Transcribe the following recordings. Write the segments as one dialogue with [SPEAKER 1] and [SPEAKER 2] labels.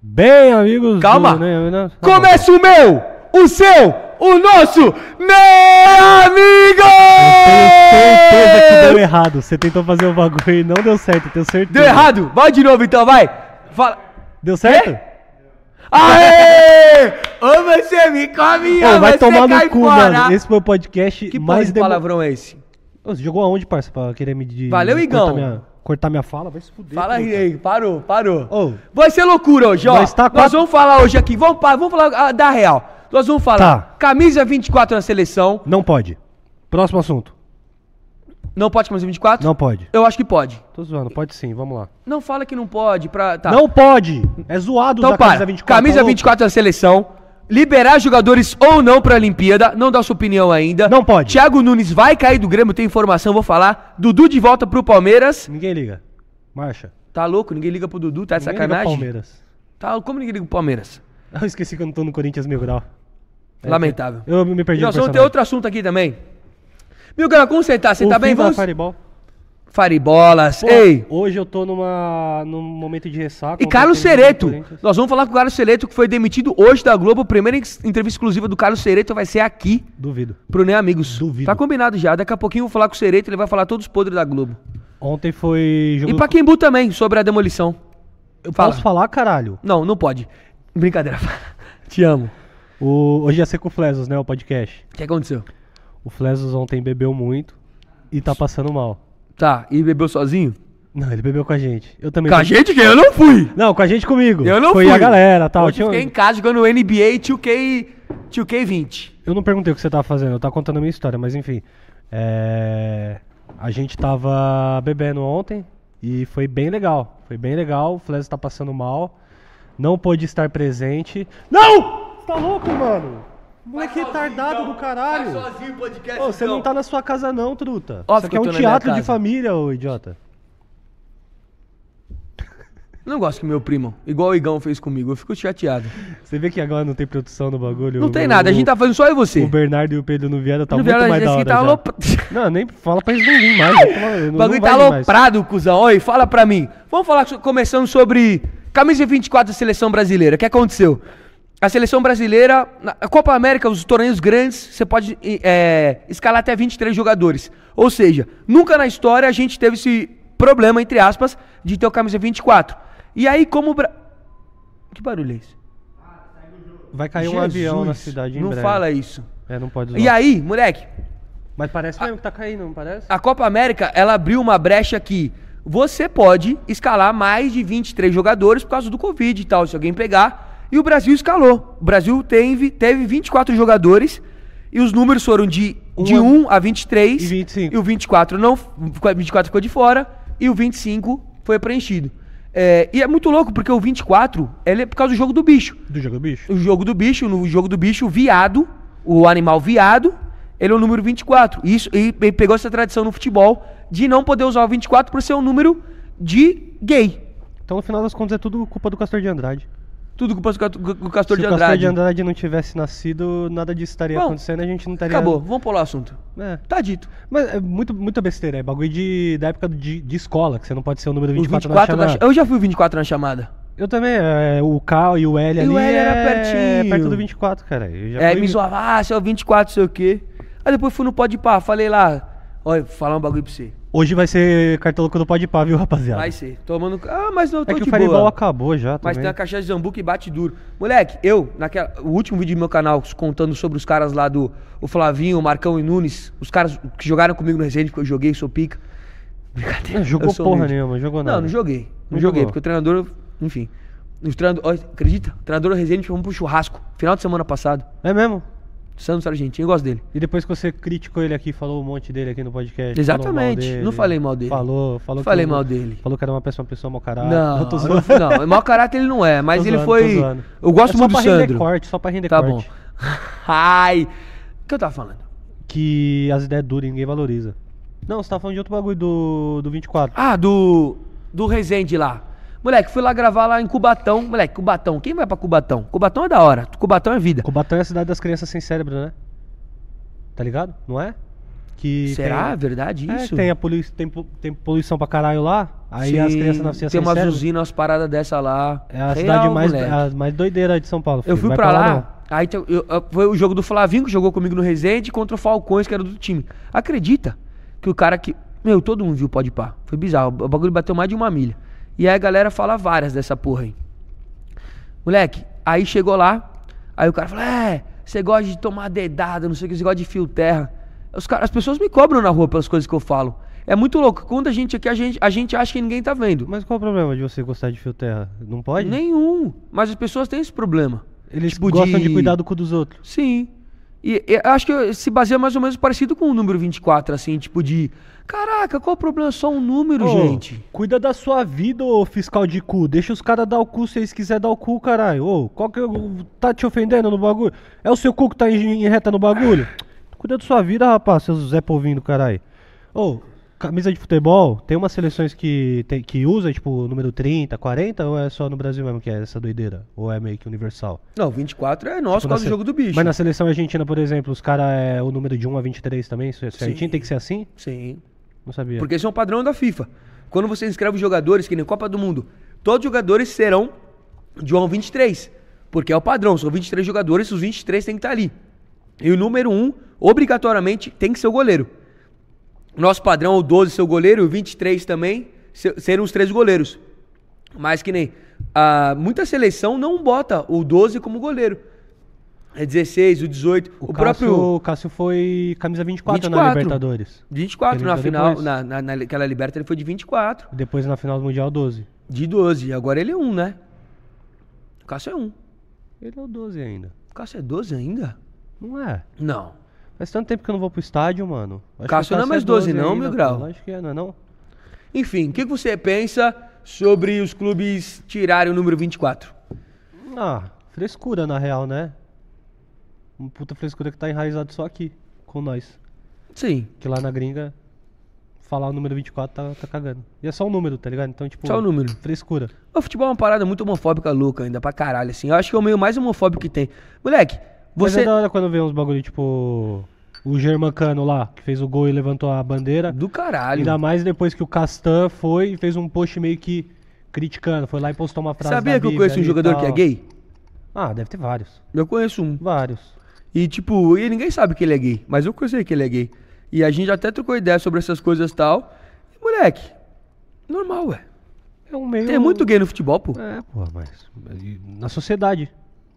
[SPEAKER 1] Bem, amigos.
[SPEAKER 2] Calma.
[SPEAKER 1] do- né, né,
[SPEAKER 2] Tá Comece o meu, o seu, o nosso, meu amigo!
[SPEAKER 1] Tenho certeza que deu errado. Você tentou fazer o bagulho e não deu certo, tenho certeza.
[SPEAKER 2] Deu errado, vai de novo então, vai! Fala!
[SPEAKER 1] Deu certo?
[SPEAKER 2] Aê! Ô você me come,
[SPEAKER 1] Ô,
[SPEAKER 2] ô
[SPEAKER 1] vai
[SPEAKER 2] você
[SPEAKER 1] tomar
[SPEAKER 2] cai
[SPEAKER 1] no cu,
[SPEAKER 2] fora.
[SPEAKER 1] mano. Esse foi o podcast
[SPEAKER 2] Que porra
[SPEAKER 1] mais
[SPEAKER 2] de
[SPEAKER 1] demo-
[SPEAKER 2] palavrão é esse?
[SPEAKER 1] Ô, Você jogou aonde, parça, pra querer me de-
[SPEAKER 2] Valeu,
[SPEAKER 1] cortar
[SPEAKER 2] Igão.
[SPEAKER 1] Minha, cortar minha fala? Vai se fuder.
[SPEAKER 2] Fala
[SPEAKER 1] puta.
[SPEAKER 2] aí, aí, parou, parou.
[SPEAKER 1] Ô.
[SPEAKER 2] Vai ser loucura hoje, ó.
[SPEAKER 1] Nós tá
[SPEAKER 2] Nós
[SPEAKER 1] quatro-
[SPEAKER 2] vamos falar hoje aqui, vamos, pa- vamos falar ah, da real. Nós vamos falar
[SPEAKER 1] Tá.
[SPEAKER 2] camisa 24 na seleção.
[SPEAKER 1] Não pode. Próximo assunto.
[SPEAKER 2] Não pode camisa 24?
[SPEAKER 1] Não pode.
[SPEAKER 2] Eu acho que pode.
[SPEAKER 1] Tô zoando, pode sim, vamos lá.
[SPEAKER 2] Não fala que não pode pra... Tá.
[SPEAKER 1] Não pode! É zoado
[SPEAKER 2] Então
[SPEAKER 1] usar
[SPEAKER 2] para.
[SPEAKER 1] camisa 24. tá
[SPEAKER 2] camisa
[SPEAKER 1] louco?
[SPEAKER 2] 24 da seleção. Liberar jogadores ou não pra Olimpíada. Não dá sua opinião ainda.
[SPEAKER 1] Não pode.
[SPEAKER 2] Thiago Nunes vai cair do Grêmio, tem informação, vou falar. Dudu de volta pro Palmeiras.
[SPEAKER 1] Ninguém liga. Marcha.
[SPEAKER 2] Tá louco? Ninguém liga pro Dudu, tá de
[SPEAKER 1] Ninguém liga
[SPEAKER 2] sacanagem?
[SPEAKER 1] Palmeiras.
[SPEAKER 2] Tá, como ninguém liga pro Palmeiras?
[SPEAKER 1] Eu esqueci que eu não tô no Corinthians Mil Grau.
[SPEAKER 2] Lamentável.
[SPEAKER 1] É, Eu me perdi
[SPEAKER 2] Nós
[SPEAKER 1] no
[SPEAKER 2] vamos ter
[SPEAKER 1] personagem.
[SPEAKER 2] outro assunto aqui também. Mil Grau, como você tá? Você
[SPEAKER 1] O
[SPEAKER 2] tá
[SPEAKER 1] fim
[SPEAKER 2] bem?
[SPEAKER 1] da
[SPEAKER 2] Vamos...
[SPEAKER 1] Fireball.
[SPEAKER 2] Faribolas.
[SPEAKER 1] Pô,
[SPEAKER 2] Ei.
[SPEAKER 1] Hoje eu tô numa, num momento de ressaca.
[SPEAKER 2] E
[SPEAKER 1] eu tô
[SPEAKER 2] Carlos
[SPEAKER 1] tendo
[SPEAKER 2] Cereto.
[SPEAKER 1] Corinthians.
[SPEAKER 2] Nós vamos falar com o Carlos Cereto, que foi demitido hoje da Globo. A primeira ex- entrevista exclusiva do Carlos Cereto vai ser aqui.
[SPEAKER 1] Duvido.
[SPEAKER 2] Pro Nem Amigos.
[SPEAKER 1] Duvido.
[SPEAKER 2] Tá combinado já. Daqui a pouquinho eu vou falar com o Sereto, ele vai falar todos os podres da Globo.
[SPEAKER 1] Ontem foi jogo
[SPEAKER 2] E
[SPEAKER 1] do-
[SPEAKER 2] Paquembu também, sobre a demolição.
[SPEAKER 1] Eu
[SPEAKER 2] fala.
[SPEAKER 1] posso falar, caralho?
[SPEAKER 2] Não, não pode. Brincadeira, fala. Te amo.
[SPEAKER 1] O... Hoje ia ser com o Flesos, né? O podcast.
[SPEAKER 2] O que aconteceu?
[SPEAKER 1] O Flesos ontem bebeu muito e tá passando mal.
[SPEAKER 2] Tá, e bebeu sozinho?
[SPEAKER 1] Não, ele bebeu com a gente. Eu também.
[SPEAKER 2] Com a gente que eu não fui.
[SPEAKER 1] Não, com a gente comigo.
[SPEAKER 2] Eu não
[SPEAKER 1] foi
[SPEAKER 2] fui.
[SPEAKER 1] a galera tá, tal.
[SPEAKER 2] Hoje
[SPEAKER 1] Tinha- um
[SPEAKER 2] eu fiquei em casa jogando NBA 2K, 2K20.
[SPEAKER 1] Eu não perguntei o que você tava fazendo, eu tava contando a minha história, mas enfim. É, A gente tava bebendo ontem e foi bem legal. Foi bem legal, o Flash tá passando mal. Não pôde estar presente. Não! Você tá louco, mano? Moleque retardado do caralho.
[SPEAKER 2] então. sozinho então. podcast.
[SPEAKER 1] Ô, você não tá na sua casa não, truta.
[SPEAKER 2] Óbvio
[SPEAKER 1] Isso aqui
[SPEAKER 2] que
[SPEAKER 1] é
[SPEAKER 2] eu tô
[SPEAKER 1] um
[SPEAKER 2] na minha
[SPEAKER 1] teatro de
[SPEAKER 2] casa.
[SPEAKER 1] família, ô idiota.
[SPEAKER 2] Não gosto que meu primo, igual o Igão fez comigo, eu fico chateado.
[SPEAKER 1] Você vê que agora não tem produção no bagulho.
[SPEAKER 2] Não
[SPEAKER 1] O-
[SPEAKER 2] tem nada, a gente tá fazendo só eu e
[SPEAKER 1] O
[SPEAKER 2] você.
[SPEAKER 1] Bernardo e o Pedro não vieram, tá
[SPEAKER 2] Não
[SPEAKER 1] muito
[SPEAKER 2] vieram,
[SPEAKER 1] mais
[SPEAKER 2] esse
[SPEAKER 1] da
[SPEAKER 2] aqui
[SPEAKER 1] hora
[SPEAKER 2] tá
[SPEAKER 1] já.
[SPEAKER 2] alop-
[SPEAKER 1] Não, nem fala pra eles não virem mais. vai tomar- não-
[SPEAKER 2] O
[SPEAKER 1] não
[SPEAKER 2] bagulho tá
[SPEAKER 1] vai vir mais.
[SPEAKER 2] aloprado, cuzão. Oi, fala pra mim. Vamos falar, so- começando sobre camisa 24 da seleção brasileira. O que aconteceu? A seleção brasileira, na a Copa América, os torneios grandes, você pode eh, eh, escalar até 23 jogadores. Ou seja, nunca na história a gente teve esse problema, entre aspas, de ter o camisa 24. E aí, como. o Bra... Que barulho é esse?
[SPEAKER 1] Vai cair um avião na cidade em
[SPEAKER 2] Não
[SPEAKER 1] breve.
[SPEAKER 2] fala isso.
[SPEAKER 1] É, não pode zoar.
[SPEAKER 2] E aí, Ah. moleque,
[SPEAKER 1] Mas parece mesmo que tá caindo, não parece?
[SPEAKER 2] A Copa América, ela abriu uma brecha que você pode escalar mais de 23 jogadores por causa do Covid e tal, se alguém pegar. E o Brasil escalou. O Brasil teve, teve 24 jogadores e os números foram de, de
[SPEAKER 1] Um a-
[SPEAKER 2] 1 a 23.
[SPEAKER 1] E 25.
[SPEAKER 2] E o 24 não, o 24 ficou de fora e o 25 foi preenchido. É, e é muito louco porque o 24 ele é por causa do jogo do bicho
[SPEAKER 1] Do jogo, bicho?
[SPEAKER 2] o jogo do bicho, no jogo do bicho, o viado, o animal viado, ele é o número 24. E Isso, e, e pegou essa tradição no futebol de não poder usar o 24 por ser um número de gay.
[SPEAKER 1] Então, no final das contas, é tudo culpa do Castor de Andrade.
[SPEAKER 2] Tudo com o pastor- com o Castor
[SPEAKER 1] Se
[SPEAKER 2] de
[SPEAKER 1] o Castor
[SPEAKER 2] Andrade.
[SPEAKER 1] de Andrade não tivesse nascido, nada disso estaria
[SPEAKER 2] Bom,
[SPEAKER 1] acontecendo, a gente não estaria...
[SPEAKER 2] Acabou, vamos pular o assunto.
[SPEAKER 1] É.
[SPEAKER 2] Tá dito.
[SPEAKER 1] Mas é muito, muita besteira, é bagulho de, da época de, de escola, que você não pode ser o número
[SPEAKER 2] O
[SPEAKER 1] 24,
[SPEAKER 2] 24
[SPEAKER 1] na
[SPEAKER 2] da
[SPEAKER 1] chamada.
[SPEAKER 2] cha- Eu já fui o 24 na chamada.
[SPEAKER 1] Eu também, é, o K e o L
[SPEAKER 2] E
[SPEAKER 1] ali
[SPEAKER 2] o L era
[SPEAKER 1] é-
[SPEAKER 2] pertinho.
[SPEAKER 1] É perto do 24, cara. Eu já
[SPEAKER 2] É,
[SPEAKER 1] fui-
[SPEAKER 2] me zoava, ah, você é o 24, sei o quê. Aí depois fui no pode pá, falei lá, olha, vou falar um bagulho pra você.
[SPEAKER 1] Hoje vai ser cartoloco do Pode Pá, viu, rapaziada?
[SPEAKER 2] Vai ser. Tomando. Ah, mas não, tô
[SPEAKER 1] Tá. é que o
[SPEAKER 2] de
[SPEAKER 1] Fireball
[SPEAKER 2] boa.
[SPEAKER 1] acabou já
[SPEAKER 2] Mas
[SPEAKER 1] também.
[SPEAKER 2] tem uma caixa de zambu que bate duro. Moleque, eu, naquela, o último vídeo do meu canal contando sobre os caras lá do o Flavinho, o Marcão e Nunes, os caras que jogaram comigo no Resende, porque eu joguei, sou pica. Brincadeira.
[SPEAKER 1] Não, jogou
[SPEAKER 2] eu sou
[SPEAKER 1] porra
[SPEAKER 2] humilde.
[SPEAKER 1] nenhuma, jogou nada.
[SPEAKER 2] Não, não joguei. Não,
[SPEAKER 1] Não
[SPEAKER 2] joguei,
[SPEAKER 1] jogou.
[SPEAKER 2] porque o treinador, enfim. Os treinador, ó, acredita? O treinador do Resende fomos pro churrasco, final de semana passado.
[SPEAKER 1] É mesmo?
[SPEAKER 2] Santos Argentina, eu gosto dele.
[SPEAKER 1] E depois que você criticou ele aqui, falou um monte dele aqui no podcast.
[SPEAKER 2] Exatamente.
[SPEAKER 1] falou mal dele,
[SPEAKER 2] Não falei mal dele.
[SPEAKER 1] Falou, falou.
[SPEAKER 2] Falei
[SPEAKER 1] que-
[SPEAKER 2] mal dele.
[SPEAKER 1] Falou que era uma pessoa, uma pessoa mau caralho.
[SPEAKER 2] Não,
[SPEAKER 1] Ah, eu tô
[SPEAKER 2] não,
[SPEAKER 1] zoando.
[SPEAKER 2] não, mau caráter ele não é, mas
[SPEAKER 1] Tô
[SPEAKER 2] ele
[SPEAKER 1] zoando,
[SPEAKER 2] foi.
[SPEAKER 1] tô zoando.
[SPEAKER 2] Eu gosto
[SPEAKER 1] É
[SPEAKER 2] muito do
[SPEAKER 1] Só pra render
[SPEAKER 2] Sandro.
[SPEAKER 1] corte, só pra render
[SPEAKER 2] Tá bom.
[SPEAKER 1] corte.
[SPEAKER 2] Ai. O que eu tava falando?
[SPEAKER 1] Que as ideias duras ninguém valoriza. Não, você tá falando de outro bagulho do, do 24.
[SPEAKER 2] Ah, do. Do Resende lá. Moleque, fui lá gravar lá em Cubatão. Moleque, Cubatão. Quem vai pra Cubatão? Cubatão é da hora. Cubatão é vida.
[SPEAKER 1] Cubatão é a cidade das crianças sem cérebro, né? Tá ligado? Não é? Que
[SPEAKER 2] Será?
[SPEAKER 1] Tem,
[SPEAKER 2] Verdade
[SPEAKER 1] É,
[SPEAKER 2] isso?
[SPEAKER 1] tem, a poli tem, po- tem poluição pra caralho lá. Aí as
[SPEAKER 2] Sim,
[SPEAKER 1] crianças nasciam sem
[SPEAKER 2] Tem umas
[SPEAKER 1] cérebro.
[SPEAKER 2] usinas, umas paradas dessa lá.
[SPEAKER 1] É a
[SPEAKER 2] Real,
[SPEAKER 1] cidade mais,
[SPEAKER 2] moleque.
[SPEAKER 1] a mais doideira de São Paulo. filho.
[SPEAKER 2] Eu fui
[SPEAKER 1] Vai
[SPEAKER 2] pra
[SPEAKER 1] não.
[SPEAKER 2] lá, aí te- eu- eu- foi o jogo do Flavinho que jogou comigo no Resende contra o Falcões, que era do time. Acredita que o cara que. Meu, todo mundo viu pode pá. Foi bizarro. O bagulho bateu mais de uma milha. E aí a galera fala várias dessa porra aí. Moleque, aí chegou lá, aí o cara falou: É, você gosta de tomar dedada, não sei o que, você gosta de fio terra. Os cara, as pessoas me cobram na rua pelas coisas que eu falo. É muito louco. Quando a gente aqui, a gente, a gente acha que ninguém tá vendo.
[SPEAKER 1] Mas qual o problema de você gostar de fio terra? Não pode?
[SPEAKER 2] Nenhum. Mas as pessoas têm esse problema.
[SPEAKER 1] Eles
[SPEAKER 2] tipo
[SPEAKER 1] gostam de...
[SPEAKER 2] de
[SPEAKER 1] cuidar do cu dos outros.
[SPEAKER 2] Sim. E, e acho que se baseia mais ou menos parecido com o número 24, assim, tipo de. Caraca, qual o problema? Só um número,
[SPEAKER 1] Ô,
[SPEAKER 2] gente.
[SPEAKER 1] Cuida da sua vida, ô fiscal de cu. Deixa os caras dar o cu se eles quiserem dar o cu, caralho. Ô, qual que eu- tá te ofendendo no bagulho? É o seu cu que tá em, em reta no bagulho? Cuida da sua vida, rapaz, seu Zé Povinho do caralho. Ô, camisa de futebol, tem umas seleções que, tem, que usa, tipo, número 30, 40, ou é só no Brasil mesmo que é essa doideira? Ou é meio que universal?
[SPEAKER 2] Não, 24 é nosso
[SPEAKER 1] Tipo,
[SPEAKER 2] por causa
[SPEAKER 1] na
[SPEAKER 2] do
[SPEAKER 1] se-
[SPEAKER 2] jogo do bicho.
[SPEAKER 1] Mas na seleção argentina, por exemplo, os caras é o número de 1 a 23 também? isso é Certinho tem que ser assim?
[SPEAKER 2] Sim.
[SPEAKER 1] Não sabia.
[SPEAKER 2] Porque esse é um padrão da FIFA. Quando você inscreve os jogadores, que nem Copa do Mundo, todos os jogadores serão de 1 a 23. Porque é o padrão, são 23 jogadores, os 23 têm que estar ali. E o número 1, obrigatoriamente, tem que ser o goleiro. Nosso padrão é o 12 ser o goleiro, e o 23 também se- serem os três goleiros. Mas que nem. ah, muita seleção não bota o 12 como goleiro. É 16, o 18. O,
[SPEAKER 1] O, Cássio,
[SPEAKER 2] próprio.
[SPEAKER 1] o Cássio foi camisa 24, na
[SPEAKER 2] 24.
[SPEAKER 1] Libertadores.
[SPEAKER 2] 24 na
[SPEAKER 1] Ele entrou
[SPEAKER 2] final,
[SPEAKER 1] depois.
[SPEAKER 2] na, na, naquela liberta ele foi de 24.
[SPEAKER 1] Depois na final do Mundial 12.
[SPEAKER 2] De 12. Agora ele é 1, né? O Cássio é 1.
[SPEAKER 1] Ele é o 12 ainda.
[SPEAKER 2] O Cássio é 12 ainda?
[SPEAKER 1] Não é?
[SPEAKER 2] Não.
[SPEAKER 1] Faz tanto tempo que eu não vou pro estádio, mano. Acho que o
[SPEAKER 2] Cássio não é mais 12 não, meu
[SPEAKER 1] pô.
[SPEAKER 2] grau.
[SPEAKER 1] Lógico que é, não é não?
[SPEAKER 2] Enfim, o que que você pensa sobre os clubes tirarem o número 24?
[SPEAKER 1] Ah, frescura na real, né? Uma puta frescura que tá enraizado só aqui, com nós.
[SPEAKER 2] Sim.
[SPEAKER 1] Que lá na gringa, falar o número 24 tá, tá cagando. E é só o número, tá ligado? Então, tipo...
[SPEAKER 2] Só um o número.
[SPEAKER 1] Frescura.
[SPEAKER 2] O futebol é uma parada muito homofóbica louca ainda, pra caralho, assim. Eu acho que é o meio mais homofóbico que tem. Moleque,
[SPEAKER 1] Mas
[SPEAKER 2] você...
[SPEAKER 1] é da hora quando vê uns bagulho, tipo... O Germancano lá, que fez o gol e levantou a bandeira.
[SPEAKER 2] Do caralho.
[SPEAKER 1] Ainda mais depois que o Castan foi e fez um post meio que criticando. Foi lá e postou uma frase.
[SPEAKER 2] Sabia
[SPEAKER 1] da
[SPEAKER 2] que eu
[SPEAKER 1] Bíblia
[SPEAKER 2] conheço um
[SPEAKER 1] ali e
[SPEAKER 2] jogador que é
[SPEAKER 1] tal.
[SPEAKER 2] gay?
[SPEAKER 1] Ah, deve ter vários.
[SPEAKER 2] Eu conheço um.
[SPEAKER 1] Vários.
[SPEAKER 2] E tipo, e ninguém sabe que ele é gay, mas eu sei que ele é gay. E a gente até trocou ideia sobre essas coisas e tal. E, moleque, normal, ué.
[SPEAKER 1] É um meio.
[SPEAKER 2] Tem muito gay no futebol, pô.
[SPEAKER 1] É, pô, mas. e Na sociedade.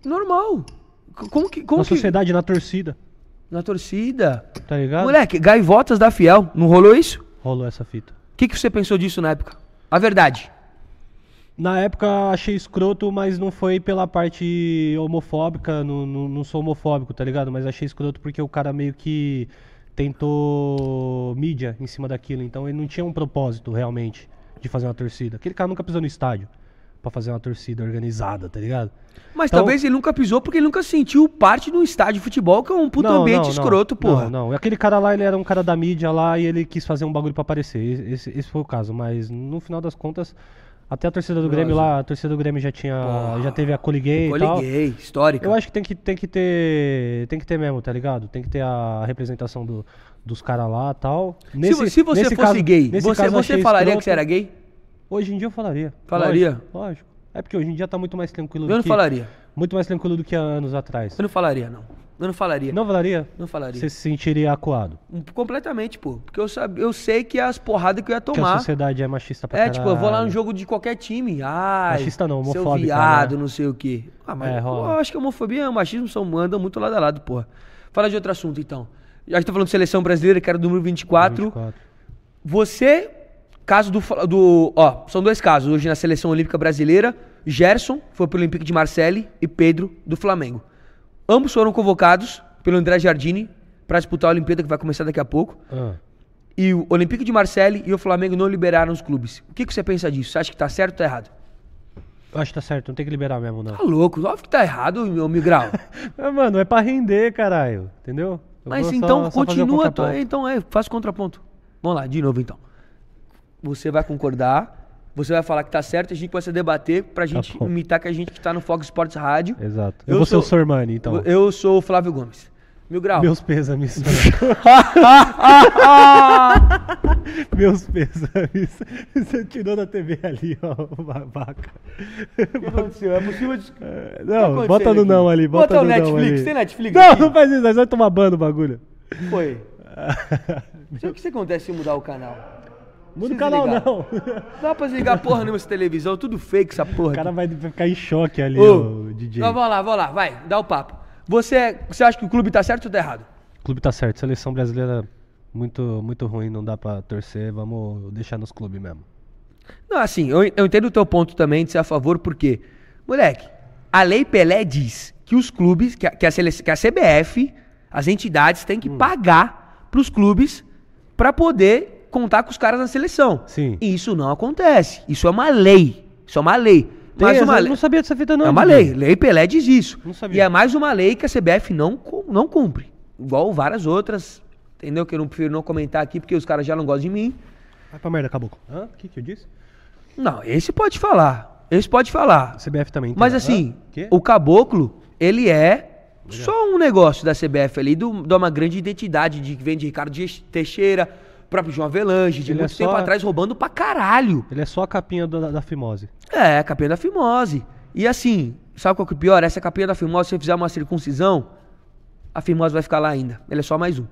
[SPEAKER 2] Normal. C- Como que. Como
[SPEAKER 1] na
[SPEAKER 2] que-
[SPEAKER 1] sociedade, na torcida.
[SPEAKER 2] Na torcida.
[SPEAKER 1] Tá ligado?
[SPEAKER 2] Moleque, gaivotas da Fiel, não rolou isso?
[SPEAKER 1] Rolou essa fita.
[SPEAKER 2] O que, que você pensou disso na época? A verdade.
[SPEAKER 1] Na época achei escroto, mas não foi pela parte homofóbica, não, não, não sou homofóbico, tá ligado? Mas achei escroto porque o cara meio que tentou mídia em cima daquilo, então ele não tinha um propósito realmente de fazer uma torcida. Aquele cara nunca pisou no estádio pra fazer uma torcida organizada, tá ligado?
[SPEAKER 2] Mas
[SPEAKER 1] Então-
[SPEAKER 2] talvez ele nunca pisou porque ele nunca sentiu parte de um estádio de futebol que é um puto
[SPEAKER 1] Não,
[SPEAKER 2] ambiente
[SPEAKER 1] não, não.
[SPEAKER 2] escroto, porra.
[SPEAKER 1] Não, não. Aquele cara lá, ele era um cara da mídia lá e ele quis fazer um bagulho pra aparecer. E- Esse, esse foi o caso, mas no final das contas, até a torcida do Grêmio lá, a torcida do Grêmio já tinha,
[SPEAKER 2] Porra.
[SPEAKER 1] já teve a coliguei e
[SPEAKER 2] Olha
[SPEAKER 1] tal.
[SPEAKER 2] gay, histórico.
[SPEAKER 1] Eu acho que tem que, tem que ter. Tem que ter mesmo, tá ligado? Tem que ter a representação do- dos caras lá e tal.
[SPEAKER 2] se, se você
[SPEAKER 1] nesse
[SPEAKER 2] fosse
[SPEAKER 1] caso-
[SPEAKER 2] gay,
[SPEAKER 1] nesse
[SPEAKER 2] você,
[SPEAKER 1] caso
[SPEAKER 2] você
[SPEAKER 1] achei
[SPEAKER 2] falaria que
[SPEAKER 1] escroto.
[SPEAKER 2] você era gay?
[SPEAKER 1] Hoje em dia eu falaria.
[SPEAKER 2] Falaria?
[SPEAKER 1] Lógico. lógico. É porque hoje em dia tá muito mais tranquilo
[SPEAKER 2] Eu
[SPEAKER 1] do
[SPEAKER 2] não
[SPEAKER 1] que.
[SPEAKER 2] falaria.
[SPEAKER 1] Muito mais tranquilo do que há anos atrás.
[SPEAKER 2] Eu não falaria, não. Eu não falaria.
[SPEAKER 1] Não falaria?
[SPEAKER 2] Não falaria.
[SPEAKER 1] Você se sentiria acuado.
[SPEAKER 2] Um- Completamente, pô. Porque eu, sab... eu sei que as porradas que eu ia
[SPEAKER 1] Porque a
[SPEAKER 2] tomar.
[SPEAKER 1] sociedade é machista pra
[SPEAKER 2] É, tipo, eu vou lá no
[SPEAKER 1] caralho.
[SPEAKER 2] jogo de qualquer time. Ai,
[SPEAKER 1] Machista não,
[SPEAKER 2] Seu
[SPEAKER 1] homofóbica,
[SPEAKER 2] viado,
[SPEAKER 1] né?
[SPEAKER 2] não sei o quê. Ah, mas
[SPEAKER 1] É, rola.
[SPEAKER 2] eu acho que homofobia e machismo são, andam muito lado a lado, porra. Fala de outro assunto, então. Já que tá falando de seleção brasileira, que era do número 24.
[SPEAKER 1] 24.
[SPEAKER 2] Você, caso do, Fla- do. Ó, são dois casos hoje na seleção olímpica brasileira. Gerson foi pro Olympique de Marseille e Pedro do Flamengo. Ambos foram convocados pelo André Jardini pra disputar a Olimpíada que vai começar daqui a pouco.
[SPEAKER 1] Ah.
[SPEAKER 2] E o Olympique de Marseille e o Flamengo não liberaram os clubes. O que, que você pensa disso? Você acha que tá certo ou tá errado?
[SPEAKER 1] Eu acho que tá certo, não tem que liberar mesmo, não.
[SPEAKER 2] Tá louco, óbvio que tá errado, meu migral.
[SPEAKER 1] Ah, mano, é pra render, caralho. Entendeu? Eu
[SPEAKER 2] Mas
[SPEAKER 1] vou só-
[SPEAKER 2] então
[SPEAKER 1] só fazer o
[SPEAKER 2] continua.
[SPEAKER 1] contraponto.
[SPEAKER 2] to- Então é, faz o contraponto. Vamos lá, de novo então. Você vai concordar, você vai falar que tá certo, a gente começa a debater pra gente
[SPEAKER 1] bom.
[SPEAKER 2] imitar que a gente que tá no Fox Sports Rádio.
[SPEAKER 1] Exato.
[SPEAKER 2] Eu
[SPEAKER 1] Eu vou ser o
[SPEAKER 2] sou-
[SPEAKER 1] Sormani, então.
[SPEAKER 2] Eu sou o Flávio Gomes. Mil graus.
[SPEAKER 1] Meus pêsames. Meus pêsames. Você tirou da TV ali, ó, o babaca.
[SPEAKER 2] O que aconteceu? É possível de...
[SPEAKER 1] É,
[SPEAKER 2] O que
[SPEAKER 1] Não, bota
[SPEAKER 2] tá
[SPEAKER 1] no
[SPEAKER 2] acontecendo
[SPEAKER 1] não
[SPEAKER 2] aqui?
[SPEAKER 1] ali, bota,
[SPEAKER 2] Bota o
[SPEAKER 1] no não
[SPEAKER 2] Netflix,
[SPEAKER 1] ali.
[SPEAKER 2] tem Netflix
[SPEAKER 1] Não,
[SPEAKER 2] aqui?
[SPEAKER 1] não faz isso, nós vamos tomar banho do bagulho.
[SPEAKER 2] Foi. Não sei o que se acontece se mudar o canal.
[SPEAKER 1] Muda
[SPEAKER 2] Precisa
[SPEAKER 1] o canal
[SPEAKER 2] ligar.
[SPEAKER 1] não.
[SPEAKER 2] Não dá pra desligar porra nenhuma essa televisão, tudo fake essa porra.
[SPEAKER 1] O cara vai ficar em choque ali,
[SPEAKER 2] Ô,
[SPEAKER 1] o DJ.
[SPEAKER 2] Não, vamos lá, vamos lá, vai, dá o papo. Você, você acha que o clube tá certo ou tá errado?
[SPEAKER 1] O clube tá certo, seleção brasileira muito, muito ruim, não dá pra torcer, vamos deixar nos clubes mesmo.
[SPEAKER 2] Não, assim, eu, eu entendo o teu ponto também de ser a favor, porque, moleque, a Lei Pelé diz que os clubes, que a, que a, sele- que a CBF, as entidades têm que
[SPEAKER 1] Hum.
[SPEAKER 2] pagar pros clubes pra poder contar com os caras na seleção.
[SPEAKER 1] Sim.
[SPEAKER 2] E isso não acontece. Isso é uma lei. Isso é uma lei. Mas
[SPEAKER 1] Tem,
[SPEAKER 2] uma
[SPEAKER 1] eu
[SPEAKER 2] lei.
[SPEAKER 1] Não sabia dessa fita não.
[SPEAKER 2] é uma
[SPEAKER 1] DJ.
[SPEAKER 2] lei. Lei Pelé diz isso.
[SPEAKER 1] Não sabia.
[SPEAKER 2] E é mais uma lei que a CBF não, cu- não cumpre. Igual várias outras. Entendeu? Que eu não prefiro não comentar aqui porque os caras já não gostam de mim.
[SPEAKER 1] Vai pra merda, caboclo. Hã? O que que eu disse?
[SPEAKER 2] Não, esse pode falar. Esse pode falar.
[SPEAKER 1] CBF também.
[SPEAKER 2] Mas
[SPEAKER 1] tá?
[SPEAKER 2] assim,
[SPEAKER 1] Hã? Quê?
[SPEAKER 2] o caboclo, ele é só um negócio da CBF ali, do- de uma grande identidade de que vem de Ricardo Dias- Teixeira, próprio João Avelange, de
[SPEAKER 1] Ele é
[SPEAKER 2] muito
[SPEAKER 1] só-
[SPEAKER 2] tempo atrás roubando pra caralho.
[SPEAKER 1] Ele é só a capinha do- da, da fimose.
[SPEAKER 2] É, capinha da fimose. E assim, sabe qual que é o pior? Essa capinha da fimose, se você fizer uma circuncisão, a fimose vai ficar lá ainda. Ele é só mais um.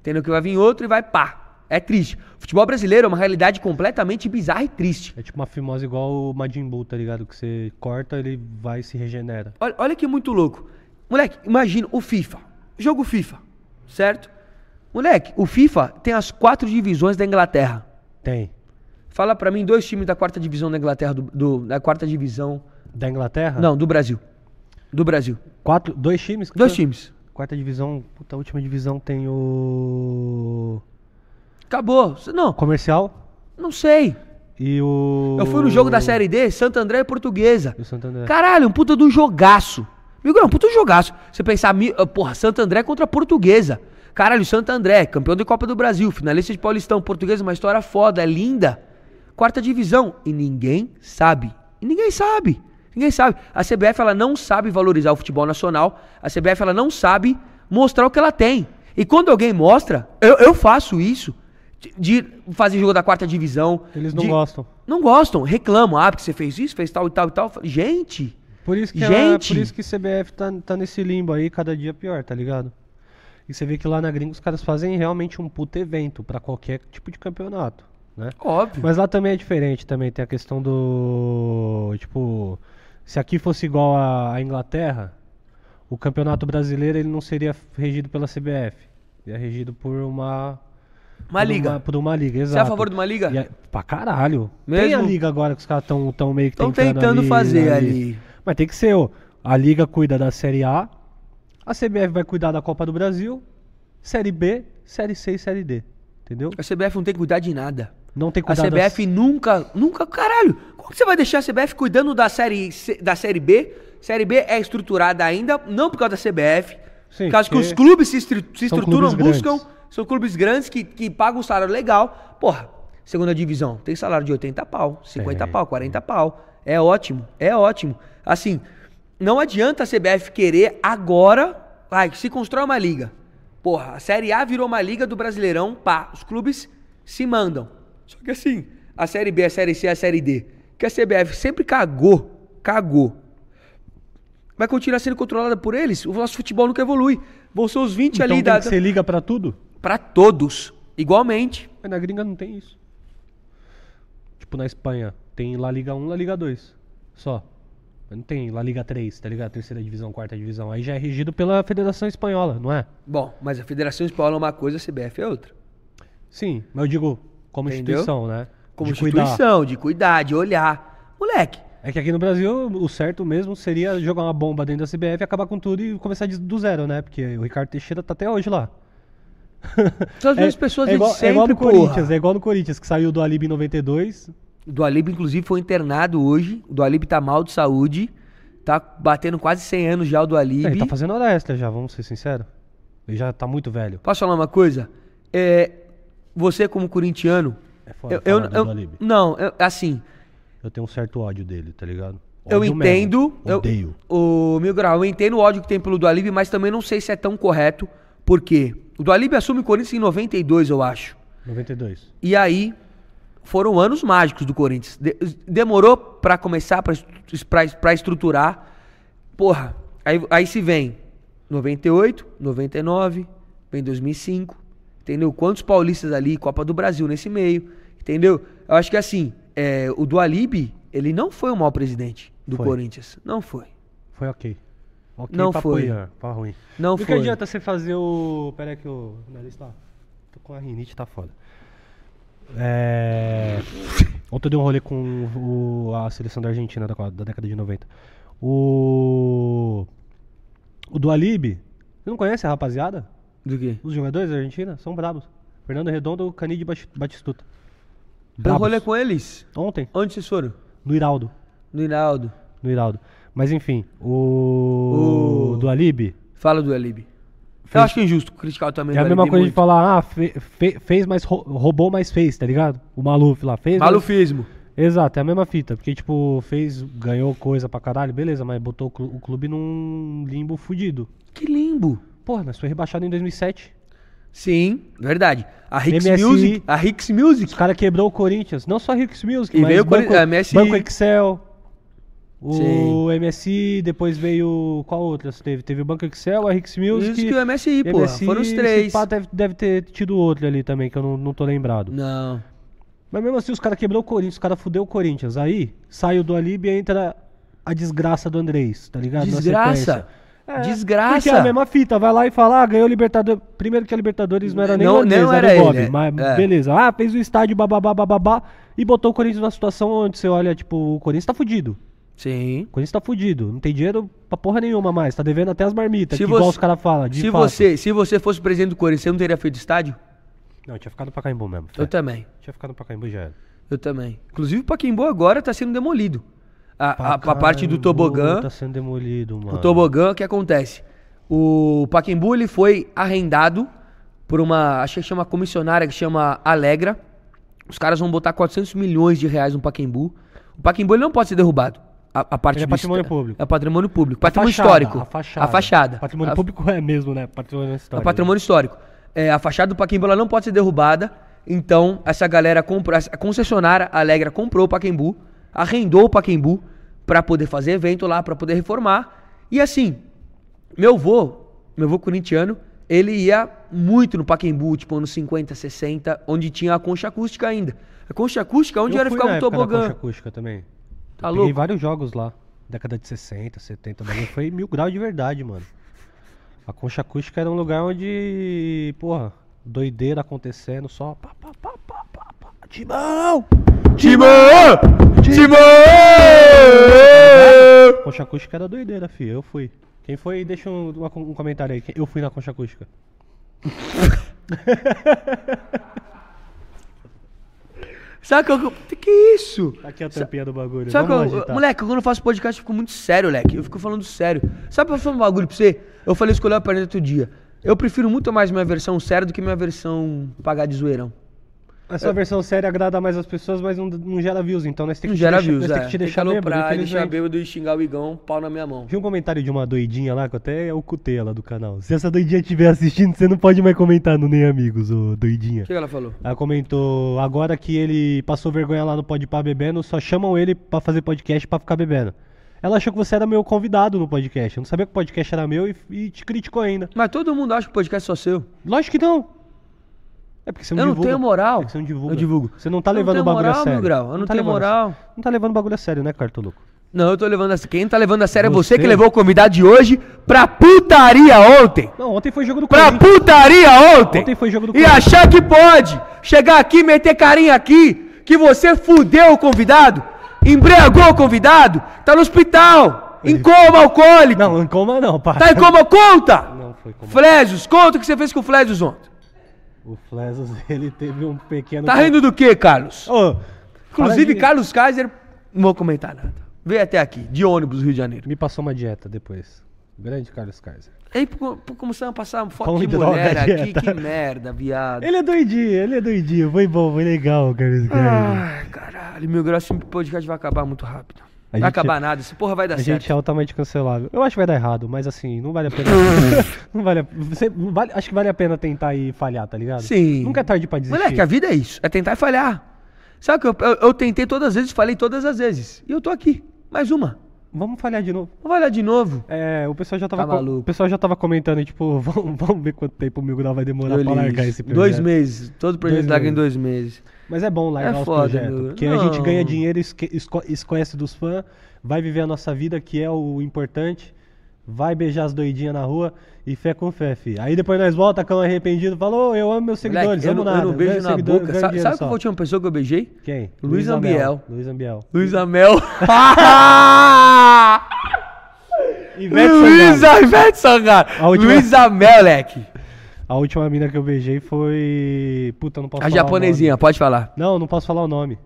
[SPEAKER 2] Entendeu? Que vai vir outro e vai pá. É triste. O futebol brasileiro é uma realidade completamente bizarra e triste.
[SPEAKER 1] É tipo uma fimose igual o Majin Buu, tá ligado? Que você corta, ele vai e se regenera.
[SPEAKER 2] Olha, olha que muito louco. Moleque, imagina o FIFA. Jogo FIFA, certo? Moleque, o FIFA tem as quatro divisões da Inglaterra.
[SPEAKER 1] Tem.
[SPEAKER 2] Fala pra mim dois times da quarta divisão da Inglaterra, do, do- da quarta divisão.
[SPEAKER 1] Da Inglaterra?
[SPEAKER 2] Não, do Brasil. Do Brasil.
[SPEAKER 1] Quatro, dois times? que
[SPEAKER 2] Dois
[SPEAKER 1] são-
[SPEAKER 2] times.
[SPEAKER 1] Quarta divisão, puta, a última divisão tem o.
[SPEAKER 2] Acabou. Não,
[SPEAKER 1] Comercial
[SPEAKER 2] não sei.
[SPEAKER 1] e o.
[SPEAKER 2] Eu fui no jogo da Série D, Santo André e Portuguesa.
[SPEAKER 1] E o Santander.
[SPEAKER 2] Caralho, um puta de um jogaço. Miguel, é um puta de um jogaço. Você pensar, mi- ah, porra, Santo André contra a Portuguesa. Caralho, Santo André, campeão da Copa do Brasil, finalista de Paulistão, Portuguesa, uma história foda, é linda. Quarta divisão. E ninguém sabe. E ninguém sabe. Ninguém sabe. A CBF, ela não sabe valorizar o futebol nacional. A CBF, ela não sabe mostrar o que ela tem. E quando alguém mostra, eu, eu faço isso, de, de fazer jogo da quarta divisão.
[SPEAKER 1] Eles não
[SPEAKER 2] de-
[SPEAKER 1] gostam.
[SPEAKER 2] Não gostam, reclamam. Ah, porque você fez isso, fez tal e tal e tal. Eu falo, Gente,
[SPEAKER 1] Por isso que
[SPEAKER 2] Gente!
[SPEAKER 1] A, por isso que CBF tá, tá nesse limbo aí, cada dia pior, tá ligado? E você vê que lá na gringa os caras fazem realmente um puto evento pra qualquer tipo de campeonato, né?
[SPEAKER 2] óbvio.
[SPEAKER 1] Mas lá também é diferente, também tem a questão do. Tipo, se aqui fosse igual à à Inglaterra, o campeonato brasileiro ele não seria regido pela CBF. Ele é regido por uma.
[SPEAKER 2] Uma
[SPEAKER 1] por
[SPEAKER 2] liga.
[SPEAKER 1] por uma liga, exato.
[SPEAKER 2] Você é a favor de uma liga?
[SPEAKER 1] E é- pra caralho. Tem a
[SPEAKER 2] Mesmo?
[SPEAKER 1] liga agora que os caras estão tão meio que
[SPEAKER 2] Tão
[SPEAKER 1] tentando,
[SPEAKER 2] tentando
[SPEAKER 1] ali,
[SPEAKER 2] fazer ali.
[SPEAKER 1] Mas tem que ser, ó. A liga cuida da Série A, a CBF vai cuidar da Copa do Brasil, Série B, Série C e Série D. Entendeu?
[SPEAKER 2] A CBF não tem que cuidar de nada.
[SPEAKER 1] Não tem
[SPEAKER 2] A
[SPEAKER 1] cuidado das-
[SPEAKER 2] CBF nunca, nunca, caralho. Como que você vai deixar a CBF cuidando da série, C- da série B? Série B é estruturada ainda, não por causa da CBF.
[SPEAKER 1] Sim,
[SPEAKER 2] por causa que
[SPEAKER 1] porque
[SPEAKER 2] os clubes se, estru- se
[SPEAKER 1] são
[SPEAKER 2] estruturam,
[SPEAKER 1] clubes
[SPEAKER 2] buscam.
[SPEAKER 1] grandes.
[SPEAKER 2] São clubes grandes que, que pagam um salário legal. Porra, segunda divisão, tem salário de 80 pau, 50
[SPEAKER 1] Tem.
[SPEAKER 2] pau, 40 pau. É ótimo, é ótimo. Assim, não adianta a CBF querer agora. Ai, se constrói uma liga. Porra, a Série A virou uma liga do Brasileirão, pá. Os clubes se mandam. Só que assim, a Série B, a Série C, a Série D. Que a CBF sempre cagou, cagou. Vai continuar sendo controlada por eles? O nosso futebol nunca evolui. Vão ser os 20
[SPEAKER 1] Então
[SPEAKER 2] ali
[SPEAKER 1] tem
[SPEAKER 2] da.
[SPEAKER 1] que ser liga pra tudo?
[SPEAKER 2] Pra todos, igualmente.
[SPEAKER 1] Mas na gringa não tem isso. Tipo, na Espanha tem La Liga 1, La Liga 2. Só. Mas não tem La Liga 3, tá ligado? Terceira divisão, quarta divisão. Aí já é regido pela Federação Espanhola, não é?
[SPEAKER 2] Bom, mas a Federação Espanhola é uma coisa, a CBF é outra.
[SPEAKER 1] Sim, mas eu digo como
[SPEAKER 2] Entendeu?
[SPEAKER 1] instituição, né?
[SPEAKER 2] Como
[SPEAKER 1] De cuidar.
[SPEAKER 2] instituição, de cuidar, de olhar. Moleque,
[SPEAKER 1] É que aqui no Brasil o certo mesmo seria jogar uma bomba dentro da CBF, acabar com tudo e começar de- do zero, né? Porque o Ricardo Teixeira tá até hoje lá.
[SPEAKER 2] são as mesmas pessoas
[SPEAKER 1] é igual,
[SPEAKER 2] desde sempre,
[SPEAKER 1] é igual no
[SPEAKER 2] porra.
[SPEAKER 1] Corinthians, é igual no Corinthians, que saiu do Alibi em 92.
[SPEAKER 2] O Dualib, inclusive, foi internado hoje. O Dualib tá mal de saúde. Tá batendo quase 100 anos já o Dualib.
[SPEAKER 1] Ele tá fazendo hora extra já, vamos ser sinceros. Ele já tá muito velho.
[SPEAKER 2] Posso falar uma coisa? É, você, como corintiano...
[SPEAKER 1] É foda
[SPEAKER 2] eu, eu,
[SPEAKER 1] falar do
[SPEAKER 2] eu-
[SPEAKER 1] Dualib.
[SPEAKER 2] não, eu- assim...
[SPEAKER 1] Eu tenho um certo ódio dele, tá ligado?
[SPEAKER 2] Eu
[SPEAKER 1] Ódio
[SPEAKER 2] entendo.
[SPEAKER 1] mesmo.
[SPEAKER 2] Eu,
[SPEAKER 1] Odeio.
[SPEAKER 2] o Mil Grau, eu entendo o ódio que tem pelo Dualib, mas também não sei se é tão correto. Por quê? O Dualib assume o Corinthians em 92, eu acho.
[SPEAKER 1] 92.
[SPEAKER 2] E aí foram anos mágicos do Corinthians. De- demorou pra começar, pra es- pra es- pra estruturar. Porra, aí, aí se vem 98, 99, vem 2005, entendeu? Quantos paulistas ali, Copa do Brasil nesse meio, entendeu? Eu acho que assim, é, o Dualib, ele não foi o mau presidente do
[SPEAKER 1] Foi.
[SPEAKER 2] Corinthians. Não foi.
[SPEAKER 1] Foi ok. Ok
[SPEAKER 2] Não
[SPEAKER 1] pra
[SPEAKER 2] foi.
[SPEAKER 1] apoiar, pra ruim.
[SPEAKER 2] Não
[SPEAKER 1] Do que
[SPEAKER 2] foi.
[SPEAKER 1] adianta você fazer o... Pera aí que o nariz tá... Tô com a rinite, tá foda. É... Ontem eu dei um rolê com o- a seleção da Argentina da, da década de 90. O... O Dualib... Você não conhece a rapaziada?
[SPEAKER 2] Do quê?
[SPEAKER 1] Os jogadores da Argentina são bravos. Fernando Redondo, Canide Batistuta.
[SPEAKER 2] Eu
[SPEAKER 1] Brabos.
[SPEAKER 2] um Então rolê com eles.
[SPEAKER 1] Ontem,
[SPEAKER 2] Onde vocês foram?
[SPEAKER 1] no Iraldo.
[SPEAKER 2] No Hinaldo.
[SPEAKER 1] No Iraldo. Mas enfim, o...
[SPEAKER 2] O-
[SPEAKER 1] Do Alibi...
[SPEAKER 2] Fala do Dualib. Eu
[SPEAKER 1] Fez-
[SPEAKER 2] acho injusto criticar também
[SPEAKER 1] É a
[SPEAKER 2] do
[SPEAKER 1] mesma
[SPEAKER 2] Dualib
[SPEAKER 1] coisa de
[SPEAKER 2] muito.
[SPEAKER 1] falar, ah, fe- fe- fez, mas rou- roubou, mas fez, tá ligado? O Maluf lá fez. mas-
[SPEAKER 2] Malufismo.
[SPEAKER 1] Exato, é a mesma fita. Porque, tipo, fez, ganhou coisa pra caralho, beleza, mas botou o clu- o clube num limbo fudido.
[SPEAKER 2] Que limbo.
[SPEAKER 1] Porra, nós foi rebaixado em 2007.
[SPEAKER 2] Sim, verdade. A Hicks
[SPEAKER 1] MSI.
[SPEAKER 2] Music, a Hicks Music
[SPEAKER 1] Os caras quebrou o Corinthians. Não só Ricks Music,
[SPEAKER 2] E
[SPEAKER 1] mas
[SPEAKER 2] veio o Cori-
[SPEAKER 1] banco,
[SPEAKER 2] a MSI.
[SPEAKER 1] banco Excel. O
[SPEAKER 2] Sim.
[SPEAKER 1] MSI, depois veio. Qual outra teve? Teve o Banco Excel, a Ricks Music.
[SPEAKER 2] Isso que o MSI, porra, foram os
[SPEAKER 1] esse
[SPEAKER 2] três.
[SPEAKER 1] pá deve, deve ter tido outro ali também, que eu não, não tô lembrado.
[SPEAKER 2] Não.
[SPEAKER 1] Mas mesmo assim, os caras quebrou o Corinthians, os caras fudeu o Corinthians. Aí, saiu do Alib e entra a desgraça do Andrés, tá ligado? Na
[SPEAKER 2] Desgraça.
[SPEAKER 1] sequência. É, Porque
[SPEAKER 2] Desgraça.
[SPEAKER 1] é a mesma fita, vai lá e fala, ah, ganhou o Libertadores. Primeiro que a Libertadores não era nem
[SPEAKER 2] Não-
[SPEAKER 1] o Andrés,
[SPEAKER 2] não
[SPEAKER 1] era,
[SPEAKER 2] era
[SPEAKER 1] o Bob,
[SPEAKER 2] ele, é.
[SPEAKER 1] mas
[SPEAKER 2] É.
[SPEAKER 1] beleza. Ah, fez o estádio, bababá, bababá, e botou o Corinthians numa situação onde você olha, tipo, o Corinthians tá fudido.
[SPEAKER 2] Sim.
[SPEAKER 1] O Corinthians tá fudido, não tem dinheiro pra porra nenhuma mais, tá devendo até as marmitas,
[SPEAKER 2] Se
[SPEAKER 1] que igual
[SPEAKER 2] você-
[SPEAKER 1] os caras falam, de
[SPEAKER 2] Se
[SPEAKER 1] fato.
[SPEAKER 2] você, se você fosse presidente do Corinthians, você não teria feito estádio?
[SPEAKER 1] Não, tinha ficado pra Caimbu mesmo, fé.
[SPEAKER 2] Eu também.
[SPEAKER 1] tinha ficado pra Caimbu já era.
[SPEAKER 2] Eu também. Inclusive o Paquimbu agora tá sendo demolido. A, a- a parte do
[SPEAKER 1] Pacaembu
[SPEAKER 2] tobogã,
[SPEAKER 1] Tá sendo demolido, mano.
[SPEAKER 2] o tobogã, o que acontece? O Paquimbu ele foi arrendado por uma, acho que chama comissionária que chama Alegra. Os caras vão botar 400 milhões de reais no Paquimbu. O Paquimbu ele não pode ser derrubado. A, a parte
[SPEAKER 1] Ele é
[SPEAKER 2] do
[SPEAKER 1] patrimônio
[SPEAKER 2] histó-
[SPEAKER 1] público.
[SPEAKER 2] É patrimônio público.
[SPEAKER 1] A
[SPEAKER 2] Patrimônio
[SPEAKER 1] fachada,
[SPEAKER 2] histórico.
[SPEAKER 1] A fachada.
[SPEAKER 2] A fachada.
[SPEAKER 1] Patrimônio
[SPEAKER 2] A-
[SPEAKER 1] público é mesmo, né? Patrimônio
[SPEAKER 2] é
[SPEAKER 1] histórico.
[SPEAKER 2] patrimônio histórico. É, a fachada do Paquembu ela não pode ser derrubada. Então, essa galera comprou, essa- a concessionária Alegra comprou o Paquembu, arrendou o Paquembu pra poder fazer evento lá, pra poder reformar. E assim, meu vô, meu vô corintiano, ele ia muito no Paquembu, tipo anos 50, 60, onde tinha a concha acústica ainda. A concha acústica é onde
[SPEAKER 1] Eu
[SPEAKER 2] era
[SPEAKER 1] fui
[SPEAKER 2] ficar
[SPEAKER 1] na
[SPEAKER 2] um
[SPEAKER 1] época da
[SPEAKER 2] tobogã.
[SPEAKER 1] Concha acústica também.
[SPEAKER 2] Tá
[SPEAKER 1] eu peguei
[SPEAKER 2] louco?
[SPEAKER 1] vários jogos lá, década de 60, 70, mas foi mil graus de verdade, mano. A concha acústica era um lugar onde, porra, doideira acontecendo, só pá, pá, pá, pá, pá, pá. Timão!
[SPEAKER 2] Timão! Timão!
[SPEAKER 1] Concha acústica era doideira, fi. Eu fui. Quem foi, deixa um, uma- um comentário aí. Quem- Eu fui na concha acústica.
[SPEAKER 2] Sabe o que eu... Que isso?
[SPEAKER 1] Tá aqui a tampinha do bagulho.
[SPEAKER 2] Sabe
[SPEAKER 1] Vamos
[SPEAKER 2] que eu-
[SPEAKER 1] agitar.
[SPEAKER 2] Moleque, quando eu faço podcast, eu fico muito sério, moleque. Eu fico falando sério. Sabe pra falar um bagulho pra você? Eu falei escolher o planeta outro dia. Eu prefiro muito mais minha versão séria do que minha versão pagar de zoeirão.
[SPEAKER 1] Essa versão séria agrada mais as pessoas, mas não, não gera views, então nós temos
[SPEAKER 2] Não
[SPEAKER 1] que te
[SPEAKER 2] gera
[SPEAKER 1] deixar-
[SPEAKER 2] views,
[SPEAKER 1] nós
[SPEAKER 2] é.
[SPEAKER 1] temos que te deixar bêbado,
[SPEAKER 2] aloprar, deixar
[SPEAKER 1] infelizmente.
[SPEAKER 2] bêbado e xingar o Igão, pau na minha mão.
[SPEAKER 1] Vi um comentário de uma doidinha lá, que eu até ocultei ela do canal. Se essa doidinha estiver assistindo, você não pode mais comentar no Nem Amigos, ô doidinha.
[SPEAKER 2] O que ela falou?
[SPEAKER 1] Ela comentou, agora que ele passou vergonha lá no Pode Pá bebendo, só chamam ele pra fazer podcast pra ficar bebendo. Ela achou que você era meu convidado no podcast. Eu não sabia que o podcast era meu e, e te criticou ainda.
[SPEAKER 2] Mas todo mundo acha que o podcast é só seu.
[SPEAKER 1] Lógico que não. É porque você não
[SPEAKER 2] eu não
[SPEAKER 1] divulga.
[SPEAKER 2] tenho moral.
[SPEAKER 1] É que você não divulga.
[SPEAKER 2] Eu divulgo.
[SPEAKER 1] Você não tá
[SPEAKER 2] Eu não
[SPEAKER 1] levando
[SPEAKER 2] tenho
[SPEAKER 1] o bagulho
[SPEAKER 2] moral,
[SPEAKER 1] a sério.
[SPEAKER 2] meu grau. Eu não
[SPEAKER 1] tá
[SPEAKER 2] tenho
[SPEAKER 1] levando a sério.
[SPEAKER 2] moral.
[SPEAKER 1] Não tá levando o bagulho a sério, né, Cartoluco?
[SPEAKER 2] Não, eu tô levando a sério. Quem tá levando a sério é você que
[SPEAKER 1] Você.
[SPEAKER 2] levou o convidado de hoje pra putaria ontem.
[SPEAKER 1] Não, ontem foi jogo do
[SPEAKER 2] pra
[SPEAKER 1] Corinthians.
[SPEAKER 2] putaria ontem.
[SPEAKER 1] Ontem foi jogo do
[SPEAKER 2] E
[SPEAKER 1] Corinthians.
[SPEAKER 2] achar que pode chegar aqui, meter carinha aqui, que você fudeu o convidado, embriagou o convidado, tá no hospital, em coma alcoólico.
[SPEAKER 1] Não, em coma não, pá.
[SPEAKER 2] Tá em coma, conta!
[SPEAKER 1] Não foi coma.
[SPEAKER 2] Flesos, conta o que você fez com o Flesos ontem.
[SPEAKER 1] O Flesos, ele teve um pequeno...
[SPEAKER 2] Tá rindo do que, Carlos?
[SPEAKER 1] Ô,
[SPEAKER 2] Inclusive,
[SPEAKER 1] para de-
[SPEAKER 2] Carlos Kaiser, não vou comentar nada. Veio até aqui, de ônibus, Rio de Janeiro.
[SPEAKER 1] Me passou uma dieta depois. Grande Carlos Kaiser.
[SPEAKER 2] E aí pô, pô, começamos a passar
[SPEAKER 1] Pão
[SPEAKER 2] foto de
[SPEAKER 1] de droga,
[SPEAKER 2] mulher aqui,
[SPEAKER 1] dieta.
[SPEAKER 2] que merda, viado.
[SPEAKER 1] Ele é doidinho, ele é
[SPEAKER 2] Ah, tá
[SPEAKER 1] doidinho. Foi bom, foi legal, Carlos Kaiser.
[SPEAKER 2] Ai, caralho, meu grau esse podcast vai acabar muito rápido.
[SPEAKER 1] A
[SPEAKER 2] vai
[SPEAKER 1] gente-
[SPEAKER 2] acabar nada. Esse porra vai dar
[SPEAKER 1] A
[SPEAKER 2] certo.
[SPEAKER 1] gente é altamente cancelável. Eu acho que vai dar errado, mas assim, não vale a pena. não vale, a, você- vale- Acho que vale a pena tentar e falhar, tá ligado?
[SPEAKER 2] Sim.
[SPEAKER 1] Nunca é tarde pra desistir.
[SPEAKER 2] Moleque, a vida é isso. É tentar e falhar. Sabe que eu, eu, eu tentei todas as vezes, falei todas as vezes. E eu tô aqui. Mais uma.
[SPEAKER 1] Vamos falhar de novo.
[SPEAKER 2] Vou olhar de novo.
[SPEAKER 1] É, o pessoal já tava,
[SPEAKER 2] Tá
[SPEAKER 1] co-
[SPEAKER 2] maluco.
[SPEAKER 1] o pessoal já tava comentando, tipo, vamos, vamos ver quanto tempo o Miguel vai demorar
[SPEAKER 2] Eu
[SPEAKER 1] pra
[SPEAKER 2] li
[SPEAKER 1] largar
[SPEAKER 2] isso.
[SPEAKER 1] esse projeto.
[SPEAKER 2] Dois meses. Todo projeto
[SPEAKER 1] Dois
[SPEAKER 2] larga em dois meses.
[SPEAKER 1] Mas é bom largar
[SPEAKER 2] É
[SPEAKER 1] os
[SPEAKER 2] foda,
[SPEAKER 1] projetos,
[SPEAKER 2] meu.
[SPEAKER 1] porque a gente
[SPEAKER 2] Não.
[SPEAKER 1] ganha dinheiro, esque- esco- esconhece dos fãs, vai viver a nossa vida, que é o importante, vai beijar as doidinhas na rua e fé com fé, fi. Aí depois nós volta, cão arrependido, falou, eu amo meus seguidores, né?
[SPEAKER 2] Moleque, eu,
[SPEAKER 1] amo
[SPEAKER 2] não- eu
[SPEAKER 1] nada.
[SPEAKER 2] não beijo
[SPEAKER 1] ganho
[SPEAKER 2] na
[SPEAKER 1] seguidor,
[SPEAKER 2] boca.
[SPEAKER 1] ganho
[SPEAKER 2] Sabe,
[SPEAKER 1] dinheiro
[SPEAKER 2] sabe
[SPEAKER 1] só. Hum.
[SPEAKER 2] qual foi a última pessoa que eu beijei?
[SPEAKER 1] Quem?
[SPEAKER 2] Luiz Ambiel.
[SPEAKER 1] Luiz Ambiel.
[SPEAKER 2] Luiz Amel. Ah!
[SPEAKER 1] Ivete
[SPEAKER 2] Luiz
[SPEAKER 1] Sangalo.
[SPEAKER 2] Ivete
[SPEAKER 1] A
[SPEAKER 2] Sangalo.
[SPEAKER 1] última-
[SPEAKER 2] Luiz Amel, leque.
[SPEAKER 1] A última mina que eu beijei foi... Puta, não posso
[SPEAKER 2] A
[SPEAKER 1] falar o
[SPEAKER 2] japonesinha, pode falar.
[SPEAKER 1] nome. Não, não posso falar o nome.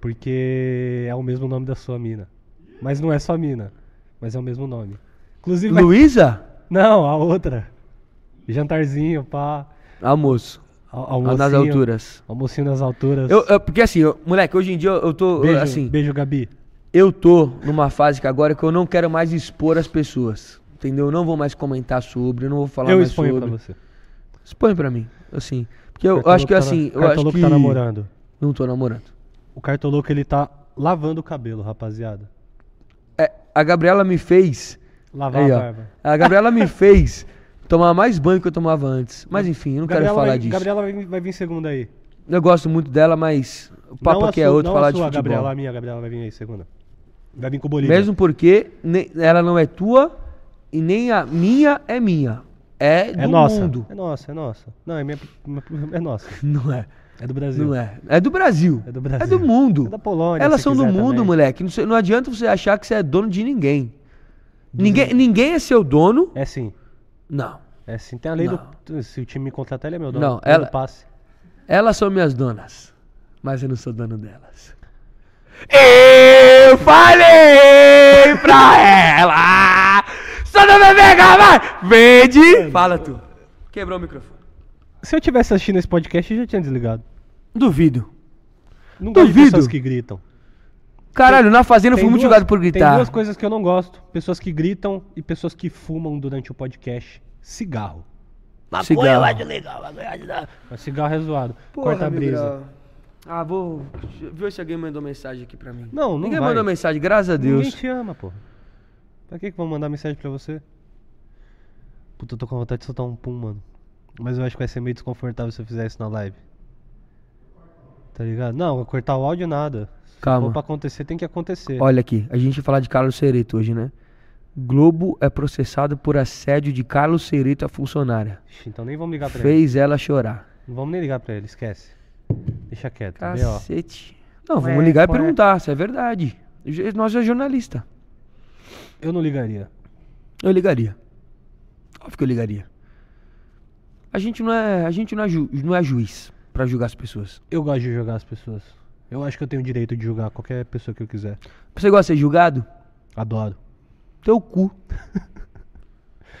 [SPEAKER 1] Porque é o mesmo nome da sua mina. Mas não é sua mina, mas é o mesmo nome. Inclusive, vai
[SPEAKER 2] Luísa?
[SPEAKER 1] Não, a outra. Jantarzinho, pá.
[SPEAKER 2] Almoço.
[SPEAKER 1] al- Almocinho,
[SPEAKER 2] Tá Nas alturas.
[SPEAKER 1] Almocinho nas alturas.
[SPEAKER 2] Eu, eu- porque assim, eu- moleque, hoje em dia eu, eu tô.
[SPEAKER 1] beijo,
[SPEAKER 2] assim,
[SPEAKER 1] beijo, Gabi.
[SPEAKER 2] eu tô numa fase que agora que eu não quero mais expor as pessoas. Entendeu? Eu não vou mais comentar sobre, eu não vou falar
[SPEAKER 1] eu
[SPEAKER 2] mais
[SPEAKER 1] exponho
[SPEAKER 2] sobre.
[SPEAKER 1] pra você.
[SPEAKER 2] Expõe pra mim. Assim. Porque eu, eu
[SPEAKER 1] Cartoloco
[SPEAKER 2] acho que
[SPEAKER 1] tá na-
[SPEAKER 2] assim. Eu acho
[SPEAKER 1] Cartoloco
[SPEAKER 2] que.
[SPEAKER 1] tá namorando.
[SPEAKER 2] Não tô namorando.
[SPEAKER 1] O Cartoloco, ele tá lavando o cabelo, rapaziada.
[SPEAKER 2] É, a Gabriela me fez.
[SPEAKER 1] Lavar
[SPEAKER 2] Aí,
[SPEAKER 1] a
[SPEAKER 2] ó.
[SPEAKER 1] barba.
[SPEAKER 2] A Gabriela me fez tomar mais banho que eu tomava antes. Mas enfim, eu não quero
[SPEAKER 1] Gabriela
[SPEAKER 2] falar
[SPEAKER 1] vai,
[SPEAKER 2] disso.
[SPEAKER 1] Gabriela vai, vir- vai vir segunda aí.
[SPEAKER 2] Eu gosto muito dela, mas o papo
[SPEAKER 1] Não a
[SPEAKER 2] aqui é
[SPEAKER 1] sua-
[SPEAKER 2] outro
[SPEAKER 1] não a
[SPEAKER 2] falar de
[SPEAKER 1] sua,
[SPEAKER 2] futebol.
[SPEAKER 1] Gabriela, a minha Gabriela vai vir aí segunda. Vai vir com o Bolívia.
[SPEAKER 2] Mesmo porque ne- ela não é tua e nem a minha é minha. É do
[SPEAKER 1] é nossa.
[SPEAKER 2] mundo.
[SPEAKER 1] É nossa, é nossa. Não, é minha. É nossa.
[SPEAKER 2] Não é.
[SPEAKER 1] É do Brasil.
[SPEAKER 2] Não é. É do Brasil.
[SPEAKER 1] É do Brasil.
[SPEAKER 2] mundo.
[SPEAKER 1] É da Polônia,
[SPEAKER 2] Elas
[SPEAKER 1] se
[SPEAKER 2] são do
[SPEAKER 1] quiser
[SPEAKER 2] mundo,
[SPEAKER 1] também.
[SPEAKER 2] moleque. Não, sei- não adianta você achar que você é dono de ninguém. Ninguém, ninguém é seu dono.
[SPEAKER 1] É sim.
[SPEAKER 2] Não.
[SPEAKER 1] É sim. Tem a lei
[SPEAKER 2] Não.
[SPEAKER 1] do. Se o time me contratar, ele é meu dono.
[SPEAKER 2] Não,
[SPEAKER 1] Lei do
[SPEAKER 2] ela-
[SPEAKER 1] passe.
[SPEAKER 2] Elas são minhas donas. Mas eu não sou dono delas. Eu falei pra ela! Só não me pega mais! Vende! Fala tu. Quebrou o microfone.
[SPEAKER 1] Se eu tivesse assistindo esse podcast, eu já tinha desligado.
[SPEAKER 2] Duvido.
[SPEAKER 1] Não gosto de
[SPEAKER 2] Duvido.
[SPEAKER 1] pessoas que gritam.
[SPEAKER 2] Caralho, na fazenda eu
[SPEAKER 1] Tem
[SPEAKER 2] fui muito
[SPEAKER 1] duas-
[SPEAKER 2] julgado por
[SPEAKER 1] Tem
[SPEAKER 2] gritar.
[SPEAKER 1] duas coisas que eu não gosto: pessoas que gritam e pessoas que fumam durante o podcast. Cigarro.
[SPEAKER 2] Cigarro.
[SPEAKER 1] Mas cigarro é zoado.
[SPEAKER 2] Porra,
[SPEAKER 1] Corta a
[SPEAKER 2] Miguel.
[SPEAKER 1] brisa.
[SPEAKER 2] Ah, vou ver se alguém mandou mensagem aqui pra mim.
[SPEAKER 1] Não, não
[SPEAKER 2] Ninguém
[SPEAKER 1] vai.
[SPEAKER 2] mandou mensagem, graças a Deus.
[SPEAKER 1] Ninguém te ama, porra. Pra que que vão mandar mensagem pra você? Puta, eu tô com vontade de soltar um pum, mano. Mas eu acho que vai ser meio desconfortável se eu fizer isso na live. Tá ligado? Não, cortar o áudio nada. Se
[SPEAKER 2] Calma.
[SPEAKER 1] for pra acontecer, tem que acontecer.
[SPEAKER 2] Olha aqui, a gente ia falar de Carlos Sereto hoje, né? Globo é processado por assédio de Carlos Sereto a funcionária.
[SPEAKER 1] Ixi, Então nem vamos ligar pra ele.
[SPEAKER 2] Fez ela chorar.
[SPEAKER 1] Não vamos nem ligar pra ele, esquece. Deixa quieto, vê, ó.
[SPEAKER 2] Cacete. Não,
[SPEAKER 1] Ué,
[SPEAKER 2] vamos ligar e
[SPEAKER 1] ué.
[SPEAKER 2] perguntar se é verdade. Ju- Nós é jornalista.
[SPEAKER 1] Eu não ligaria.
[SPEAKER 2] Eu ligaria. Óbvio que eu ligaria. A gente não é, a gente não é, ju- não é juiz pra julgar as pessoas.
[SPEAKER 1] Eu gosto de julgar as pessoas. Eu acho que eu tenho o direito de julgar qualquer pessoa que eu quiser.
[SPEAKER 2] Você gosta de ser julgado?
[SPEAKER 1] Adoro.
[SPEAKER 2] Teu cu.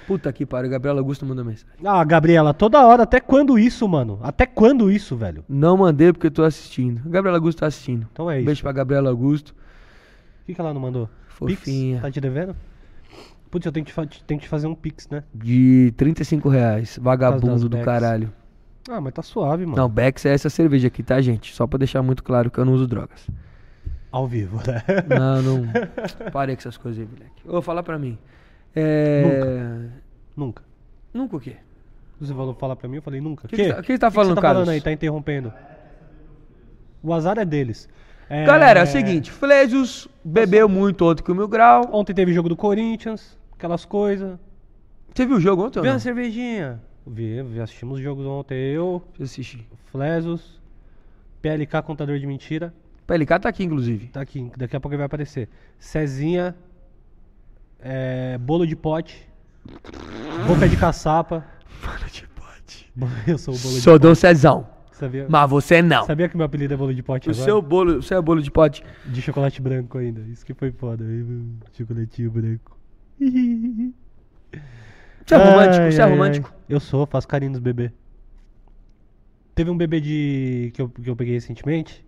[SPEAKER 2] Puta que pariu, Gabriela Augusto mandou mensagem.
[SPEAKER 1] Ah, Gabriela, toda hora, até quando isso, mano? Até quando isso, velho?
[SPEAKER 2] Não mandei porque eu tô assistindo. A Gabriela Augusto tá assistindo.
[SPEAKER 1] Então é isso.
[SPEAKER 2] Beijo pra Gabriela Augusto.
[SPEAKER 1] O que, que ela não mandou?
[SPEAKER 2] Fofinha.
[SPEAKER 1] Pix? Tá te devendo? Putz, eu tenho que, te fa- tenho que te fazer um pix, né?
[SPEAKER 2] De 35 reais.
[SPEAKER 1] Por causa
[SPEAKER 2] Vagabundo
[SPEAKER 1] das
[SPEAKER 2] do
[SPEAKER 1] Becks.
[SPEAKER 2] caralho.
[SPEAKER 1] Ah, mas tá suave, mano.
[SPEAKER 2] Não, Bex é essa cerveja aqui, tá, gente? Só pra deixar muito claro que eu não uso drogas.
[SPEAKER 1] Ao vivo, né?
[SPEAKER 2] Não, não. Parei com essas coisas aí, moleque. Ô, fala pra mim. É.
[SPEAKER 1] nunca.
[SPEAKER 2] Nunca o quê?
[SPEAKER 1] Você falou falar pra mim, eu falei nunca. O
[SPEAKER 2] Que que tá- que que tá falando,
[SPEAKER 1] você tá
[SPEAKER 2] Carlos?
[SPEAKER 1] falando aí? Tá interrompendo. O azar é deles. É,
[SPEAKER 2] Galera, é o seguinte: Flesios bebeu muito ontem com o Mil Grau.
[SPEAKER 1] Ontem teve jogo do Corinthians, aquelas coisas.
[SPEAKER 2] Você viu o jogo ontem ou
[SPEAKER 1] Vê
[SPEAKER 2] não?
[SPEAKER 1] uma cervejinha. Vi, vi- assistimos os jogos ontem. Eu,
[SPEAKER 2] Deixa eu assistir.
[SPEAKER 1] Flesos, PLK Contador de Mentira.
[SPEAKER 2] PLK tá aqui, inclusive.
[SPEAKER 1] Tá aqui, daqui a pouco ele vai aparecer. Cezinha, é, bolo de pote, boca de caçapa.
[SPEAKER 2] Fala de pote.
[SPEAKER 1] Eu sou o bolo de
[SPEAKER 2] Sou do Cezão.
[SPEAKER 1] pote. Sabia,
[SPEAKER 2] Mas você não.
[SPEAKER 1] sabia que meu apelido é bolo de pote
[SPEAKER 2] O
[SPEAKER 1] agora?
[SPEAKER 2] seu bolo, o seu é bolo de pote.
[SPEAKER 1] De chocolate branco ainda. Isso que foi foda. aí, meu, Chocolatinho branco.
[SPEAKER 2] Você é romântico,
[SPEAKER 1] Ai,
[SPEAKER 2] você é
[SPEAKER 1] ai, ai.
[SPEAKER 2] romântico.
[SPEAKER 1] Eu sou, faço carinho nos bebês. Teve um bebê de. que eu, que eu peguei recentemente.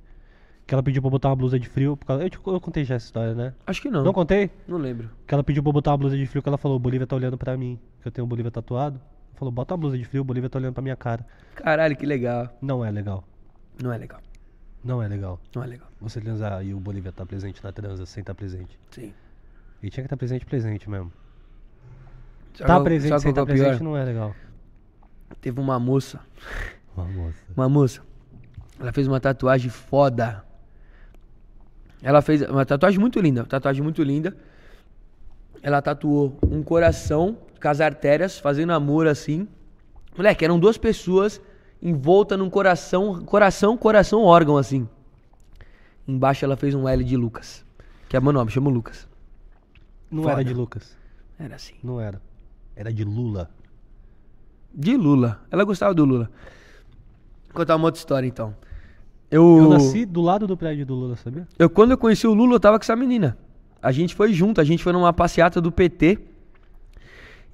[SPEAKER 1] Que ela pediu pra eu botar uma blusa de frio. por causa- Eu, te- eu contei já essa história, né?
[SPEAKER 2] Acho que não.
[SPEAKER 1] Não
[SPEAKER 2] Não,
[SPEAKER 1] contei?
[SPEAKER 2] lembro.
[SPEAKER 1] Que ela pediu pra eu botar uma blusa de frio, que ela falou, o Bolívia tá olhando pra mim, que eu tenho o Bolívia tatuado. Ela Falou, bota a blusa de frio, o Bolívia tá olhando pra minha cara.
[SPEAKER 2] Caralho, que legal.
[SPEAKER 1] Não é legal.
[SPEAKER 2] Não é legal.
[SPEAKER 1] Não é legal.
[SPEAKER 2] Não é legal.
[SPEAKER 1] Você transar e o Bolívia tá presente na transa sem tá presente.
[SPEAKER 2] Sim.
[SPEAKER 1] E tinha que estar presente, presente mesmo.
[SPEAKER 2] Sabe
[SPEAKER 1] tá
[SPEAKER 2] qual-
[SPEAKER 1] presente
[SPEAKER 2] sabe
[SPEAKER 1] sem tá
[SPEAKER 2] qual que é o pior?
[SPEAKER 1] presente não é legal.
[SPEAKER 2] Teve uma moça.
[SPEAKER 1] Uma moça.
[SPEAKER 2] Uma moça. Ela fez uma tatuagem foda. Ela fez uma tatuagem muito linda. Tatuagem muito linda. Ela tatuou um coração com as artérias, fazendo amor assim. Moleque, eram duas pessoas envolta num coração, coração, coração, órgão assim. Embaixo ela fez um L de Lucas. Que é meu nome, chama Lucas.
[SPEAKER 1] Não
[SPEAKER 2] Foda.
[SPEAKER 1] era de Lucas.
[SPEAKER 2] Era assim.
[SPEAKER 1] Não era. Era de Lula.
[SPEAKER 2] De Lula. Ela gostava do Lula. Vou contar uma outra história então. Eu,
[SPEAKER 1] Eu nasci do lado do prédio do Lula, sabia?
[SPEAKER 2] Eu, quando eu conheci o Lula, eu tava com essa menina. A gente foi junto, a gente foi numa passeata do PT.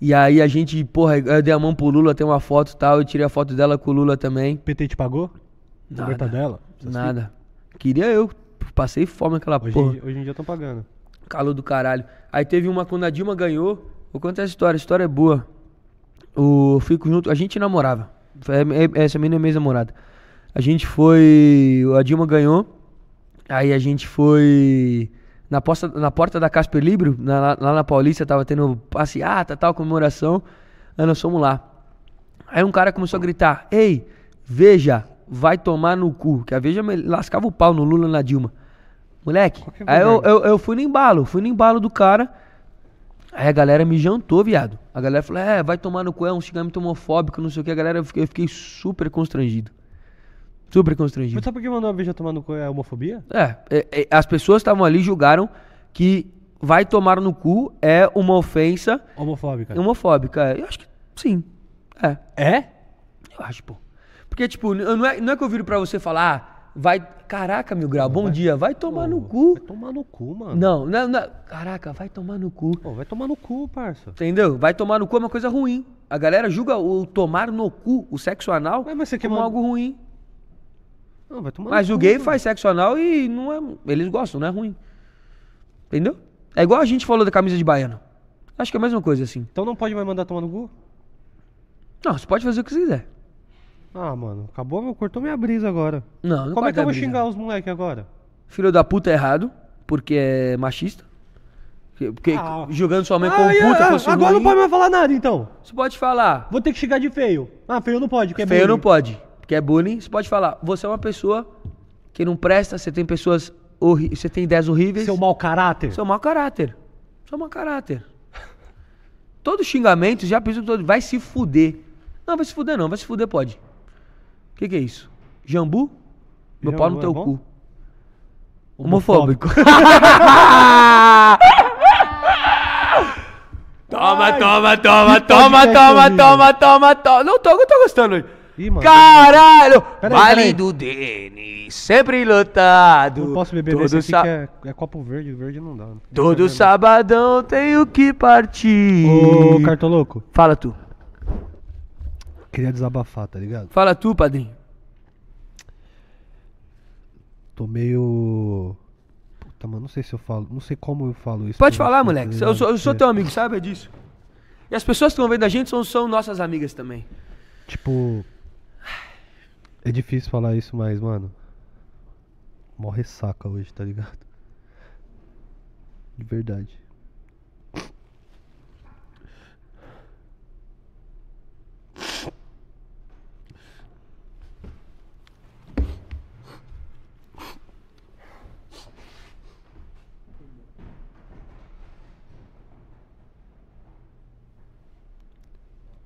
[SPEAKER 2] E aí a gente, porra, eu dei a mão pro Lula, tem uma foto e tal. Eu tirei a foto dela com o Lula também.
[SPEAKER 1] O PT te pagou?
[SPEAKER 2] Nada.
[SPEAKER 1] Libertadela?
[SPEAKER 2] Nada. Queria eu. Passei fome aquela
[SPEAKER 1] assim? Hoje,
[SPEAKER 2] porra.
[SPEAKER 1] em- hoje em dia estão pagando.
[SPEAKER 2] Calor do caralho. Aí teve uma quando a Dilma ganhou. Vou contar essa história, a história é boa. O fico junto, a gente namorava. Foi- é- é- Essa menina é minha namorada. A gente foi, a Dilma ganhou. Aí a gente foi na, posta, na porta da Casper Libro, na- lá, lá na Paulista, tava tendo passeata, tal, comemoração. Aí nós fomos lá. Aí um cara começou a gritar: Ei, veja, vai tomar no cu. Que a Veja me- lascava o pau no Lula e na Dilma. Moleque,
[SPEAKER 1] Qualquer
[SPEAKER 2] aí eu,
[SPEAKER 1] governo.
[SPEAKER 2] eu, eu fui no embalo, fui no embalo do cara. Aí a galera me jantou, viado. A galera falou: É, vai tomar no cu, é um xingamento homofóbico, não sei o que. A galera, eu fiquei, eu fiquei super constrangido. Super constrangido.
[SPEAKER 1] Mas sabe por que mandou a veja tomar no cu? É homofobia?
[SPEAKER 2] É, é, é, as pessoas estavam ali julgaram que vai tomar no cu é uma ofensa
[SPEAKER 1] Homofóbica.
[SPEAKER 2] homofóbica. É, Eu acho que sim. É,
[SPEAKER 1] É?
[SPEAKER 2] eu acho, pô. Porque, tipo, n- não é, não é que eu viro pra você falar, ah, vai. Caraca, meu grau, bom dia, vai tomar no cu.
[SPEAKER 1] Vai tomar no cu, mano.
[SPEAKER 2] Não, não, não. Caraca, vai tomar no cu.
[SPEAKER 1] Pô, vai tomar no cu, parça.
[SPEAKER 2] Entendeu? Vai tomar no cu é uma coisa ruim. A galera julga o tomar no cu, o sexo anal,
[SPEAKER 1] Ué, mas você quer
[SPEAKER 2] como
[SPEAKER 1] man-
[SPEAKER 2] algo ruim.
[SPEAKER 1] Não, vai tomar
[SPEAKER 2] Mas
[SPEAKER 1] no
[SPEAKER 2] o
[SPEAKER 1] cu,
[SPEAKER 2] gay
[SPEAKER 1] mano.
[SPEAKER 2] faz sexo anal e não é. Eles gostam, não é ruim. Entendeu? É igual a gente falou da camisa de baiano. Acho que é a mesma coisa, assim.
[SPEAKER 1] Então não pode mais mandar tomar no cu?
[SPEAKER 2] Não, você pode fazer o que você quiser.
[SPEAKER 1] Ah, mano, acabou, meu, cortou minha brisa agora.
[SPEAKER 2] Não, não
[SPEAKER 1] Como é
[SPEAKER 2] pode
[SPEAKER 1] que eu
[SPEAKER 2] dar
[SPEAKER 1] vou
[SPEAKER 2] brisa.
[SPEAKER 1] xingar os moleques agora?
[SPEAKER 2] Filho da puta é errado, porque é machista. Porque- Porque
[SPEAKER 1] Ah.
[SPEAKER 2] julgando sua mãe como
[SPEAKER 1] Ah, e-
[SPEAKER 2] puta
[SPEAKER 1] ah,
[SPEAKER 2] fosse
[SPEAKER 1] agora
[SPEAKER 2] ruim.
[SPEAKER 1] não pode mais falar nada, então.
[SPEAKER 2] Você pode falar,
[SPEAKER 1] Vou ter que xingar de feio. Ah, feio não pode, que é
[SPEAKER 2] feio
[SPEAKER 1] bullying.
[SPEAKER 2] não pode, porque é bullying. Você pode falar, você é uma pessoa que não presta, você tem pessoas horri- você tem ideias horríveis.
[SPEAKER 1] Seu mau caráter.
[SPEAKER 2] Sou mau caráter. Sou mau caráter. Todo xingamento, já pensou todo, vai se fuder. Não, vai se fuder não, vai se fuder pode. O que, que é isso? Jambu? Meu pau no
[SPEAKER 1] Jambu é
[SPEAKER 2] teu
[SPEAKER 1] bom?
[SPEAKER 2] cu. Homofóbico. toma,
[SPEAKER 1] Ai,
[SPEAKER 2] toma, toma,
[SPEAKER 1] que podcast
[SPEAKER 2] toma, toma,
[SPEAKER 1] horrível.
[SPEAKER 2] toma, toma, toma. Não tô, eu tô gostando hoje.
[SPEAKER 1] Ih, mano.
[SPEAKER 2] Caralho!
[SPEAKER 1] Peraí,
[SPEAKER 2] vale
[SPEAKER 1] peraí.
[SPEAKER 2] do Denis, sempre lotado.
[SPEAKER 1] Não posso beber
[SPEAKER 2] Todo
[SPEAKER 1] desse aqui
[SPEAKER 2] sa-
[SPEAKER 1] que é, é copo verde, verde não dá. né? é
[SPEAKER 2] Todo sabadão tenho que partir.
[SPEAKER 1] Ô, Cartoloco,
[SPEAKER 2] Fala tu.
[SPEAKER 1] queria desabafar, tá ligado?
[SPEAKER 2] Fala tu, padrinho.
[SPEAKER 1] Tô meio... Puta, mano, não sei se eu falo... Não sei como eu falo isso.
[SPEAKER 2] Pode
[SPEAKER 1] pra
[SPEAKER 2] falar,
[SPEAKER 1] você, tá
[SPEAKER 2] moleque. Eu
[SPEAKER 1] ligado?
[SPEAKER 2] sou, eu sou
[SPEAKER 1] Porque,
[SPEAKER 2] teu amigo, sabe disso. E as pessoas que estão vendo a gente são, são nossas amigas também.
[SPEAKER 1] Tipo... É difícil falar isso, mas, mano... Mó ressaca hoje, tá ligado? De verdade.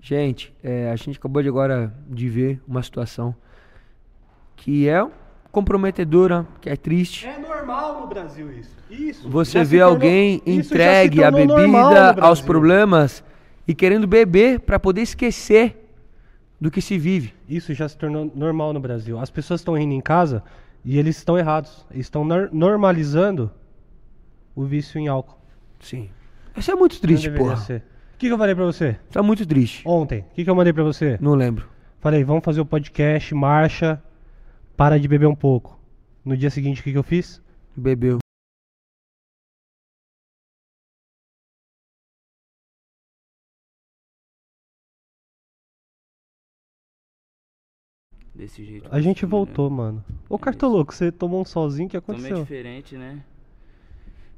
[SPEAKER 2] Gente, é, a gente acabou de agora de ver uma situação que é comprometedora, que é triste.
[SPEAKER 1] É normal no Brasil isso. Isso.
[SPEAKER 2] Você vê alguém entregue à bebida, aos problemas e querendo beber pra poder esquecer do que se vive.
[SPEAKER 1] Isso já se tornou normal no Brasil. As pessoas estão rindo em casa e eles estão errados. Eles Estão nor- normalizando o vício em álcool.
[SPEAKER 2] Sim. Isso é muito triste,
[SPEAKER 1] Não deveria
[SPEAKER 2] porra.
[SPEAKER 1] ser. O que, que eu falei pra você
[SPEAKER 2] Tá muito triste.
[SPEAKER 1] ontem? O que, que eu mandei pra você?
[SPEAKER 2] Não lembro.
[SPEAKER 1] Falei, vamos fazer o podcast, marcha, para de beber um pouco. No dia seguinte, o que, que eu fiz?
[SPEAKER 3] Bebeu.
[SPEAKER 4] Desse jeito.
[SPEAKER 1] A gente
[SPEAKER 4] costuma, né?
[SPEAKER 1] voltou, mano. Ô,
[SPEAKER 4] isso.
[SPEAKER 1] Cartoloco, você tomou um solzinho, o que
[SPEAKER 4] Também é
[SPEAKER 1] aconteceu?
[SPEAKER 4] diferente, né?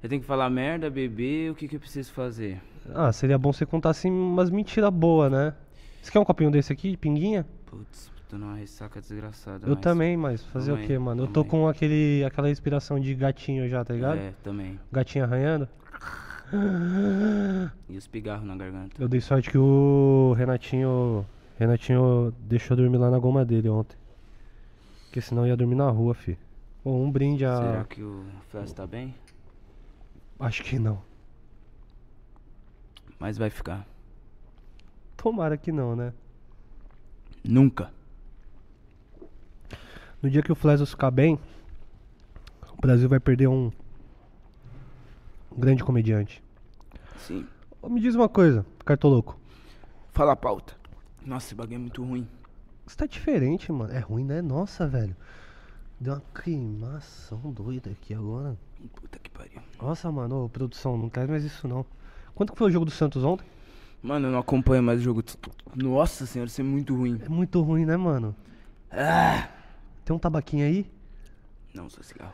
[SPEAKER 4] Eu tenho que falar merda, beber, o que que eu preciso fazer?
[SPEAKER 1] Ah, seria bom você contar assim umas mentiras boas, né? Você quer um copinho desse aqui, de pinguinha?
[SPEAKER 4] Putz, tô numa ressaca desgraçada.
[SPEAKER 1] eu
[SPEAKER 4] mas-
[SPEAKER 1] também, mas fazer
[SPEAKER 4] Calma
[SPEAKER 1] o
[SPEAKER 4] aí,
[SPEAKER 1] quê, mano? Eu
[SPEAKER 4] calma
[SPEAKER 1] tô
[SPEAKER 4] aí.
[SPEAKER 1] com aquele, aquela respiração de gatinho já, tá ligado?
[SPEAKER 4] É, Tá. também.
[SPEAKER 1] Gatinho arranhando.
[SPEAKER 4] E os pigarros na garganta.
[SPEAKER 1] Eu dei sorte que o Renatinho. Renatinho deixou dormir lá na goma dele ontem. Porque senão eu ia dormir na rua, fi. Ô, um brinde a.
[SPEAKER 4] Será que o Flash tá bem?
[SPEAKER 1] Acho que não.
[SPEAKER 4] Mas vai ficar.
[SPEAKER 1] Tomara que não, né?
[SPEAKER 4] Nunca.
[SPEAKER 1] No dia que o Flesos ficar bem, o Brasil vai perder um, um grande comediante.
[SPEAKER 4] Sim.
[SPEAKER 1] Ô, Me diz uma coisa, Cartoloco.
[SPEAKER 4] Fala a pauta. Nossa, esse bagulho é muito ruim.
[SPEAKER 1] Você tá diferente, mano. É ruim, né? Nossa, velho. Deu uma queimação doida aqui agora.
[SPEAKER 4] Puta que pariu.
[SPEAKER 1] Nossa, mano, ô, produção, não traz mais isso não. Quanto que foi o jogo do Santos ontem?
[SPEAKER 4] Mano, eu não acompanho mais o jogo. Nossa senhora, isso é muito ruim.
[SPEAKER 1] É muito ruim, né, mano? Tem um tabaquinho aí?
[SPEAKER 4] Não, sou cigarro.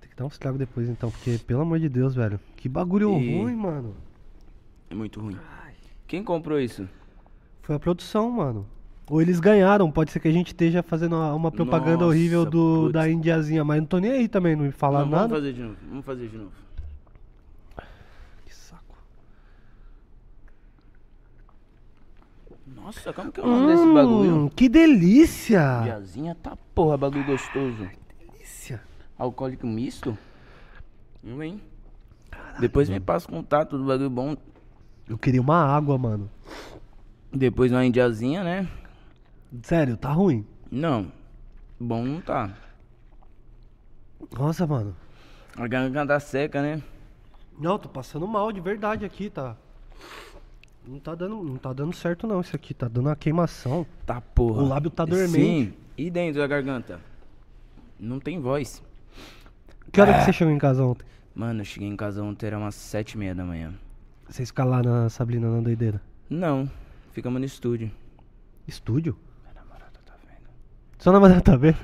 [SPEAKER 1] Tem que dar um estrago depois então, porque, pelo amor de Deus, velho. Que bagulho
[SPEAKER 4] E-
[SPEAKER 1] ruim, mano.
[SPEAKER 4] É muito ruim. Quem comprou isso?
[SPEAKER 1] Foi a produção, mano. Ou eles ganharam, pode ser que a gente esteja fazendo uma, uma propaganda
[SPEAKER 4] Nossa,
[SPEAKER 1] horrível do,
[SPEAKER 4] putz.
[SPEAKER 1] da Indiazinha, mas não tô nem aí também, não me falar
[SPEAKER 4] não,
[SPEAKER 1] nada.
[SPEAKER 4] vamos fazer de novo. Vamos fazer de novo.
[SPEAKER 1] Que saco.
[SPEAKER 4] Nossa, como que é o nome desse bagulho?
[SPEAKER 1] Hum, que delícia!
[SPEAKER 4] Piazinha tá porra, bagulho gostoso.
[SPEAKER 1] delícia.
[SPEAKER 4] Alcoólico misto? Hum, hein? Depois me passa o contato do bagulho bom.
[SPEAKER 1] Eu queria uma água, mano.
[SPEAKER 4] Depois uma indiazinha, né?
[SPEAKER 1] Sério, tá ruim.
[SPEAKER 4] Não. Bom não tá.
[SPEAKER 1] Nossa, mano.
[SPEAKER 4] A garganta tá seca, né?
[SPEAKER 1] Não, tô passando mal de verdade aqui, tá? Não tá dando, não tá dando certo não isso aqui, tá dando uma queimação.
[SPEAKER 4] Tá porra.
[SPEAKER 1] O lábio tá dormente.
[SPEAKER 4] Sim. E dentro da garganta? Não tem voz.
[SPEAKER 1] Que hora que você chegou em casa ontem?
[SPEAKER 4] Mano, eu cheguei em casa ontem, era umas sete e meia da manhã.
[SPEAKER 1] Você escalar na Sabrina na doideira?
[SPEAKER 4] Não, ficamos no estúdio.
[SPEAKER 1] Estúdio?
[SPEAKER 4] Minha namorada tá vendo.
[SPEAKER 1] Sua namorada tá vendo?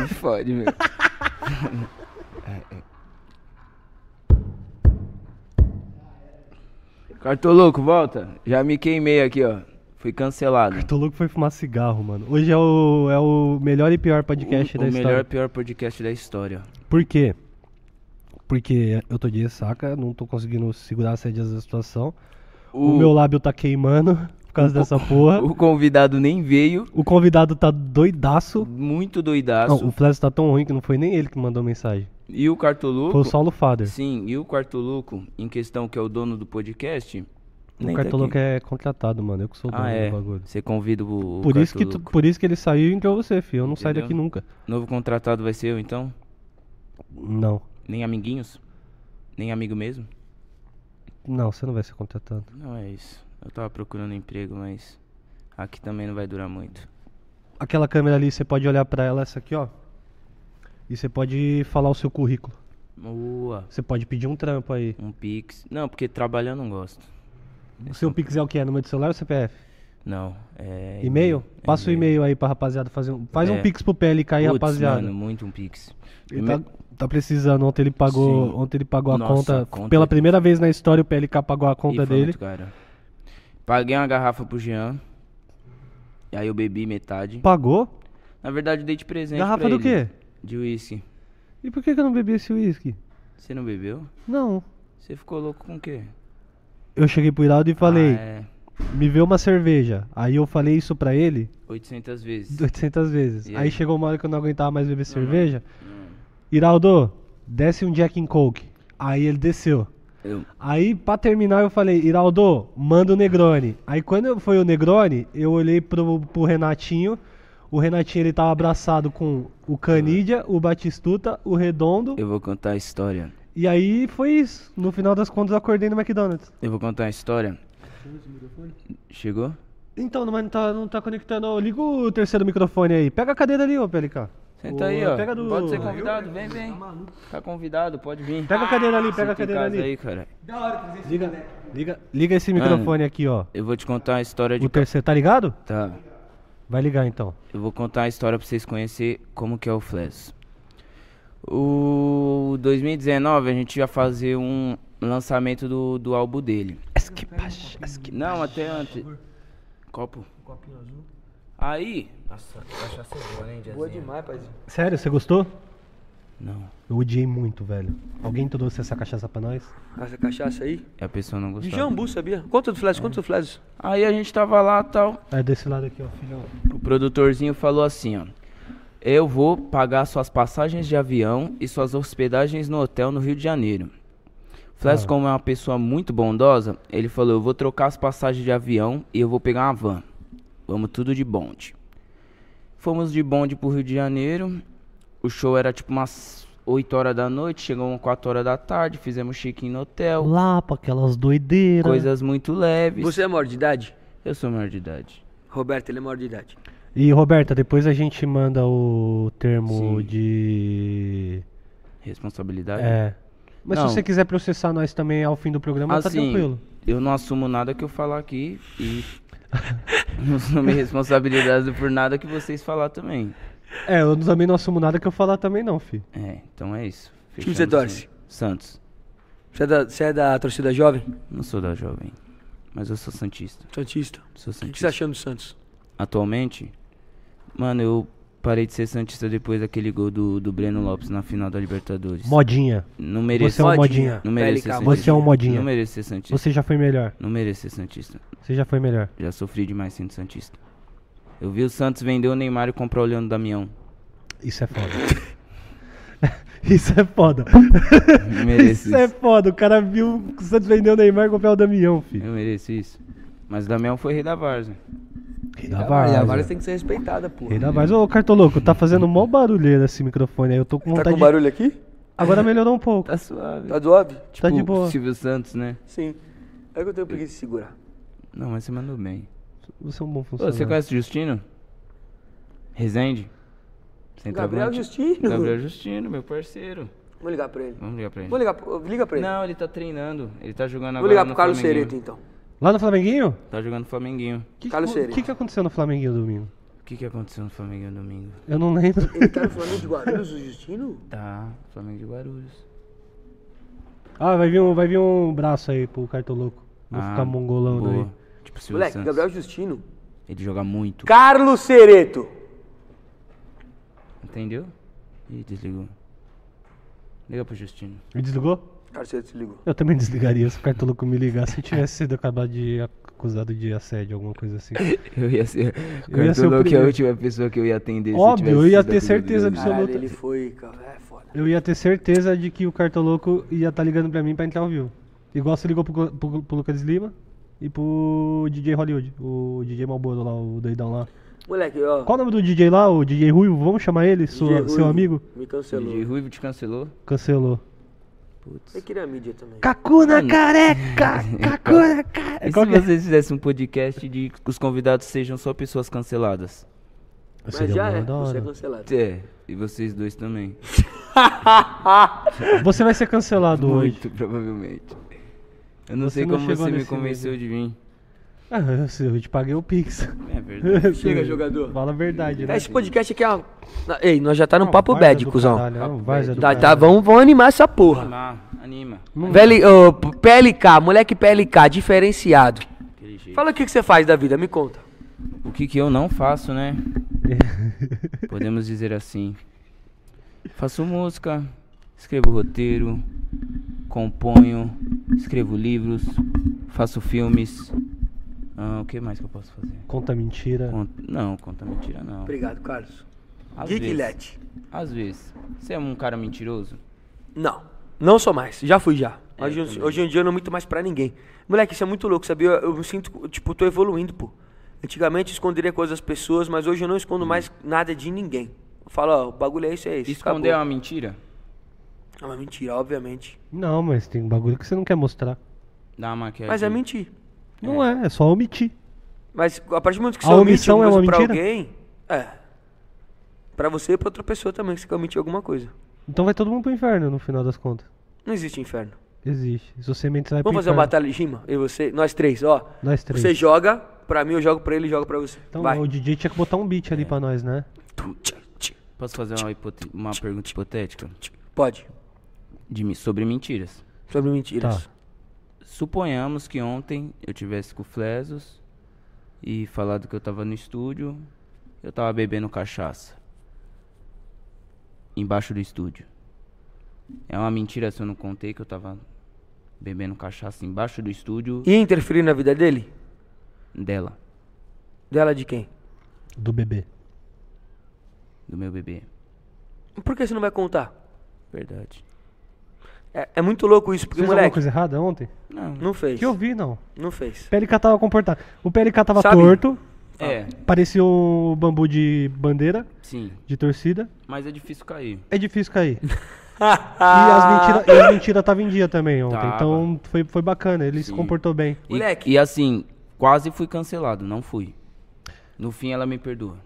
[SPEAKER 4] Me fode, meu. Cartoloco, volta. Já me queimei aqui, ó. Fui cancelado.
[SPEAKER 1] Tô louco foi fumar cigarro, mano. Hoje é o, é o melhor e pior podcast
[SPEAKER 4] o,
[SPEAKER 1] da
[SPEAKER 4] o
[SPEAKER 1] história.
[SPEAKER 4] melhor pior podcast da história.
[SPEAKER 1] Por quê? Porque eu tô de ressaca, não tô conseguindo segurar as rédeas da situação. O, meu lábio tá queimando por causa dessa porra.
[SPEAKER 4] o convidado nem veio.
[SPEAKER 1] O convidado tá doidaço.
[SPEAKER 4] Muito
[SPEAKER 1] Não,
[SPEAKER 4] doidaço.
[SPEAKER 1] o Flash tá tão ruim que não foi nem ele que mandou mensagem.
[SPEAKER 4] E o Cartoloco.
[SPEAKER 1] Foi o Saulo Fader.
[SPEAKER 4] Sim, e o Cartoloco, em questão, que é o dono do podcast. tá
[SPEAKER 1] o Cartoloco é contratado, mano. Eu que sou o dono
[SPEAKER 4] Ah, é.
[SPEAKER 1] do bagulho.
[SPEAKER 4] Você convida o. o
[SPEAKER 1] Por isso, que tu-
[SPEAKER 4] Cartoloco.
[SPEAKER 1] por isso que ele saiu e entrou você, filho. Eu não saio
[SPEAKER 4] Entendeu?
[SPEAKER 1] daqui nunca.
[SPEAKER 4] Novo contratado vai ser eu, então?
[SPEAKER 1] Não.
[SPEAKER 4] Nem amiguinhos? Nem amigo mesmo?
[SPEAKER 1] Não, você não vai ser contratado.
[SPEAKER 4] Não é isso. Eu tava procurando emprego, mas. Aqui também não vai durar muito.
[SPEAKER 1] Aquela câmera ali, você pode olhar pra ela, essa aqui, ó. E você pode falar o seu currículo.
[SPEAKER 4] Boa.
[SPEAKER 1] Você pode pedir um trampo aí.
[SPEAKER 4] Um pix. Não, porque trabalhar eu não gosto.
[SPEAKER 1] O seu Pix é o que? É número de celular ou CPF?
[SPEAKER 4] Não. É.
[SPEAKER 1] E-mail?
[SPEAKER 4] é
[SPEAKER 1] Passa o e-mail aí pra rapaziada fazer um. Faz um
[SPEAKER 4] É.
[SPEAKER 1] Pix pro PLK aí,
[SPEAKER 4] Putz,
[SPEAKER 1] rapaziada.
[SPEAKER 4] Mano, muito um pix.
[SPEAKER 1] Ele
[SPEAKER 4] E-mail-
[SPEAKER 1] tá, tá precisando. Ontem ele pagou,
[SPEAKER 4] Sim.
[SPEAKER 1] ontem ele pagou a
[SPEAKER 4] Nossa,
[SPEAKER 1] conta.
[SPEAKER 4] a conta-
[SPEAKER 1] Pela primeira vez na história, o PLK pagou a conta
[SPEAKER 4] E foi
[SPEAKER 1] dele.
[SPEAKER 4] muito caro. Paguei uma garrafa pro Jean. E aí eu bebi metade.
[SPEAKER 1] Pagou?
[SPEAKER 4] Na verdade, eu dei de presente.
[SPEAKER 1] Garrafa
[SPEAKER 4] pra
[SPEAKER 1] do
[SPEAKER 4] ele.
[SPEAKER 1] quê?
[SPEAKER 4] De uísque.
[SPEAKER 1] E por que, que eu não bebi esse uísque?
[SPEAKER 4] Você não bebeu?
[SPEAKER 1] Não.
[SPEAKER 4] Você ficou louco com o quê?
[SPEAKER 1] Eu cheguei pro Iraldo e falei,
[SPEAKER 4] Ah, é.
[SPEAKER 1] me vê uma cerveja. Aí eu falei isso pra ele
[SPEAKER 4] 800 vezes.
[SPEAKER 1] 800 vezes.
[SPEAKER 4] E
[SPEAKER 1] Aí
[SPEAKER 4] aí? Uhum.
[SPEAKER 1] chegou uma hora que eu não aguentava mais beber cerveja.
[SPEAKER 4] Hum.
[SPEAKER 1] Iraldo, desce um Jack and Coke. Aí ele desceu.
[SPEAKER 4] Eu.
[SPEAKER 1] Aí, pra terminar, eu falei, Iraldo, manda o Negroni. Aí, quando eu- foi o Negroni, eu olhei pro, pro Renatinho. O Renatinho, ele tava abraçado com o Canidia, o Batistuta, o Redondo.
[SPEAKER 4] Uhum. Eu vou contar a história.
[SPEAKER 1] E aí, foi isso. No final das contas, eu acordei no McDonald's.
[SPEAKER 4] Eu vou contar a história. Chegou?
[SPEAKER 1] Então, mas não tá, não tá conectando. Liga o terceiro microfone aí. Pega a cadeira ali, ô PLK.
[SPEAKER 4] Você Senta
[SPEAKER 1] Ô,
[SPEAKER 4] aí, ó.
[SPEAKER 1] pega do-
[SPEAKER 4] Pode ser convidado, vem, vem. Tá convidado, pode vir.
[SPEAKER 1] Pega a cadeira ali, pega a
[SPEAKER 4] Senta em
[SPEAKER 1] cadeira
[SPEAKER 4] casa
[SPEAKER 1] ali.
[SPEAKER 4] aí, cara.
[SPEAKER 2] Da hora trazer esse
[SPEAKER 1] Liga,
[SPEAKER 2] boneco.
[SPEAKER 1] liga, liga esse
[SPEAKER 4] Mano.
[SPEAKER 1] microfone aqui, ó.
[SPEAKER 4] Eu vou te contar a história de.
[SPEAKER 1] O terceiro, tá ligado?
[SPEAKER 4] Tá.
[SPEAKER 1] Vai ligar então.
[SPEAKER 4] Eu vou contar a história pra vocês conhecerem como que é o Flash. O 2019 a gente ia fazer um lançamento do, do álbum dele. um Não, até antes. Copo.
[SPEAKER 2] Copinho azul.
[SPEAKER 4] Aí. Um Nossa, cachaça é boa, hein,
[SPEAKER 2] Boa demais, paizinho.
[SPEAKER 1] Sério, você gostou?
[SPEAKER 4] Não,
[SPEAKER 1] Eu odiei muito, velho. Alguém trouxe essa cachaça pra nós?
[SPEAKER 2] Essa cachaça aí.
[SPEAKER 4] é a pessoa não
[SPEAKER 2] De
[SPEAKER 4] gostou.
[SPEAKER 2] jambu, sabia? Conta do Flash, conta do Flash.
[SPEAKER 4] Aí a gente tava lá tal.
[SPEAKER 1] É desse lado aqui, ó, filhão.
[SPEAKER 4] O produtorzinho falou assim, ó. Eu vou pagar suas passagens de avião e suas hospedagens no hotel no Rio de Janeiro. Flash,
[SPEAKER 1] Ah.
[SPEAKER 4] como é uma pessoa muito bondosa, ele falou: Eu vou trocar as passagens de avião e eu vou pegar uma van. Vamos tudo de bonde. Fomos de bonde pro Rio de Janeiro. O show era tipo umas 8 horas da noite, chegou umas 4 horas da tarde, fizemos check-in no hotel.
[SPEAKER 1] Lá, pra aquelas doideiras.
[SPEAKER 4] Coisas muito leves.
[SPEAKER 2] Você é maior de idade?
[SPEAKER 4] Eu sou maior de idade.
[SPEAKER 2] Roberto, ele é maior de idade.
[SPEAKER 1] E, Roberta, depois a gente manda o termo
[SPEAKER 4] Sim.
[SPEAKER 1] de...
[SPEAKER 4] Responsabilidade?
[SPEAKER 1] É. Mas
[SPEAKER 4] Não. Ah,
[SPEAKER 1] se você quiser processar nós também ao fim do programa, tá tranquilo.
[SPEAKER 4] Assim, Eu não assumo nada que eu falar aqui e não assumo responsabilidade por nada que vocês falar também.
[SPEAKER 1] É, eu também não assumo nada que eu falar também não, fi.
[SPEAKER 4] É, então é isso.
[SPEAKER 2] Que time você torce?
[SPEAKER 4] assim. Santos.
[SPEAKER 2] Você é da, você é da torcida jovem?
[SPEAKER 4] Não sou da jovem, mas eu sou santista.
[SPEAKER 2] Santista.
[SPEAKER 4] Sou
[SPEAKER 2] O que, que você
[SPEAKER 4] santista.
[SPEAKER 2] tá achando do Santos?
[SPEAKER 4] Atualmente, mano, eu parei de ser santista depois daquele gol do, do Breno Lopes na final da Libertadores.
[SPEAKER 1] Modinha.
[SPEAKER 4] Não mereço.
[SPEAKER 1] Você é um modinha.
[SPEAKER 4] Não mereço ser
[SPEAKER 2] PLK,
[SPEAKER 4] santista.
[SPEAKER 1] Você é um modinha.
[SPEAKER 4] Não mereço ser santista.
[SPEAKER 1] Você já foi melhor.
[SPEAKER 4] Não mereço ser santista.
[SPEAKER 1] Você já foi melhor.
[SPEAKER 4] Já sofri demais sendo santista. Eu vi o Santos vender o Neymar e comprar o Leandro Damião.
[SPEAKER 1] Isso é foda. isso é foda.
[SPEAKER 4] Eu mereço
[SPEAKER 1] Isso é
[SPEAKER 4] isso.
[SPEAKER 1] foda. O cara viu que o Santos vendeu o Neymar e comprou o Damião, filho.
[SPEAKER 4] Eu mereço isso. Mas o Damião foi rei da Várzea.
[SPEAKER 1] Rei da
[SPEAKER 2] E a
[SPEAKER 1] Várzea.
[SPEAKER 2] Vargas tem que ser respeitada, pô. Tá
[SPEAKER 1] Rei da Várzea. Ô, Cartoloco, tá fazendo mó barulheira esse microfone aí. Eu tô com
[SPEAKER 2] Tá
[SPEAKER 1] vontade
[SPEAKER 2] com barulho aqui?
[SPEAKER 1] de... Agora melhorou um pouco.
[SPEAKER 4] Tá suave. Tipo,
[SPEAKER 2] Tá suave?
[SPEAKER 1] tá de boa.
[SPEAKER 4] Silvio Santos, né?
[SPEAKER 2] Sim. É que eu tenho preguiça de segurar.
[SPEAKER 4] Não, mas você mandou bem.
[SPEAKER 1] Você é um bom
[SPEAKER 4] Ô,
[SPEAKER 1] funcionário.
[SPEAKER 4] você conhece o Justino? Resende? Centroavante?
[SPEAKER 2] Gabriel Justino.
[SPEAKER 4] Gabriel Justino, meu parceiro.
[SPEAKER 2] Vou ligar pra ele.
[SPEAKER 4] Vamos ligar pra ele.
[SPEAKER 2] Vou ligar, pro- liga pra ele.
[SPEAKER 4] Não, ele tá treinando. Ele tá jogando agora
[SPEAKER 2] Vou ligar pro
[SPEAKER 4] no
[SPEAKER 2] Carlos
[SPEAKER 4] Flamenguinho.
[SPEAKER 2] Cereto,
[SPEAKER 1] né?
[SPEAKER 2] então.
[SPEAKER 1] Lá no Flamenguinho?
[SPEAKER 4] Tá jogando no Flamenguinho.
[SPEAKER 1] Que,
[SPEAKER 2] Carlos
[SPEAKER 1] o
[SPEAKER 2] Cerezo.
[SPEAKER 1] que, que aconteceu no Flamenguinho domingo?
[SPEAKER 4] O que que aconteceu no Flamenguinho domingo?
[SPEAKER 1] Eu não lembro.
[SPEAKER 2] Ele tá no Flamengo de Guarulhos, o Justino?
[SPEAKER 4] Tá, Flamengo de Guarulhos.
[SPEAKER 1] Ah, vai vir um, vai vir um braço aí pro Cartoloco. Vou
[SPEAKER 4] Ah,
[SPEAKER 1] ficar mongolão
[SPEAKER 4] boa.
[SPEAKER 1] daí.
[SPEAKER 4] Tipo Silvio
[SPEAKER 2] Moleque,
[SPEAKER 4] Santos.
[SPEAKER 2] Gabriel Justino.
[SPEAKER 4] Ele joga muito.
[SPEAKER 2] Carlos Cereto.
[SPEAKER 4] Entendeu? Ih, desligou. Liga pro Justino.
[SPEAKER 1] Me desligou?
[SPEAKER 2] Carlos Cereto se ligou.
[SPEAKER 1] Eu também desligaria se o Cartoloco me ligasse se eu tivesse sido acabado de acusado de assédio, alguma coisa assim.
[SPEAKER 4] Eu ia ser.
[SPEAKER 1] Eu ia ser o
[SPEAKER 4] Cartolão, que é a
[SPEAKER 1] primeiro.
[SPEAKER 4] última pessoa que eu ia atender. se
[SPEAKER 1] Óbvio,
[SPEAKER 4] tivesse
[SPEAKER 1] eu ia
[SPEAKER 4] sido
[SPEAKER 1] ter
[SPEAKER 4] acusado de
[SPEAKER 1] certeza
[SPEAKER 4] homicídio.
[SPEAKER 1] absoluta.
[SPEAKER 2] Caralho, ele foi, cara. É foda.
[SPEAKER 1] Eu ia ter certeza de que o Cartoloco ia estar ligando pra mim pra entrar ao vivo. Igual você ligou pro, Gu- pro, Gu- pro Lucas Lima e pro DJ Hollywood, o DJ Malboro lá, o doidão lá.
[SPEAKER 2] Moleque, ó.
[SPEAKER 1] Qual o nome do DJ lá? O DJ Ruivo? Vamos chamar ele? Sua-
[SPEAKER 2] DJ
[SPEAKER 1] seu
[SPEAKER 2] Ruivo
[SPEAKER 1] amigo?
[SPEAKER 2] Me
[SPEAKER 4] O
[SPEAKER 2] cancelou.
[SPEAKER 4] DJ Ruivo te cancelou?
[SPEAKER 1] Cancelou.
[SPEAKER 4] Putz.
[SPEAKER 2] Eu queria a mídia também.
[SPEAKER 1] Cacuna
[SPEAKER 4] Mano.
[SPEAKER 1] careca! Cacuna
[SPEAKER 4] E
[SPEAKER 1] careca!
[SPEAKER 4] se vocês fizessem um podcast de que os convidados sejam só pessoas canceladas?
[SPEAKER 2] Mas já é, você é cancelado.
[SPEAKER 4] É, e vocês dois também.
[SPEAKER 1] Você vai ser cancelado hoje.
[SPEAKER 4] Muito provavelmente. Eu não
[SPEAKER 1] Você
[SPEAKER 4] sei
[SPEAKER 1] não
[SPEAKER 4] como
[SPEAKER 1] chegou
[SPEAKER 4] você me
[SPEAKER 1] nesse
[SPEAKER 4] convenceu de vir.
[SPEAKER 1] Ah, eu sei, eu te paguei o Pix.
[SPEAKER 4] É verdade.
[SPEAKER 2] Chega, jogador.
[SPEAKER 1] Fala a verdade, né?
[SPEAKER 2] Esse podcast aqui é uma... Na- Ei, nós já tá no
[SPEAKER 1] Não,
[SPEAKER 2] papo
[SPEAKER 1] várzea
[SPEAKER 2] bad,
[SPEAKER 1] do
[SPEAKER 2] cuzão.
[SPEAKER 1] caralho, é não, várzea do
[SPEAKER 2] Tá, tá,
[SPEAKER 1] caralho.
[SPEAKER 2] vão, vão animar essa porra.
[SPEAKER 4] Anima, anima.
[SPEAKER 1] Hum?
[SPEAKER 2] Velho, ô, p- PLK, moleque PLK, diferenciado.
[SPEAKER 4] Aquele jeito.
[SPEAKER 2] Fala o que, que você faz da vida, me conta.
[SPEAKER 4] O que que eu não faço, né? Podemos dizer assim. Faço música, escrevo roteiro, componho, escrevo livros, faço filmes. Ah, o que mais que eu posso fazer?
[SPEAKER 1] Conta mentira.
[SPEAKER 4] Con- não, conta mentira não.
[SPEAKER 2] Obrigado, Carlos.
[SPEAKER 4] Às vezes,
[SPEAKER 2] Geeklet.
[SPEAKER 4] às vezes. Você é um cara mentiroso?
[SPEAKER 2] Não, não sou mais. Já fui já. Hoje,
[SPEAKER 4] eu
[SPEAKER 2] em-
[SPEAKER 4] É, também.
[SPEAKER 2] hoje em dia eu não minto mais pra ninguém. Moleque, isso é muito louco, sabia? Eu, eu me sinto, tipo, tô evoluindo, pô. Antigamente eu esconderia coisas das pessoas, mas hoje eu não
[SPEAKER 4] Hum.
[SPEAKER 2] escondo mais nada de ninguém. Eu falo, ó, o bagulho é isso, é isso.
[SPEAKER 4] Esconder é
[SPEAKER 2] acabou.
[SPEAKER 4] uma mentira?
[SPEAKER 2] É uma mentira, obviamente.
[SPEAKER 1] Não, mas tem um bagulho que você não quer mostrar.
[SPEAKER 4] Dá uma maquiagem.
[SPEAKER 2] Mas é mentir.
[SPEAKER 1] Não é, é só omitir.
[SPEAKER 2] Mas a partir do momento que
[SPEAKER 1] A
[SPEAKER 2] você omite
[SPEAKER 1] omissão
[SPEAKER 2] alguma
[SPEAKER 1] é
[SPEAKER 2] coisa
[SPEAKER 1] uma
[SPEAKER 2] pra
[SPEAKER 1] mentira?
[SPEAKER 2] alguém. É. Pra você e pra outra pessoa também, que você cometeu alguma coisa.
[SPEAKER 1] Então vai todo mundo pro inferno no final das contas.
[SPEAKER 2] Não existe inferno.
[SPEAKER 1] É Existe. Se você mente, você vai pro
[SPEAKER 2] Vamos fazer uma
[SPEAKER 1] inferno.
[SPEAKER 2] batalha de rima? Eu e você? Nós três, ó.
[SPEAKER 1] Nós três.
[SPEAKER 2] Você joga, pra mim eu jogo pra ele e joga pra você.
[SPEAKER 1] Então
[SPEAKER 2] Vai. É.
[SPEAKER 1] o DJ tinha que botar um beat ali pra nós, né?
[SPEAKER 2] Tum, tchá, tchá.
[SPEAKER 4] Posso fazer uma, hipote- uma pergunta hipotética?
[SPEAKER 2] Pode.
[SPEAKER 4] De, mi- sobre mentiras.
[SPEAKER 2] Sobre mentiras.
[SPEAKER 1] Tá.
[SPEAKER 4] Suponhamos que ontem eu tivesse com o Flesos e falado que eu tava no estúdio, eu tava bebendo cachaça. Embaixo do estúdio. É uma mentira se eu não contei que eu tava bebendo cachaça embaixo do estúdio
[SPEAKER 2] Ia interferir na vida dele?
[SPEAKER 4] dela,
[SPEAKER 2] Dela de quem?
[SPEAKER 1] Do bebê.
[SPEAKER 4] do meu bebê.
[SPEAKER 2] Por que você não vai contar?
[SPEAKER 4] Verdade.
[SPEAKER 2] É, é muito louco isso, porque,
[SPEAKER 1] Fez alguma
[SPEAKER 2] moleque,
[SPEAKER 1] coisa errada ontem?
[SPEAKER 4] Não.
[SPEAKER 2] não fez.
[SPEAKER 1] Que eu vi, não.
[SPEAKER 2] Não fez.
[SPEAKER 1] O PLK tava comportado. O PLK tava
[SPEAKER 2] Sabe-
[SPEAKER 1] torto,
[SPEAKER 4] É,
[SPEAKER 1] parecia um bambu de bandeira,
[SPEAKER 4] sim.
[SPEAKER 1] de torcida.
[SPEAKER 4] Mas é difícil cair.
[SPEAKER 1] É difícil cair. E as mentiras e as mentira tava em dia também ontem.
[SPEAKER 4] Tava.
[SPEAKER 1] Então foi, foi bacana, ele se
[SPEAKER 4] Sim.
[SPEAKER 1] comportou bem.
[SPEAKER 4] E,
[SPEAKER 2] Moleque.
[SPEAKER 4] e assim, quase fui cancelado, não fui. No fim ela me perdoa.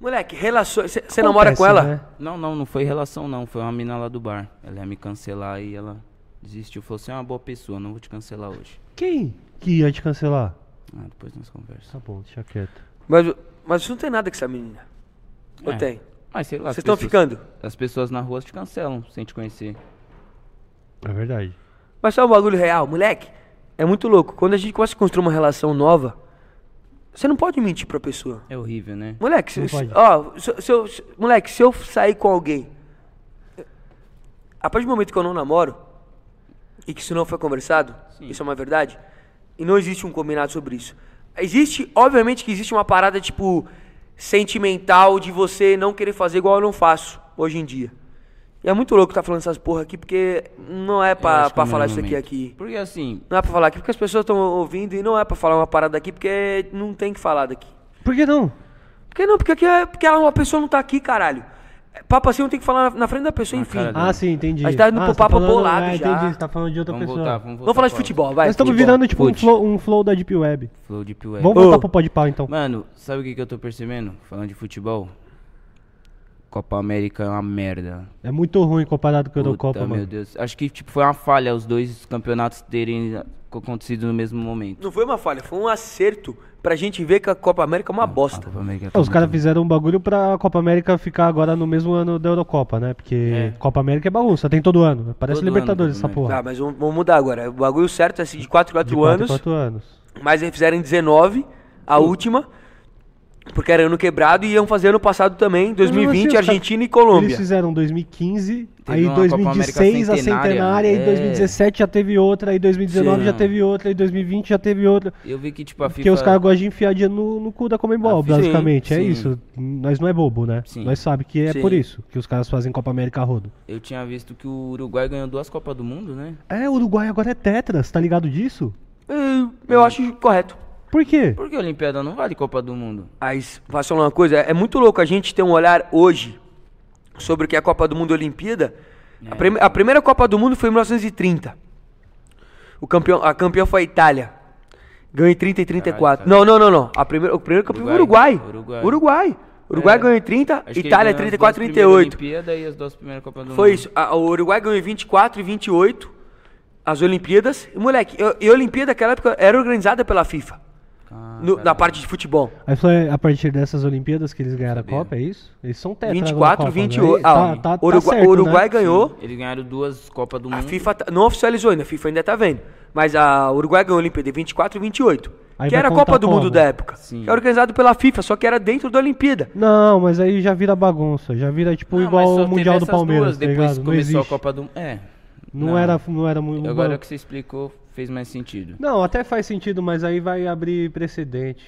[SPEAKER 2] Moleque, relações. Você namora com ela?
[SPEAKER 1] Acontece, né?
[SPEAKER 4] Não, não, não foi relação não, foi uma mina lá do bar. Ela ia me cancelar e ela desistiu. Falou, você é uma boa pessoa, não vou te cancelar hoje.
[SPEAKER 1] Quem que ia te cancelar?
[SPEAKER 4] Ah, depois nós
[SPEAKER 1] Tá
[SPEAKER 4] conversamos.
[SPEAKER 1] bom, deixa quieto.
[SPEAKER 2] Mas, mas você não tem nada com essa menina. Ou
[SPEAKER 4] É.
[SPEAKER 2] tem?
[SPEAKER 4] Mas sei lá, as
[SPEAKER 2] Vocês estão
[SPEAKER 4] pessoas-
[SPEAKER 2] ficando?
[SPEAKER 4] As pessoas na rua te cancelam sem te conhecer.
[SPEAKER 1] É verdade.
[SPEAKER 2] Mas só um bagulho real, moleque. É muito louco. Quando a gente começa a construir uma relação nova, você não pode mentir pra pessoa.
[SPEAKER 4] É horrível, né?
[SPEAKER 2] Moleque,
[SPEAKER 1] Não
[SPEAKER 2] se, se-
[SPEAKER 1] pode.
[SPEAKER 2] ó, se, se eu, se- moleque, se eu sair com alguém, a partir do momento que eu não namoro, e que isso não foi conversado, isso é uma verdade, e não existe um combinado sobre isso. Existe, obviamente que existe uma parada, tipo, sentimental de você não querer fazer igual eu não faço hoje em dia. E é muito louco estar falando essas porra aqui, porque não é
[SPEAKER 4] Eu
[SPEAKER 2] pra,
[SPEAKER 4] acho que
[SPEAKER 2] pra
[SPEAKER 4] é o
[SPEAKER 2] falar
[SPEAKER 4] melhor
[SPEAKER 2] isso aqui
[SPEAKER 4] momento.
[SPEAKER 2] aqui.
[SPEAKER 4] Porque assim,
[SPEAKER 2] Não é pra falar aqui, porque as pessoas estão ouvindo, e não é pra falar uma parada aqui, porque não tem que falar daqui.
[SPEAKER 1] Por que não?
[SPEAKER 2] Por que não? Porque, aqui é- porque ela, uma pessoa não tá aqui, caralho. É, Papo assim, eu tenho que falar na, na frente da pessoa,
[SPEAKER 4] Na
[SPEAKER 2] enfim.
[SPEAKER 4] cara dela.
[SPEAKER 1] Ah, sim, entendi.
[SPEAKER 2] A gente tá indo
[SPEAKER 1] ah,
[SPEAKER 2] pro
[SPEAKER 1] você tá
[SPEAKER 2] papo
[SPEAKER 1] falando-
[SPEAKER 2] bolado
[SPEAKER 1] ah,
[SPEAKER 2] já.
[SPEAKER 1] entendi, você tá falando de outra
[SPEAKER 4] vamos
[SPEAKER 1] pessoa.
[SPEAKER 4] voltar, vamos voltar.
[SPEAKER 2] Vamos falar de
[SPEAKER 4] Ah, pra-
[SPEAKER 2] futebol, vai.
[SPEAKER 1] Nós estamos
[SPEAKER 2] futebol.
[SPEAKER 1] virando tipo um
[SPEAKER 4] Fute.
[SPEAKER 1] flow, um flow da Deep Web.
[SPEAKER 4] Flow de Piué.
[SPEAKER 1] Vamos
[SPEAKER 2] Ô.
[SPEAKER 1] voltar pro Pode Pá, então.
[SPEAKER 4] Mano, sabe o que, que eu tô percebendo? Falando de futebol. Copa América é uma merda.
[SPEAKER 1] É muito ruim comparado com o da
[SPEAKER 4] Puta,
[SPEAKER 1] Copa,
[SPEAKER 4] meu
[SPEAKER 1] mano.
[SPEAKER 4] Deus. Acho que tipo, foi uma falha os dois campeonatos terem acontecido no mesmo momento.
[SPEAKER 2] Não foi uma falha, foi um acerto pra gente ver que a Copa América é uma
[SPEAKER 4] A
[SPEAKER 2] bosta.
[SPEAKER 4] Copa América
[SPEAKER 1] É,
[SPEAKER 4] tá
[SPEAKER 1] Os caras
[SPEAKER 4] muito-
[SPEAKER 1] fizeram um bagulho pra Copa América ficar agora no mesmo ano da Eurocopa, né? Porque Copa América é bagunça, tem todo ano. Parece
[SPEAKER 4] Todo
[SPEAKER 1] Libertadores
[SPEAKER 4] ano,
[SPEAKER 1] essa
[SPEAKER 4] Copa
[SPEAKER 2] Ah,
[SPEAKER 1] porra.
[SPEAKER 2] mas vamos, vamos mudar agora. O bagulho certo é assim, de 4 em 4
[SPEAKER 1] quatro em
[SPEAKER 2] anos,
[SPEAKER 1] quatro anos.
[SPEAKER 2] mas eles fizeram em 19, a última, porque era ano quebrado, e iam fazer ano passado também,
[SPEAKER 1] Mas mesmo
[SPEAKER 2] 2020,
[SPEAKER 1] assim, os
[SPEAKER 2] Argentina e
[SPEAKER 1] caras-
[SPEAKER 2] Colômbia.
[SPEAKER 1] Eles fizeram 2015, aí
[SPEAKER 4] uma Copa
[SPEAKER 1] 2016 a
[SPEAKER 4] América centenária,
[SPEAKER 1] centenária, aí
[SPEAKER 4] é.
[SPEAKER 1] 2017 já teve outra, aí 2019
[SPEAKER 4] Sim.
[SPEAKER 1] já teve outra, aí 2020 já teve outra.
[SPEAKER 4] Eu vi que tipo a FIFA.
[SPEAKER 1] Porque os caras gostam de enfiar dinheiro no, no cu da Comembol,
[SPEAKER 4] Ah, sim,
[SPEAKER 1] basicamente. É
[SPEAKER 4] sim.
[SPEAKER 1] isso. Nós não é bobo, né?
[SPEAKER 4] Sim.
[SPEAKER 1] Nós sabe que é
[SPEAKER 2] Sim.
[SPEAKER 1] por isso que os caras fazem Copa América a rodo.
[SPEAKER 4] Eu tinha visto que o Uruguai ganhou duas Copas do Mundo, né?
[SPEAKER 1] É, o Uruguai agora é tetras, tá ligado disso?
[SPEAKER 2] Eh,
[SPEAKER 1] Uhum.
[SPEAKER 2] Eu acho correto.
[SPEAKER 1] Por quê?
[SPEAKER 4] Por que a Olimpíada não vale Copa do Mundo?
[SPEAKER 2] Mas, posso falar uma coisa? É muito louco a gente ter um olhar hoje sobre o que é a Copa do Mundo e a Olimpíada.
[SPEAKER 4] É.
[SPEAKER 2] A, prime- a primeira Copa do Mundo foi em 1930. O campeão, a campeã foi a Itália. Ganhou em 30 e 34.
[SPEAKER 4] Caralho,
[SPEAKER 2] não, não, não, não. A primeira, o primeiro campeão foi o
[SPEAKER 4] Uruguai.
[SPEAKER 2] Uruguai.
[SPEAKER 4] Uruguai. É.
[SPEAKER 2] Uruguai. Uruguai ganhou em 30,
[SPEAKER 4] Acho que ele
[SPEAKER 2] Itália
[SPEAKER 4] ganhou as
[SPEAKER 2] 34 e
[SPEAKER 4] duas primeiras
[SPEAKER 2] 38.
[SPEAKER 4] Olimpíada e as duas primeiras Copas do
[SPEAKER 2] Foi
[SPEAKER 4] Mundo.
[SPEAKER 2] isso. A- o Uruguai ganhou em 24 e 28 as Olimpíadas. E, moleque, eu- e a Olimpíada naquela época era organizada pela FIFA.
[SPEAKER 4] Ah,
[SPEAKER 2] no- na parte de futebol.
[SPEAKER 1] Aí foi a partir dessas Olimpíadas que eles ganharam a Copa, é isso? Eles são tetra agora na
[SPEAKER 2] 24,
[SPEAKER 1] Copa, né?
[SPEAKER 2] 28.
[SPEAKER 1] Tá,
[SPEAKER 4] um
[SPEAKER 2] Ah,
[SPEAKER 1] tá, tá
[SPEAKER 2] Uruguai,
[SPEAKER 1] certo,
[SPEAKER 2] Uruguai
[SPEAKER 1] né?
[SPEAKER 2] ganhou.
[SPEAKER 4] Eles ganharam duas Copas do
[SPEAKER 2] A
[SPEAKER 4] Mundo.
[SPEAKER 2] FIFA tá- não oficializou ainda, a FIFA ainda tá vendo. Mas a Uruguai ganhou a Olimpíada em 24 e 28.
[SPEAKER 1] Aí
[SPEAKER 2] que
[SPEAKER 1] vai
[SPEAKER 2] era a
[SPEAKER 1] contar
[SPEAKER 2] Copa do
[SPEAKER 1] como?
[SPEAKER 2] Mundo da época.
[SPEAKER 4] Sim.
[SPEAKER 2] Que era organizado pela FIFA, só que era dentro da Olimpíada.
[SPEAKER 1] Não, mas aí já vira bagunça, já vira tipo
[SPEAKER 4] Não, Ah, mas
[SPEAKER 1] igual
[SPEAKER 4] só
[SPEAKER 1] o
[SPEAKER 4] teve
[SPEAKER 1] Mundial do
[SPEAKER 4] essas
[SPEAKER 1] Palmeiras,
[SPEAKER 4] duas
[SPEAKER 1] tá
[SPEAKER 4] depois
[SPEAKER 1] ligado?
[SPEAKER 4] que
[SPEAKER 1] Não
[SPEAKER 4] começou
[SPEAKER 1] existe.
[SPEAKER 4] a Copa do É.
[SPEAKER 1] Não, era, não era muito.
[SPEAKER 4] Agora que você explicou, fez mais sentido.
[SPEAKER 1] Não, até faz sentido, mas aí vai abrir precedente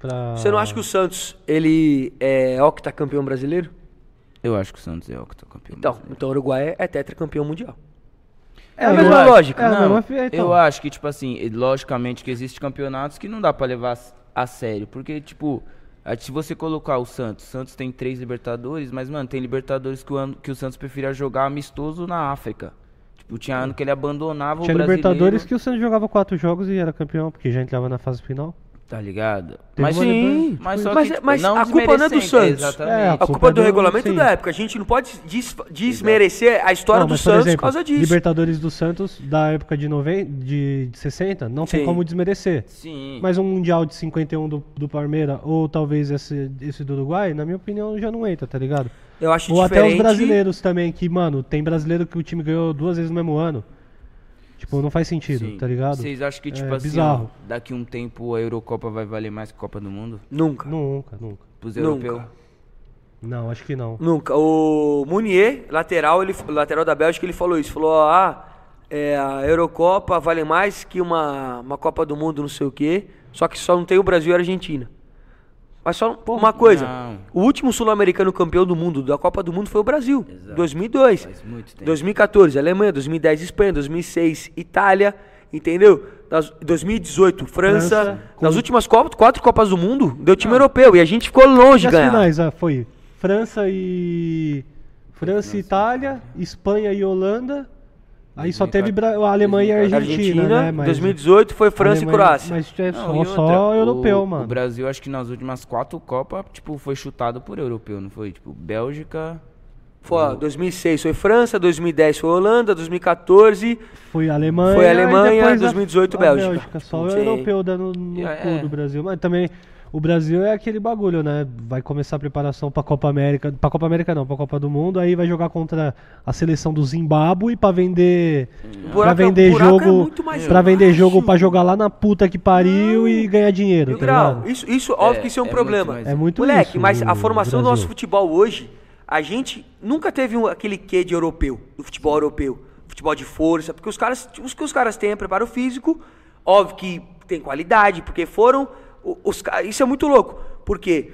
[SPEAKER 1] pra.
[SPEAKER 2] Você não acha que o Santos, ele é octacampeão brasileiro?
[SPEAKER 4] Eu acho que o Santos é octacampeão.
[SPEAKER 2] Então, então o Uruguai é, é tetracampeão mundial.
[SPEAKER 1] É
[SPEAKER 2] a
[SPEAKER 1] eu
[SPEAKER 2] mesma
[SPEAKER 1] acho-
[SPEAKER 2] lógica.
[SPEAKER 1] É a
[SPEAKER 4] Não,
[SPEAKER 1] mesma fi- então.
[SPEAKER 4] Eu acho que, tipo assim, e- logicamente que existem campeonatos que não dá pra levar s- a sério. Porque, tipo, a- se você colocar o Santos, o Santos tem três Libertadores, mas, mano, tem Libertadores que o, ano- que o Santos preferia jogar amistoso na África. Tipo, tinha ano que ele abandonava
[SPEAKER 1] Tinha
[SPEAKER 4] o brasileiro.
[SPEAKER 1] Libertadores que o Santos jogava quatro jogos e era campeão, porque já entrava na fase final.
[SPEAKER 4] Tá ligado?
[SPEAKER 1] Teve uma
[SPEAKER 2] Sim.
[SPEAKER 1] Libertadores.
[SPEAKER 4] Mas só
[SPEAKER 2] Mas-
[SPEAKER 4] que, tipo,
[SPEAKER 2] mas
[SPEAKER 4] não
[SPEAKER 2] a culpa não é do
[SPEAKER 4] desmerecendo,
[SPEAKER 2] Santos.
[SPEAKER 1] É,
[SPEAKER 4] Exatamente.
[SPEAKER 1] a
[SPEAKER 2] A
[SPEAKER 1] culpa
[SPEAKER 2] culpa do
[SPEAKER 1] do-
[SPEAKER 2] regulamento
[SPEAKER 1] sim.
[SPEAKER 2] da época. A gente não pode des- desmerecer a história
[SPEAKER 1] Não,
[SPEAKER 2] do
[SPEAKER 1] Ah, mas, por
[SPEAKER 2] Santos
[SPEAKER 1] exemplo,
[SPEAKER 2] por causa disso.
[SPEAKER 1] Libertadores do Santos da época de, noven... de de 60, não
[SPEAKER 2] Sim.
[SPEAKER 1] tem como desmerecer.
[SPEAKER 4] Sim.
[SPEAKER 1] Mas um Mundial de 51 do, do Palmeiras, ou talvez esse, esse do Uruguai, na minha opinião, já não entra, tá ligado?
[SPEAKER 2] Eu acho
[SPEAKER 1] Ou
[SPEAKER 2] diferente.
[SPEAKER 1] até os brasileiros também, que, mano, tem brasileiro que o time ganhou duas vezes no mesmo ano. Tipo, não faz sentido,
[SPEAKER 4] Sim.
[SPEAKER 1] tá ligado?
[SPEAKER 4] Vocês acham que,
[SPEAKER 1] É
[SPEAKER 4] tipo assim,
[SPEAKER 1] bizarro.
[SPEAKER 4] ó, daqui um tempo a Eurocopa vai valer mais que a Copa do Mundo?
[SPEAKER 2] Nunca.
[SPEAKER 1] Nunca, nunca.
[SPEAKER 4] Pros
[SPEAKER 2] Nunca.
[SPEAKER 4] europeus?
[SPEAKER 1] Não, acho que não.
[SPEAKER 2] Nunca. O Munier, lateral, ele, lateral da Bélgica, ele falou isso. Falou, ó, ah, é, a Eurocopa vale mais que uma, uma Copa do Mundo, não sei o quê. Só que só não tem o Brasil e a Argentina. Mas só uma coisa.
[SPEAKER 4] não.
[SPEAKER 2] O último sul-americano campeão do mundo, da Copa do Mundo, foi o Brasil. 2002.
[SPEAKER 4] Faz muito tempo.
[SPEAKER 2] 2014, Alemanha. 2010, Espanha. 2006, Itália. Entendeu? Nas- 2018, França.
[SPEAKER 1] França,
[SPEAKER 2] Nas
[SPEAKER 1] com-
[SPEAKER 2] últimas Copas, quatro Copas do Mundo, deu time europeu. E a gente ficou longe
[SPEAKER 1] E
[SPEAKER 2] de
[SPEAKER 1] as
[SPEAKER 2] ganhar.
[SPEAKER 1] finais, ah, foi França e. França e Itália, Espanha e Holanda. Aí só teve Bra- a Alemanha e a Argentina,
[SPEAKER 2] Argentina,
[SPEAKER 1] né? Mas-
[SPEAKER 2] 2018 foi França
[SPEAKER 1] Alemanha-
[SPEAKER 2] e Croácia.
[SPEAKER 1] Mas é
[SPEAKER 4] Não, e
[SPEAKER 1] só,
[SPEAKER 4] outra,
[SPEAKER 1] só europeu,
[SPEAKER 4] o,
[SPEAKER 1] mano.
[SPEAKER 4] O Brasil, acho que nas últimas quatro Copas, tipo, foi chutado por europeu, não foi? Tipo, Bélgica.
[SPEAKER 2] Foi, ó, 2006 foi França, 2010 foi Holanda, 2014
[SPEAKER 1] Foi a Alemanha.
[SPEAKER 2] Foi a
[SPEAKER 1] e
[SPEAKER 2] Alemanha,
[SPEAKER 1] depois a-
[SPEAKER 2] 2018
[SPEAKER 1] a
[SPEAKER 2] Bélgica.
[SPEAKER 1] Só o
[SPEAKER 2] Sim.
[SPEAKER 1] europeu dando no
[SPEAKER 4] É.
[SPEAKER 1] cu do Brasil. Mas também o Brasil é aquele bagulho, né? Vai começar a preparação pra Copa América. Pra Copa América não, pra Copa do Mundo. Aí vai jogar contra a seleção do Zimbábue pra vender. pra
[SPEAKER 2] Buraco é-
[SPEAKER 1] vender
[SPEAKER 2] buraco é
[SPEAKER 1] jogo.
[SPEAKER 2] muito mais
[SPEAKER 1] pra vender
[SPEAKER 2] baixo.
[SPEAKER 1] jogo pra jogar lá na puta que pariu e ganhar dinheiro,
[SPEAKER 2] Mil
[SPEAKER 1] tá
[SPEAKER 2] grau.
[SPEAKER 1] ligado?
[SPEAKER 2] Isso, isso óbvio
[SPEAKER 4] É,
[SPEAKER 2] que isso é um
[SPEAKER 4] é muito
[SPEAKER 2] problema.
[SPEAKER 4] mais-
[SPEAKER 1] É muito
[SPEAKER 2] Moleque,
[SPEAKER 1] isso,
[SPEAKER 2] mas a
[SPEAKER 1] o
[SPEAKER 2] formação do
[SPEAKER 1] Brasil.
[SPEAKER 2] nosso futebol hoje, a gente nunca teve um- aquele quê de europeu, do futebol europeu, futebol de força, porque os caras, os que os caras têm é preparo físico, óbvio que tem qualidade, porque foram o- os ca- isso é muito louco, porque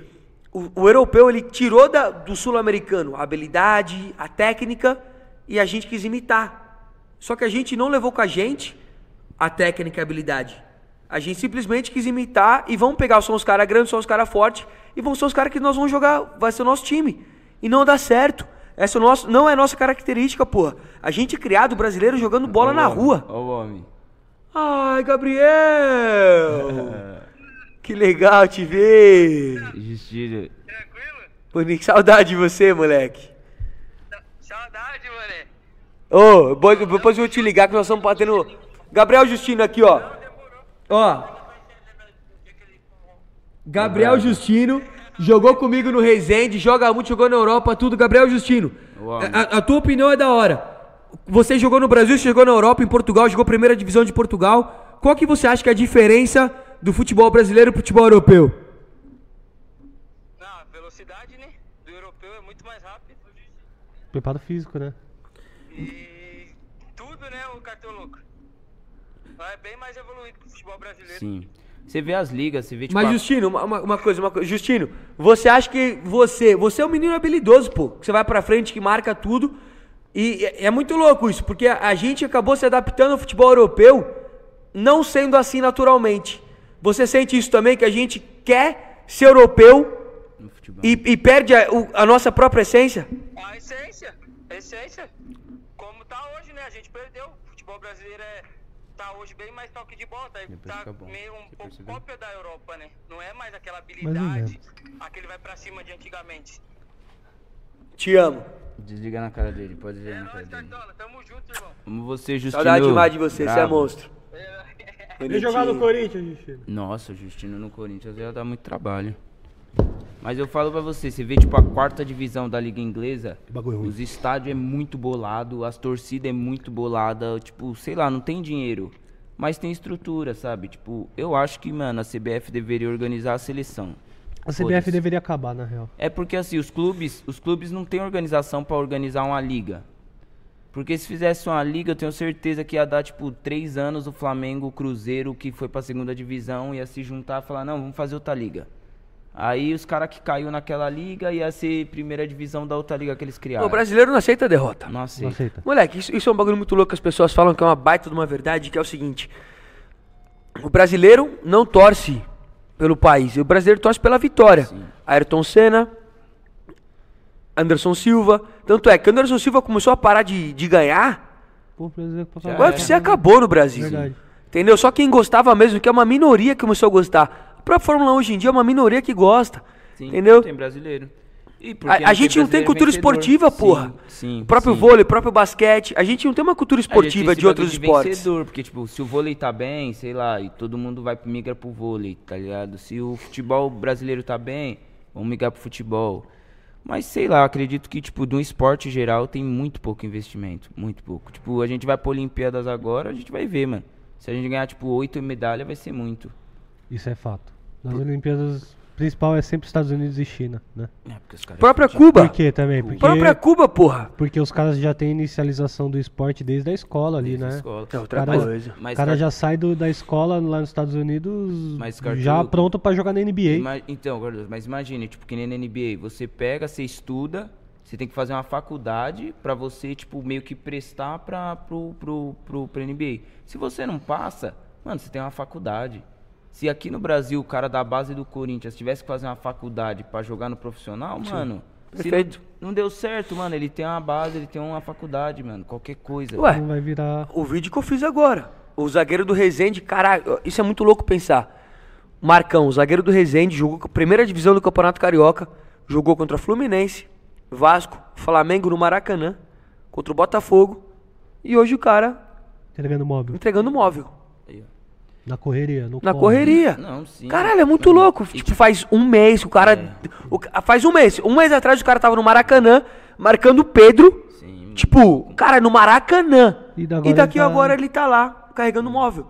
[SPEAKER 2] o, o europeu ele tirou da- do sul-americano a habilidade, a técnica e a gente quis imitar. Só que a gente não levou com a gente a técnica e a habilidade. A gente simplesmente quis imitar e vamos pegar só os caras grandes, só os caras fortes e vão ser os caras que nós vamos jogar, vai ser o nosso time. E não dá certo. Essa é o nosso, não é a nossa característica, porra. A gente é criado brasileiro jogando bola na rua.
[SPEAKER 4] Ó o homem.
[SPEAKER 2] Ai, Gabriel! que legal te ver!
[SPEAKER 4] Justiça.
[SPEAKER 5] Tranquilo?
[SPEAKER 2] Pô, Nick, saudade de você, moleque.
[SPEAKER 5] Sa- Saudade, mané.
[SPEAKER 2] Ô, depois- depois eu vou te ligar que nós estamos batendo. Gabriel Justino aqui, ó. Ó, Gabriel Justino jogou comigo no Resende, joga muito, jogou na Europa, tudo. Gabriel Justino,
[SPEAKER 4] Uau.
[SPEAKER 2] a, a tua opinião é da hora. Você jogou no Brasil, você jogou na Europa, em Portugal, jogou primeira divisão de Portugal. Qual que você acha que é a diferença do futebol brasileiro pro futebol europeu?
[SPEAKER 5] Não, a velocidade, né? Do europeu é muito mais rápido.
[SPEAKER 1] Preparo físico, né?
[SPEAKER 5] E tudo, né, o cartão louco. É bem mais evoluído que o futebol brasileiro.
[SPEAKER 4] Sim. Você vê as ligas, você vê, tipo.
[SPEAKER 2] Mas,
[SPEAKER 4] a-
[SPEAKER 2] Justino, uma, uma- uma coisa, uma coisa. Justino, você acha que você. Você é um menino habilidoso, pô. Que você vai pra frente, que marca tudo. E é, é muito louco isso, porque a, a gente acabou se adaptando ao futebol europeu, não sendo assim naturalmente. Você sente isso também, que a gente quer ser europeu
[SPEAKER 4] no futebol.
[SPEAKER 2] e, e perde a, o- a nossa própria essência?
[SPEAKER 5] A essência, a essência. Como tá hoje, né? A gente perdeu. O futebol brasileiro é, tá hoje bem mais toque de bola. Tá,
[SPEAKER 4] Depois
[SPEAKER 5] tá
[SPEAKER 4] fica bom.
[SPEAKER 5] meio um
[SPEAKER 4] Você
[SPEAKER 5] pouco
[SPEAKER 4] percebeu?
[SPEAKER 5] cópia da Europa, né? Não é mais aquela
[SPEAKER 1] ou
[SPEAKER 5] habilidade, aquele vai pra cima de antigamente.
[SPEAKER 2] Te amo.
[SPEAKER 4] Desliga na cara dele, pode
[SPEAKER 5] É
[SPEAKER 4] desligar na cara
[SPEAKER 5] nóis,
[SPEAKER 4] dele.
[SPEAKER 5] Cartola. Tamo junto, irmão.
[SPEAKER 4] Como você, Justino.
[SPEAKER 2] Saudade demais de você, você é
[SPEAKER 4] bravo.
[SPEAKER 2] monstro.
[SPEAKER 1] E jogar no Corinthians, Justino.
[SPEAKER 4] Nossa, o Justino no Corinthians já dá muito trabalho. Mas eu falo pra você, você vê tipo a quarta divisão da liga inglesa,
[SPEAKER 1] É bagulho ruim.
[SPEAKER 4] os estádios é muito bolado, as torcidas é muito bolada, tipo, sei lá, não tem dinheiro, mas tem estrutura, sabe? Tipo, eu acho que, mano, a CBF deveria organizar a seleção.
[SPEAKER 1] A CBF
[SPEAKER 4] Foda-se.
[SPEAKER 1] deveria acabar, na real.
[SPEAKER 4] É porque assim, os clubes, os clubes não têm organização pra organizar uma liga. Porque se fizesse uma liga, eu tenho certeza que ia dar tipo três anos o Flamengo, o Cruzeiro que foi pra segunda divisão ia se juntar e falar não, vamos fazer outra liga. Aí os caras que caiu naquela liga ia ser primeira divisão da outra liga que eles criaram.
[SPEAKER 2] O brasileiro não aceita a derrota.
[SPEAKER 4] Não aceita.
[SPEAKER 1] Não aceita.
[SPEAKER 2] Moleque, isso, isso é um bagulho muito louco que as pessoas falam que é uma baita de uma verdade, que é o seguinte. O brasileiro não torce pelo país, o brasileiro torce pela vitória. Ayrton Senna, Anderson Silva. Tanto é que Anderson Silva começou a parar de, de ganhar,
[SPEAKER 1] Pô, o brasileiro que
[SPEAKER 4] Já
[SPEAKER 2] o
[SPEAKER 4] É.
[SPEAKER 1] passou-
[SPEAKER 2] UFC acabou no Brasil.
[SPEAKER 1] Verdade.
[SPEAKER 2] Entendeu? Só quem gostava mesmo, que é uma minoria que começou a gostar. própria Fórmula 1 hoje em dia é uma minoria que gosta.
[SPEAKER 4] Sim,
[SPEAKER 2] entendeu?
[SPEAKER 4] Tem brasileiro. E porque
[SPEAKER 2] A, a gente não tem
[SPEAKER 4] brasileiro é
[SPEAKER 2] cultura
[SPEAKER 4] vencedor.
[SPEAKER 2] esportiva, porra.
[SPEAKER 4] Sim.
[SPEAKER 2] O próprio
[SPEAKER 4] sim.
[SPEAKER 2] vôlei, o próprio basquete. A gente não tem uma cultura
[SPEAKER 4] A gente tem
[SPEAKER 2] esportiva
[SPEAKER 4] esse
[SPEAKER 2] de outros
[SPEAKER 4] bagulho
[SPEAKER 2] esportes.
[SPEAKER 4] Vencedor, porque, tipo, se o vôlei tá bem, sei lá, e todo mundo vai migra pro vôlei, tá ligado? Se o futebol brasileiro tá bem, vamos migrar pro futebol. Mas sei lá, acredito que, tipo, de um esporte geral tem muito pouco investimento. Muito pouco. Tipo, a gente vai pra Olimpíadas agora, a gente vai ver, mano. Se a gente ganhar, tipo, oito medalhas, vai ser muito.
[SPEAKER 1] Isso é fato. Nas Olimpíadas, o principal é sempre Estados Unidos e China, né?
[SPEAKER 4] É, porque os caras
[SPEAKER 2] Própria
[SPEAKER 4] são chatos.
[SPEAKER 2] Cuba.
[SPEAKER 1] Por quê também?
[SPEAKER 2] A
[SPEAKER 1] Porque,
[SPEAKER 2] Própria Cuba, porra.
[SPEAKER 1] porque os caras já têm inicialização do esporte desde a escola ali,
[SPEAKER 4] Desde a
[SPEAKER 1] né?
[SPEAKER 4] escola.
[SPEAKER 2] É outra
[SPEAKER 1] Cara,
[SPEAKER 2] coisa.
[SPEAKER 1] O
[SPEAKER 4] Mas
[SPEAKER 1] cara
[SPEAKER 4] car-
[SPEAKER 1] já sai do- da escola lá nos Estados Unidos
[SPEAKER 4] Mas
[SPEAKER 1] já
[SPEAKER 4] cartucho-
[SPEAKER 1] pronto pra jogar na NBA.
[SPEAKER 4] Ima- Então, Gordoso, mas imagine, tipo, que nem na NBA, você pega, você estuda, você tem que fazer uma faculdade pra você, tipo, meio que prestar pra, pro, pro, pro, pra NBA. Se você não passa, mano, você tem uma faculdade. Se aqui no Brasil o cara da base do Corinthians tivesse que fazer uma faculdade pra jogar no profissional, mano. se
[SPEAKER 2] Perfeito.
[SPEAKER 4] Não, não deu certo, mano. Ele tem uma base, ele tem uma faculdade, mano. Qualquer coisa.
[SPEAKER 2] Ué,
[SPEAKER 1] Não Então vai virar.
[SPEAKER 2] o vídeo que eu fiz agora. O zagueiro do Rezende, caralho, isso é muito louco pensar. Marcão, o zagueiro do Rezende, jogou com a primeira divisão do Campeonato Carioca, jogou contra Fluminense, Vasco, Flamengo no Maracanã, contra o Botafogo, e hoje o cara
[SPEAKER 1] Entregando móvel.
[SPEAKER 2] entregando móvel.
[SPEAKER 4] Aí, ó.
[SPEAKER 1] Na correria. No
[SPEAKER 2] Na
[SPEAKER 1] corre.
[SPEAKER 2] correria.
[SPEAKER 4] Não, É. sim.
[SPEAKER 2] Caralho, é muito louco. Tipo, faz um mês que o cara. o ca- faz um mês. Um mês atrás o cara tava no Maracanã, marcando o Pedro.
[SPEAKER 4] Sim,
[SPEAKER 2] Tipo, cara, no Maracanã.
[SPEAKER 1] E
[SPEAKER 2] E,
[SPEAKER 1] da- agora
[SPEAKER 2] daqui
[SPEAKER 1] ele tá-
[SPEAKER 2] agora ele tá lá, carregando o móvel.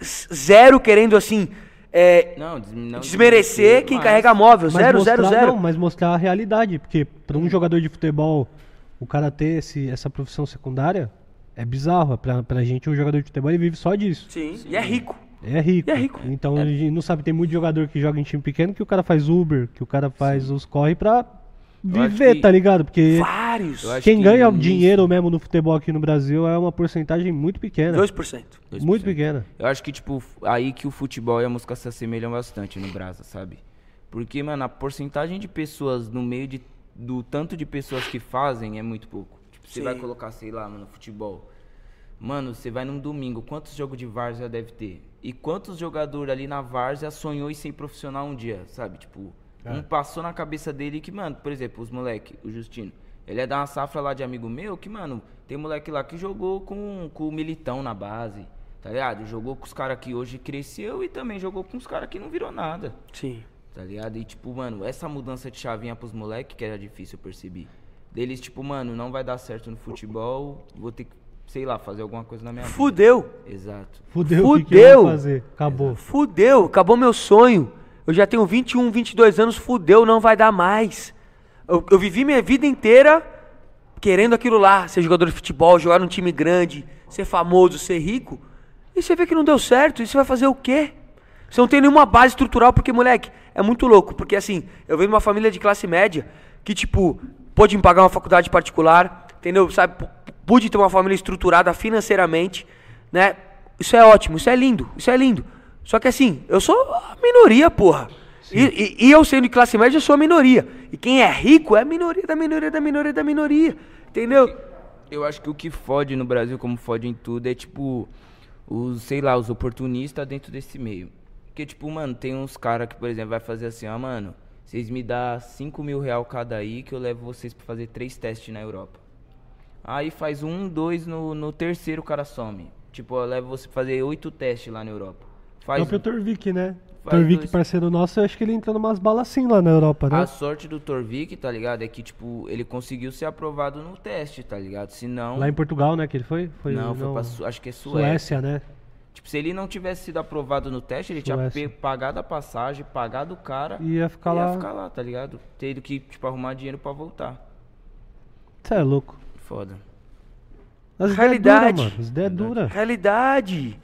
[SPEAKER 2] S- Zero querendo, assim, é,
[SPEAKER 4] Não, des- não
[SPEAKER 2] desmerecer quem
[SPEAKER 4] mas-
[SPEAKER 2] carrega móvel.
[SPEAKER 1] Mas
[SPEAKER 2] Zero,
[SPEAKER 1] mostrar,
[SPEAKER 2] zero, zero.
[SPEAKER 1] Não, mas mostrar a realidade. Porque pra um jogador de futebol, o cara ter esse, essa profissão secundária é bizarro. Pra, pra gente, o jogador de futebol ele vive só disso.
[SPEAKER 2] Sim, e é rico.
[SPEAKER 1] É rico.
[SPEAKER 2] E é rico.
[SPEAKER 1] Então a gente não sabe, tem muito jogador que joga em time pequeno que o cara faz Uber, que o cara faz os corre pra
[SPEAKER 4] acho
[SPEAKER 1] viver,
[SPEAKER 4] que-
[SPEAKER 1] tá ligado? Porque
[SPEAKER 2] Vários.
[SPEAKER 4] Eu acho
[SPEAKER 1] quem
[SPEAKER 4] que
[SPEAKER 1] ganha
[SPEAKER 4] nisso-
[SPEAKER 1] dinheiro mesmo no futebol aqui no Brasil é uma porcentagem muito pequena.
[SPEAKER 2] 2%.
[SPEAKER 1] Muito pequena.
[SPEAKER 4] Eu acho que, tipo, aí que o futebol e a música se assemelham bastante no Brasa, sabe? Porque, mano, a porcentagem de pessoas no meio de, do tanto de pessoas que fazem é muito pouco. Tipo, você
[SPEAKER 2] Sim.
[SPEAKER 4] vai colocar, sei lá, mano, futebol. Mano, você vai num domingo, quantos jogos de várzea deve ter? E quantos jogadores ali na várzea sonhou em ser profissional um dia, sabe? Tipo, um passou na cabeça dele que, mano, por exemplo, os moleque, o Justino, ele é da uma safra lá de amigo meu que, mano, tem moleque lá que jogou com, com o Militão na base, tá ligado? Jogou com os caras que hoje cresceu e também jogou com os caras que não virou nada,
[SPEAKER 2] Sim.
[SPEAKER 4] tá ligado? E, tipo, mano, essa mudança de chavinha pros moleque que era difícil eu perceber. Deles, tipo, mano, não vai dar certo no futebol, vou ter que, sei lá, fazer alguma coisa na minha vida.
[SPEAKER 2] Fudeu.
[SPEAKER 4] Exato.
[SPEAKER 1] Fudeu, o que que
[SPEAKER 2] Fudeu.
[SPEAKER 1] eu vou fazer? Acabou.
[SPEAKER 2] Fudeu, acabou meu sonho. Eu já tenho 21, 22 anos, fudeu, não vai dar mais. Eu, eu vivi minha vida inteira querendo aquilo lá, ser jogador de futebol, jogar num time grande, ser famoso, ser rico. E você vê que não deu certo, e você vai fazer o quê? Você não tem nenhuma base estrutural, porque, moleque, é muito louco. Porque, assim, eu venho de uma família de classe média que, tipo, pôde me pagar uma faculdade particular, entendeu? Sabe, pu- pude ter uma família estruturada financeiramente, né? Isso é ótimo, isso é lindo, isso é lindo. Só que, assim, eu sou a minoria, porra. E, e- e eu sendo de classe média, eu sou a minoria. E quem é rico é a minoria da minoria da minoria da minoria, entendeu?
[SPEAKER 4] Eu acho que o que fode no Brasil, como fode em tudo, é tipo, os, sei lá, os oportunistas dentro desse meio. Porque, tipo, mano, tem uns caras que, por exemplo, vai fazer assim, ah, mano, vocês me dão 5 mil real cada aí que eu levo vocês pra fazer três testes na Europa. Aí faz um, dois, no, no terceiro o cara some. Tipo, eu levo você pra fazer oito testes lá na Europa.
[SPEAKER 1] É
[SPEAKER 4] Faz
[SPEAKER 1] o próprio Torvik, né?
[SPEAKER 4] faz
[SPEAKER 1] Torvik,
[SPEAKER 4] dois.
[SPEAKER 1] parceiro nosso, eu acho que ele entrou numas balas assim lá na Europa, né?
[SPEAKER 4] A sorte do Torvik, tá ligado? É que, tipo, ele conseguiu ser aprovado no teste, tá ligado? Se não.
[SPEAKER 1] Lá em Portugal, né? Que ele foi? foi
[SPEAKER 4] não, foi pra Su- acho que é Suécia.
[SPEAKER 1] Suécia, né?
[SPEAKER 4] Tipo, se ele não tivesse sido aprovado no teste, ele tinha
[SPEAKER 1] Suécia.
[SPEAKER 4] pe- pagado a passagem, pagado o cara e
[SPEAKER 1] Ia ficar
[SPEAKER 4] ia
[SPEAKER 1] lá.
[SPEAKER 4] ficar lá, tá ligado? Tendo que, tipo, arrumar dinheiro pra voltar.
[SPEAKER 1] Você é louco.
[SPEAKER 4] Foda.
[SPEAKER 1] As
[SPEAKER 2] Realidade.
[SPEAKER 1] ideias duras, mano. As ideias duras.
[SPEAKER 2] Realidade.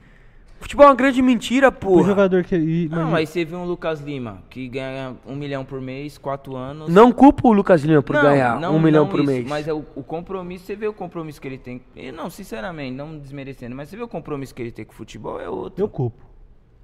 [SPEAKER 2] Futebol é uma grande mentira,
[SPEAKER 1] O
[SPEAKER 2] porra.
[SPEAKER 1] jogador que. e-
[SPEAKER 4] Não,
[SPEAKER 1] mas-
[SPEAKER 4] aí você viu um Lucas Lima, que ganha um milhão por mês, quatro anos.
[SPEAKER 2] Não culpa o Lucas Lima por
[SPEAKER 4] Não,
[SPEAKER 2] ganhar
[SPEAKER 4] não-
[SPEAKER 2] um milhão
[SPEAKER 4] não
[SPEAKER 2] por
[SPEAKER 4] isso,
[SPEAKER 2] mês.
[SPEAKER 4] Mas é o, o compromisso, você vê o compromisso que ele tem. E não, sinceramente, não desmerecendo, mas você vê o compromisso que ele tem com o futebol, é outro.
[SPEAKER 1] Eu culpo.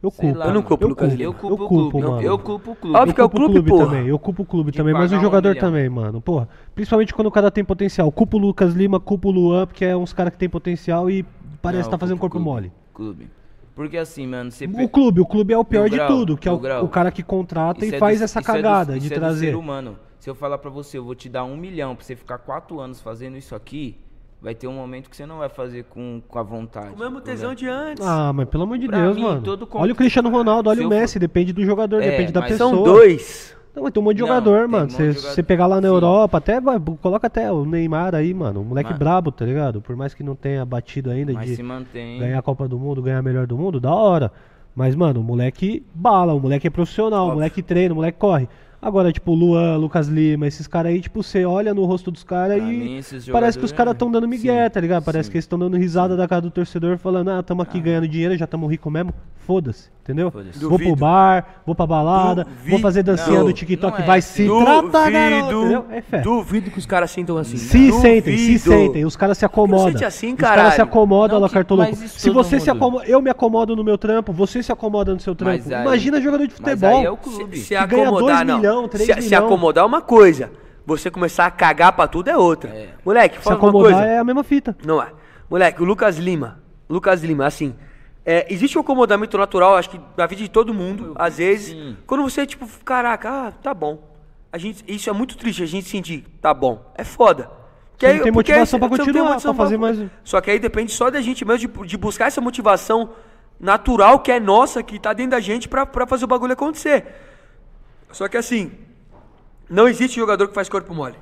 [SPEAKER 1] Eu
[SPEAKER 4] Sei
[SPEAKER 1] culpo.
[SPEAKER 4] lá,
[SPEAKER 2] Eu não
[SPEAKER 4] mano.
[SPEAKER 2] culpo o Lucas Lima.
[SPEAKER 4] Eu culpo,
[SPEAKER 1] Eu
[SPEAKER 4] o
[SPEAKER 1] culpo,
[SPEAKER 4] clube.
[SPEAKER 1] mano.
[SPEAKER 4] Eu, eu culpo o clube.
[SPEAKER 1] Eu
[SPEAKER 2] Óbvio que é o
[SPEAKER 1] culpo
[SPEAKER 2] clube, porra.
[SPEAKER 1] também, eu culpo o clube
[SPEAKER 4] De
[SPEAKER 1] também, mas o
[SPEAKER 4] pagar um
[SPEAKER 1] jogador
[SPEAKER 4] milhão.
[SPEAKER 1] também, mano, porra. Principalmente quando o cara tem potencial. Culpo o Lucas Lima, culpo o Luan, porque é uns caras que tem potencial e parece
[SPEAKER 4] Não,
[SPEAKER 1] que tá fazendo
[SPEAKER 4] culpo
[SPEAKER 1] corpo
[SPEAKER 4] o clube.
[SPEAKER 1] mole.
[SPEAKER 4] Clube. Porque assim, mano, você
[SPEAKER 1] O clube, o clube é o pior
[SPEAKER 4] Mil
[SPEAKER 1] de
[SPEAKER 4] grau,
[SPEAKER 1] tudo, que é o,
[SPEAKER 4] mil grau.
[SPEAKER 1] o cara que contrata
[SPEAKER 4] Isso
[SPEAKER 1] e
[SPEAKER 4] é
[SPEAKER 1] faz
[SPEAKER 4] do-
[SPEAKER 1] essa
[SPEAKER 4] isso é do-
[SPEAKER 1] cagada de
[SPEAKER 4] isso é do
[SPEAKER 1] trazer.
[SPEAKER 4] ser humano. Se eu falar pra você, eu vou te dar um milhão pra você ficar quatro anos fazendo isso aqui, vai ter um momento que você não vai fazer com, com a vontade.
[SPEAKER 2] O mesmo
[SPEAKER 4] entendeu?
[SPEAKER 2] tesão de antes.
[SPEAKER 1] ah, mas pelo amor de
[SPEAKER 4] Pra
[SPEAKER 1] Deus,
[SPEAKER 4] mim,
[SPEAKER 1] mano.
[SPEAKER 4] todo con-
[SPEAKER 1] Olha o Cristiano Ronaldo, olha
[SPEAKER 4] Se
[SPEAKER 1] o
[SPEAKER 4] eu
[SPEAKER 1] Messi, depende do jogador,
[SPEAKER 4] É,
[SPEAKER 1] depende da
[SPEAKER 4] mas
[SPEAKER 1] pessoa.
[SPEAKER 2] São dois.
[SPEAKER 1] Não, mas tem um monte de
[SPEAKER 4] Não,
[SPEAKER 1] jogador,
[SPEAKER 4] tem
[SPEAKER 1] mano.
[SPEAKER 4] um monte
[SPEAKER 1] Se
[SPEAKER 4] de
[SPEAKER 1] você
[SPEAKER 4] jogador.
[SPEAKER 1] pegar lá na
[SPEAKER 4] Sim.
[SPEAKER 1] Europa, até vai- coloca até o Neymar aí, mano. Um moleque
[SPEAKER 4] Mano.
[SPEAKER 1] brabo, tá ligado? Por mais que não tenha batido ainda
[SPEAKER 4] Mas
[SPEAKER 1] de
[SPEAKER 4] se mantém.
[SPEAKER 1] ganhar a Copa do Mundo, ganhar a melhor do mundo, da hora. Mas, mano, o moleque bala, o moleque é profissional, o moleque treina, o moleque corre. Agora, tipo, Luan, Lucas Lima, esses caras aí, tipo, você olha no rosto dos caras
[SPEAKER 4] Pra mim,
[SPEAKER 1] e
[SPEAKER 4] esses
[SPEAKER 1] parece que os
[SPEAKER 4] jogadores- é-
[SPEAKER 1] caras estão dando migué,
[SPEAKER 4] Sim,
[SPEAKER 1] tá ligado? Parece
[SPEAKER 4] sim.
[SPEAKER 1] que eles estão dando risada da cara do torcedor, falando, ah, tamo aqui ganhando dinheiro, já tamo rico mesmo. Foda-se, entendeu?
[SPEAKER 4] Foda-se.
[SPEAKER 1] Vou pro
[SPEAKER 2] Duvido.
[SPEAKER 1] bar, vou pra balada, vou
[SPEAKER 2] Duvido.
[SPEAKER 1] fazer dancinha
[SPEAKER 4] Não,
[SPEAKER 1] no TikTok,
[SPEAKER 4] não é.
[SPEAKER 1] vai se tratar, garoto, entendeu? É fé.
[SPEAKER 2] duvido que os caras sintam assim.
[SPEAKER 1] Se
[SPEAKER 2] Duvido.
[SPEAKER 1] sentem, se sentem. Os caras se acomodam.
[SPEAKER 2] sente assim,
[SPEAKER 1] Os caras se
[SPEAKER 2] caralho?
[SPEAKER 1] acomodam,
[SPEAKER 4] Não,
[SPEAKER 1] ela
[SPEAKER 4] que-
[SPEAKER 1] cartolou.
[SPEAKER 4] mas isso
[SPEAKER 1] Se
[SPEAKER 4] todo
[SPEAKER 1] você se
[SPEAKER 4] mundo.
[SPEAKER 1] acomoda, eu me acomodo no meu trampo, você se acomoda no seu
[SPEAKER 4] Mas
[SPEAKER 1] trampo.
[SPEAKER 4] aí-
[SPEAKER 1] Imagina jogador de
[SPEAKER 4] mas
[SPEAKER 1] futebol.
[SPEAKER 4] aí é o
[SPEAKER 2] Se,
[SPEAKER 4] clube.
[SPEAKER 2] se
[SPEAKER 1] um Que ganha
[SPEAKER 2] acomodar,
[SPEAKER 1] dois
[SPEAKER 2] não.
[SPEAKER 1] milhão, três
[SPEAKER 2] se, se
[SPEAKER 1] milhão.
[SPEAKER 2] acomodar é uma coisa. Você começar a cagar pra tudo é outra. Moleque,
[SPEAKER 1] Se
[SPEAKER 2] fala uma coisa.
[SPEAKER 1] acomodar é a mesma fita.
[SPEAKER 2] Não é. Moleque, o Lucas Lima. Lucas Lima, assim. é, existe um acomodamento natural, acho que na vida de todo mundo, às vezes.
[SPEAKER 4] sim.
[SPEAKER 2] Quando você, tipo, caraca, ah, tá bom. A gente, isso é muito triste, a gente sentir, tá bom. É foda. Que
[SPEAKER 1] Você não tem
[SPEAKER 2] porque
[SPEAKER 1] motivação
[SPEAKER 2] você-
[SPEAKER 1] pra
[SPEAKER 2] você não tem
[SPEAKER 1] continuar,
[SPEAKER 2] motivação
[SPEAKER 1] pra fazer
[SPEAKER 2] pra-
[SPEAKER 1] mais- um.
[SPEAKER 2] Só que aí depende só da gente mesmo, de, de buscar essa motivação natural que é nossa, que tá dentro da gente pra, pra fazer o bagulho acontecer. Só que assim, não existe jogador que faz corpo mole.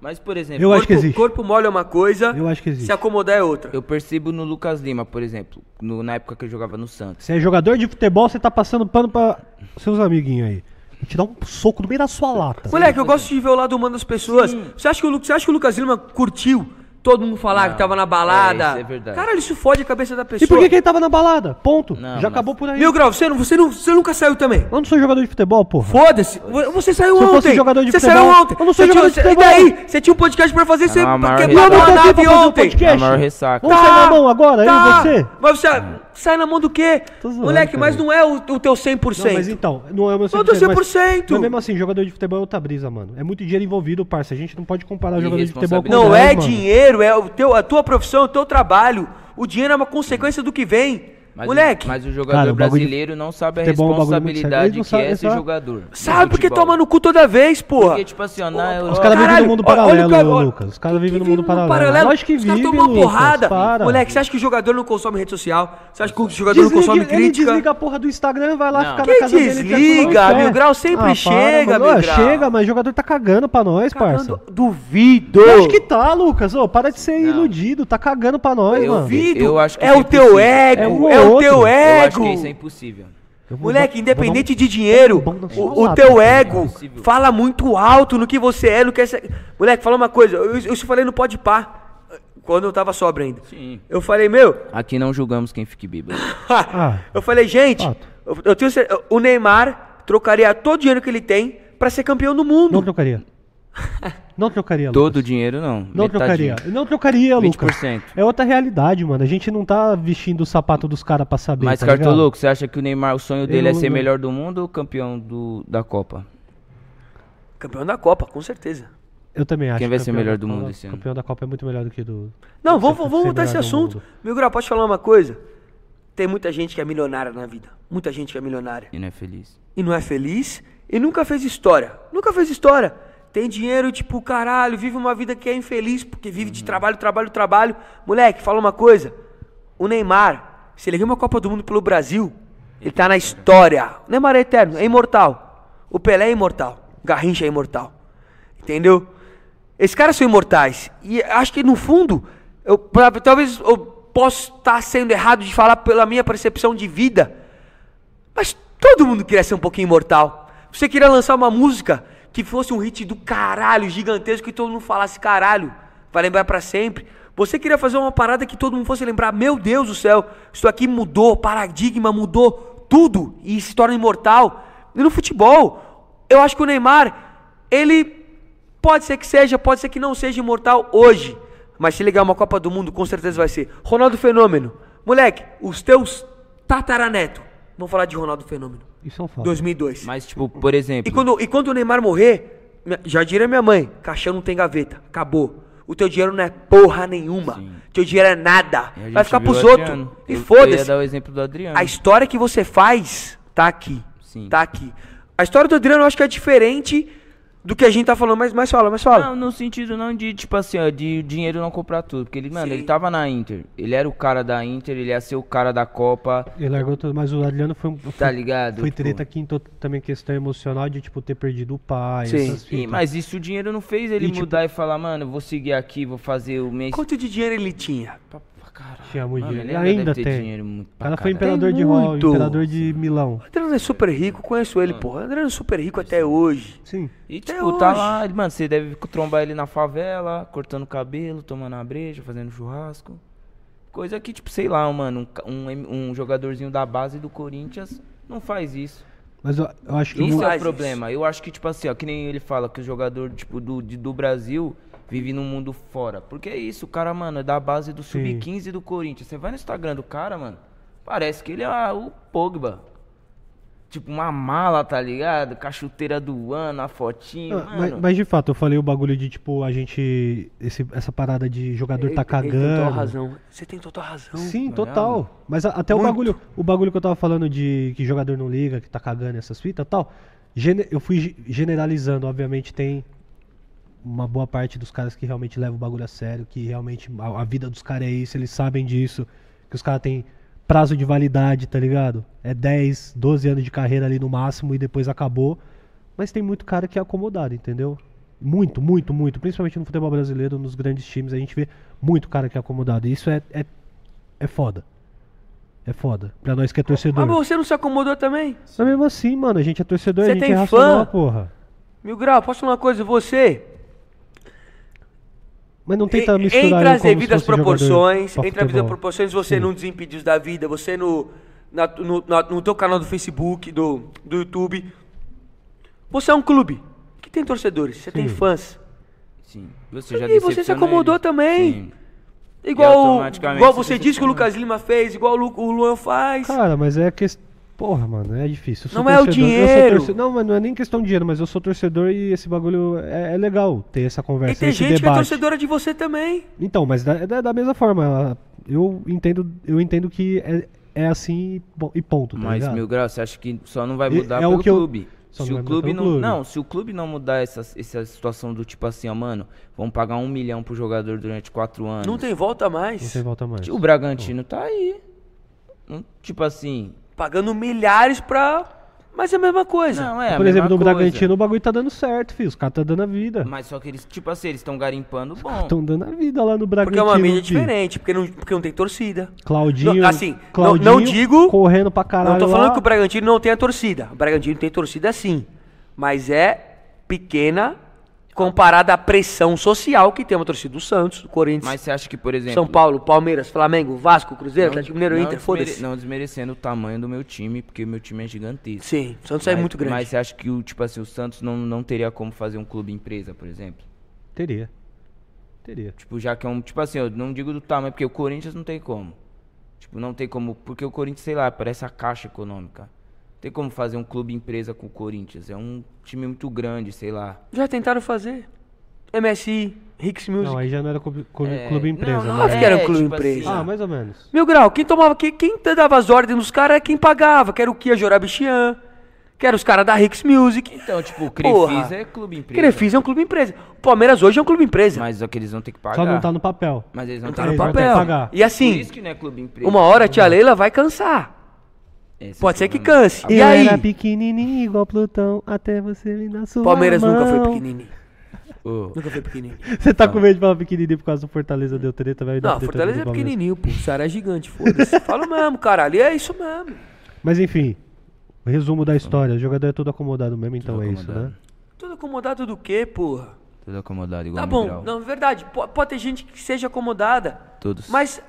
[SPEAKER 4] Mas, por exemplo,
[SPEAKER 1] Eu
[SPEAKER 2] corpo,
[SPEAKER 1] acho que existe.
[SPEAKER 2] corpo mole é uma coisa,
[SPEAKER 1] Eu acho que existe.
[SPEAKER 2] se acomodar é outra.
[SPEAKER 4] eu percebo no Lucas Lima, por exemplo, no- na época que eu jogava no Santos.
[SPEAKER 1] Você é jogador de futebol, você tá passando pano pra seus amiguinhos aí. E te dá um soco no meio da sua lata.
[SPEAKER 2] Moleque, eu gosto de ver o lado humano das pessoas. Você acha, que o, Lu- você acha que o Lucas Lima curtiu todo mundo falar que tava na balada?
[SPEAKER 4] é, isso é verdade.
[SPEAKER 2] Caralho, isso fode a cabeça da
[SPEAKER 1] E
[SPEAKER 2] pessoa.
[SPEAKER 1] por que, que ele tava na balada? Ponto.
[SPEAKER 4] Não,
[SPEAKER 1] Já
[SPEAKER 4] mas-
[SPEAKER 1] acabou por aí.
[SPEAKER 2] Mil Grau, você, não, você, não, você nunca saiu também.
[SPEAKER 1] Eu não sou jogador de futebol, porra.
[SPEAKER 2] Foda-se, vo- você saiu
[SPEAKER 1] Se eu
[SPEAKER 2] ontem.
[SPEAKER 1] fosse jogador de
[SPEAKER 2] você
[SPEAKER 1] futebol-
[SPEAKER 2] saiu ontem.
[SPEAKER 1] Eu não sou
[SPEAKER 2] Você tinha-
[SPEAKER 1] jogador de
[SPEAKER 2] você- E
[SPEAKER 1] futebol.
[SPEAKER 2] daí? Você tinha um podcast pra fazer, você
[SPEAKER 4] Não, a maior
[SPEAKER 2] quebrou uma
[SPEAKER 4] risada.
[SPEAKER 1] Eu não tenho
[SPEAKER 2] nave
[SPEAKER 1] pra fazer o
[SPEAKER 2] ontem.
[SPEAKER 1] podcast.
[SPEAKER 4] A Tá maior ressaca.
[SPEAKER 1] Vamos sair na mão agora,
[SPEAKER 4] Tá.
[SPEAKER 1] eu e você?
[SPEAKER 2] Tá. Mas você sai na mão do quê?
[SPEAKER 1] Tô zoando,
[SPEAKER 2] Moleque, mas
[SPEAKER 1] cara.
[SPEAKER 2] não é o, o teu 100%.
[SPEAKER 1] Não, mas então, não é o meu
[SPEAKER 2] Todo
[SPEAKER 1] 100%, mas-
[SPEAKER 2] 100%.
[SPEAKER 1] Mas mesmo assim, jogador de futebol é outra brisa, mano. É muito dinheiro envolvido, parça. A gente não pode comparar
[SPEAKER 4] E
[SPEAKER 1] jogador de futebol com
[SPEAKER 2] Não
[SPEAKER 4] responsabilidade.
[SPEAKER 1] dez,
[SPEAKER 2] é
[SPEAKER 1] mano.
[SPEAKER 2] dinheiro, é o teu, a tua profissão, o teu trabalho. O dinheiro é uma consequência do que vem.
[SPEAKER 4] Mas,
[SPEAKER 2] Moleque,
[SPEAKER 4] O, mas o jogador
[SPEAKER 1] Cara, o bagulho-
[SPEAKER 4] brasileiro não sabe a
[SPEAKER 1] futebol é um bagulho muito sério. Eles
[SPEAKER 4] responsabilidade
[SPEAKER 1] não
[SPEAKER 4] que
[SPEAKER 1] sabem-
[SPEAKER 4] é
[SPEAKER 1] eles
[SPEAKER 4] esse
[SPEAKER 1] só-
[SPEAKER 4] jogador. no
[SPEAKER 2] sabe porque
[SPEAKER 4] futebol.
[SPEAKER 2] toma no cu toda vez, porra.
[SPEAKER 4] Porque, tipo assim, ó, na Europa...
[SPEAKER 1] Os caras vivem
[SPEAKER 2] Caralho,
[SPEAKER 1] no mundo
[SPEAKER 2] ó- olha o
[SPEAKER 1] paralelo,
[SPEAKER 2] cara-
[SPEAKER 1] ô,
[SPEAKER 2] ó,
[SPEAKER 1] Lucas. Os caras vivem no
[SPEAKER 2] vive
[SPEAKER 1] mundo paralelo. Lógico que
[SPEAKER 2] Os caras
[SPEAKER 1] vive,
[SPEAKER 2] tomam uma
[SPEAKER 1] Lucas,
[SPEAKER 2] porrada.
[SPEAKER 1] para.
[SPEAKER 2] Moleque, você acha que o jogador não consome rede social? Você acha que o jogador não
[SPEAKER 1] Desliga,
[SPEAKER 2] consome
[SPEAKER 1] ele
[SPEAKER 2] crítica?
[SPEAKER 1] desliga a porra do Instagram, vai lá
[SPEAKER 4] Não.
[SPEAKER 1] ficar na
[SPEAKER 2] Quem
[SPEAKER 1] casa dele.
[SPEAKER 2] desliga?
[SPEAKER 1] quieto, não,
[SPEAKER 2] Mil
[SPEAKER 1] é.
[SPEAKER 2] Grau sempre
[SPEAKER 1] para,
[SPEAKER 2] chega,
[SPEAKER 1] mano.
[SPEAKER 2] Mil
[SPEAKER 1] Ó,
[SPEAKER 2] Grau.
[SPEAKER 1] Chega, mas o jogador tá cagando pra nós,
[SPEAKER 2] Cagando-
[SPEAKER 1] parça.
[SPEAKER 2] Duvido.
[SPEAKER 1] Eu acho que tá, Lucas. Ô, para de ser
[SPEAKER 4] Não.
[SPEAKER 1] iludido, tá cagando pra nós,
[SPEAKER 4] Eu
[SPEAKER 1] mano.
[SPEAKER 4] vi.
[SPEAKER 2] Duvido.
[SPEAKER 4] Eu acho que
[SPEAKER 2] é
[SPEAKER 4] isso é
[SPEAKER 2] o teu
[SPEAKER 4] impossível.
[SPEAKER 2] ego,
[SPEAKER 1] É
[SPEAKER 2] é,
[SPEAKER 1] um ou
[SPEAKER 2] o teu
[SPEAKER 1] outro.
[SPEAKER 4] Eu acho
[SPEAKER 2] ego.
[SPEAKER 4] que isso é impossível.
[SPEAKER 1] Eu vou- vou- vou
[SPEAKER 2] Moleque,
[SPEAKER 1] dar um-
[SPEAKER 2] independente de dinheiro,
[SPEAKER 1] Bom, não,
[SPEAKER 2] o, o
[SPEAKER 1] lata,
[SPEAKER 2] teu
[SPEAKER 1] cara.
[SPEAKER 2] ego
[SPEAKER 4] Impossível.
[SPEAKER 2] fala muito alto no que você é, no que é. ser- Moleque, fala uma coisa, eu, eu te falei no pode pá, quando eu tava sobra ainda.
[SPEAKER 4] Sim.
[SPEAKER 2] Eu falei, meu,
[SPEAKER 4] Aqui não julgamos quem fique bíblia.
[SPEAKER 1] Ah.
[SPEAKER 2] eu falei, gente,
[SPEAKER 1] Fato.
[SPEAKER 2] eu, eu tenho cer- o Neymar trocaria todo o dinheiro que ele tem pra ser campeão do mundo.
[SPEAKER 1] Não trocaria. Não trocaria, Lucas.
[SPEAKER 4] Todo o dinheiro, não.
[SPEAKER 1] Não
[SPEAKER 4] Metadinho.
[SPEAKER 1] trocaria. Não trocaria, Lucas.
[SPEAKER 4] 20%.
[SPEAKER 1] É outra realidade, mano. A gente não tá vestindo o sapato dos caras pra saber.
[SPEAKER 4] Mas,
[SPEAKER 1] tá
[SPEAKER 4] Cartoloco, você acha que o Neymar, o sonho dele é
[SPEAKER 1] Eu-
[SPEAKER 4] ser melhor do mundo ou campeão do, da Copa?
[SPEAKER 2] Campeão da Copa, com certeza.
[SPEAKER 1] ligado? Eu também acho.
[SPEAKER 4] Quem vai ser
[SPEAKER 1] campeão
[SPEAKER 4] melhor
[SPEAKER 1] da
[SPEAKER 4] do
[SPEAKER 1] Copa-
[SPEAKER 4] mundo esse ano?
[SPEAKER 1] Campeão da Copa é muito melhor do que do.
[SPEAKER 2] Não,
[SPEAKER 1] do
[SPEAKER 2] vamos,
[SPEAKER 1] ser-
[SPEAKER 2] vamos
[SPEAKER 1] ser
[SPEAKER 2] voltar esse
[SPEAKER 1] melhor do
[SPEAKER 2] assunto.
[SPEAKER 1] mundo.
[SPEAKER 2] Meu grau, posso te falar uma coisa? Tem muita gente que é milionária na vida. Muita gente que é milionária.
[SPEAKER 4] E não é feliz.
[SPEAKER 2] e não é feliz e nunca fez história. Nunca fez história. Tem dinheiro, tipo, caralho, vive uma vida que é infeliz, porque vive de trabalho, trabalho, trabalho. Moleque, fala uma coisa. O Neymar, se ele ganhar uma Copa do Mundo pelo Brasil, ele tá na história. O Neymar é eterno, é imortal. O Pelé é imortal. O Garrincha é imortal. Entendeu? Esses caras são imortais. E acho que no fundo, eu, pra- talvez eu possa estar sendo errado de falar pela minha percepção de vida, mas todo mundo queria ser um pouquinho imortal. Você queria lançar uma música que fosse um hit do caralho, gigantesco, que todo mundo falasse caralho, vai lembrar pra sempre. Você queria fazer uma parada que todo mundo fosse lembrar, meu Deus do céu, isso aqui mudou, paradigma mudou tudo e se torna imortal. E no futebol, eu acho que o Neymar, ele pode ser que seja, pode ser que não seja imortal hoje, mas se ele ganhar uma Copa do Mundo, com certeza vai ser. Ronaldo Fenômeno, moleque, os teus tataraneto, vão falar de Ronaldo Fenômeno,
[SPEAKER 1] Isso é um fato.
[SPEAKER 2] 2002.
[SPEAKER 4] Mas, tipo, por exemplo...
[SPEAKER 2] E quando, e quando o Neymar morrer, minha- já diria minha mãe, caixão não tem gaveta, acabou. o teu dinheiro não é porra nenhuma.
[SPEAKER 4] Sim.
[SPEAKER 2] Teu dinheiro é nada.
[SPEAKER 4] E a
[SPEAKER 2] Vai
[SPEAKER 4] gente
[SPEAKER 2] ficar
[SPEAKER 4] viu
[SPEAKER 2] pros
[SPEAKER 4] o
[SPEAKER 2] outros.
[SPEAKER 4] Adriano.
[SPEAKER 2] E
[SPEAKER 4] Eu- eu ia
[SPEAKER 2] foda-se.
[SPEAKER 4] dar o exemplo do Adriano.
[SPEAKER 2] A história que você faz tá aqui.
[SPEAKER 4] Sim.
[SPEAKER 2] Tá aqui. A história do Adriano eu acho que é diferente do que a gente tá falando, mas, mas fala, mas fala.
[SPEAKER 4] Não, no sentido não de, tipo assim, ó, de dinheiro não comprar tudo. Porque ele, mano,
[SPEAKER 2] Sim.
[SPEAKER 4] ele tava na Inter. Ele era o cara da Inter, ele ia ser o cara da Copa,
[SPEAKER 1] Ele largou tudo, mas o Adriano foi um.
[SPEAKER 4] tá
[SPEAKER 1] foi-
[SPEAKER 4] ligado?
[SPEAKER 1] Foi
[SPEAKER 4] Tipo,
[SPEAKER 1] treta aqui então, também questão emocional de, tipo, ter perdido o pai,
[SPEAKER 2] Sim.
[SPEAKER 1] essas
[SPEAKER 4] e-
[SPEAKER 1] fitas.
[SPEAKER 4] mas isso o dinheiro não fez ele
[SPEAKER 1] E, tipo-
[SPEAKER 4] mudar e falar, mano, eu vou seguir aqui, vou fazer o mês.
[SPEAKER 2] Quanto de dinheiro ele tinha?
[SPEAKER 4] Pra- pra caralho.
[SPEAKER 1] Tinha muito
[SPEAKER 4] Mano,
[SPEAKER 1] dinheiro.
[SPEAKER 4] ele
[SPEAKER 1] Ainda
[SPEAKER 4] deve ter
[SPEAKER 1] tem.
[SPEAKER 4] dinheiro muito
[SPEAKER 1] O
[SPEAKER 4] pra
[SPEAKER 1] cara foi
[SPEAKER 4] caralho.
[SPEAKER 1] imperador de Roma,
[SPEAKER 2] muito.
[SPEAKER 1] imperador de Milão.
[SPEAKER 2] O Adriano é super rico, conheço ele, porra. O Adriano é super rico até hoje.
[SPEAKER 1] Sim.
[SPEAKER 4] E
[SPEAKER 2] Até
[SPEAKER 4] tipo, tá
[SPEAKER 2] hoje.
[SPEAKER 4] lá, ele- mano, você deve trombar ele na favela, cortando cabelo, tomando a breja, fazendo churrasco. Coisa que, tipo, sei lá, mano, um ca- um, M- um jogadorzinho da base do Corinthians não faz isso.
[SPEAKER 1] Mas eu, eu acho que.
[SPEAKER 2] Não
[SPEAKER 4] Isso é
[SPEAKER 2] faz
[SPEAKER 4] o problema. Eu acho que, tipo assim, ó, que nem ele fala que o jogador, tipo, do, de- do Brasil vive num mundo fora. Porque é isso, o cara, mano, é da base do
[SPEAKER 1] Sim.
[SPEAKER 4] Sub-15 do Corinthians. Você vai no Instagram do cara, mano, parece que ele é ah, o Pogba. Tipo, uma mala, tá ligado? Cachuteira do ano, a fotinha,
[SPEAKER 1] Ah,
[SPEAKER 4] mano.
[SPEAKER 1] mas, mas de fato, eu falei o bagulho de, tipo, a gente. esse- essa parada de jogador tá
[SPEAKER 2] Ele tem total
[SPEAKER 1] cagando.
[SPEAKER 2] razão. Você tem total razão.
[SPEAKER 1] Sim,
[SPEAKER 4] tá
[SPEAKER 1] total. Mas a- até o
[SPEAKER 2] é Muito.
[SPEAKER 1] bagulho, o bagulho que eu tava falando de que jogador não liga, que tá cagando essas fitas e tal. gene- eu fui ge- generalizando, obviamente tem uma boa parte dos caras que realmente levam o bagulho a sério, que realmente a, a vida dos caras é isso, eles sabem disso, que os caras têm prazo de validade, tá ligado? É 10, 12 anos de carreira ali no máximo e depois acabou. Mas tem muito cara que é acomodado, entendeu? Muito, muito, muito. Principalmente no futebol brasileiro, nos grandes times, a gente vê muito cara que é acomodado. E isso é, é, é foda. É foda. Pra nós que é torcedor.
[SPEAKER 2] Mas você não se acomodou também?
[SPEAKER 1] Mas mesmo assim, mano, a gente é torcedor,
[SPEAKER 2] Você
[SPEAKER 1] a gente
[SPEAKER 2] tem
[SPEAKER 1] é racional,
[SPEAKER 2] fã?
[SPEAKER 1] porra.
[SPEAKER 2] Mil Grau, posso falar uma coisa? Você
[SPEAKER 1] Mas não tenta
[SPEAKER 2] Em-
[SPEAKER 1] misturar
[SPEAKER 2] Em
[SPEAKER 1] eu
[SPEAKER 2] trazer
[SPEAKER 1] como se
[SPEAKER 2] vida às
[SPEAKER 1] fosse um jogador
[SPEAKER 2] proporções,
[SPEAKER 1] pra
[SPEAKER 2] em trazer vida às
[SPEAKER 1] futebol.
[SPEAKER 2] proporções, você
[SPEAKER 1] Sim.
[SPEAKER 2] num Desimpedidos da Vida, você no, na- no, na- no teu canal do Facebook, do, do YouTube. Você é um clube que tem torcedores, você tem
[SPEAKER 1] Sim.
[SPEAKER 2] fãs.
[SPEAKER 4] Sim. Você já
[SPEAKER 2] E você se
[SPEAKER 4] decepciona
[SPEAKER 2] acomodou
[SPEAKER 4] eles.
[SPEAKER 2] também.
[SPEAKER 4] Sim.
[SPEAKER 2] Igual,
[SPEAKER 4] automaticamente
[SPEAKER 2] igual
[SPEAKER 4] você
[SPEAKER 2] você disse que o Lucas Lima fez, igual o, Lu- o Luan faz.
[SPEAKER 1] Cara, mas é questão. Porra, mano, é difícil. Eu sou
[SPEAKER 2] Não é o
[SPEAKER 1] torcedor, eu sou
[SPEAKER 2] dinheiro.
[SPEAKER 1] torce- Não, mas não é nem questão de dinheiro, mas eu sou torcedor e esse bagulho é, é legal ter essa
[SPEAKER 2] e
[SPEAKER 1] conversa,
[SPEAKER 2] tem
[SPEAKER 1] esse
[SPEAKER 2] gente
[SPEAKER 1] debate.
[SPEAKER 2] que é torcedora de você também.
[SPEAKER 1] Então, mas da, da, da mesma forma, eu entendo, eu entendo que é, é assim e bom- e ponto, tá
[SPEAKER 4] Mas,
[SPEAKER 1] ligado?
[SPEAKER 4] Mil Grau, você acha que só não vai
[SPEAKER 1] E-
[SPEAKER 4] mudar
[SPEAKER 1] é o
[SPEAKER 4] pelo
[SPEAKER 1] que eu-
[SPEAKER 4] clube?
[SPEAKER 1] Só
[SPEAKER 4] Se
[SPEAKER 1] não
[SPEAKER 4] o
[SPEAKER 1] vai
[SPEAKER 4] clube
[SPEAKER 1] mudar
[SPEAKER 4] não,
[SPEAKER 1] pelo clube.
[SPEAKER 4] não, se o clube não mudar essa, essa situação do tipo assim, ó, mano, vamos pagar um milhão pro jogador durante quatro anos.
[SPEAKER 2] Não tem volta
[SPEAKER 1] Não
[SPEAKER 2] mais.
[SPEAKER 1] tem volta mais.
[SPEAKER 4] O Bragantino tá aí. Não- Tipo assim.
[SPEAKER 2] Pagando milhares pra. Mas é a mesma coisa.
[SPEAKER 4] Não, é. a
[SPEAKER 1] Por exemplo, no
[SPEAKER 4] mesma coisa.
[SPEAKER 1] Bragantino o bagulho tá dando certo, filho. Os caras tá dando a vida.
[SPEAKER 4] Mas só que eles, tipo assim, eles estão garimpando bom.
[SPEAKER 1] Estão dando a vida lá no
[SPEAKER 2] porque
[SPEAKER 1] Bragantino.
[SPEAKER 2] é uma mídia
[SPEAKER 1] fi.
[SPEAKER 2] diferente, porque não, porque não tem torcida.
[SPEAKER 1] Claudinho,
[SPEAKER 2] Não, assim, não-
[SPEAKER 1] Claudinho
[SPEAKER 2] não digo-
[SPEAKER 1] correndo pra caralho
[SPEAKER 2] Não tô falando
[SPEAKER 1] lá.
[SPEAKER 2] que o Bragantino não tem a torcida. O Bragantino tem torcida sim. Mas é pequena comparada à pressão social que tem uma torcida do Santos, do Corinthians,
[SPEAKER 4] Mas você acha que, por exemplo.
[SPEAKER 2] São Paulo, Palmeiras, Flamengo, Vasco, Cruzeiro,
[SPEAKER 4] não-
[SPEAKER 2] Atlético Mineiro,
[SPEAKER 4] não
[SPEAKER 2] Inter,
[SPEAKER 4] desmere-
[SPEAKER 2] foda-se.
[SPEAKER 4] Não desmerecendo o tamanho do meu time, porque o meu time é gigantesco.
[SPEAKER 2] Sim, o Santos é
[SPEAKER 4] Mas-
[SPEAKER 2] muito grande.
[SPEAKER 4] Mas você acha que o, tipo assim, o Santos não, não teria como fazer um clube empresa, por exemplo?
[SPEAKER 1] Teria. Teria.
[SPEAKER 4] Tipo, já que é um. Tipo assim, eu não digo do tamanho, porque o Corinthians não tem como. Tipo, não tem como. Porque o Corinthians, sei lá, parece a caixa econômica. Não tem como fazer um clube empresa com o Corinthians. É um time muito grande, sei lá.
[SPEAKER 2] Já tentaram fazer. MSI, Hicks Music.
[SPEAKER 1] Não, aí já não era clube, clube-
[SPEAKER 4] É,
[SPEAKER 1] clube empresa.
[SPEAKER 4] não,
[SPEAKER 1] né?
[SPEAKER 2] Óbvio que era um
[SPEAKER 4] É,
[SPEAKER 2] clube
[SPEAKER 4] tipo
[SPEAKER 2] empresa.
[SPEAKER 4] assim,
[SPEAKER 1] Ah, mais ou menos.
[SPEAKER 2] Mil grau, quem tomava, quem, quem dava as ordens nos caras é quem pagava, que era o Kia Jorabichian, que era os caras da Hicks Music.
[SPEAKER 4] Então, tipo, o
[SPEAKER 2] Porra.
[SPEAKER 4] Crefisa é clube empresa.
[SPEAKER 2] Crefisa é um clube empresa. O Palmeiras hoje é um clube empresa.
[SPEAKER 4] Mas aqueles vão ter que pagar.
[SPEAKER 1] Só não tá no papel.
[SPEAKER 4] Mas eles não
[SPEAKER 2] Não tá
[SPEAKER 4] têm
[SPEAKER 2] no
[SPEAKER 1] Eles vão
[SPEAKER 4] pagar.
[SPEAKER 1] ter que
[SPEAKER 2] papel.
[SPEAKER 1] pagar.
[SPEAKER 2] E
[SPEAKER 4] Por
[SPEAKER 2] assim,
[SPEAKER 4] isso que não é clube empresa.
[SPEAKER 2] uma hora a tia Leila vai cansar.
[SPEAKER 4] Esse é o
[SPEAKER 2] Pode ser que
[SPEAKER 4] problema.
[SPEAKER 2] canse. E
[SPEAKER 1] Eu
[SPEAKER 2] aí?
[SPEAKER 1] era pequenininho igual Plutão, até você me dar sua
[SPEAKER 2] Palmeiras nunca foi
[SPEAKER 1] mão.
[SPEAKER 2] pequenininho.
[SPEAKER 4] Ô,
[SPEAKER 2] Nunca foi pequenininho.
[SPEAKER 1] Você tá com medo de falar pequenininho por causa do Fortaleza deu treta, vai dar
[SPEAKER 2] Não,
[SPEAKER 1] treta
[SPEAKER 2] Fortaleza
[SPEAKER 1] no
[SPEAKER 2] é
[SPEAKER 1] Palmeiras.
[SPEAKER 2] pequenininho, pô. O Ceará é gigante, foda-se. Falo mesmo, caralho. E é isso mesmo.
[SPEAKER 1] Mas enfim, resumo
[SPEAKER 2] Tá
[SPEAKER 1] da história. O jogador é todo acomodado mesmo, então
[SPEAKER 4] Tudo
[SPEAKER 1] é isso, né?
[SPEAKER 4] acomodado.
[SPEAKER 2] Tudo acomodado do quê, porra?
[SPEAKER 4] Tudo acomodado igual
[SPEAKER 2] Tá
[SPEAKER 4] um
[SPEAKER 2] bom,
[SPEAKER 4] grau.
[SPEAKER 2] não, é verdade. po- Pode ter gente que seja acomodada.
[SPEAKER 4] Todos.
[SPEAKER 2] Mas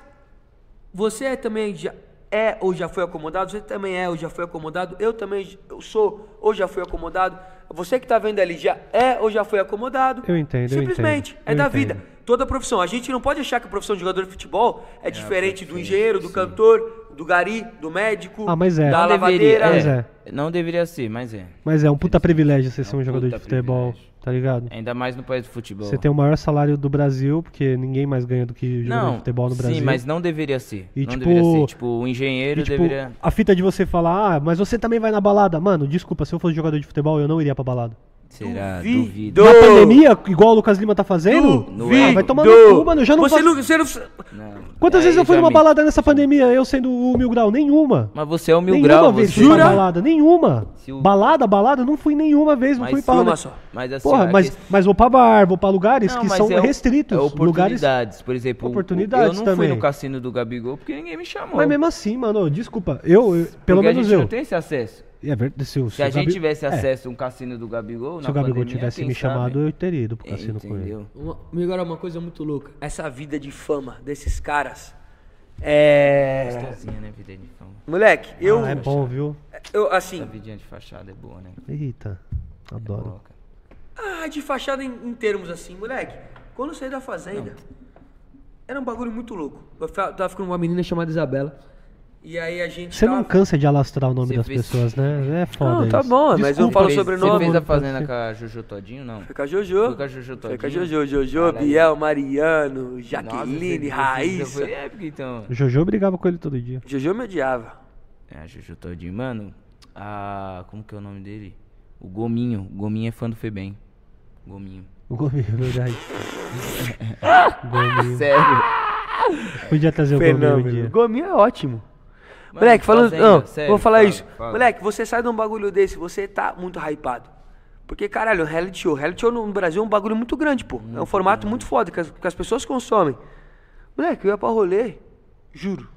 [SPEAKER 2] você é também já é ou já foi acomodado, você também é ou já foi acomodado, eu também j- eu sou ou já fui acomodado. Você que tá vendo ali já é ou já foi acomodado.
[SPEAKER 1] Eu entendo, eu
[SPEAKER 2] Simplesmente,
[SPEAKER 1] entendo,
[SPEAKER 2] é
[SPEAKER 1] eu
[SPEAKER 2] da
[SPEAKER 1] entendo. É
[SPEAKER 2] vida. Toda profissão. A gente não pode achar que a profissão de jogador de futebol é diferente do engenheiro, do cantor, do gari, do médico,
[SPEAKER 1] Ah, mas é.
[SPEAKER 2] da
[SPEAKER 1] Não
[SPEAKER 2] lavadeira.
[SPEAKER 1] Mas é.
[SPEAKER 4] Não deveria ser, mas é.
[SPEAKER 1] Mas é um puta privilégio você ser um
[SPEAKER 4] um
[SPEAKER 1] jogador de
[SPEAKER 4] puta
[SPEAKER 1] futebol,
[SPEAKER 4] privilégio.
[SPEAKER 1] tá ligado?
[SPEAKER 4] Ainda mais no país do futebol.
[SPEAKER 1] Você tem o maior salário do Brasil, porque ninguém mais ganha do que jogador
[SPEAKER 4] não,
[SPEAKER 1] de futebol no Brasil.
[SPEAKER 4] Sim, mas não deveria ser.
[SPEAKER 1] E,
[SPEAKER 4] não
[SPEAKER 1] tipo,
[SPEAKER 4] deveria ser. Tipo, o engenheiro
[SPEAKER 1] E, tipo,
[SPEAKER 4] deveria.
[SPEAKER 1] a fita de você falar, ah, mas você também vai na balada. Mano, desculpa, se eu fosse jogador de futebol, eu não iria pra balada. Ah,
[SPEAKER 4] Será?
[SPEAKER 2] Duvido.
[SPEAKER 4] Duvido.
[SPEAKER 2] Do-
[SPEAKER 1] Na pandemia, igual o Lucas Lima tá fazendo,
[SPEAKER 4] é.
[SPEAKER 1] ah, vai tomar no
[SPEAKER 2] Duvido.
[SPEAKER 1] cu, mano. eu Já não
[SPEAKER 2] você
[SPEAKER 1] faço-
[SPEAKER 2] não, você não-
[SPEAKER 4] Não. É,
[SPEAKER 1] Quantas
[SPEAKER 4] Aí
[SPEAKER 1] vezes eu fui
[SPEAKER 4] já
[SPEAKER 1] numa
[SPEAKER 4] me-
[SPEAKER 1] balada nessa pandemia, eu sendo o mil grau? Nenhuma.
[SPEAKER 4] Mas você é o mil
[SPEAKER 1] nenhuma
[SPEAKER 4] grau,
[SPEAKER 1] vez
[SPEAKER 4] você
[SPEAKER 1] fui pra
[SPEAKER 2] Jura?
[SPEAKER 1] balada, nenhuma.
[SPEAKER 4] Se o-
[SPEAKER 1] Balada, balada, não fui nenhuma vez, não
[SPEAKER 4] Mas
[SPEAKER 1] fui
[SPEAKER 4] se
[SPEAKER 1] pra
[SPEAKER 2] uma só.
[SPEAKER 4] Mas assim,
[SPEAKER 1] Porra,
[SPEAKER 4] a
[SPEAKER 1] mas,
[SPEAKER 4] questão-
[SPEAKER 1] mas vou pra bar, vou pra lugares
[SPEAKER 4] Não,
[SPEAKER 1] que
[SPEAKER 4] mas
[SPEAKER 1] são
[SPEAKER 4] é o-
[SPEAKER 1] restritos.
[SPEAKER 4] é
[SPEAKER 1] lugares...
[SPEAKER 4] oportunidades, por exemplo. o-
[SPEAKER 1] Oportunidades
[SPEAKER 4] Eu não
[SPEAKER 1] também.
[SPEAKER 4] fui no cassino do Gabigol porque ninguém me chamou.
[SPEAKER 1] Mas mesmo assim, mano, desculpa. Eu, eu- pelo
[SPEAKER 4] Porque
[SPEAKER 1] menos
[SPEAKER 4] a gente
[SPEAKER 1] eu.
[SPEAKER 4] não tem esse acesso.
[SPEAKER 1] É verdade, se, o- se
[SPEAKER 4] Se a
[SPEAKER 1] o Gabi-
[SPEAKER 4] gente tivesse
[SPEAKER 1] é,
[SPEAKER 4] acesso a um cassino do Gabigol,
[SPEAKER 1] se
[SPEAKER 4] na
[SPEAKER 1] o Gabigol
[SPEAKER 4] pandemia,
[SPEAKER 1] tivesse
[SPEAKER 4] quem
[SPEAKER 1] me
[SPEAKER 4] sabe? É,
[SPEAKER 1] chamado, eu teria ido pro cassino com ele.
[SPEAKER 4] Entendeu?
[SPEAKER 2] Uma, agora uma coisa muito louca. Essa vida de fama desses caras. É.
[SPEAKER 4] Gostosinha, né, vida de fama?
[SPEAKER 2] Moleque, eu.
[SPEAKER 1] Ah, é bom, viu?
[SPEAKER 2] Eu,
[SPEAKER 4] Essa
[SPEAKER 2] assim.
[SPEAKER 4] vidinha de fachada é boa, né?
[SPEAKER 1] Eita, adoro.
[SPEAKER 4] Coloca.
[SPEAKER 2] Ah, de fachada em, em termos assim, moleque. Quando eu saí da fazenda, era um bagulho muito louco. Eu fa- tava ficando com uma menina chamada Isabela. E aí a gente.
[SPEAKER 1] Você
[SPEAKER 2] tava-
[SPEAKER 1] não cansa de alastrar o nome
[SPEAKER 4] Você
[SPEAKER 1] das
[SPEAKER 4] fez-
[SPEAKER 1] pessoas, né? É foda
[SPEAKER 2] Não, tá
[SPEAKER 1] isso.
[SPEAKER 2] bom, mas eu não
[SPEAKER 1] Desculpa.
[SPEAKER 2] falo
[SPEAKER 4] Fez-
[SPEAKER 2] sobrenome.
[SPEAKER 4] Você fez a
[SPEAKER 1] não
[SPEAKER 4] fazenda
[SPEAKER 1] pode
[SPEAKER 4] com a Jojo Todinho, não?
[SPEAKER 2] Foi com a Jojo.
[SPEAKER 4] Foi com a Jojo
[SPEAKER 2] Foi com a
[SPEAKER 4] todinho.
[SPEAKER 2] Jojo. Jojo,
[SPEAKER 4] Olha aí.
[SPEAKER 2] Biel, Mariano,
[SPEAKER 4] Nossa,
[SPEAKER 2] Jaqueline,
[SPEAKER 4] esse- esse
[SPEAKER 2] Raíssa.
[SPEAKER 4] foi épico, então.
[SPEAKER 1] Jojo brigava com ele todo dia.
[SPEAKER 2] Jojo me odiava.
[SPEAKER 4] É, a Jojo Todinho. Mano, a... Como que é o nome dele? O Gominho. O Gominho é fã do Febem. Gominho.
[SPEAKER 1] O Gominho, é verdade.
[SPEAKER 4] Sério?
[SPEAKER 1] Podia trazer o Gominho um
[SPEAKER 2] Fenômeno.
[SPEAKER 1] dia.
[SPEAKER 2] Gominho é ótimo.
[SPEAKER 4] Mano,
[SPEAKER 2] Moleque, falando.
[SPEAKER 4] fazenda,
[SPEAKER 2] não,
[SPEAKER 4] sério,
[SPEAKER 2] vou falar
[SPEAKER 4] fala,
[SPEAKER 2] isso.
[SPEAKER 4] fala.
[SPEAKER 2] Moleque, você sai de um bagulho desse, você tá muito hypado. Porque, caralho, reality show. Reality show no Brasil é um bagulho muito grande, pô. é um formato muito foda que as, que as pessoas consomem. Moleque, eu ia pra rolê, juro.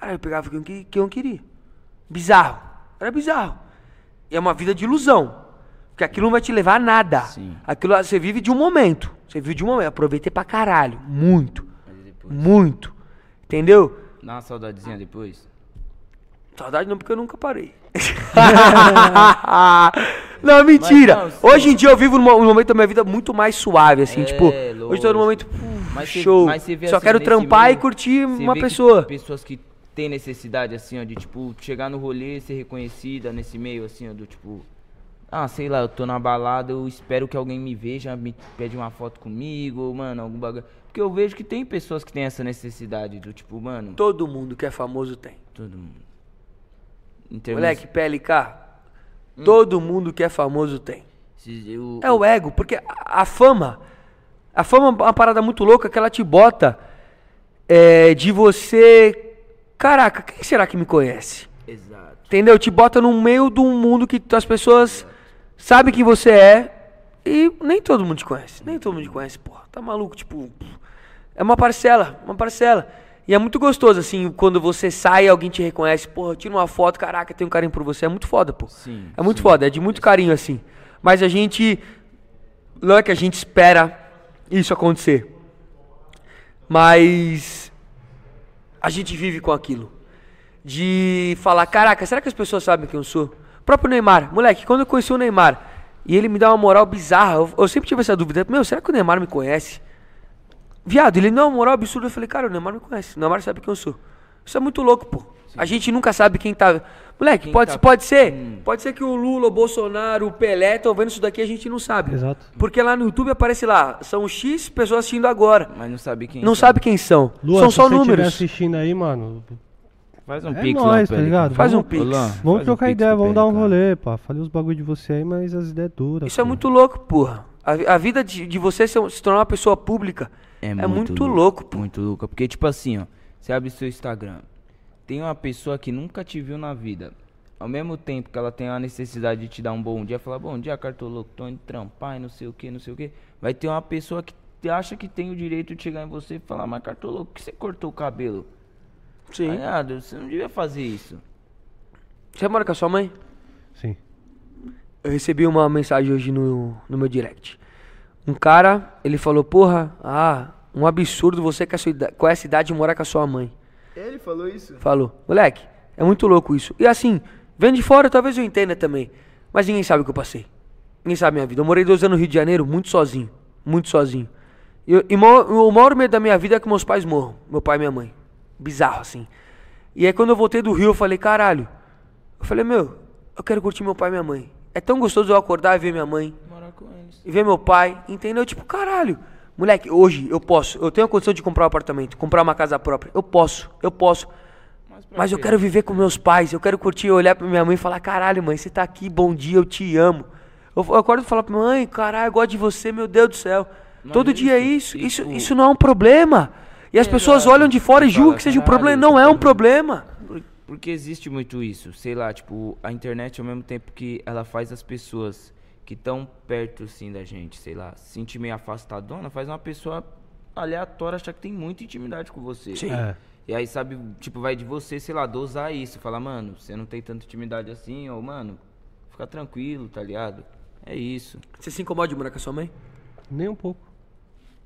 [SPEAKER 2] Cara, eu pegava quem, que- quem eu queria. Bizarro. Era bizarro. E é uma vida de ilusão. Porque aquilo não vai te levar a nada.
[SPEAKER 4] Sim.
[SPEAKER 2] Aquilo você vive de um momento. Você vive de um momento. Aproveitei pra caralho. Muito. Muito. Entendeu?
[SPEAKER 4] Dá uma saudadezinha depois.
[SPEAKER 2] Saudade não, porque eu nunca parei. não, mentira.
[SPEAKER 4] Mas não,
[SPEAKER 2] hoje em dia eu vivo num mo- um momento da minha vida muito mais suave, assim,
[SPEAKER 4] É,
[SPEAKER 2] tipo, hoje tô num
[SPEAKER 4] lógico.
[SPEAKER 2] momento puf,
[SPEAKER 4] Mas cê-
[SPEAKER 2] show.
[SPEAKER 4] mas cê vê,
[SPEAKER 2] Só
[SPEAKER 4] assim,
[SPEAKER 2] quero
[SPEAKER 4] nesse
[SPEAKER 2] trampar e
[SPEAKER 4] meio,
[SPEAKER 2] curtir
[SPEAKER 4] Você
[SPEAKER 2] uma
[SPEAKER 4] vê que tipo,
[SPEAKER 2] pessoa.
[SPEAKER 4] pessoas que têm necessidade, assim, ó, de, tipo, chegar no rolê, ser reconhecida nesse meio, assim, ó, do tipo. Ah, sei lá, eu tô na balada, eu espero que alguém me veja, me pede uma foto comigo, ou, mano, algum bagulho. Porque eu vejo que tem pessoas que têm essa necessidade do tipo, mano,
[SPEAKER 2] Todo mundo que é famoso tem.
[SPEAKER 4] todo mundo. Em termos-
[SPEAKER 2] Moleque, PLK,
[SPEAKER 4] Hum.
[SPEAKER 2] todo mundo que é famoso tem.
[SPEAKER 4] se eu-
[SPEAKER 2] É o ego, porque a, a fama, a fama é uma parada muito louca que ela te bota é, de você. Caraca, quem será que me conhece?
[SPEAKER 4] Exato.
[SPEAKER 2] Entendeu? Te bota no meio de um mundo que as pessoas sabem quem você é e nem todo mundo te conhece. Nem todo mundo te conhece, porra. Tá maluco? Tipo, é uma parcela, uma parcela. E é muito gostoso, assim, quando você sai e alguém te reconhece. Porra, tira uma foto, caraca, tem um carinho por você. É muito foda, pô.
[SPEAKER 4] Sim,
[SPEAKER 2] É muito foda, é de muito carinho, assim. Mas a gente. Não é que a gente espera isso acontecer. Mas a gente vive com aquilo. De falar, caraca, será que as pessoas sabem quem eu sou? O próprio Neymar, moleque, quando eu conheci o Neymar e ele me dá uma moral bizarra, eu, eu sempre tive essa dúvida, meu, será que o Neymar me conhece? Viado, ele me dá uma moral absurda, eu falei, cara, o Neymar me conhece, o Neymar sabe quem eu sou. Isso é muito louco, pô. A gente nunca sabe quem tá. Moleque, pode,
[SPEAKER 4] tá-
[SPEAKER 2] pode ser. Pode ser que o Lula, o Bolsonaro, o Pelé estão vendo isso daqui, a gente não sabe.
[SPEAKER 1] Exato.
[SPEAKER 2] Porque lá no YouTube aparece lá, são X pessoas assistindo agora.
[SPEAKER 4] Mas não sabe quem. é.
[SPEAKER 2] Não
[SPEAKER 4] sabe.
[SPEAKER 2] sabe quem são.
[SPEAKER 1] Luan,
[SPEAKER 2] são
[SPEAKER 1] se
[SPEAKER 2] só
[SPEAKER 1] você estiver
[SPEAKER 2] números.
[SPEAKER 1] assistindo aí, mano,
[SPEAKER 4] Faz um
[SPEAKER 1] É
[SPEAKER 4] pix lá,
[SPEAKER 1] nóis,
[SPEAKER 4] pro
[SPEAKER 1] tá
[SPEAKER 4] Pelican.
[SPEAKER 1] ligado?
[SPEAKER 2] Faz um
[SPEAKER 1] Vamos-
[SPEAKER 2] pix.
[SPEAKER 4] Ô, Luan,
[SPEAKER 1] Vamos
[SPEAKER 4] faz um
[SPEAKER 1] trocar
[SPEAKER 4] pix
[SPEAKER 1] ideia,
[SPEAKER 4] pro
[SPEAKER 1] vamos dar um
[SPEAKER 4] Pelican.
[SPEAKER 1] rolê, pá. Falei os bagulho de você aí, mas as ideias duras.
[SPEAKER 2] Isso é
[SPEAKER 1] pô.
[SPEAKER 2] muito louco, porra. A, a vida de, de você um, se, se tornar uma pessoa pública é, muito, louco, pô.
[SPEAKER 4] Muito louco. Porque, tipo assim, ó. Você abre seu Instagram. Tem uma pessoa que nunca te viu na vida. Ao mesmo tempo que ela tem a necessidade de te dar um bom dia, falar bom dia, cartoloco, tô indo trampar e não sei o que, não sei o que. Vai ter uma pessoa que te- acha que tem o direito de chegar em você e falar, mas cartoloco, por que você cortou o cabelo? Tá
[SPEAKER 2] Sim.
[SPEAKER 4] ligado? Você não devia fazer isso.
[SPEAKER 2] Você mora com a sua mãe?
[SPEAKER 1] Sim.
[SPEAKER 2] Eu recebi uma mensagem hoje no, no meu direct. Um cara, ele falou, porra, ah, um absurdo você com, a sua ida- com essa idade morar com a sua mãe.
[SPEAKER 4] Ele falou isso?
[SPEAKER 2] Falou, moleque, é muito louco isso. E assim, vendo de fora, talvez eu entenda também. Mas ninguém sabe o que eu passei. Ninguém sabe a minha vida. Eu morei dois anos no Rio de Janeiro, muito sozinho. Muito sozinho. E, eu- e mo- o maior medo da minha vida é que meus pais morram. Meu pai e minha mãe. Bizarro, assim. E aí quando eu voltei do Rio, eu falei, caralho. Eu falei, meu, eu quero curtir meu pai e minha mãe. É tão gostoso eu acordar e ver minha mãe,
[SPEAKER 4] Morar com eles.
[SPEAKER 2] e ver meu pai, entendeu? Tipo, caralho. Moleque, hoje eu posso. Eu tenho a condição de comprar um apartamento, comprar uma casa própria. Eu posso, eu posso.
[SPEAKER 4] é
[SPEAKER 2] Mas eu quero viver com meus pais, eu quero curtir, olhar pra minha mãe e falar, caralho, mãe, você tá aqui, bom dia, eu te amo. Eu, eu acordo e falo pra minha mãe, caralho, eu gosto de você, meu Deus do céu.
[SPEAKER 4] Mano,
[SPEAKER 2] Todo dia é
[SPEAKER 4] isso,
[SPEAKER 2] isso, isso,
[SPEAKER 4] isso-
[SPEAKER 2] isso não é um problema. E as pessoas
[SPEAKER 4] Exato.
[SPEAKER 2] olham de fora e julgam que seja um
[SPEAKER 4] Caralho,
[SPEAKER 2] problema, não é um problema.
[SPEAKER 4] Por- Porque existe muito isso, sei lá, tipo, a internet ao mesmo tempo que ela faz as pessoas que estão perto, assim, da gente, sei lá, se sentir meio afastadona, faz uma pessoa aleatória achar que tem muita intimidade com você.
[SPEAKER 2] Sim.
[SPEAKER 1] É.
[SPEAKER 4] E aí, sabe, tipo, vai de você, sei lá, dosar isso, falar, mano, você não tem tanta intimidade assim, ou, mano, fica tranquilo, tá ligado? É isso.
[SPEAKER 2] Você se incomoda de morar com a sua mãe?
[SPEAKER 1] Nem um pouco.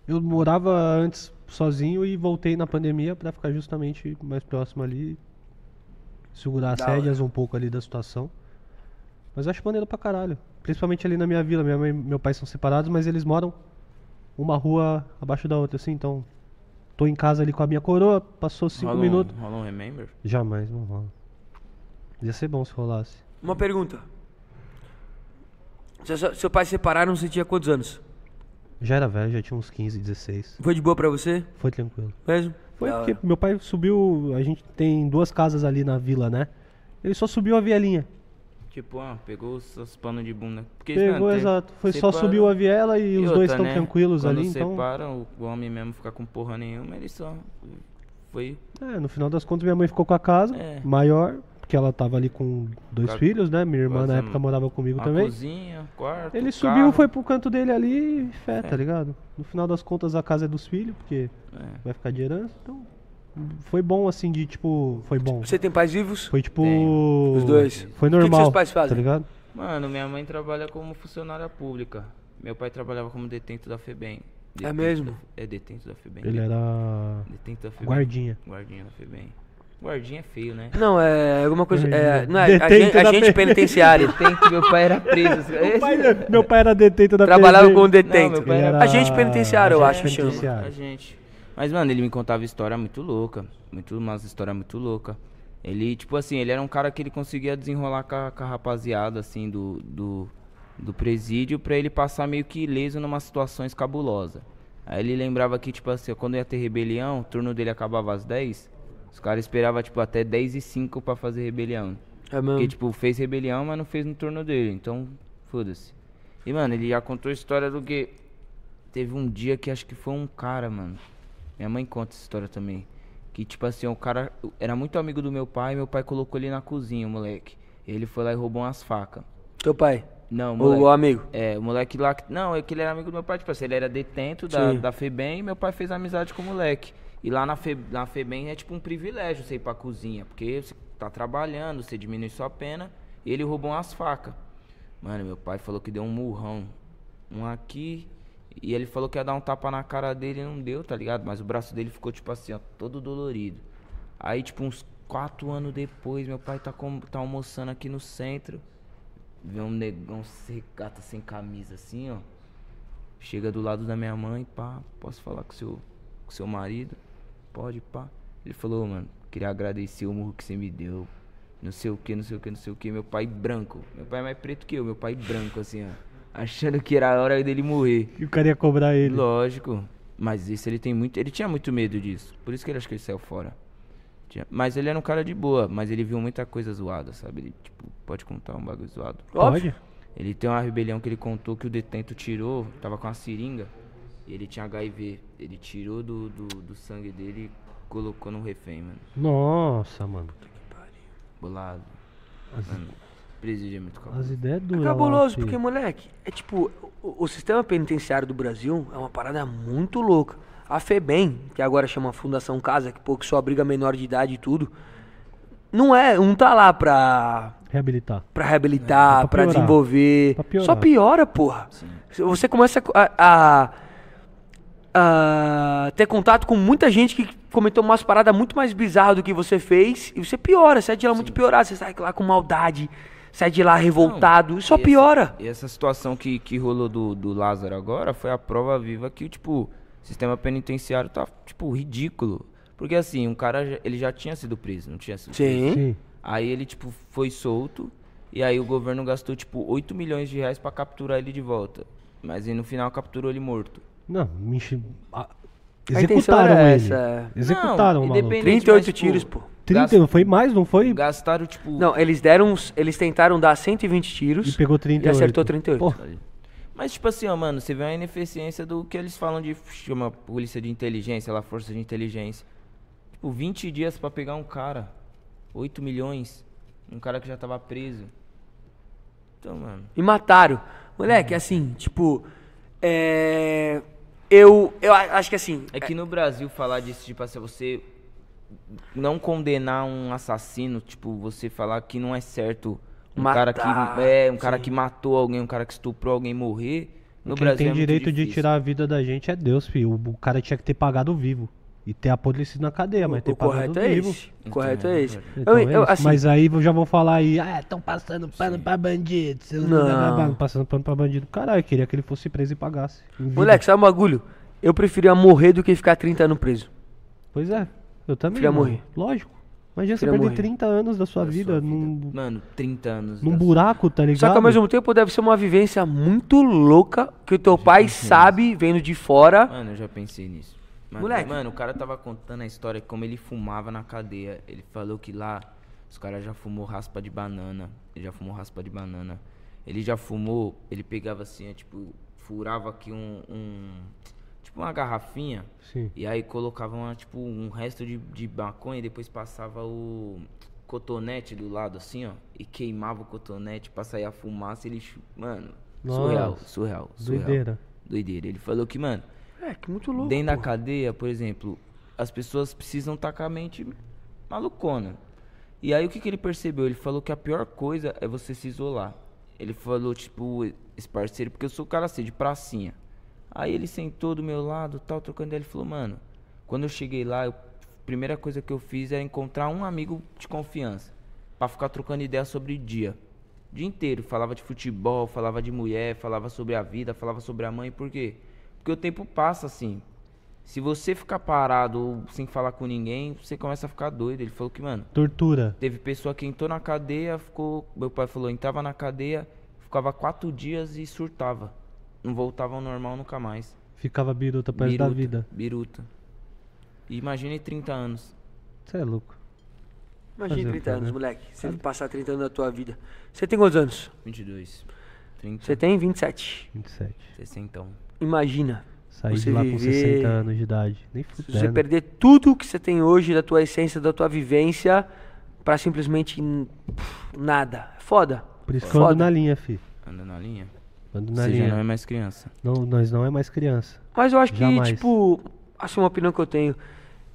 [SPEAKER 1] Eu morava antes sozinho e voltei na pandemia pra ficar justamente mais próximo ali. Segurar as
[SPEAKER 2] Da
[SPEAKER 1] rédeas um pouco ali da situação. Mas eu acho maneiro pra caralho. Principalmente ali na minha vila. Minha mãe e meu pai são separados, mas eles moram uma rua abaixo da outra, assim. Então, tô em casa ali com a minha coroa. Passou cinco
[SPEAKER 4] Rola um-
[SPEAKER 1] minutos.
[SPEAKER 4] Rola um remember?
[SPEAKER 1] Jamais, não rola. Ia ser bom se rolasse.
[SPEAKER 2] Uma pergunta. Se Seu, seu pai se separaram, você tinha quantos anos?
[SPEAKER 1] Já era velho, já tinha uns 15, 16.
[SPEAKER 2] Foi de boa pra você
[SPEAKER 1] Foi tranquilo.
[SPEAKER 2] mesmo?
[SPEAKER 1] Foi
[SPEAKER 2] Da hora.
[SPEAKER 1] porque meu pai subiu. A gente tem duas casas ali na vila, né? Ele só subiu a vielinha.
[SPEAKER 4] Tipo, ah, pegou os seus panos de bunda. Porque,
[SPEAKER 1] Pegou,
[SPEAKER 4] mano, tem-
[SPEAKER 1] exato. Foi só
[SPEAKER 4] separa-
[SPEAKER 1] subiu a viela e, os dois
[SPEAKER 4] outra,
[SPEAKER 1] estão
[SPEAKER 4] né,
[SPEAKER 1] tranquilos
[SPEAKER 4] quando
[SPEAKER 1] ali, então.
[SPEAKER 4] separa, o homem mesmo fica com porra nenhuma, ele só foi
[SPEAKER 1] É, no final das contas, minha mãe ficou com a casa
[SPEAKER 4] É.
[SPEAKER 1] maior, porque ela tava ali com dois
[SPEAKER 4] Com a-
[SPEAKER 1] filhos, né? Minha irmã
[SPEAKER 4] Quase
[SPEAKER 1] na
[SPEAKER 4] a-
[SPEAKER 1] época morava comigo
[SPEAKER 4] a
[SPEAKER 1] também.
[SPEAKER 4] cozinha, quarto,
[SPEAKER 1] Ele
[SPEAKER 4] o
[SPEAKER 1] subiu,
[SPEAKER 4] carro.
[SPEAKER 1] foi pro canto dele ali e fé, tá ligado? No final das contas, a casa é dos filhos, porque
[SPEAKER 4] É.
[SPEAKER 1] vai ficar de herança, então. Foi bom, assim, de tipo. Foi bom.
[SPEAKER 2] Você tem pais vivos?
[SPEAKER 1] Foi tipo.
[SPEAKER 4] Tem.
[SPEAKER 2] Os dois.
[SPEAKER 1] Foi
[SPEAKER 2] O que que
[SPEAKER 1] normal.
[SPEAKER 2] seus pais fazem?
[SPEAKER 1] Tá ligado?
[SPEAKER 4] Mano, minha mãe trabalha como funcionária pública. Meu pai trabalhava como detento da FEBEM. Detento
[SPEAKER 2] mesmo?
[SPEAKER 4] da- é detento da FEBEM.
[SPEAKER 1] Ele era.
[SPEAKER 4] Detento da FEBEM.
[SPEAKER 1] Guardinha.
[SPEAKER 4] Guardinha da FEBEM. Guardinha é feio, né?
[SPEAKER 2] Não, é alguma coisa. É, não é,
[SPEAKER 1] Detento
[SPEAKER 2] agente,
[SPEAKER 1] da PM.
[SPEAKER 2] agente penitenciário.
[SPEAKER 4] Detento, meu pai era preso. é
[SPEAKER 1] Meu pai, né, meu pai era detento da
[SPEAKER 2] Trabalhava
[SPEAKER 1] PV.
[SPEAKER 2] com um
[SPEAKER 4] Não,
[SPEAKER 2] detento.
[SPEAKER 4] meu pai era-
[SPEAKER 2] Agente penitenciário, eu acho
[SPEAKER 1] Agente
[SPEAKER 2] que ah, chama.
[SPEAKER 1] penitenciário. Thiago.
[SPEAKER 4] é, A gente. Mas, mano, ele me contava história muito louca. Muito, umas histórias muito louca. Ele, tipo assim, ele era um cara que ele conseguia desenrolar com a, com a rapaziada, assim, do, do, do presídio, pra ele passar meio que ileso numas situações cabulosas. Aí ele lembrava que, tipo assim, quando ia ter rebelião, o turno dele acabava às 10, os caras esperavam, tipo, até 10 e 5 pra fazer rebelião.
[SPEAKER 2] É
[SPEAKER 4] Porque,
[SPEAKER 2] mesmo.
[SPEAKER 4] tipo, fez rebelião, mas não fez no turno dele. Então, foda-se. E, mano, ele já contou a história do que. Teve um dia que acho que foi um cara, mano. Minha mãe conta essa história também. Que, tipo assim, o cara era muito amigo do meu pai. Meu pai colocou ele na cozinha, o moleque. Ele foi lá e roubou umas facas.
[SPEAKER 2] Teu pai.
[SPEAKER 4] Não, moleque.
[SPEAKER 2] O amigo.
[SPEAKER 4] É, o moleque lá. que- Não, é que ele era amigo do meu pai, tipo assim, ele era detento da, da FEBEM e meu pai fez amizade com o moleque. E lá na, Fe, na FEBEM é tipo um privilégio você ir pra cozinha, porque você tá trabalhando, você diminui sua pena, e ele roubou umas facas. Mano, meu pai falou que deu um murrão. Um aqui. E ele falou que ia dar um tapa na cara dele e não deu, tá ligado? Mas o braço dele ficou, tipo assim, ó, todo dolorido. Aí, tipo, uns quatro anos depois, meu pai tá, com, tá almoçando aqui no centro. Vê um negão regata sem camisa assim, ó. Chega do lado da minha mãe, pá, posso falar com seu, com seu marido? Pode, pá. Ele falou, mano, queria agradecer o murro que você me deu. Não sei o que, não sei o que, não sei o que. Meu pai branco. Meu pai é mais preto que eu, meu pai branco, assim, ó. Achando que era a hora dele morrer.
[SPEAKER 1] E o cara ia cobrar ele.
[SPEAKER 4] Lógico. Mas isso ele tem muito. Ele tinha muito medo disso. Por isso que ele acho que ele saiu fora. Tinha- Mas ele era um cara de boa, mas ele viu muita coisa zoada, sabe? Ele, tipo, pode contar um bagulho zoado.
[SPEAKER 1] Pode?
[SPEAKER 4] Ele tem uma rebelião que ele contou que o detento tirou, tava com uma seringa, e ele tinha HIV. Ele tirou do, do, do sangue dele e colocou no refém, mano.
[SPEAKER 1] Nossa, mano.
[SPEAKER 4] Bolado.
[SPEAKER 1] As,
[SPEAKER 4] Mano, presídio é muito calmo.
[SPEAKER 1] as ideias duras.
[SPEAKER 2] É
[SPEAKER 1] lá,
[SPEAKER 2] cabuloso,
[SPEAKER 1] filho.
[SPEAKER 2] porque, moleque, é tipo, o, o sistema penitenciário do Brasil é uma parada muito louca. A FEBEM, que agora chama Fundação Casa, que pô, que só abriga menor de idade e tudo, não é, não tá lá pra,
[SPEAKER 1] Reabilitar.
[SPEAKER 2] pra reabilitar,
[SPEAKER 1] É, pra
[SPEAKER 2] pra,
[SPEAKER 1] piorar.
[SPEAKER 2] desenvolver.
[SPEAKER 1] Pra piorar.
[SPEAKER 2] só piora, porra. Você começa a, a- a ter contato com muita gente que cometeu umas paradas muito mais bizarras do que você fez e você piora, sai de lá muito piorado, você sai lá com maldade, sai de lá revoltado, e só
[SPEAKER 4] essa-
[SPEAKER 2] piora.
[SPEAKER 4] E essa situação que, que rolou do, do Lázaro agora foi a prova viva que, tipo, o sistema penitenciário tá, tipo, ridículo. Porque assim, um cara, já- ele já tinha sido preso, não tinha sido preso.
[SPEAKER 2] Sim.
[SPEAKER 1] Sim.
[SPEAKER 4] Aí ele, tipo, foi solto. E aí o governo gastou, tipo, 8 milhões de reais pra capturar ele de volta. Mas aí no final capturou ele morto.
[SPEAKER 1] Não, me enche... ah,
[SPEAKER 2] A intenção
[SPEAKER 1] Executaram
[SPEAKER 2] era
[SPEAKER 1] ele.
[SPEAKER 2] essa. é.
[SPEAKER 1] Executaram,
[SPEAKER 4] não,
[SPEAKER 1] o maluco.
[SPEAKER 4] independente,
[SPEAKER 2] 38
[SPEAKER 4] mas,
[SPEAKER 2] tiros, pô.
[SPEAKER 1] 30,
[SPEAKER 4] gas-
[SPEAKER 1] foi mais, não foi?
[SPEAKER 4] Gastaram, tipo.
[SPEAKER 2] Não, eles deram uns, eles tentaram dar 120 tiros
[SPEAKER 1] E pegou 38.
[SPEAKER 2] acertou 38.
[SPEAKER 1] Pô,
[SPEAKER 4] Mas, tipo assim, ó, mano, você vê uma ineficiência do que eles falam de. Chama polícia de inteligência, lá, força de inteligência. Tipo, 20 dias pra pegar um cara. 8 milhões. Um cara que já tava preso. Então, mano.
[SPEAKER 2] e mataram. Moleque, assim, tipo, é, eu eu a- acho que assim,
[SPEAKER 4] É que no Brasil falar disso, tipo assim, você não condenar um assassino, tipo, você falar que não é certo um cara
[SPEAKER 2] Matar,
[SPEAKER 4] que é, um cara que matou alguém, um cara que estuprou alguém morrer, no
[SPEAKER 1] Quem
[SPEAKER 4] Brasil é
[SPEAKER 1] tem
[SPEAKER 4] muito
[SPEAKER 1] direito de
[SPEAKER 4] difícil.
[SPEAKER 1] tirar a vida da gente é Deus, filho. O o cara tinha que ter pagado vivo. E ter apodrecido na cadeia, mas
[SPEAKER 2] o
[SPEAKER 1] ter
[SPEAKER 2] correto
[SPEAKER 1] pagado
[SPEAKER 2] é
[SPEAKER 1] vivo.
[SPEAKER 2] esse. O correto é esse.
[SPEAKER 1] Então
[SPEAKER 2] Eu-
[SPEAKER 1] é
[SPEAKER 2] eu,
[SPEAKER 1] isso.
[SPEAKER 2] assim,
[SPEAKER 1] Mas aí já vão falar aí, ah, estão passando pano pra bandido, seus
[SPEAKER 2] Não.
[SPEAKER 1] bababá", passando pano pra bandido. Caralho, eu queria que ele fosse preso e pagasse. em vida.
[SPEAKER 2] moleque, sabe um bagulho? Eu preferia morrer do que ficar 30 anos preso.
[SPEAKER 1] Pois é, eu também.
[SPEAKER 2] Filha
[SPEAKER 1] mano.
[SPEAKER 2] morrer.
[SPEAKER 1] Lógico. Imagina você
[SPEAKER 2] Filha
[SPEAKER 1] perder
[SPEAKER 2] morrer.
[SPEAKER 1] 30 anos da sua vida, num,
[SPEAKER 4] Mano, 30 anos.
[SPEAKER 1] num
[SPEAKER 4] da-
[SPEAKER 1] buraco, tá ligado?
[SPEAKER 2] Só é que ao mesmo tempo deve ser uma vivência muito louca que o teu pai sabe vendo de fora.
[SPEAKER 4] Mano, eu já pensei nisso. Mano,
[SPEAKER 2] Moleque.
[SPEAKER 4] mano, o cara tava contando a história de como ele fumava na cadeia. Ele falou que lá os caras já fumou raspa de banana. Ele já fumou raspa de banana. Ele já fumou, ele pegava assim, ó, tipo, furava aqui um. um- tipo uma garrafinha.
[SPEAKER 1] Sim.
[SPEAKER 4] E aí colocava uma, tipo, um resto de, de maconha e depois passava o cotonete do lado, assim, ó. E queimava o cotonete pra sair a fumaça. Ele. chu- Mano, surreal,
[SPEAKER 1] Nossa.
[SPEAKER 4] surreal, surreal.
[SPEAKER 1] Doideira.
[SPEAKER 4] Doideira. Ele falou que, mano,
[SPEAKER 2] É, que muito louco.
[SPEAKER 4] dentro da cadeia, por exemplo, as pessoas precisam estar com a mente malucona. E aí o que, que ele percebeu? Ele falou que a pior coisa é você se isolar. Ele falou, tipo, esse parceiro, porque eu sou o cara assim, de pracinha. Aí ele sentou do meu lado, tal, trocando ideia. Ele falou, mano, quando eu cheguei lá, eu- a primeira coisa que eu fiz era encontrar um amigo de confiança. Pra ficar trocando ideia sobre dia. O dia inteiro. Falava de futebol, falava de mulher, falava sobre a vida, falava sobre a mãe. Por quê? Porque o tempo passa assim. Se você ficar parado ou sem falar com ninguém, você começa a ficar doido. Ele falou que, mano,
[SPEAKER 1] Tortura.
[SPEAKER 4] Teve pessoa que entrou na cadeia, ficou. Meu pai falou, entrava na cadeia, ficava quatro dias e surtava. Não voltava ao normal nunca mais.
[SPEAKER 1] Ficava biruta perto da vida.
[SPEAKER 4] Biruta. E imagine 30 anos.
[SPEAKER 1] Você é louco. Fazer
[SPEAKER 2] Imagina
[SPEAKER 1] o
[SPEAKER 2] 30
[SPEAKER 1] quê,
[SPEAKER 2] anos,
[SPEAKER 1] né?
[SPEAKER 2] moleque. Você passar 30 anos da tua vida. Você tem quantos anos?
[SPEAKER 4] 22. 30.
[SPEAKER 2] Você tem 27.
[SPEAKER 1] 27.
[SPEAKER 4] 60.
[SPEAKER 2] Imagina.
[SPEAKER 1] Saí
[SPEAKER 2] Você
[SPEAKER 1] de lá com
[SPEAKER 2] viver-
[SPEAKER 1] 60 anos de idade. Nem
[SPEAKER 2] Se
[SPEAKER 1] fudendo.
[SPEAKER 2] você perder tudo que você tem hoje, da tua essência, da tua vivência, pra simplesmente n- pff, nada. É Foda.
[SPEAKER 1] Por isso que eu ando
[SPEAKER 2] Foda.
[SPEAKER 1] na linha, fi.
[SPEAKER 4] Anda na linha.
[SPEAKER 1] Ando na
[SPEAKER 4] Você já
[SPEAKER 1] linha.
[SPEAKER 4] não é mais criança.
[SPEAKER 1] Não, nós não é mais criança.
[SPEAKER 2] Mas eu acho
[SPEAKER 1] Jamais.
[SPEAKER 2] que, tipo, assim, uma opinião que eu tenho.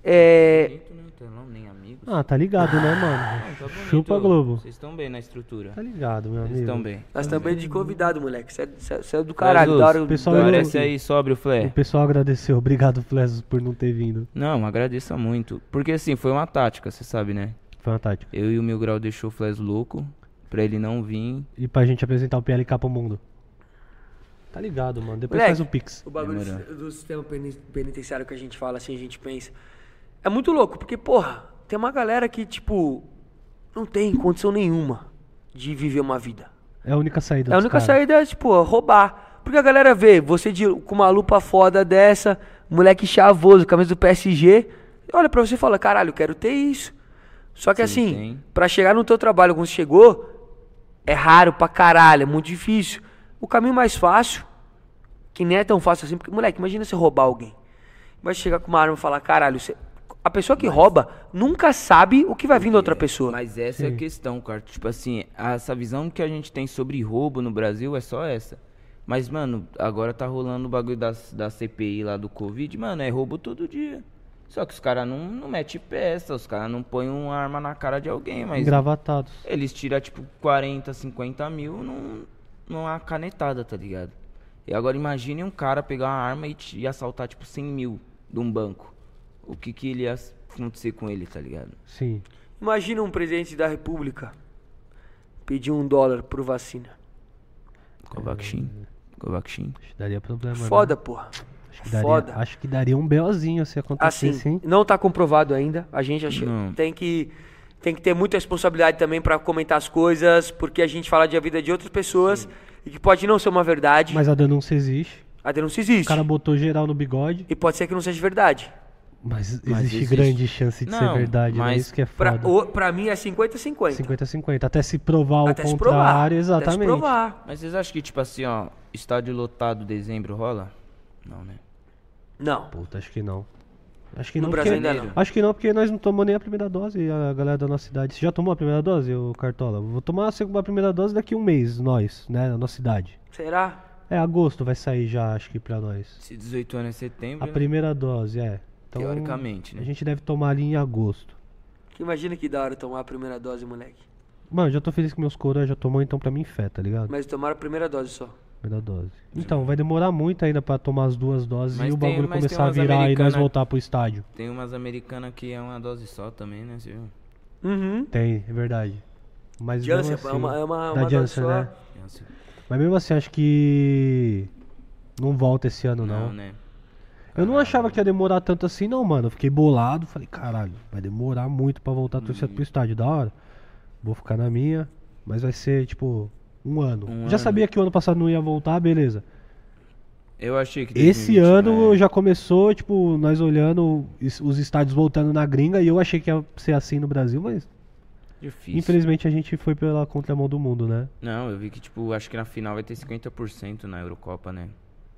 [SPEAKER 2] É.
[SPEAKER 4] Bonito, né? Telão, nem amigos.
[SPEAKER 1] Ah, tá ligado, né, mano?
[SPEAKER 2] Ah,
[SPEAKER 4] Não, tá bonito.
[SPEAKER 1] Chupa Globo.
[SPEAKER 4] Vocês estão bem na estrutura.
[SPEAKER 1] Tá ligado, meu
[SPEAKER 4] Vocês
[SPEAKER 1] amigo.
[SPEAKER 4] estão bem.
[SPEAKER 2] Nós também de convidado, moleque. Você é, cê é- cê é do caralho.
[SPEAKER 4] Mas,
[SPEAKER 2] Da
[SPEAKER 4] ô,
[SPEAKER 2] hora,
[SPEAKER 1] o pessoal
[SPEAKER 2] da hora.
[SPEAKER 1] eu-
[SPEAKER 4] Parece aí, sobre o flare.
[SPEAKER 1] O pessoal agradeceu. Obrigado, Flesos, por não ter vindo.
[SPEAKER 4] Não, agradeça muito. Porque assim, foi uma tática, você sabe, né?
[SPEAKER 1] Foi uma tática.
[SPEAKER 4] Eu e o Mil Grau deixou o Flash louco pra ele não vir.
[SPEAKER 1] E pra gente apresentar o PLK pro mundo. Tá ligado, mano. Depois
[SPEAKER 2] Moleque.
[SPEAKER 1] faz o Pix.
[SPEAKER 2] O bagulho
[SPEAKER 4] Demorou.
[SPEAKER 2] do- do sistema peni- penitenciário que a gente fala, assim, a gente pensa. É muito louco, porque, porra, tem uma galera que, tipo, não tem condição nenhuma de viver uma vida.
[SPEAKER 1] É a única saída.
[SPEAKER 2] É a
[SPEAKER 1] dos
[SPEAKER 2] única
[SPEAKER 1] cara.
[SPEAKER 2] saída é, tipo, roubar. Porque a galera vê você de- com uma lupa foda dessa, moleque chavoso, camisa do PSG, olha pra você e fala, caralho, eu quero ter isso. Só que
[SPEAKER 4] Sim,
[SPEAKER 2] assim,
[SPEAKER 4] tem.
[SPEAKER 2] pra chegar no teu trabalho como você chegou, é raro pra caralho, é muito difícil. O caminho mais fácil, que nem é tão fácil assim, porque, moleque, imagina você roubar alguém. Vai chegar com uma arma e falar, caralho, você... a pessoa que rouba nunca sabe o que vai vir da outra pessoa.
[SPEAKER 4] Mas essa é a questão, cara. Tipo assim, a- essa visão que a gente tem sobre roubo no Brasil é só essa. Mas, mano, agora tá rolando o bagulho da, da CPI lá do Covid. Mano, é roubo todo dia. Só que os caras não, não metem peça, os caras não põem uma arma na cara de alguém, mas
[SPEAKER 1] Engravatados.
[SPEAKER 4] eles tiram tipo 40, 50 mil num, numa canetada, tá ligado? E agora imagine um cara pegar uma arma e, te- e assaltar tipo 100 mil de um banco. O que que ele ia s- acontecer com ele, tá ligado?
[SPEAKER 1] Sim.
[SPEAKER 2] Imagina um presidente da república pedir um dólar por vacina.
[SPEAKER 4] Covaxin. Covaxin.
[SPEAKER 1] Acho que Daria problema.
[SPEAKER 2] Foda, porra.
[SPEAKER 1] Né? Acho que daria,
[SPEAKER 2] Foda.
[SPEAKER 1] Acho que daria um BOzinho se acontecer
[SPEAKER 2] Assim,
[SPEAKER 1] assim.
[SPEAKER 2] não tá comprovado ainda. A gente acha-
[SPEAKER 4] Não.
[SPEAKER 2] tem que tem que ter muita responsabilidade também pra comentar as coisas, porque a gente fala de a vida de outras pessoas e que pode não ser uma verdade.
[SPEAKER 1] Mas a denúncia existe.
[SPEAKER 2] a denúncia
[SPEAKER 1] O
[SPEAKER 2] existe.
[SPEAKER 1] cara botou geral no bigode.
[SPEAKER 2] E pode ser que não seja verdade.
[SPEAKER 1] Mas,
[SPEAKER 4] Mas
[SPEAKER 1] existe,
[SPEAKER 4] existe.
[SPEAKER 1] grande chance de ser
[SPEAKER 4] Não,
[SPEAKER 1] verdade, né?
[SPEAKER 4] mas
[SPEAKER 1] Isso que é
[SPEAKER 2] Pra,
[SPEAKER 1] foda.
[SPEAKER 2] o- pra mim é 50-50.
[SPEAKER 1] 50-50. Até se provar
[SPEAKER 2] Até
[SPEAKER 1] o
[SPEAKER 2] se provar.
[SPEAKER 1] contrário,
[SPEAKER 2] Até se
[SPEAKER 1] exatamente.
[SPEAKER 2] provar.
[SPEAKER 4] Mas vocês acham que, tipo assim, ó, estádio lotado dezembro rola? Não, né?
[SPEAKER 2] Não.
[SPEAKER 1] Puta, acho que não. Acho que
[SPEAKER 2] No
[SPEAKER 1] não.
[SPEAKER 2] Brasil
[SPEAKER 1] porque-
[SPEAKER 2] ainda não.
[SPEAKER 1] Acho que não, porque nós não tomamos nem a primeira dose, e a galera da nossa cidade. Você já tomou a primeira dose, ô Cartola? Vou tomar a segunda a primeira dose daqui a um mês, nós, né? Na nossa cidade.
[SPEAKER 2] Será?
[SPEAKER 1] É, agosto vai sair já, acho que pra nós.
[SPEAKER 4] Se 18 anos é setembro,
[SPEAKER 1] A
[SPEAKER 4] né?
[SPEAKER 1] primeira dose, é. Então,
[SPEAKER 4] teoricamente,
[SPEAKER 1] A
[SPEAKER 4] né?
[SPEAKER 1] gente deve tomar ali em agosto.
[SPEAKER 2] Que Imagina que da hora tomar a primeira dose, moleque.
[SPEAKER 1] Mano, já tô feliz que meus coroas já tomou, então pra mim fé, tá ligado?
[SPEAKER 2] Mas tomaram a primeira dose só.
[SPEAKER 1] Primeira dose. Então, vai demorar muito ainda pra tomar as duas doses
[SPEAKER 4] Mas
[SPEAKER 1] e o
[SPEAKER 4] tem-
[SPEAKER 1] bagulho
[SPEAKER 4] mas tem
[SPEAKER 1] começar a
[SPEAKER 4] umas
[SPEAKER 1] virar e nós
[SPEAKER 4] americanas-
[SPEAKER 1] voltar pro estádio.
[SPEAKER 4] Tem umas americanas que é uma dose só também, né? Você viu?
[SPEAKER 2] Uhum.
[SPEAKER 1] Tem, é verdade. Mas
[SPEAKER 2] Janssen,
[SPEAKER 1] mesmo
[SPEAKER 2] é
[SPEAKER 1] assim,
[SPEAKER 2] uma- é uma-
[SPEAKER 1] da
[SPEAKER 2] uma dose
[SPEAKER 1] Janssen,
[SPEAKER 2] só.
[SPEAKER 1] né?
[SPEAKER 4] Nossa,
[SPEAKER 1] Mas mesmo assim, acho que não volta esse ano, não.
[SPEAKER 4] Não, né?
[SPEAKER 1] Eu não achava que ia demorar tanto assim, não, mano. Eu fiquei bolado, falei, caralho, vai demorar muito pra voltar a torcida
[SPEAKER 4] Uhum.
[SPEAKER 1] pro estádio, da hora. Vou ficar na minha, mas vai ser, tipo, um ano.
[SPEAKER 4] Um
[SPEAKER 1] já
[SPEAKER 4] ano.
[SPEAKER 1] sabia que o ano passado não ia voltar, beleza.
[SPEAKER 4] Eu achei que.
[SPEAKER 1] Esse
[SPEAKER 4] 2020
[SPEAKER 1] ano
[SPEAKER 4] vai-
[SPEAKER 1] já começou, tipo, nós olhando is- os estádios voltando na gringa e eu achei que ia ser assim no Brasil, mas
[SPEAKER 4] Difícil.
[SPEAKER 1] infelizmente a gente foi pela contramão do mundo, né?
[SPEAKER 4] Não, eu vi que, tipo, acho que na final vai ter 50% na Eurocopa, né?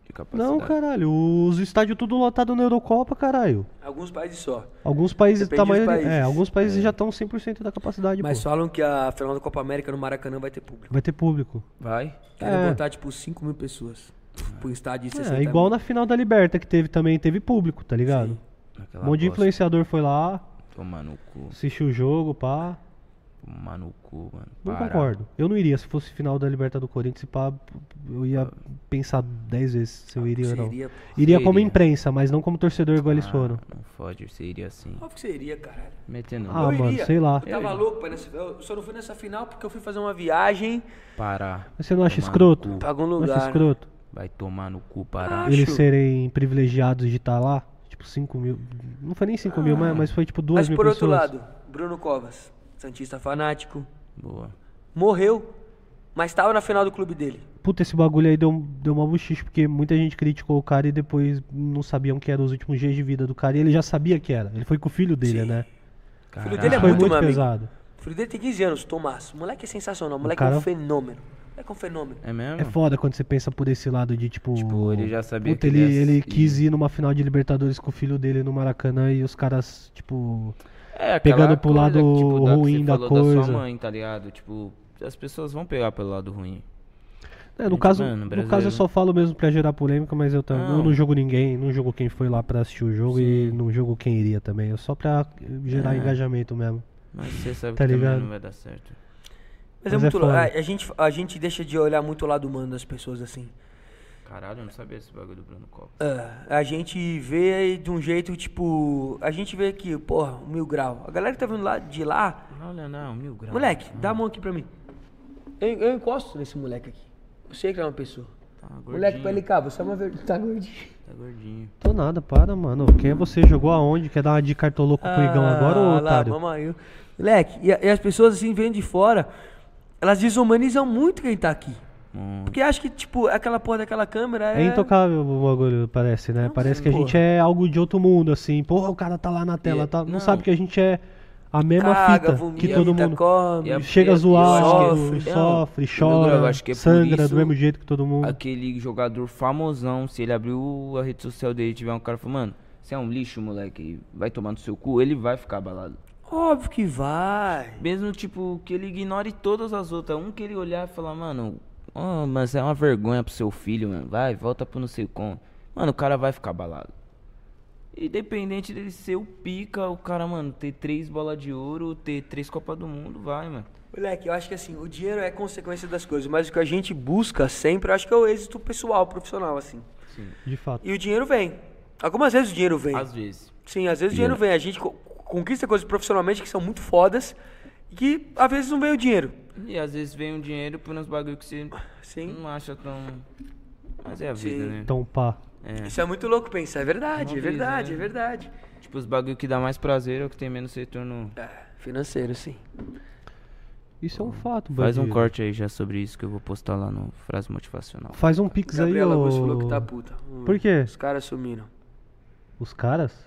[SPEAKER 4] De capacidade.
[SPEAKER 1] Não, caralho, os estádios tudo lotado na Eurocopa, caralho.
[SPEAKER 2] Alguns países só.
[SPEAKER 1] Alguns países,
[SPEAKER 2] Depende dos
[SPEAKER 1] tamanho,
[SPEAKER 2] países.
[SPEAKER 1] É, alguns países já estão 100% da capacidade,
[SPEAKER 2] Mas
[SPEAKER 1] pô.
[SPEAKER 2] falam que a final da Copa América no Maracanã vai ter público.
[SPEAKER 1] Vai ter público.
[SPEAKER 4] Vai?
[SPEAKER 2] Querem
[SPEAKER 1] É.
[SPEAKER 2] botar tipo 5 mil pessoas. Pro estádio de 60
[SPEAKER 1] É, igual
[SPEAKER 2] mil.
[SPEAKER 1] na final da Liberta que teve também, teve público, tá ligado?
[SPEAKER 4] Aquela
[SPEAKER 1] Um monte de
[SPEAKER 4] é bosta.
[SPEAKER 1] influenciador foi lá,
[SPEAKER 4] Tomar no cu.
[SPEAKER 1] assistiu o jogo, pá.
[SPEAKER 4] Tomar no cu, mano.
[SPEAKER 1] Não
[SPEAKER 4] Para.
[SPEAKER 1] concordo. Eu não iria. Se fosse final da Liberta do Corinthians, pá, eu ia pensar 10 vezes se eu
[SPEAKER 2] Ah,
[SPEAKER 1] iria ou não.
[SPEAKER 2] Seria, pô.
[SPEAKER 1] Iria como
[SPEAKER 4] Seria.
[SPEAKER 1] imprensa, mas não como torcedor igual eles
[SPEAKER 4] Ah,
[SPEAKER 1] foram.
[SPEAKER 4] Não fode, você iria assim.
[SPEAKER 2] Óbvio que seria, caralho.
[SPEAKER 4] Metendo
[SPEAKER 1] Ah,
[SPEAKER 2] eu
[SPEAKER 1] mano,
[SPEAKER 2] iria.
[SPEAKER 1] sei lá.
[SPEAKER 2] Eu tava louco pra ir nessa Eu só não fui nessa final porque eu fui fazer uma viagem
[SPEAKER 4] Parar.
[SPEAKER 1] Mas Você não acha
[SPEAKER 4] Tomar no
[SPEAKER 1] escroto?
[SPEAKER 4] cu.
[SPEAKER 2] pra algum
[SPEAKER 1] Não acha
[SPEAKER 2] lugar. né?
[SPEAKER 1] escroto?
[SPEAKER 4] Vai tomar no cu, parar.
[SPEAKER 2] Ah,
[SPEAKER 1] Eles
[SPEAKER 2] Acho.
[SPEAKER 1] serem privilegiados de estar lá? Tipo, 5 mil. Não foi nem 5 mil, mas mas foi tipo 2
[SPEAKER 2] Mas
[SPEAKER 1] mil
[SPEAKER 2] por outro
[SPEAKER 1] pessoas.
[SPEAKER 2] lado, Bruno Covas, Santista fanático,
[SPEAKER 4] Boa.
[SPEAKER 2] morreu, mas tava na final do clube dele.
[SPEAKER 1] Puta, esse bagulho aí deu, deu uma buchiche, porque muita gente criticou o cara e depois não sabiam que eram os últimos dias de vida do cara. E ele já sabia que era. Ele foi com o filho dele, né?
[SPEAKER 2] O filho dele é
[SPEAKER 4] Ah,
[SPEAKER 1] Isso foi
[SPEAKER 2] muito,
[SPEAKER 1] muito
[SPEAKER 2] meu amigo.
[SPEAKER 1] pesado.
[SPEAKER 2] O filho dele tem 15 anos, Tomás. O moleque é sensacional, o moleque é
[SPEAKER 1] cara-
[SPEAKER 2] um fenômeno. O moleque é um fenômeno.
[SPEAKER 4] É mesmo?
[SPEAKER 1] É foda quando você pensa por esse lado de tipo.
[SPEAKER 4] Tipo, ele já sabia
[SPEAKER 1] Puta,
[SPEAKER 4] que
[SPEAKER 1] ele,
[SPEAKER 4] ele ia-
[SPEAKER 1] ele quis ir numa final de Libertadores com o filho dele no Maracanã e os caras, tipo.
[SPEAKER 4] É, aquela
[SPEAKER 1] pegando pro
[SPEAKER 4] coisa
[SPEAKER 1] lado
[SPEAKER 4] que, tipo, da- que
[SPEAKER 1] ruim
[SPEAKER 4] você
[SPEAKER 1] da
[SPEAKER 4] falou sua
[SPEAKER 1] coisa.
[SPEAKER 4] mãe, tá ligado? Tipo, as pessoas vão pegar pelo lado ruim.
[SPEAKER 1] É, no,
[SPEAKER 4] Gente,
[SPEAKER 1] caso,
[SPEAKER 4] mano,
[SPEAKER 1] no
[SPEAKER 4] brasileiro.
[SPEAKER 1] caso eu só falo mesmo pra gerar polêmica, mas eu também. Eu
[SPEAKER 4] Não.
[SPEAKER 1] não jogo ninguém, não jogo quem foi lá pra assistir o jogo e não jogo quem iria também. É só pra gerar
[SPEAKER 4] É.
[SPEAKER 1] engajamento mesmo.
[SPEAKER 4] Mas você sabe
[SPEAKER 1] Tá
[SPEAKER 4] que
[SPEAKER 1] ligado?
[SPEAKER 4] também não vai dar certo.
[SPEAKER 2] Mas,
[SPEAKER 1] Mas
[SPEAKER 2] é
[SPEAKER 1] é
[SPEAKER 2] muito louco.
[SPEAKER 1] foda.
[SPEAKER 2] A, a gente, a gente deixa de olhar muito o lado humano das pessoas assim.
[SPEAKER 4] Caralho, eu não sabia esse bagulho do Bruno Copa.
[SPEAKER 2] É, a gente vê aí de um jeito tipo. A gente vê aqui, porra, um mil grau. A galera que tá vindo lá de lá.
[SPEAKER 4] Olha, não, mil graus.
[SPEAKER 2] Moleque, dá a mão aqui pra mim. Eu, eu encosto nesse moleque aqui. Eu sei que ele é uma pessoa.
[SPEAKER 4] Tá gordinho,
[SPEAKER 2] Moleque, pra ele cá, você é uma verdade. Tá gordinho.
[SPEAKER 4] tá gordinho.
[SPEAKER 1] Tô nada, para, mano. Quem é você? Jogou aonde? Quer dar uma de cartoloco pro Igão agora,
[SPEAKER 2] Ah,
[SPEAKER 1] ou
[SPEAKER 2] lá,
[SPEAKER 1] otário?
[SPEAKER 2] vamos aí. Moleque, e, a- e as pessoas assim, vêm de fora, elas desumanizam muito quem tá aqui.
[SPEAKER 4] Muito.
[SPEAKER 2] Porque acha que, tipo, aquela porra daquela câmera é.
[SPEAKER 1] Hum. É intocável o bagulho, parece, né? parece que a
[SPEAKER 2] porra.
[SPEAKER 1] gente é algo de outro mundo, assim. Porra, o cara tá lá na tela,
[SPEAKER 4] E-
[SPEAKER 1] tá, não,
[SPEAKER 4] não.
[SPEAKER 1] sabe que a gente é a mesma
[SPEAKER 2] Caga,
[SPEAKER 1] fita
[SPEAKER 2] vomita,
[SPEAKER 1] que todo mundo. é
[SPEAKER 2] come. é
[SPEAKER 4] E a-
[SPEAKER 1] Chega
[SPEAKER 4] eu-
[SPEAKER 1] a
[SPEAKER 4] eu
[SPEAKER 1] zoar,
[SPEAKER 2] acho é
[SPEAKER 1] sofre,
[SPEAKER 4] que-
[SPEAKER 1] sofre,
[SPEAKER 4] Não,
[SPEAKER 1] chora,
[SPEAKER 4] eu acho que é por
[SPEAKER 1] sangra do
[SPEAKER 4] isso-
[SPEAKER 1] mesmo jeito que todo mundo.
[SPEAKER 4] Aquele jogador famosão, se ele abriu a rede social dele e tiver um cara falando, mano, você é um lixo, moleque, vai tomar no seu cu, ele vai ficar abalado.
[SPEAKER 2] Óbvio que vai.
[SPEAKER 4] Mesmo, tipo, que ele ignore todas as outras. Um que ele olhar e falar, mano, ó, mas é uma vergonha pro seu filho, mano. Vai, volta pro não sei como. Mano, o cara vai ficar abalado. Independente dele ser o pica, o cara, mano, ter três bolas de ouro, ter três Copas do Mundo, vai, mano.
[SPEAKER 2] Moleque, eu acho que assim, o dinheiro é consequência das coisas, mas o que a gente busca sempre, eu acho que é o êxito pessoal, profissional, assim.
[SPEAKER 1] De fato.
[SPEAKER 2] E o dinheiro vem. Algumas vezes o dinheiro vem.
[SPEAKER 4] Às vezes.
[SPEAKER 2] Sim, às vezes o dinheiro vem. A gente co- conquista coisas profissionalmente que são muito fodas e que às vezes não vem o dinheiro.
[SPEAKER 4] E às vezes vem um dinheiro por uns bagulho que você
[SPEAKER 2] Sim.
[SPEAKER 4] não acha tão. Mas é a
[SPEAKER 2] Sim.
[SPEAKER 4] vida, né?
[SPEAKER 1] Então, pá.
[SPEAKER 4] É.
[SPEAKER 2] Isso é muito louco pensar. É verdade, é
[SPEAKER 4] Uma brisa,
[SPEAKER 2] verdade,
[SPEAKER 4] né?
[SPEAKER 2] é verdade.
[SPEAKER 4] Tipo, os bagulho que dá mais prazer é o que tem menos retorno.
[SPEAKER 2] É, financeiro, sim.
[SPEAKER 1] Isso é um fato,
[SPEAKER 4] Faz um
[SPEAKER 1] bandido.
[SPEAKER 4] corte aí já sobre isso que eu vou postar lá no Frase Motivacional.
[SPEAKER 1] Faz um pix
[SPEAKER 2] Gabriela
[SPEAKER 1] aí, ô...
[SPEAKER 2] Augusto falou que tá puta. Hum,
[SPEAKER 1] Por quê?
[SPEAKER 2] Os caras sumiram.
[SPEAKER 1] Os caras?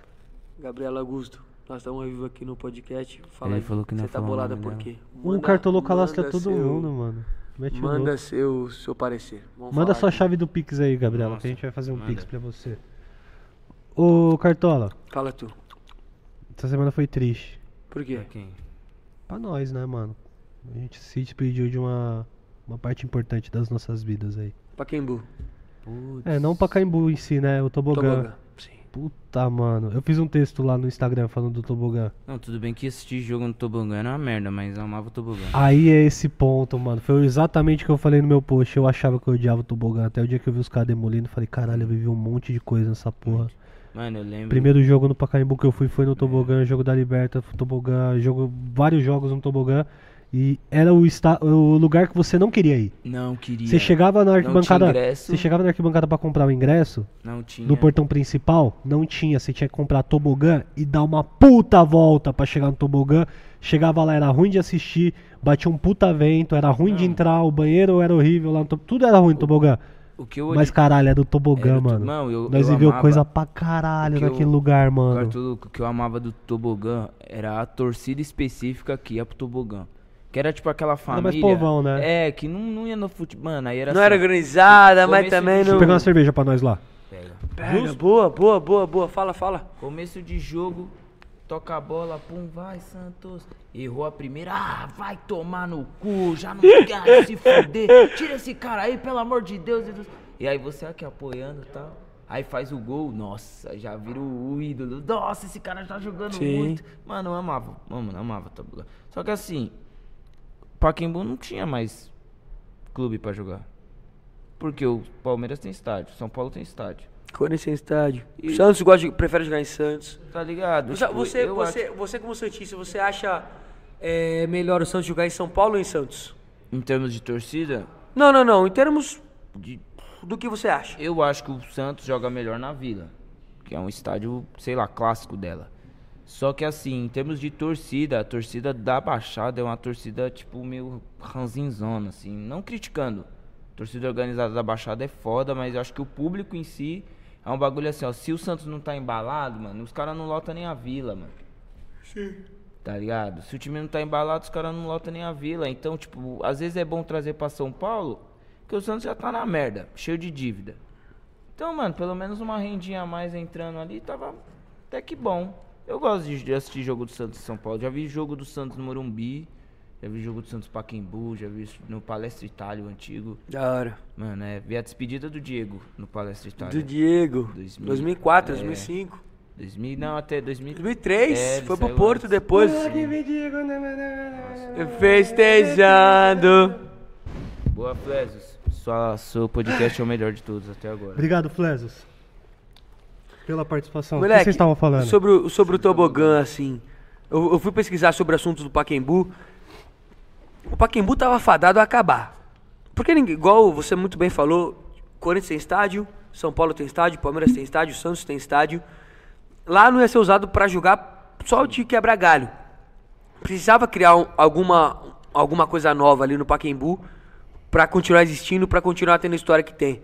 [SPEAKER 2] Gabriela Augusto, nós estamos ao vivo aqui no podcast. Fala
[SPEAKER 4] Ele
[SPEAKER 2] aí,
[SPEAKER 4] falou que não ia
[SPEAKER 2] Você tá
[SPEAKER 4] falar o
[SPEAKER 2] bolada
[SPEAKER 4] nome
[SPEAKER 2] por
[SPEAKER 4] dela.
[SPEAKER 2] quê?
[SPEAKER 1] um cartolou calastra
[SPEAKER 2] manda
[SPEAKER 1] todo
[SPEAKER 2] seu-
[SPEAKER 1] mundo, mano. Mete o
[SPEAKER 2] Manda
[SPEAKER 1] louco.
[SPEAKER 2] seu, seu parecer. Vamos
[SPEAKER 1] Manda
[SPEAKER 2] falar
[SPEAKER 1] sua
[SPEAKER 2] aqui.
[SPEAKER 1] chave do pix aí, Gabriela,
[SPEAKER 4] Nossa,
[SPEAKER 1] que a gente vai fazer um
[SPEAKER 4] manda.
[SPEAKER 1] pix pra você. Ô, Cartola,
[SPEAKER 2] Fala tu.
[SPEAKER 1] essa semana foi triste.
[SPEAKER 2] Por quê?
[SPEAKER 1] Tá.
[SPEAKER 4] Quem?
[SPEAKER 1] Pra nós, né, mano? A gente se despediu de uma, uma parte importante das nossas vidas aí.
[SPEAKER 2] Paquembu.
[SPEAKER 4] Putz.
[SPEAKER 1] É, não pra Caimbu em si, né? O tobogã.
[SPEAKER 2] Tobogã. Sim.
[SPEAKER 1] Puta, mano. Eu fiz um texto lá no Instagram falando do tobogã.
[SPEAKER 4] Não, tudo bem que assistir jogo no Tobogã era uma merda, mas eu amava o Tobogã.
[SPEAKER 1] Aí é esse ponto, mano. Foi exatamente o que eu falei no meu post. Eu achava que eu odiava o tobogã. Até o dia que eu vi os caras demolindo, eu falei, caralho, eu vivi um monte de coisa nessa porra.
[SPEAKER 4] Mano, eu lembro.
[SPEAKER 1] Primeiro jogo no Pacaembu que eu fui foi no tobogã, jogo da Liberta, fu- tobogã, jogo, vários jogos no tobogã. E era o, esta- o lugar que você não queria ir.
[SPEAKER 4] Não queria.
[SPEAKER 1] Você chegava na
[SPEAKER 4] Não tinha
[SPEAKER 1] arquibancada,
[SPEAKER 4] ingresso.
[SPEAKER 1] você chegava na arquibancada para comprar o ingresso,
[SPEAKER 4] Não tinha.
[SPEAKER 1] no portão principal, não tinha, você tinha que comprar tobogã e dar uma puta volta pra chegar no tobogã. Chegava lá, era ruim de assistir, batia um puta vento, era ruim de entrar, o banheiro era horrível lá, no to- tudo era ruim no tobogã.
[SPEAKER 4] O que eu
[SPEAKER 1] Mas caralho, é do tobogã,
[SPEAKER 4] Era o to-
[SPEAKER 1] mano.
[SPEAKER 4] Não, eu-
[SPEAKER 1] Nós
[SPEAKER 4] eu
[SPEAKER 1] viveu
[SPEAKER 4] amava
[SPEAKER 1] coisa pra caralho
[SPEAKER 4] porque eu-
[SPEAKER 1] naquele lugar, mano.
[SPEAKER 4] Bartolo, o que eu amava do tobogã era a torcida específica que ia pro tobogã. Que era tipo aquela
[SPEAKER 1] Era mais
[SPEAKER 4] família.
[SPEAKER 1] povão, né?
[SPEAKER 4] É, que não, não ia no futebol. Mano, aí era
[SPEAKER 2] Não era
[SPEAKER 4] assim,
[SPEAKER 2] organizada, mas
[SPEAKER 4] Começo
[SPEAKER 2] também
[SPEAKER 4] de-
[SPEAKER 1] Deixa eu
[SPEAKER 2] não.
[SPEAKER 1] pegar uma cerveja pra nós lá.
[SPEAKER 4] Pega.
[SPEAKER 2] Pega, boa, boa, boa, boa. Fala, fala.
[SPEAKER 4] Começo de jogo, toca a bola, pum, vai, Santos. Errou a primeira, ah, vai tomar no cu, já não quer se fuder. Tira esse cara aí, pelo amor de Deus. Jesus. E aí você aqui apoiando e tal. Aí faz o gol, nossa, já vira o, o ídolo. Nossa, esse cara tá jogando
[SPEAKER 2] Sim.
[SPEAKER 4] muito. Mano, eu amava, mano, eu amava Tabugá. Só que assim, Paquembu não tinha mais clube pra jogar. Porque o Palmeiras tem estádio, São Paulo tem estádio.
[SPEAKER 2] Corinthians em estádio. Santos gosta de, prefere jogar em Santos.
[SPEAKER 4] Tá ligado?
[SPEAKER 2] Você,
[SPEAKER 4] Tipo,
[SPEAKER 2] você,
[SPEAKER 4] eu
[SPEAKER 2] você, você como Santista, você acha é, melhor o Santos jogar em São Paulo ou em Santos?
[SPEAKER 4] Em termos de torcida,
[SPEAKER 2] Não, não, não. Em termos
[SPEAKER 4] de-
[SPEAKER 2] do que você acha.
[SPEAKER 4] eu acho que o Santos joga melhor na Vila, que é um estádio, sei lá, clássico dela. Só que assim, em termos de torcida, a torcida da Baixada é uma torcida tipo meio ranzinzona, assim, não criticando. torcida organizada da Baixada é foda, mas eu acho que o público em si é um bagulho assim, ó, se o Santos não tá embalado, mano, os caras não lotam nem a Vila, mano. Tá ligado? Se o time não tá embalado, os caras não lotam nem a vila. Então, tipo, às vezes é bom trazer pra São Paulo, porque o Santos já tá na merda, cheio de dívida. Então, mano, pelo menos uma rendinha a mais entrando ali tava até que bom. Eu gosto de, de assistir jogo do Santos em São Paulo. Já vi jogo do Santos no Morumbi, já vi jogo do Santos Paquembu, já vi isso no Palestra Itália, o antigo.
[SPEAKER 2] Da hora.
[SPEAKER 4] Mano, é, vi a despedida do Diego no Palestra Itália.
[SPEAKER 2] Do Diego.
[SPEAKER 4] 2000,
[SPEAKER 2] 2004,
[SPEAKER 4] é.
[SPEAKER 2] 2005.
[SPEAKER 4] 2000, não, até 2000.
[SPEAKER 2] 2003.
[SPEAKER 4] É, ele
[SPEAKER 2] foi pro
[SPEAKER 4] saiu
[SPEAKER 2] Porto
[SPEAKER 4] antes.
[SPEAKER 2] depois.
[SPEAKER 1] né,
[SPEAKER 2] Festejando.
[SPEAKER 4] Boa, Flesos. Sua, seu podcast é o melhor de todos até agora.
[SPEAKER 1] Obrigado, Flesos. Pela participação. o que
[SPEAKER 2] Moleque,
[SPEAKER 1] vocês estavam falando?
[SPEAKER 2] Sobre, o- sobre o tobogã, assim. Eu, eu fui pesquisar sobre o assunto do Paquembu. O Paquembu tava fadado a acabar. Porque, ninguém- igual você muito bem falou, Corinthians tem estádio, São Paulo tem estádio, Palmeiras tem estádio, Santos tem estádio. Lá não ia ser usado pra jogar só de quebrar galho. Precisava criar um- alguma, alguma coisa nova ali no Paquembu pra continuar existindo, pra continuar tendo a história que tem.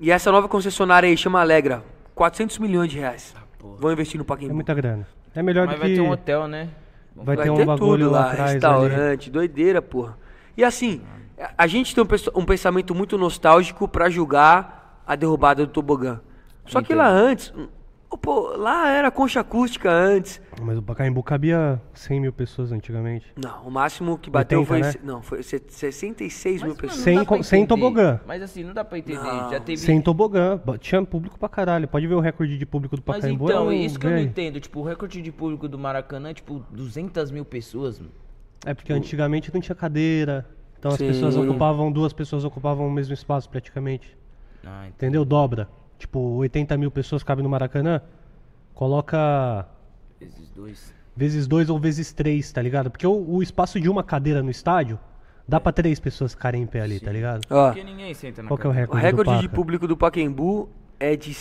[SPEAKER 2] E essa nova concessionária aí chama Alegra. 400 milhões de reais. Vão investir no
[SPEAKER 1] É
[SPEAKER 2] Paquembu.
[SPEAKER 1] muita grana. É melhor
[SPEAKER 4] Mas
[SPEAKER 1] do
[SPEAKER 4] vai
[SPEAKER 1] que.
[SPEAKER 4] ter um hotel, né?
[SPEAKER 1] vai ter um bagulho lá atrás,
[SPEAKER 2] restaurante, doideira, porra. E assim, a- a gente tem um pes- um pensamento muito nostálgico pra julgar a derrubada do tobogã. Só que lá antes, hum, pô, lá era concha acústica antes.
[SPEAKER 1] Mas o Pacaembu cabia 100 mil pessoas antigamente.
[SPEAKER 2] Não, o máximo que bateu
[SPEAKER 1] 80,
[SPEAKER 2] foi,
[SPEAKER 1] né?
[SPEAKER 2] se- não, foi se- 66 mil pessoas.
[SPEAKER 1] Sem co- sem tobogã.
[SPEAKER 4] Mas assim, não dá pra entender.
[SPEAKER 2] Não.
[SPEAKER 4] Já teve.
[SPEAKER 1] Sem tobogã. ba- Tinha público pra caralho. Pode ver o recorde de público do
[SPEAKER 4] Mas
[SPEAKER 1] Pacaembu.
[SPEAKER 4] então,
[SPEAKER 1] é um
[SPEAKER 4] isso que eu não
[SPEAKER 1] ganho.
[SPEAKER 4] entendo. Tipo, o recorde de público do Maracanã é tipo 200 mil pessoas, mano.
[SPEAKER 1] É porque antigamente não tinha cadeira. Então
[SPEAKER 2] Sim.
[SPEAKER 1] as pessoas ocupavam, duas pessoas ocupavam o mesmo espaço praticamente.
[SPEAKER 4] Ah, então.
[SPEAKER 1] Entendeu? Dobra. Tipo, 80 mil pessoas cabem no Maracanã. Coloca
[SPEAKER 4] Esses dois.
[SPEAKER 1] vezes dois ou vezes três, tá ligado? Porque o, o espaço de uma cadeira no estádio dá pra três pessoas ficarem em pé ali, tá ligado?
[SPEAKER 2] Ó,
[SPEAKER 4] Ah, Porque ninguém senta na
[SPEAKER 1] Qual que é o
[SPEAKER 4] cadeira.
[SPEAKER 1] recorde?
[SPEAKER 2] Ah, o recorde
[SPEAKER 1] do
[SPEAKER 2] de
[SPEAKER 1] Paca?
[SPEAKER 2] público do Paquembu é de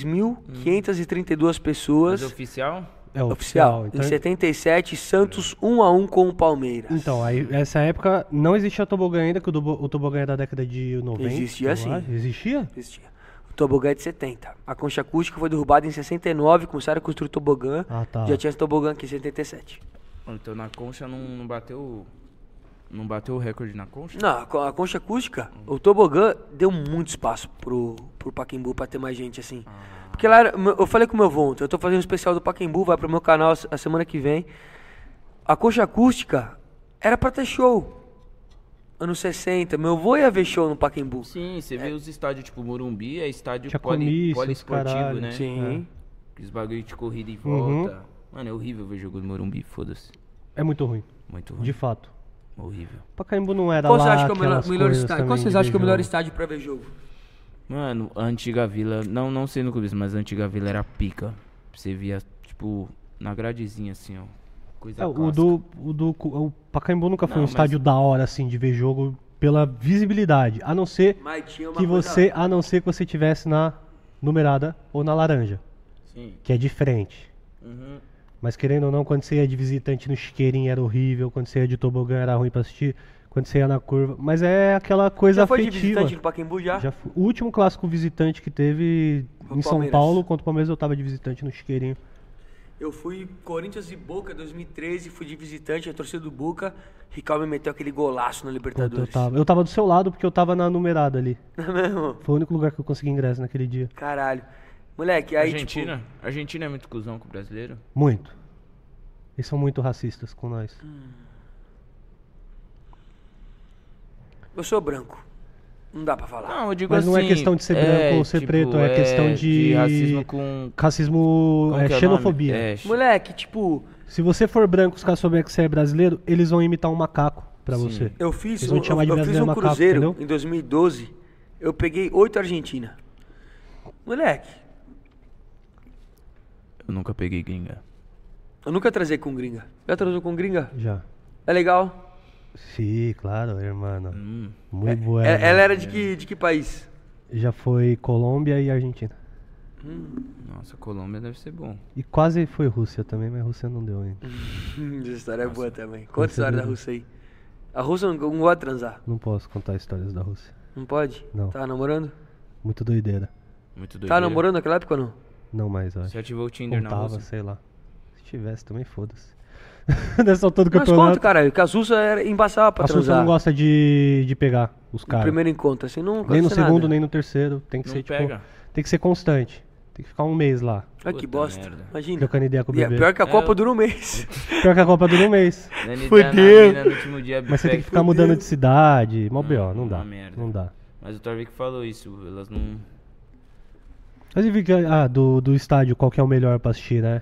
[SPEAKER 2] 73.532
[SPEAKER 1] Hum.
[SPEAKER 4] Mas
[SPEAKER 2] pessoas.
[SPEAKER 4] oficial?
[SPEAKER 1] É
[SPEAKER 2] Oficial.
[SPEAKER 1] oficial. Então,
[SPEAKER 2] Em 77, Santos 1 a 1 com o Palmeiras.
[SPEAKER 1] então, aí, nessa época não existia tobogã ainda, que o, tubo- o tobogã é da década de 90.
[SPEAKER 2] Existia
[SPEAKER 1] eu
[SPEAKER 2] sim.
[SPEAKER 1] acho. Existia?
[SPEAKER 2] Existia. O tobogã é de 70. A concha acústica foi derrubada em 69, começaram a construir o tobogã.
[SPEAKER 1] Ah, tá.
[SPEAKER 2] Já tinha esse tobogã aqui em 77.
[SPEAKER 4] Então na concha não, não bateu. Não bateu o recorde na concha?
[SPEAKER 2] Não, a co- a concha acústica, o tobogã deu muito espaço pro, pro Pacaembu pra ter mais gente, assim. Porque lá, era- eu falei com o meu avô ontem, eu tô fazendo um especial do Pacaembu, vai pro meu canal a semana que vem. A concha acústica era pra ter show. Anos 60, meu avô ia ver show no Pacaembu.
[SPEAKER 4] Sim, você vê os estádios tipo Morumbi, é estádio
[SPEAKER 1] Tinha
[SPEAKER 4] poli,
[SPEAKER 1] comício,
[SPEAKER 4] poliesportivo,
[SPEAKER 1] caralho.
[SPEAKER 4] né?
[SPEAKER 2] Sim.
[SPEAKER 4] Os bagulho de corrida e
[SPEAKER 1] Uhum.
[SPEAKER 4] volta. Mano, é horrível ver jogo do Morumbi, foda-se.
[SPEAKER 1] É muito ruim,
[SPEAKER 4] Muito ruim.
[SPEAKER 1] de fato.
[SPEAKER 4] Horrível.
[SPEAKER 1] Pacaembu não era
[SPEAKER 2] Qual
[SPEAKER 1] lá
[SPEAKER 2] você acha que é o melhor,
[SPEAKER 1] aquelas
[SPEAKER 2] melhor
[SPEAKER 1] coisas
[SPEAKER 2] estádio? Qual
[SPEAKER 1] também
[SPEAKER 2] vocês
[SPEAKER 1] de
[SPEAKER 2] acham que é o melhor
[SPEAKER 1] jogo.
[SPEAKER 2] estádio pra ver jogo?
[SPEAKER 4] Mano, a antiga vila, não, não sei no clubismo, mas a antiga vila era pica. Você via, tipo, na gradezinha assim, ó. Coisa
[SPEAKER 1] É, o
[SPEAKER 4] clássica.
[SPEAKER 1] do, o do o Pacaembu nunca foi
[SPEAKER 4] Não,
[SPEAKER 1] um
[SPEAKER 4] mas-
[SPEAKER 1] estádio da hora assim de ver jogo pela visibilidade, a não ser
[SPEAKER 2] Mas tinha uma
[SPEAKER 1] que
[SPEAKER 2] coisa-
[SPEAKER 1] você, a não ser que você tivesse na numerada ou na laranja,
[SPEAKER 4] Sim.
[SPEAKER 1] que é diferente.
[SPEAKER 4] Uhum.
[SPEAKER 1] Mas querendo ou não, quando você ia de visitante no chiqueirinho era horrível, quando você ia de tobogã era ruim pra assistir, quando você ia na curva, mas é aquela coisa
[SPEAKER 2] Já foi de
[SPEAKER 1] afetiva.
[SPEAKER 2] visitante do Pacaembu já?
[SPEAKER 1] Já fu- o último clássico visitante que teve
[SPEAKER 2] Foi
[SPEAKER 1] em
[SPEAKER 2] o
[SPEAKER 1] São
[SPEAKER 2] Palmeiras.
[SPEAKER 1] Paulo contra o Palmeiras, eu tava de visitante no chiqueirinho.
[SPEAKER 2] Eu fui Corinthians e Boca 2013, fui de visitante, a torcida do Boca. Ricardo me meteu aquele golaço
[SPEAKER 1] Puta,
[SPEAKER 2] na
[SPEAKER 1] eu,
[SPEAKER 2] Libertadores.
[SPEAKER 1] tava, eu tava do seu lado porque eu tava na numerada ali.
[SPEAKER 2] Não é mesmo?
[SPEAKER 1] Foi o único lugar que eu consegui ingresso naquele dia.
[SPEAKER 2] Caralho. Moleque, aí tipo,
[SPEAKER 4] Argentina? Argentina é muito cuzão com o brasileiro?
[SPEAKER 1] Muito. Eles são muito racistas com nós.
[SPEAKER 2] tipo, eu sou branco. Não dá pra falar.
[SPEAKER 4] Não, eu digo
[SPEAKER 1] Mas
[SPEAKER 4] assim. tipo,
[SPEAKER 1] não é questão de ser branco ou ser preto, é questão de-
[SPEAKER 4] racismo com.
[SPEAKER 1] Racismo
[SPEAKER 4] como
[SPEAKER 1] é,
[SPEAKER 4] que o nome?
[SPEAKER 1] xenofobia.
[SPEAKER 4] É, x-
[SPEAKER 2] Moleque, tipo,
[SPEAKER 1] Se você for branco e os caras souberem que você é brasileiro, eles vão imitar um macaco pra
[SPEAKER 4] Sim.
[SPEAKER 1] você.
[SPEAKER 2] eu fiz
[SPEAKER 1] Eles
[SPEAKER 2] um,
[SPEAKER 1] vão te chamar
[SPEAKER 2] eu,
[SPEAKER 1] de
[SPEAKER 2] eu fiz
[SPEAKER 1] brasileiro
[SPEAKER 2] um
[SPEAKER 1] macaco,
[SPEAKER 2] cruzeiro
[SPEAKER 1] entendeu?
[SPEAKER 2] em 2012. Eu peguei oito Argentina. Moleque,
[SPEAKER 4] Eu nunca peguei gringa.
[SPEAKER 2] eu nunca trazei com gringa. Já trazou com gringa?
[SPEAKER 1] Já.
[SPEAKER 2] É legal?
[SPEAKER 1] Sim, claro, irmão.
[SPEAKER 4] Hum.
[SPEAKER 1] Muito bueno.
[SPEAKER 2] É- ela era de que, de que país?
[SPEAKER 1] Já foi Colômbia e Argentina.
[SPEAKER 4] Nossa, Colômbia deve ser bom.
[SPEAKER 1] E quase foi Rússia também, mas Rússia não deu ainda.
[SPEAKER 2] Hum, Essa história é boa também. Conta a história da Rússia aí. A Rússia não, não gosta de transar.
[SPEAKER 1] Não posso contar histórias da Rússia.
[SPEAKER 2] Não pode?
[SPEAKER 1] Não.
[SPEAKER 2] Tá namorando?
[SPEAKER 1] Muito doideira.
[SPEAKER 4] Muito doido.
[SPEAKER 2] Tá namorando naquela época ou não?
[SPEAKER 1] Não mais, eu acho.
[SPEAKER 4] Você ativou o Tinder na assim.
[SPEAKER 1] Contava,
[SPEAKER 4] Rússia?
[SPEAKER 1] sei lá. Se tivesse também, foda-se. Nessa altura do
[SPEAKER 2] Mas conta,
[SPEAKER 1] campeonato,
[SPEAKER 2] caralho, que a Sussa era embaçava pra
[SPEAKER 1] a Sussa
[SPEAKER 2] transar.
[SPEAKER 1] não gosta de, de pegar os
[SPEAKER 2] No
[SPEAKER 1] caras.
[SPEAKER 2] primeiro encontro, assim, não
[SPEAKER 1] Nem no
[SPEAKER 2] acontece
[SPEAKER 1] segundo,
[SPEAKER 2] nada.
[SPEAKER 1] nem no terceiro. Tem que
[SPEAKER 4] Não
[SPEAKER 1] ser, tipo,
[SPEAKER 4] pega.
[SPEAKER 1] Tem que ser constante. Tem que ficar um mês lá.
[SPEAKER 2] Ah, que
[SPEAKER 4] Puta
[SPEAKER 2] bosta.
[SPEAKER 4] merda.
[SPEAKER 2] Imagina.
[SPEAKER 1] Trocando ideia com o
[SPEAKER 2] E é
[SPEAKER 1] bebê.
[SPEAKER 2] pior que a
[SPEAKER 4] É,
[SPEAKER 2] Copa
[SPEAKER 4] eu-
[SPEAKER 2] dura um mês.
[SPEAKER 1] Pior que a Copa dura um mês.
[SPEAKER 4] Dani
[SPEAKER 1] Fudeu.
[SPEAKER 4] Danamina no último dia
[SPEAKER 1] Mas você tem que
[SPEAKER 4] pega- Ah,
[SPEAKER 1] ficar mudando de cidade. Mó B.O., não
[SPEAKER 4] uma
[SPEAKER 1] dá.
[SPEAKER 4] merda.
[SPEAKER 1] Não dá.
[SPEAKER 4] Mas o Torvik falou isso, elas não.
[SPEAKER 1] Mas eu vi que, ah, do, do estádio, qual que é o melhor pra assistir, né?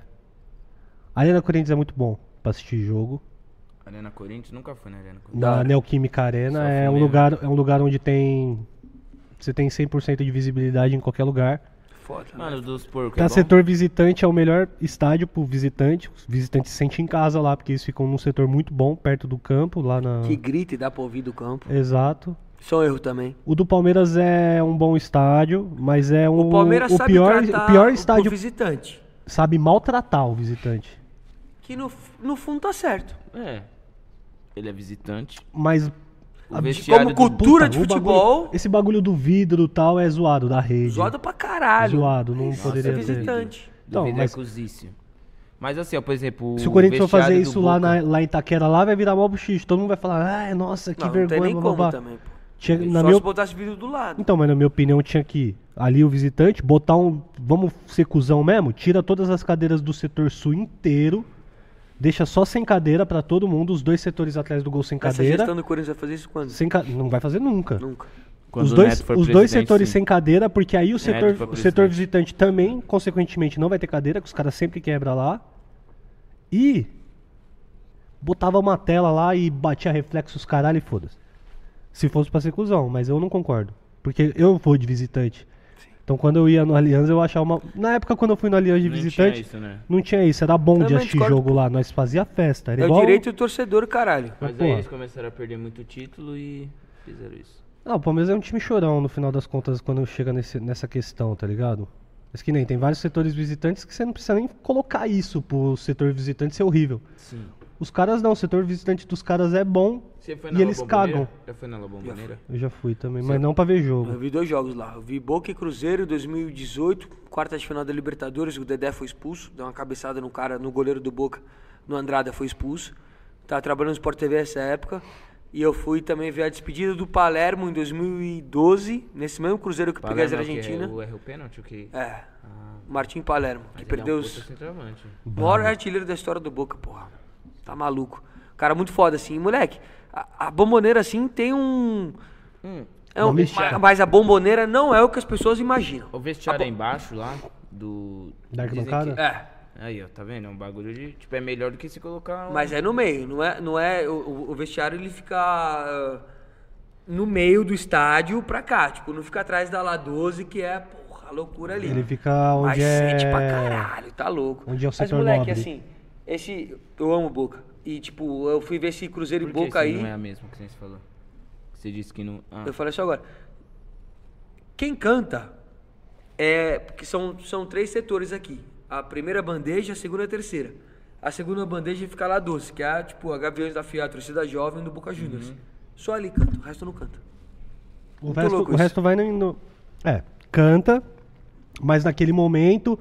[SPEAKER 1] A Arena Corinthians é muito bom pra assistir jogo.
[SPEAKER 4] Arena Corinthians nunca foi na Arena Corinthians.
[SPEAKER 1] Na
[SPEAKER 2] hora.
[SPEAKER 1] Neoquímica Arena
[SPEAKER 4] Só
[SPEAKER 1] é um,
[SPEAKER 4] Flamengo.
[SPEAKER 1] lugar, é um lugar onde tem... Você tem 100% de visibilidade em qualquer lugar.
[SPEAKER 2] Foda.
[SPEAKER 4] Mano, o dos porcos.
[SPEAKER 1] Pra
[SPEAKER 4] é
[SPEAKER 1] Tá
[SPEAKER 4] bom?
[SPEAKER 1] setor visitante é o melhor estádio pro visitante. Os visitantes se sentem em casa lá, porque eles ficam num setor muito bom, perto do campo, lá na.
[SPEAKER 2] Que grita e dá pra ouvir do campo.
[SPEAKER 1] Exato.
[SPEAKER 2] Isso é um erro também.
[SPEAKER 1] O do Palmeiras é um bom estádio, mas é um.
[SPEAKER 2] O Palmeiras sabe
[SPEAKER 1] pior,
[SPEAKER 2] tratar
[SPEAKER 1] o pior
[SPEAKER 2] o- o
[SPEAKER 1] estádio
[SPEAKER 2] visitante.
[SPEAKER 1] sabe maltratar o visitante.
[SPEAKER 2] Que no, no fundo tá certo.
[SPEAKER 4] É. Ele é visitante.
[SPEAKER 1] Mas.
[SPEAKER 4] O
[SPEAKER 1] a-
[SPEAKER 2] como
[SPEAKER 4] vestiário do-
[SPEAKER 2] cultura-
[SPEAKER 1] puta,
[SPEAKER 2] de
[SPEAKER 1] o bagulho-
[SPEAKER 2] futebol-
[SPEAKER 1] esse bagulho do vidro e tal é zoado da rede.
[SPEAKER 2] Zoado pra caralho.
[SPEAKER 1] Zoado, não
[SPEAKER 2] Isso,
[SPEAKER 1] poderia
[SPEAKER 2] é
[SPEAKER 1] ter.
[SPEAKER 2] visitante.
[SPEAKER 4] do
[SPEAKER 1] Então,
[SPEAKER 4] Vidal
[SPEAKER 2] é
[SPEAKER 1] mas-
[SPEAKER 4] Cusício. Mas assim, ó, por exemplo.
[SPEAKER 1] Se o Corinthians for fazer
[SPEAKER 4] vestiário do
[SPEAKER 1] isso lá,
[SPEAKER 4] Boca-
[SPEAKER 1] na, lá em Itaquera, lá vai virar mó buchicho. Todo mundo vai falar, ah, nossa, que
[SPEAKER 2] Não, não tem
[SPEAKER 1] vergonha.
[SPEAKER 2] nem
[SPEAKER 1] blá,
[SPEAKER 2] como
[SPEAKER 1] blá, blá."
[SPEAKER 2] também, pô.
[SPEAKER 1] Tinha- na
[SPEAKER 2] Só
[SPEAKER 1] minha
[SPEAKER 2] se botasse vidro do lado.
[SPEAKER 1] Então, mas na minha opinião tinha que ali o visitante botar um, vamos ser cuzão mesmo, tira todas as cadeiras do setor sul inteiro, deixa só sem cadeira pra todo mundo, os dois setores atrás do gol sem
[SPEAKER 2] Essa
[SPEAKER 1] cadeira.
[SPEAKER 2] gestão do Corinthians vai fazer isso quando?
[SPEAKER 1] Sem ca- não vai fazer nunca.
[SPEAKER 2] Nunca.
[SPEAKER 4] Quando
[SPEAKER 1] os
[SPEAKER 4] o
[SPEAKER 1] dois,
[SPEAKER 4] Neto for
[SPEAKER 1] os dois
[SPEAKER 4] presidente,
[SPEAKER 1] setores
[SPEAKER 4] sim.
[SPEAKER 1] sem cadeira, porque aí o
[SPEAKER 4] Neto
[SPEAKER 1] setor,
[SPEAKER 4] for
[SPEAKER 1] o setor
[SPEAKER 4] presidente.
[SPEAKER 1] visitante também, consequentemente, não vai ter cadeira, que os caras sempre quebram lá. E botava uma tela lá e batia reflexos, caralho, e foda-se. Se fosse pra ser cuzão, mas eu não concordo. Porque eu vou de visitante. Então quando eu ia no Aliança, eu achava uma. Na época quando eu fui no Aliança de
[SPEAKER 4] Não
[SPEAKER 1] visitante,
[SPEAKER 4] tinha isso, né?
[SPEAKER 1] não tinha isso, era bom de
[SPEAKER 2] Também
[SPEAKER 1] assistir
[SPEAKER 2] discordo,
[SPEAKER 1] jogo lá. Nós fazia festa. Era
[SPEAKER 2] É o
[SPEAKER 1] igual.
[SPEAKER 2] direito do torcedor, caralho.
[SPEAKER 1] Mas,
[SPEAKER 4] Mas aí
[SPEAKER 1] porra.
[SPEAKER 4] eles começaram a perder muito título e fizeram isso.
[SPEAKER 1] Não, o Palmeiras é um time chorão no final das contas quando chega nesse- nessa questão, tá ligado? Mas que nem tem vários setores visitantes que você não precisa nem colocar isso pro setor visitante ser horrível.
[SPEAKER 4] Sim.
[SPEAKER 1] Os caras não, o setor visitante dos caras é bom
[SPEAKER 4] Você foi na
[SPEAKER 1] e eles
[SPEAKER 4] La
[SPEAKER 1] cagam.
[SPEAKER 4] Bombonera? Já foi na La Bombonera?
[SPEAKER 1] Eu já fui também, mas não pra ver jogo.
[SPEAKER 2] Eu vi dois jogos lá. Eu vi Boca e Cruzeiro 2018, quarta de final da Libertadores. O Dedé foi expulso, deu uma cabeçada no cara, no goleiro do Boca, no Andrada, foi expulso. Tava trabalhando no Sport TV essa época. E eu fui também ver a despedida do Palermo em 2012, nesse mesmo Cruzeiro que peguei
[SPEAKER 4] Palermo,
[SPEAKER 2] as
[SPEAKER 4] que
[SPEAKER 2] Argentina.
[SPEAKER 4] É o erro pênalti, o que...
[SPEAKER 2] É, Martim Palermo, que perdeu
[SPEAKER 4] Ele é um
[SPEAKER 2] os.
[SPEAKER 4] puta centroavante.
[SPEAKER 2] O maior artilheiro da história do Boca, porra. Tá maluco. Cara muito foda, assim. E, moleque, a, a bomboneira, assim, tem um...
[SPEAKER 4] Hum.
[SPEAKER 2] é um
[SPEAKER 1] Uma mexida.
[SPEAKER 2] ma- mas a bomboneira não é o que as pessoas imaginam.
[SPEAKER 4] O vestiário é embaixo lá, do...
[SPEAKER 1] Da
[SPEAKER 4] dizem
[SPEAKER 1] arquibancada?
[SPEAKER 4] que-
[SPEAKER 2] É,
[SPEAKER 4] Aí, ó, tá vendo? É um bagulho de... Tipo, é melhor do que se colocar... um-
[SPEAKER 2] mas é no meio. Não é... Não é o- o, o vestiário, ele fica ah, no meio do estádio pra cá. Tipo, não fica atrás da La 12, que é, porra, a loucura ali.
[SPEAKER 1] Ele fica onde
[SPEAKER 2] Mas
[SPEAKER 1] é.
[SPEAKER 2] sente pra caralho, tá louco.
[SPEAKER 1] onde é o
[SPEAKER 2] Mas,
[SPEAKER 1] setor
[SPEAKER 2] moleque,
[SPEAKER 1] nobre.
[SPEAKER 2] assim, esse... Eu amo Boca. E, tipo, eu fui ver esse Cruzeiro
[SPEAKER 4] Por
[SPEAKER 2] e
[SPEAKER 4] que
[SPEAKER 2] Boca
[SPEAKER 4] isso
[SPEAKER 2] aí...
[SPEAKER 4] não é a mesma que você falou? Você disse que não... Ah,
[SPEAKER 2] Eu falei só agora. Quem canta é. Porque são, são três setores aqui. A primeira bandeja, a segunda e a terceira. A segunda bandeja fica lá doce, que é a, tipo a Gaviões da Fiat, a torcida jovem do Boca Juniors. Só ali canta, o resto não canta.
[SPEAKER 1] O
[SPEAKER 2] Muito
[SPEAKER 1] resto,
[SPEAKER 2] louco
[SPEAKER 1] o
[SPEAKER 2] isso.
[SPEAKER 1] resto vai no, no- É, canta, mas naquele momento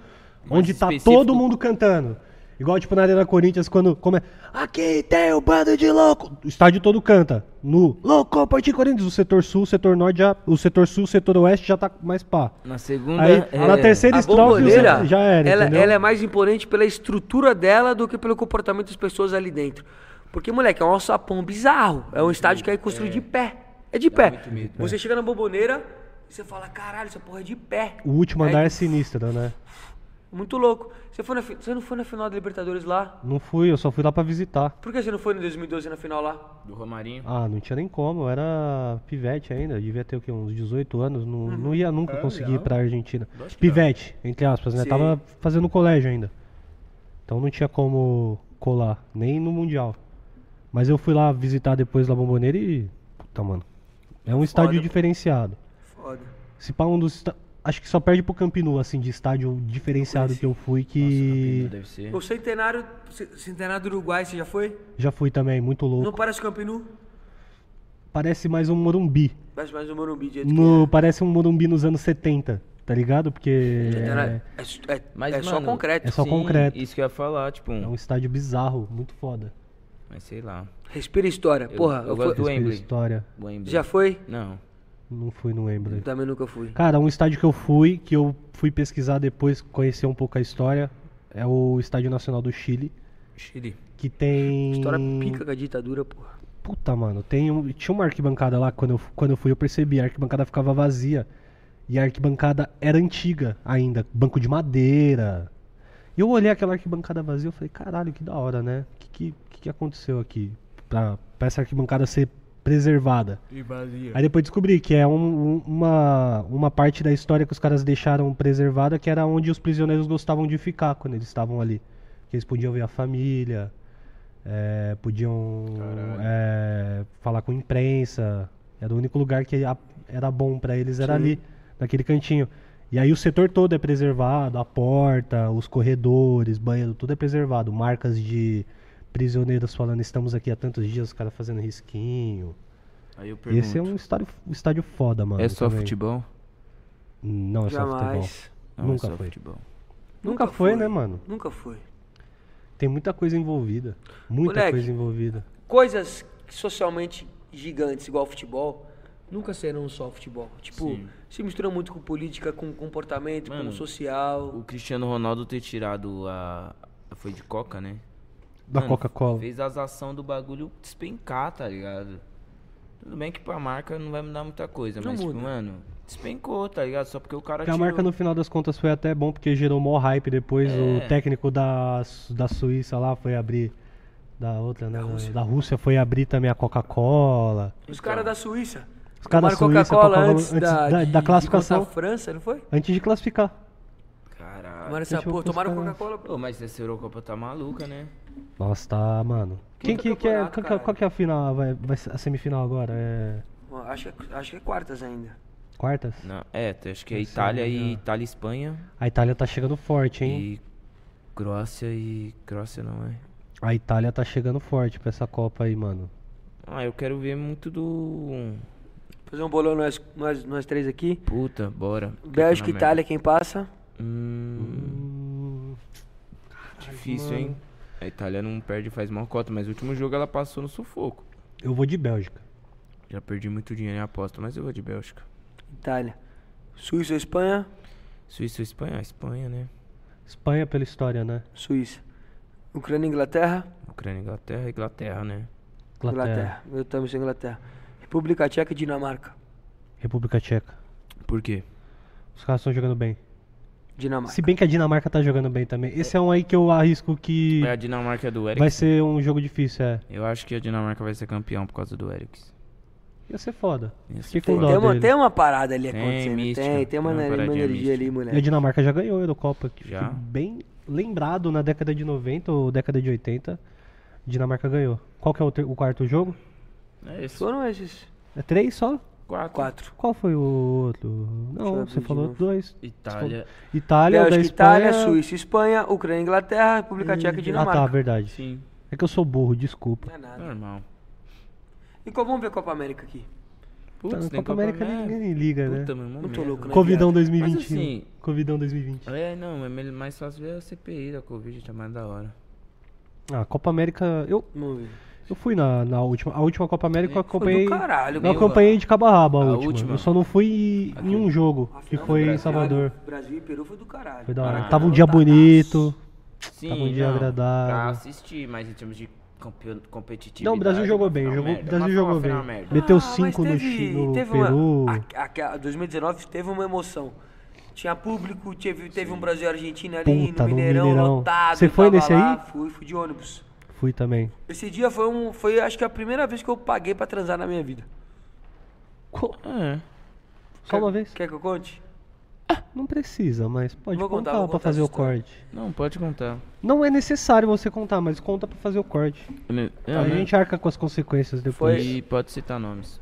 [SPEAKER 1] onde tá
[SPEAKER 4] específico.
[SPEAKER 1] todo mundo cantando. Igual, tipo, na Arena Corinthians, quando começa. Aqui tem o bando de louco! O estádio todo canta. No Louco, Partiu Corinthians. O setor sul, o setor norte já. O setor sul, o setor oeste já tá mais pá.
[SPEAKER 4] Na segunda...
[SPEAKER 1] Aí,
[SPEAKER 4] é-
[SPEAKER 1] na terceira
[SPEAKER 2] A
[SPEAKER 1] estrofe o
[SPEAKER 2] bomboneira,
[SPEAKER 1] setor- já era.
[SPEAKER 2] ela,
[SPEAKER 1] entendeu?
[SPEAKER 2] ela é mais imponente pela estrutura dela do que pelo comportamento das pessoas ali dentro. Porque, moleque, é um alçapão bizarro. É um estádio que é construído de pé. É de pé. Você chega na bomboneira e você fala, caralho, essa porra é de pé.
[SPEAKER 1] O último andar
[SPEAKER 2] É-
[SPEAKER 1] é sinistro, né?
[SPEAKER 2] Muito louco. Você, foi na fi- você não foi na final da Libertadores lá?
[SPEAKER 1] Não fui, eu só fui lá pra visitar.
[SPEAKER 2] Por que você não foi em 2012 na final lá?
[SPEAKER 4] Do Romarinho.
[SPEAKER 1] Ah, não tinha nem como, eu era pivete ainda, devia ter o quê? Uns 18 anos, não, não ia nunca conseguir ir pra Argentina. Pivete, entre aspas, né?
[SPEAKER 2] Sim.
[SPEAKER 1] Tava fazendo colégio ainda. Então não tinha como colar, nem no Mundial. Mas eu fui lá visitar depois La Bombonera e. Puta, mano. É um estádio
[SPEAKER 2] Foda, pô.
[SPEAKER 1] diferenciado.
[SPEAKER 2] Foda.
[SPEAKER 1] Se pá, um dos. esta- Acho que só perde pro Campinu, assim, de estádio diferenciado que eu fui, que.
[SPEAKER 4] Deve ser.
[SPEAKER 2] O centenário, C- centenário do Uruguai, você já foi?
[SPEAKER 1] já fui também, muito louco.
[SPEAKER 2] Não parece o Campinu?
[SPEAKER 1] Parece mais um Morumbi.
[SPEAKER 2] Parece mais o Morumbi, do
[SPEAKER 4] Tipo,
[SPEAKER 2] jeito
[SPEAKER 1] No,
[SPEAKER 4] é.
[SPEAKER 1] parece um Morumbi nos anos 70, tá ligado? Porque
[SPEAKER 2] que
[SPEAKER 1] é,
[SPEAKER 2] é.
[SPEAKER 4] né?
[SPEAKER 2] Centenário- É, su- é-
[SPEAKER 4] Mas,
[SPEAKER 2] é só
[SPEAKER 4] mano,
[SPEAKER 2] concreto.
[SPEAKER 1] é só concreto.
[SPEAKER 4] Isso que eu ia falar, tipo...
[SPEAKER 1] é um estádio bizarro, muito foda.
[SPEAKER 4] Mas sei lá.
[SPEAKER 2] Respira história. Porra, eu,
[SPEAKER 4] eu
[SPEAKER 2] fui-
[SPEAKER 4] gosto Do
[SPEAKER 1] Respira
[SPEAKER 4] Wembley.
[SPEAKER 1] história.
[SPEAKER 4] Wembley.
[SPEAKER 2] já foi?
[SPEAKER 4] Não.
[SPEAKER 1] Não fui no Wembley.
[SPEAKER 2] Também nunca fui.
[SPEAKER 1] Cara, um estádio que eu fui, que eu fui pesquisar depois, conhecer um pouco a história, é o Estádio Nacional do Chile,
[SPEAKER 4] Chile.
[SPEAKER 1] que tem...
[SPEAKER 2] História pica com a ditadura, porra.
[SPEAKER 1] Puta, mano, tem um- tinha uma arquibancada lá, quando eu, fu- quando eu fui eu percebi, a arquibancada ficava vazia. E a arquibancada era antiga ainda, banco de madeira. E eu olhei aquela arquibancada vazia, eu falei, caralho, que da hora, né? O que, que, que que aconteceu aqui pra, pra essa arquibancada ser preservada? Aí depois descobri que é um- um- uma, uma parte da história que os caras deixaram preservada, que era onde os prisioneiros gostavam de ficar quando eles estavam ali. Que eles podiam ver a família, é, podiam é, falar com a imprensa. Era o único lugar que a- era bom pra eles, era ali, naquele cantinho. E aí o setor todo é preservado, a porta, os corredores, banheiro, tudo é preservado. Marcas de prisioneiros falando, estamos aqui há tantos dias, os caras fazendo risquinho.
[SPEAKER 4] Aí eu pergunto.
[SPEAKER 1] Esse é um estádio, um estádio foda, mano.
[SPEAKER 4] É só
[SPEAKER 1] também.
[SPEAKER 4] futebol?
[SPEAKER 1] Não é só futebol.
[SPEAKER 2] Jamais.
[SPEAKER 4] Não,
[SPEAKER 1] Nunca
[SPEAKER 4] é só
[SPEAKER 1] foi.
[SPEAKER 4] futebol.
[SPEAKER 1] Nunca foi, né, mano?
[SPEAKER 2] Nunca foi.
[SPEAKER 1] Tem muita coisa envolvida. Muita
[SPEAKER 2] Moleque.
[SPEAKER 1] coisa envolvida.
[SPEAKER 2] coisas socialmente gigantes, igual futebol, nunca serão só futebol. Tipo, se mistura muito com política, com comportamento, com
[SPEAKER 4] Mano,
[SPEAKER 2] o social.
[SPEAKER 4] O Cristiano Ronaldo ter tirado a. Foi de Coca, né?
[SPEAKER 1] Da
[SPEAKER 4] Mano,
[SPEAKER 1] Coca-Cola.
[SPEAKER 4] Fez as ações do bagulho despencar, tá ligado? Tudo bem que pra marca não vai mudar muita coisa, mas, tipo, mano, despencou, tá ligado? Só porque o cara
[SPEAKER 1] Porque a marca no final das contas foi até bom, porque gerou mó hype depois. O
[SPEAKER 2] É.
[SPEAKER 1] técnico da, Su- da Suíça lá foi abrir. Da outra, né? Da Rússia, foi abrir também a Coca-Cola.
[SPEAKER 2] Os caras da Suíça. Os
[SPEAKER 1] caras Então. da Suíça,
[SPEAKER 2] Coca-Cola
[SPEAKER 1] Coca-Cola
[SPEAKER 2] antes, da,
[SPEAKER 1] da
[SPEAKER 2] de-
[SPEAKER 1] classificação.
[SPEAKER 2] De contra a França, não foi?
[SPEAKER 1] Antes de classificar.
[SPEAKER 4] Caralho.
[SPEAKER 2] Tomaram essa
[SPEAKER 1] Deixa eu
[SPEAKER 2] porra, tomaram
[SPEAKER 1] buscar, né?
[SPEAKER 2] Coca-Cola, pô.
[SPEAKER 4] Ô, mas essa Eurocopa tá maluca, né?
[SPEAKER 1] Nossa, tá, mano. Quem que, que é,
[SPEAKER 2] campeonato,
[SPEAKER 1] qual, que é-
[SPEAKER 2] caralho.
[SPEAKER 1] qual que é a final? Vai, vai ser a semifinal agora? É.
[SPEAKER 2] Uma Acho que, acho que é quartas ainda.
[SPEAKER 1] Quartas?
[SPEAKER 4] Não, é, t- acho que é
[SPEAKER 1] Esse
[SPEAKER 4] Itália
[SPEAKER 1] aí
[SPEAKER 4] e
[SPEAKER 1] já.
[SPEAKER 4] Itália e Espanha.
[SPEAKER 1] A Itália tá chegando forte, hein?
[SPEAKER 4] E Croácia e. Croácia não é.
[SPEAKER 1] A Itália tá chegando forte pra essa Copa aí, mano.
[SPEAKER 4] Ah, eu quero ver muito do.
[SPEAKER 2] Fazer um bolão nós, nós, nós três aqui.
[SPEAKER 4] Puta, bora. Clica
[SPEAKER 2] Bélgica,
[SPEAKER 4] na merda.
[SPEAKER 2] Itália, quem passa?
[SPEAKER 4] Hum, difícil, hein? A Itália não perde faz mal cota, mas o último jogo ela passou no sufoco.
[SPEAKER 1] Eu vou de Bélgica.
[SPEAKER 4] Já perdi muito dinheiro em aposta, mas eu vou de Bélgica.
[SPEAKER 2] Itália. Suíça ou Espanha?
[SPEAKER 4] Suíça ou Espanha? Ah, Espanha, né?
[SPEAKER 1] Espanha pela história, né?
[SPEAKER 2] Suíça. Ucrânia e Inglaterra?
[SPEAKER 4] Ucrânia, Inglaterra, Inglaterra, né?
[SPEAKER 1] Inglaterra.
[SPEAKER 2] Eu também sou Inglaterra. República Tcheca e Dinamarca.
[SPEAKER 1] República Tcheca.
[SPEAKER 4] Por quê?
[SPEAKER 1] Os caras estão jogando bem.
[SPEAKER 2] Dinamarca.
[SPEAKER 1] Se bem que a Dinamarca tá jogando bem também. Esse é um aí que eu arrisco que
[SPEAKER 4] É a Dinamarca do Eric.
[SPEAKER 1] vai ser um jogo difícil, é.
[SPEAKER 4] Eu acho que a Dinamarca vai ser campeão por causa do Eriks.
[SPEAKER 1] Ia ser foda.
[SPEAKER 4] Ia ser
[SPEAKER 1] Fiquei
[SPEAKER 2] Tem,
[SPEAKER 1] com dó
[SPEAKER 2] tem uma,
[SPEAKER 1] dele.
[SPEAKER 2] tem uma parada ali
[SPEAKER 4] Tem,
[SPEAKER 2] acontecendo.
[SPEAKER 4] mística.
[SPEAKER 2] Tem, tem uma,
[SPEAKER 4] Tem uma
[SPEAKER 2] uma
[SPEAKER 4] paradinha
[SPEAKER 2] energia ali,
[SPEAKER 4] mística.
[SPEAKER 1] E a
[SPEAKER 2] moleque.
[SPEAKER 1] Dinamarca já ganhou a Eurocopa, que
[SPEAKER 4] Já?
[SPEAKER 1] foi bem lembrado na década de 90 ou década de 80. Dinamarca ganhou. Qual que é o, ter- o quarto jogo?
[SPEAKER 4] É isso.
[SPEAKER 2] Foram esses
[SPEAKER 1] É três só?
[SPEAKER 4] Quatro.
[SPEAKER 2] quatro.
[SPEAKER 1] Qual foi o outro?
[SPEAKER 2] Deixa eu
[SPEAKER 1] Não,
[SPEAKER 2] abrir
[SPEAKER 1] você
[SPEAKER 2] de
[SPEAKER 1] falou
[SPEAKER 2] novo.
[SPEAKER 1] dois.
[SPEAKER 4] Itália.
[SPEAKER 1] Itália, da
[SPEAKER 2] Bélgica,
[SPEAKER 1] Espanha,
[SPEAKER 2] Itália, Suíça, Espanha, Ucrânia, Inglaterra, República Tcheca e
[SPEAKER 1] Ah, tá,
[SPEAKER 2] Dinamarca.
[SPEAKER 1] verdade.
[SPEAKER 4] Sim.
[SPEAKER 1] É que eu sou burro, desculpa.
[SPEAKER 2] Não é nada.
[SPEAKER 4] Normal.
[SPEAKER 1] Tá
[SPEAKER 2] E qual, vamos ver a Copa América aqui.
[SPEAKER 4] Putz,
[SPEAKER 1] Tá, na
[SPEAKER 4] tem
[SPEAKER 1] Copa América ninguém liga, né?
[SPEAKER 4] Puta, meu irmão,
[SPEAKER 2] Muito
[SPEAKER 4] merda.
[SPEAKER 2] louco, né?
[SPEAKER 1] Covidão
[SPEAKER 2] viado?
[SPEAKER 1] 2021.
[SPEAKER 4] Mas assim-
[SPEAKER 1] né? Covidão 2020.
[SPEAKER 4] É, não, é mel- mais fácil ver a CPI da Covid, tá mais da hora.
[SPEAKER 1] Ah, Copa América. Eu,
[SPEAKER 2] Vamos ver.
[SPEAKER 1] eu fui na, na última. A última Copa América eu
[SPEAKER 2] É, Foi do
[SPEAKER 1] acompanhei.
[SPEAKER 2] caralho,
[SPEAKER 1] Eu
[SPEAKER 2] meu.
[SPEAKER 1] acompanhei de cabo a rabo a,
[SPEAKER 4] A
[SPEAKER 1] última.
[SPEAKER 4] última?
[SPEAKER 1] Eu só não fui em um jogo,
[SPEAKER 2] A
[SPEAKER 1] que
[SPEAKER 2] final
[SPEAKER 1] foi
[SPEAKER 2] do
[SPEAKER 1] em Salvador.
[SPEAKER 2] Brasil e Peru foi do caralho.
[SPEAKER 1] Foi da hora.
[SPEAKER 4] Maracanã
[SPEAKER 1] Tava um dia
[SPEAKER 2] lotadaço.
[SPEAKER 1] bonito.
[SPEAKER 4] Sim,
[SPEAKER 1] um dia
[SPEAKER 4] não,
[SPEAKER 1] agradável.
[SPEAKER 4] Pra assistir, mas em termos de campeão- competitividade. é
[SPEAKER 1] Não, o Brasil jogou bem.
[SPEAKER 4] uma
[SPEAKER 1] Jogou,
[SPEAKER 4] merda,
[SPEAKER 1] o Brasil
[SPEAKER 4] uma
[SPEAKER 1] jogou bem.
[SPEAKER 4] final merda.
[SPEAKER 1] Meteu
[SPEAKER 2] Ah,
[SPEAKER 1] 5
[SPEAKER 2] mas
[SPEAKER 1] no,
[SPEAKER 2] teve-
[SPEAKER 1] Chi- no
[SPEAKER 2] teve uma-
[SPEAKER 1] Peru.
[SPEAKER 2] a- a- a 2019 teve uma emoção. Tinha público, teve, teve um Brasil e Argentina ali
[SPEAKER 1] Puta,
[SPEAKER 2] no
[SPEAKER 1] no
[SPEAKER 2] Mineirão,
[SPEAKER 1] Mineirão.
[SPEAKER 2] lotado.
[SPEAKER 1] Você
[SPEAKER 2] eu
[SPEAKER 1] foi
[SPEAKER 2] tava
[SPEAKER 1] nesse
[SPEAKER 2] lá,
[SPEAKER 1] aí?
[SPEAKER 2] Fui, fui de ônibus.
[SPEAKER 1] Fui também.
[SPEAKER 2] Esse dia foi um, foi acho que a primeira vez que eu paguei pra transar na minha vida.
[SPEAKER 4] É.
[SPEAKER 1] Só uma vez?
[SPEAKER 2] Quer que eu conte?
[SPEAKER 1] Não precisa, mas pode
[SPEAKER 2] Vou contar,
[SPEAKER 1] contar,
[SPEAKER 2] vou
[SPEAKER 1] pra
[SPEAKER 2] contar
[SPEAKER 1] fazer
[SPEAKER 2] essa
[SPEAKER 1] o
[SPEAKER 2] história.
[SPEAKER 1] corte.
[SPEAKER 4] Não, pode contar.
[SPEAKER 1] Não é necessário você contar, mas conta pra fazer o corte.
[SPEAKER 2] É,
[SPEAKER 1] a
[SPEAKER 2] né?
[SPEAKER 1] gente arca com as consequências depois.
[SPEAKER 4] Né, é, E pode citar nomes.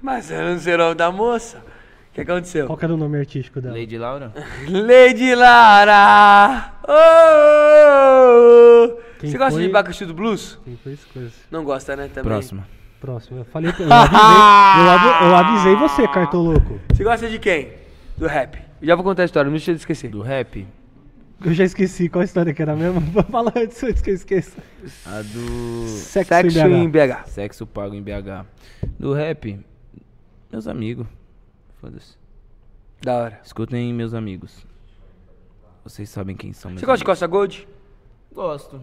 [SPEAKER 2] Mas eu não sei o nome da moça. O que aconteceu?
[SPEAKER 1] Qual que era o nome artístico dela?
[SPEAKER 4] Lady Laura?
[SPEAKER 2] Lady Lara! Oh!
[SPEAKER 1] Quem
[SPEAKER 2] Você gosta
[SPEAKER 1] foi?
[SPEAKER 2] de Bacaxi do Blues?
[SPEAKER 1] Sim, foi isso, coisa.
[SPEAKER 2] Não gosta, né? Também.
[SPEAKER 4] Próxima.
[SPEAKER 1] Próximo. Eu falei, eu avisei, eu avi- eu avisei você, cartoloco.
[SPEAKER 2] Você gosta de quem? Do rap. Eu já vou contar a história, não deixa eu esquecer.
[SPEAKER 4] Do rap?
[SPEAKER 1] Eu já esqueci qual a história que era mesmo. Fala antes, antes que eu esqueça.
[SPEAKER 4] A do
[SPEAKER 1] Sexo,
[SPEAKER 2] Sexo em
[SPEAKER 1] BH.
[SPEAKER 2] BH.
[SPEAKER 4] Sexo Pago em BH. Do rap? Meus amigos. Foda-se.
[SPEAKER 2] Da hora.
[SPEAKER 4] Escutem meus amigos. Vocês sabem quem são meus
[SPEAKER 2] Você gosta de
[SPEAKER 4] amigos.
[SPEAKER 2] Costa Gold?
[SPEAKER 4] de Gosto.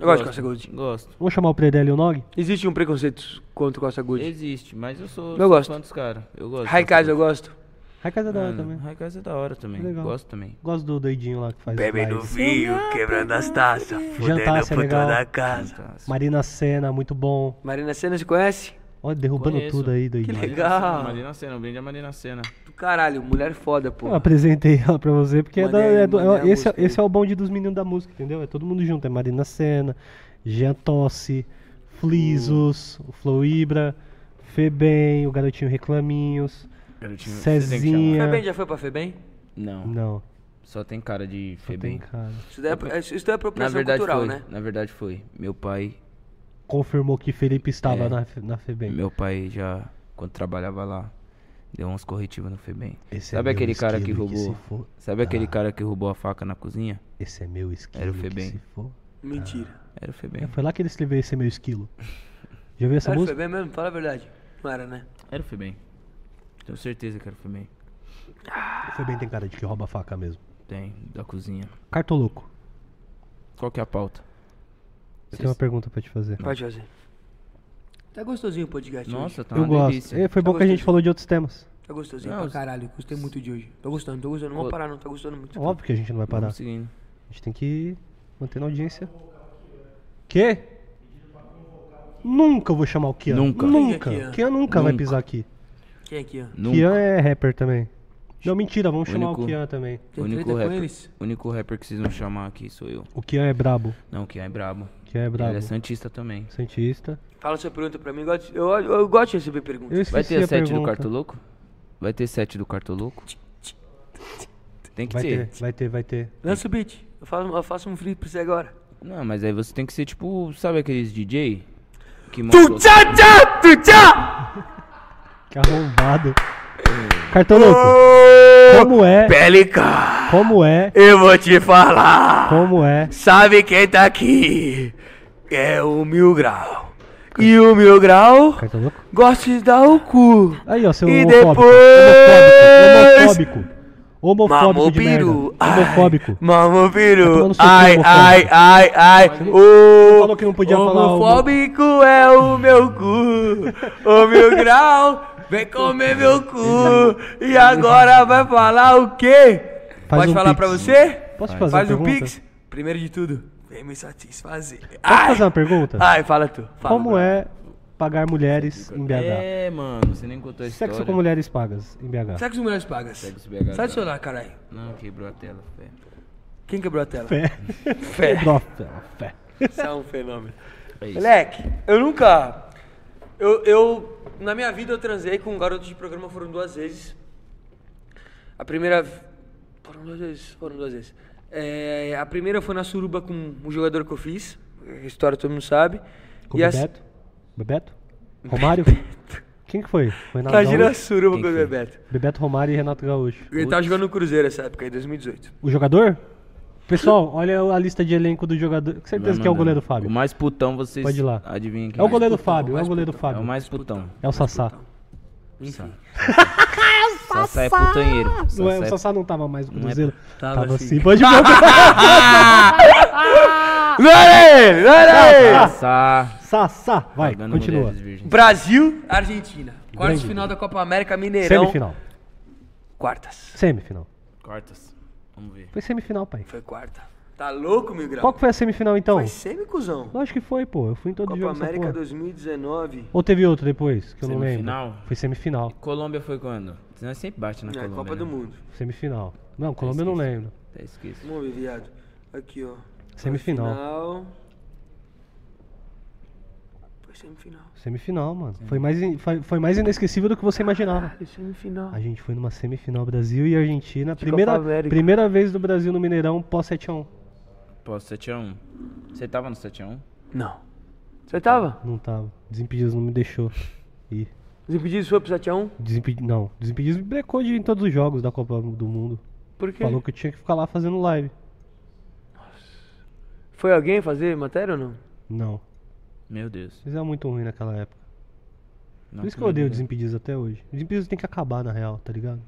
[SPEAKER 2] Eu gosto de Costa Gold.
[SPEAKER 4] Gosto.
[SPEAKER 1] Vamos chamar o Predelli e o Nog?
[SPEAKER 2] Existe um preconceito contra o Costa Gold.
[SPEAKER 4] Existe, mas eu sou,
[SPEAKER 2] Eu
[SPEAKER 4] sou
[SPEAKER 2] gosto.
[SPEAKER 4] fã dos caras. Eu gosto.
[SPEAKER 2] Raikaz eu gosto.
[SPEAKER 1] Vai casa é da hora
[SPEAKER 4] Mano,
[SPEAKER 1] também.
[SPEAKER 4] Raikaz é da hora também.
[SPEAKER 1] Legal.
[SPEAKER 4] Gosto também.
[SPEAKER 1] Gosto do doidinho lá que faz live.
[SPEAKER 2] fio, quebrando as taças,
[SPEAKER 1] Jantar, se é legal.
[SPEAKER 2] casa.
[SPEAKER 4] Tá,
[SPEAKER 1] Marina Senna, muito bom.
[SPEAKER 2] Marina Senna, se conhece?
[SPEAKER 1] Olha, derrubando
[SPEAKER 4] Conheço.
[SPEAKER 1] tudo aí, doidinho.
[SPEAKER 2] Que legal.
[SPEAKER 4] Marina Sena, um brinde a Marina Sena.
[SPEAKER 2] Do caralho, mulher foda, pô.
[SPEAKER 1] Eu apresentei ela pra você, porque é da-
[SPEAKER 2] Mandei-
[SPEAKER 1] é do- é-
[SPEAKER 2] mandei a
[SPEAKER 1] esse, é-
[SPEAKER 2] música aí.
[SPEAKER 1] esse é o bonde dos meninos da música, entendeu? É todo mundo junto. É Marina Senna, Jean Tossi,
[SPEAKER 2] Hum.
[SPEAKER 1] Flisos, o Flow Ibra, Febem, o Garotinho Reclaminhos,
[SPEAKER 4] Garotinho,
[SPEAKER 1] Cezinha.
[SPEAKER 2] Febem já foi pra Febem?
[SPEAKER 4] Não,
[SPEAKER 1] Não,
[SPEAKER 4] só tem cara de
[SPEAKER 1] tem
[SPEAKER 4] Febem.
[SPEAKER 1] cara.
[SPEAKER 2] Isso daí é, isso daí é
[SPEAKER 4] Na
[SPEAKER 2] apropriação
[SPEAKER 4] verdade
[SPEAKER 2] cultural,
[SPEAKER 4] foi,
[SPEAKER 2] né?
[SPEAKER 4] na verdade foi. Meu pai,
[SPEAKER 1] Confirmou que Felipe estava
[SPEAKER 4] É.
[SPEAKER 1] na, Fe- na Febem.
[SPEAKER 4] meu pai já, quando trabalhava lá, deu uns corretivos no Febem.
[SPEAKER 1] Esse é
[SPEAKER 4] sabe
[SPEAKER 1] meu
[SPEAKER 4] aquele cara que
[SPEAKER 1] esquilo que
[SPEAKER 4] roubou,
[SPEAKER 1] se for- Ah,
[SPEAKER 4] sabe aquele cara que roubou a faca na cozinha?
[SPEAKER 1] Esse é meu esquilo.
[SPEAKER 4] Era o
[SPEAKER 1] que
[SPEAKER 4] Febem.
[SPEAKER 1] se for-
[SPEAKER 2] Mentira.
[SPEAKER 4] Era o Febem.
[SPEAKER 1] É, foi lá que ele escreveu Esse é meu esquilo. Já viu essa
[SPEAKER 2] Era
[SPEAKER 1] música?
[SPEAKER 2] Febem mesmo? Fala a verdade. Não era, né?
[SPEAKER 4] Era o Febem. Tenho certeza que era o Febem.
[SPEAKER 1] O Febem tem cara de que rouba faca mesmo.
[SPEAKER 4] Tem, da cozinha.
[SPEAKER 1] Cartoloco,
[SPEAKER 4] Qual que é a pauta?
[SPEAKER 1] eu tenho uma pergunta pra te fazer.
[SPEAKER 2] Pode fazer. Tá gostosinho o podcast hoje.
[SPEAKER 4] Nossa, tá
[SPEAKER 1] eu
[SPEAKER 4] uma
[SPEAKER 1] gosto.
[SPEAKER 4] delícia.
[SPEAKER 1] É, foi bom que a gente falou de outros temas.
[SPEAKER 2] Tá gostosinho
[SPEAKER 4] Não,
[SPEAKER 2] pra caralho. Gostei muito de hoje. Tô gostando, tô gostando. Não vou
[SPEAKER 4] Pô.
[SPEAKER 2] parar não, tá gostando muito.
[SPEAKER 1] Óbvio que a gente não vai parar.
[SPEAKER 4] Vamos seguindo.
[SPEAKER 1] A gente tem que manter na audiência. Quê? Nunca vou chamar o Kian.
[SPEAKER 4] Nunca.
[SPEAKER 1] Nunca.
[SPEAKER 2] Quem é Kian?
[SPEAKER 1] Kian nunca vai
[SPEAKER 4] Nunca.
[SPEAKER 1] pisar aqui.
[SPEAKER 2] Quem é aqui, ó?
[SPEAKER 4] Nunca.
[SPEAKER 1] Kian é rapper também. Não, mentira, vamos chamar o
[SPEAKER 4] Único.
[SPEAKER 1] Kian também.
[SPEAKER 4] O
[SPEAKER 2] Tem
[SPEAKER 4] único,
[SPEAKER 2] treta com
[SPEAKER 4] rapper,
[SPEAKER 2] eles?
[SPEAKER 4] o único rapper que vocês vão chamar aqui sou eu.
[SPEAKER 1] O Kian é brabo.
[SPEAKER 4] Não, que é brabo.
[SPEAKER 1] Kian é brabo.
[SPEAKER 4] Ele é santista também.
[SPEAKER 1] Santista.
[SPEAKER 2] Fala sua pergunta pra mim. eu gosto- Eu, eu, eu gosto de receber perguntas.
[SPEAKER 1] Eu esqueci
[SPEAKER 4] Vai ter
[SPEAKER 1] a
[SPEAKER 4] sete do
[SPEAKER 1] pergunta.
[SPEAKER 4] Cartoloco? Vai ter sete do Cartoloco? Tem que
[SPEAKER 1] Vai ter,
[SPEAKER 4] ter.
[SPEAKER 1] vai ter, vai ter.
[SPEAKER 2] Lança o beat. Eu faço, eu faço um free pra você agora.
[SPEAKER 4] Não, mas aí você tem que ser tipo, sabe aqueles DJ? Que montam-
[SPEAKER 2] Tu tchá tchá, tu tchá!
[SPEAKER 1] Que arrombado. Cartão louco. Como é,
[SPEAKER 2] Pelica,
[SPEAKER 1] como é,
[SPEAKER 2] eu vou te falar.
[SPEAKER 1] como é.
[SPEAKER 2] Sabe quem tá aqui? É o Mil Grau. E o Mil Grau
[SPEAKER 1] Cartão louco?
[SPEAKER 2] gosta de dar o cu.
[SPEAKER 1] Aí, ó, seu
[SPEAKER 2] E
[SPEAKER 1] homofóbico.
[SPEAKER 2] depois-
[SPEAKER 1] Homofóbico. Homofóbico. Homofóbico de merda.
[SPEAKER 2] Mamopiru. ai,
[SPEAKER 1] Homofóbico.
[SPEAKER 2] Mamopiru.
[SPEAKER 1] tomando seu cu,
[SPEAKER 2] Ai,
[SPEAKER 1] homofóbico.
[SPEAKER 2] ai, ai, ai. O
[SPEAKER 1] falou que não podia falar o-
[SPEAKER 2] homofóbico é o meu cu. O meu grau vem comer meu cu. E agora vai falar o quê?
[SPEAKER 1] Faz
[SPEAKER 2] Pode
[SPEAKER 1] um
[SPEAKER 2] falar
[SPEAKER 1] pix.
[SPEAKER 2] pra você?
[SPEAKER 1] Posso fazer
[SPEAKER 2] Faz
[SPEAKER 1] uma
[SPEAKER 2] o
[SPEAKER 1] pergunta?
[SPEAKER 2] Pix? Primeiro de tudo, vem me satisfazer.
[SPEAKER 1] Posso
[SPEAKER 2] Ai,
[SPEAKER 1] fazer uma pergunta?
[SPEAKER 2] ai fala tu. Fala,
[SPEAKER 1] Como é pagar mulheres em BH?
[SPEAKER 4] É, mano, você nem contou a história.
[SPEAKER 1] Sexo com mulheres pagas em BH.
[SPEAKER 2] Será que os mulheres pagas?
[SPEAKER 4] Sexo BH.
[SPEAKER 2] Sai do celular, caralho.
[SPEAKER 4] Não, quebrou a tela, fé.
[SPEAKER 2] Quem quebrou a tela?
[SPEAKER 1] Fé.
[SPEAKER 2] é Fé.
[SPEAKER 1] Pedófilo, fé.
[SPEAKER 2] Isso é um fenômeno.
[SPEAKER 4] É isso.
[SPEAKER 2] Moleque, eu nunca. Eu, eu. Na minha vida eu transei com um garoto de programa, foram duas vezes. A primeira. Foram duas vezes. Foram duas vezes. É, a primeira foi na suruba com um jogador que eu fiz. A história todo mundo sabe.
[SPEAKER 1] Com
[SPEAKER 2] e a,
[SPEAKER 1] Bebeto? Bebeto? Romário? Quem que foi? Foi Renato
[SPEAKER 2] Imagina a
[SPEAKER 1] Gaúcho?
[SPEAKER 2] suruba
[SPEAKER 4] Quem
[SPEAKER 2] com o
[SPEAKER 4] foi?
[SPEAKER 2] Bebeto.
[SPEAKER 1] Bebeto Romário e Renato Gaúcho.
[SPEAKER 2] Ele tava jogando no Cruzeiro essa época, em 2018.
[SPEAKER 1] O jogador? Pessoal, olha a lista de elenco do jogador. Com certeza que é o goleiro Fábio.
[SPEAKER 4] O mais putão vocês.
[SPEAKER 1] Pode ir lá.
[SPEAKER 4] Adivinha quem
[SPEAKER 1] É o goleiro
[SPEAKER 4] Fábio.
[SPEAKER 1] Fábio, é o goleiro
[SPEAKER 4] É o
[SPEAKER 1] Fábio.
[SPEAKER 4] mais putão.
[SPEAKER 1] É o Sassá.
[SPEAKER 4] Sassá é putanheiro.
[SPEAKER 1] Não é, o
[SPEAKER 4] Sassá
[SPEAKER 1] Sassá não tava mais no Cruzeiro.
[SPEAKER 2] Tava
[SPEAKER 1] Tava
[SPEAKER 2] sim.
[SPEAKER 1] sim, pode jogar.
[SPEAKER 2] Olha aí!
[SPEAKER 4] é-
[SPEAKER 2] Olha aí!
[SPEAKER 4] Sassá.
[SPEAKER 1] Sassá, vai,
[SPEAKER 4] pagando
[SPEAKER 1] continua.
[SPEAKER 4] mulheres virgens.
[SPEAKER 2] Brasil, Argentina. Quartas
[SPEAKER 1] Grande.
[SPEAKER 2] de final da Copa América, Mineirão.
[SPEAKER 1] Semifinal.
[SPEAKER 2] Quartas.
[SPEAKER 1] Semifinal.
[SPEAKER 4] Cortas. Vamos ver.
[SPEAKER 1] Foi semifinal, pai.
[SPEAKER 2] Foi quarta. Tá louco, meu grau?
[SPEAKER 1] Qual que foi a semifinal então?
[SPEAKER 2] Foi semi, cuzão.
[SPEAKER 1] Lógico que foi, pô. Eu fui em todo
[SPEAKER 2] Copa
[SPEAKER 1] jogo. dessa
[SPEAKER 2] América
[SPEAKER 1] porra.
[SPEAKER 2] 2019.
[SPEAKER 1] Ou teve outro depois, que eu não lembro.
[SPEAKER 4] Semifinal?
[SPEAKER 1] Foi semifinal.
[SPEAKER 4] Colômbia foi quando? Senão sempre bate na
[SPEAKER 2] É,
[SPEAKER 4] Colômbia.
[SPEAKER 2] Copa
[SPEAKER 4] né?
[SPEAKER 2] do Mundo.
[SPEAKER 1] Semifinal. Não, Colômbia eu não
[SPEAKER 4] esqueci.
[SPEAKER 1] lembro.
[SPEAKER 4] Até esqueci.
[SPEAKER 2] Vamos ver, viado. Aqui, ó.
[SPEAKER 1] Semifinal.
[SPEAKER 2] Final. Foi semifinal.
[SPEAKER 1] Semifinal, mano. Foi mais, in- foi, foi mais inesquecível do que você imaginava.
[SPEAKER 2] Ah, Foi semifinal.
[SPEAKER 1] A gente foi numa semifinal Brasil e Argentina.
[SPEAKER 2] Copa
[SPEAKER 1] Primeira,
[SPEAKER 2] América.
[SPEAKER 1] primeira vez do Brasil no Mineirão pós 7x1.
[SPEAKER 4] Pô, 7x1. Você tava no 7x1?
[SPEAKER 2] Não. Você tava?
[SPEAKER 1] Não tava. Desimpedidos não me deixou. E
[SPEAKER 2] Os impedidos foi pro 7x1?
[SPEAKER 1] Desimpedidos. Não. Desimpedidos me brecou de ir em todos os jogos da Copa do Mundo.
[SPEAKER 2] Por quê?
[SPEAKER 1] Falou que eu tinha que ficar lá fazendo live.
[SPEAKER 2] Foi alguém fazer matéria ou não?
[SPEAKER 1] Não.
[SPEAKER 4] Meu Deus.
[SPEAKER 1] Vocês eram muito ruim naquela época.
[SPEAKER 4] Não,
[SPEAKER 1] Por isso que eu odeio
[SPEAKER 4] meu Deus.
[SPEAKER 1] Desimpedidos até hoje. Desimpedidos tem que acabar, na real, tá ligado?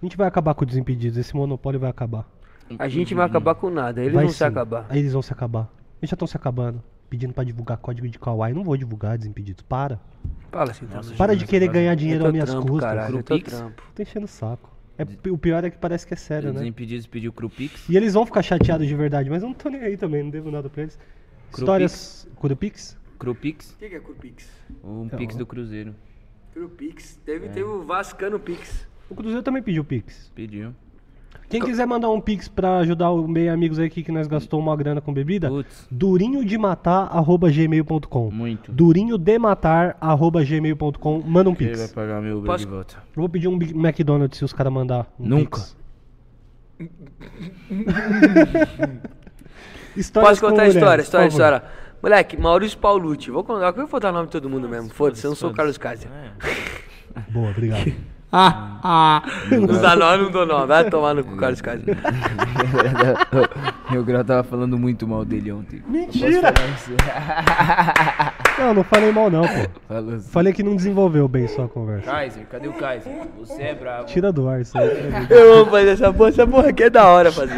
[SPEAKER 1] A gente vai acabar com o Desimpedidos. Esse monopólio vai acabar.
[SPEAKER 2] A gente vai acabar com nada. Eles
[SPEAKER 1] Vai
[SPEAKER 2] vão se
[SPEAKER 1] sim.
[SPEAKER 2] acabar.
[SPEAKER 1] Aí eles vão se acabar. Eles já estão se acabando. Pedindo pra divulgar código de Kawaii. Não vou divulgar Desimpedidos. Para.
[SPEAKER 2] Fala assim, Nossa,
[SPEAKER 1] Para de querer ganhar dinheiro às minhas
[SPEAKER 2] É trampo,
[SPEAKER 1] custas.
[SPEAKER 2] caralho. Eu tô
[SPEAKER 4] Crupix?
[SPEAKER 2] trampo.
[SPEAKER 1] Tá enchendo o saco. É, p- o pior é que parece que é sério, né?
[SPEAKER 4] Desimpedidos pediu Crupix.
[SPEAKER 1] E eles vão ficar chateados de verdade, mas eu não tô nem aí também, não devo nada pra eles. Histórias. Curupix?
[SPEAKER 4] Crupix?
[SPEAKER 2] O que que é Crupix?
[SPEAKER 4] Um
[SPEAKER 1] Tá
[SPEAKER 4] Pix do Cruzeiro.
[SPEAKER 2] Crupix. Teve,
[SPEAKER 1] É.
[SPEAKER 2] teve o Vascano Pix.
[SPEAKER 1] O Cruzeiro também pediu Pix.
[SPEAKER 4] Pediu.
[SPEAKER 1] Quem quiser mandar um Pix pra ajudar o meio amigos aqui que nós gastou uma grana com bebida,
[SPEAKER 4] Putz.
[SPEAKER 1] durinho de gmail.com.
[SPEAKER 4] Muito.
[SPEAKER 1] Durinho de gmail.com. Manda um
[SPEAKER 4] Ele vai
[SPEAKER 1] Pix.
[SPEAKER 4] pagar meu Uber
[SPEAKER 2] Posso-
[SPEAKER 4] de volta.
[SPEAKER 1] Eu vou pedir um Big McDonald's se os caras mandar um
[SPEAKER 4] Nunca.
[SPEAKER 1] Pix.
[SPEAKER 2] Posso
[SPEAKER 1] Histórias com
[SPEAKER 2] contar a história,
[SPEAKER 1] mulheres,
[SPEAKER 2] história,
[SPEAKER 1] por favor.
[SPEAKER 2] história. Moleque, Maurício Paulucci. Vou contar, eu vou botar o nome de todo mundo mesmo. Foda-se, eu não sou o Carlos Kaiser.
[SPEAKER 1] Boa, obrigado.
[SPEAKER 2] Não dá nome, É. não dou nome. Vai tomar no cu, Carlos Kaiser.
[SPEAKER 4] Meu grau tava falando muito mal dele ontem.
[SPEAKER 1] Mentira! Não, não falei mal não, pô.
[SPEAKER 4] Falou assim.
[SPEAKER 1] Falei que não desenvolveu bem só a conversa.
[SPEAKER 4] Kaiser, cadê o Kaiser? Você é bravo.
[SPEAKER 1] Tira do ar isso aí.
[SPEAKER 2] Eu amo fazer essa porra, essa porra aqui é da hora fazer.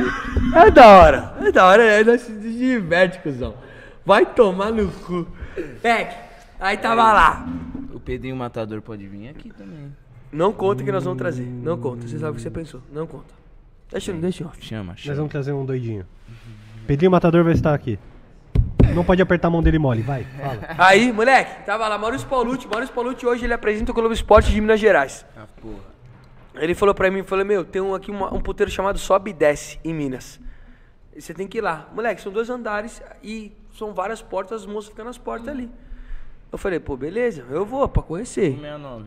[SPEAKER 2] É da hora, é da hora, é, nós se diverte, cuzão. Vai tomar no cu. Moleque, aí tava lá.
[SPEAKER 4] O Pedrinho Matador pode vir aqui também.
[SPEAKER 2] Não conta que nós vamos trazer. Não conta, você sabe o que você pensou. Não conta. Deixa, deixa em off.
[SPEAKER 4] Chama,
[SPEAKER 1] Nós
[SPEAKER 4] chama.
[SPEAKER 1] vamos trazer um doidinho. Pedrinho Matador vai estar aqui. Não pode apertar a mão dele mole, vai, fala.
[SPEAKER 2] Aí, moleque, tava lá, Maurício Paulucci. Maurício Paulucci hoje ele apresenta o Globo Esporte de Minas Gerais.
[SPEAKER 4] Ah, porra.
[SPEAKER 2] É Ele falou pra mim, falou, meu, tem um aqui uma- um puteiro chamado Sobe e Desce, em Minas. E Você tem que ir lá. Moleque, são dois andares e são várias portas, as moças ficam nas portas ali. Eu falei, pô, beleza, eu vou pra conhecer.
[SPEAKER 4] 69.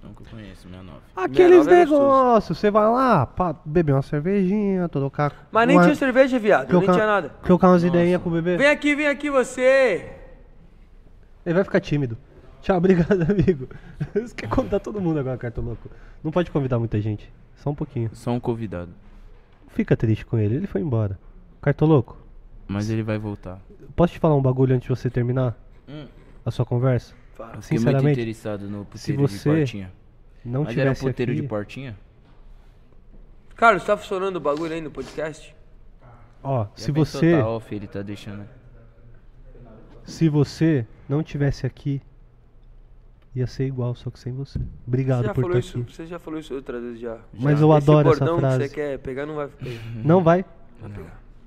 [SPEAKER 4] Nunca conheço, 69.
[SPEAKER 1] Aqueles
[SPEAKER 2] Menor é gostoso.
[SPEAKER 1] negócios, você vai lá, pá, beber uma cervejinha, trocar.
[SPEAKER 2] Mas nem
[SPEAKER 1] uma-
[SPEAKER 2] tinha cerveja, viado, nem
[SPEAKER 1] trocar-
[SPEAKER 2] tinha nada.
[SPEAKER 1] Trocar umas ideinhas com o bebê.
[SPEAKER 2] Vem aqui, vem aqui você!
[SPEAKER 1] Ele vai ficar tímido. Tchau, obrigado, amigo. Você quer convidar todo mundo agora, Cartoloco. Não pode convidar muita gente. Só um pouquinho.
[SPEAKER 4] Só um convidado.
[SPEAKER 1] Fica triste com ele, ele foi embora. Cartoloco,
[SPEAKER 4] Mas ele vai voltar.
[SPEAKER 1] posso te falar um bagulho antes de você terminar
[SPEAKER 4] Hum.
[SPEAKER 1] a sua conversa?
[SPEAKER 4] Eu fiquei muito
[SPEAKER 1] Sinceramente,
[SPEAKER 4] interessado no
[SPEAKER 1] se
[SPEAKER 4] puteiro
[SPEAKER 1] você
[SPEAKER 4] de portinha.
[SPEAKER 1] não
[SPEAKER 4] Mas era um
[SPEAKER 1] tivesse
[SPEAKER 4] puteiro
[SPEAKER 1] aqui...
[SPEAKER 4] de portinha?
[SPEAKER 2] Carlos, tá funcionando o bagulho aí no podcast?
[SPEAKER 1] Ó, se
[SPEAKER 4] Já pensou,
[SPEAKER 1] você,
[SPEAKER 4] Tá off, ele tá deixando. né?
[SPEAKER 1] se você não tivesse aqui, ia ser igual, só que sem você.
[SPEAKER 2] Você
[SPEAKER 1] Obrigado
[SPEAKER 2] já,
[SPEAKER 1] por
[SPEAKER 2] falou
[SPEAKER 1] estar
[SPEAKER 2] isso,
[SPEAKER 1] aqui.
[SPEAKER 2] você já falou isso outra vez já.
[SPEAKER 1] Mas
[SPEAKER 2] Já.
[SPEAKER 1] eu adoro
[SPEAKER 2] Esse
[SPEAKER 1] essa
[SPEAKER 2] bordão
[SPEAKER 1] frase.
[SPEAKER 2] que você quer pegar, não vai pegar.
[SPEAKER 1] Não vai?
[SPEAKER 4] É.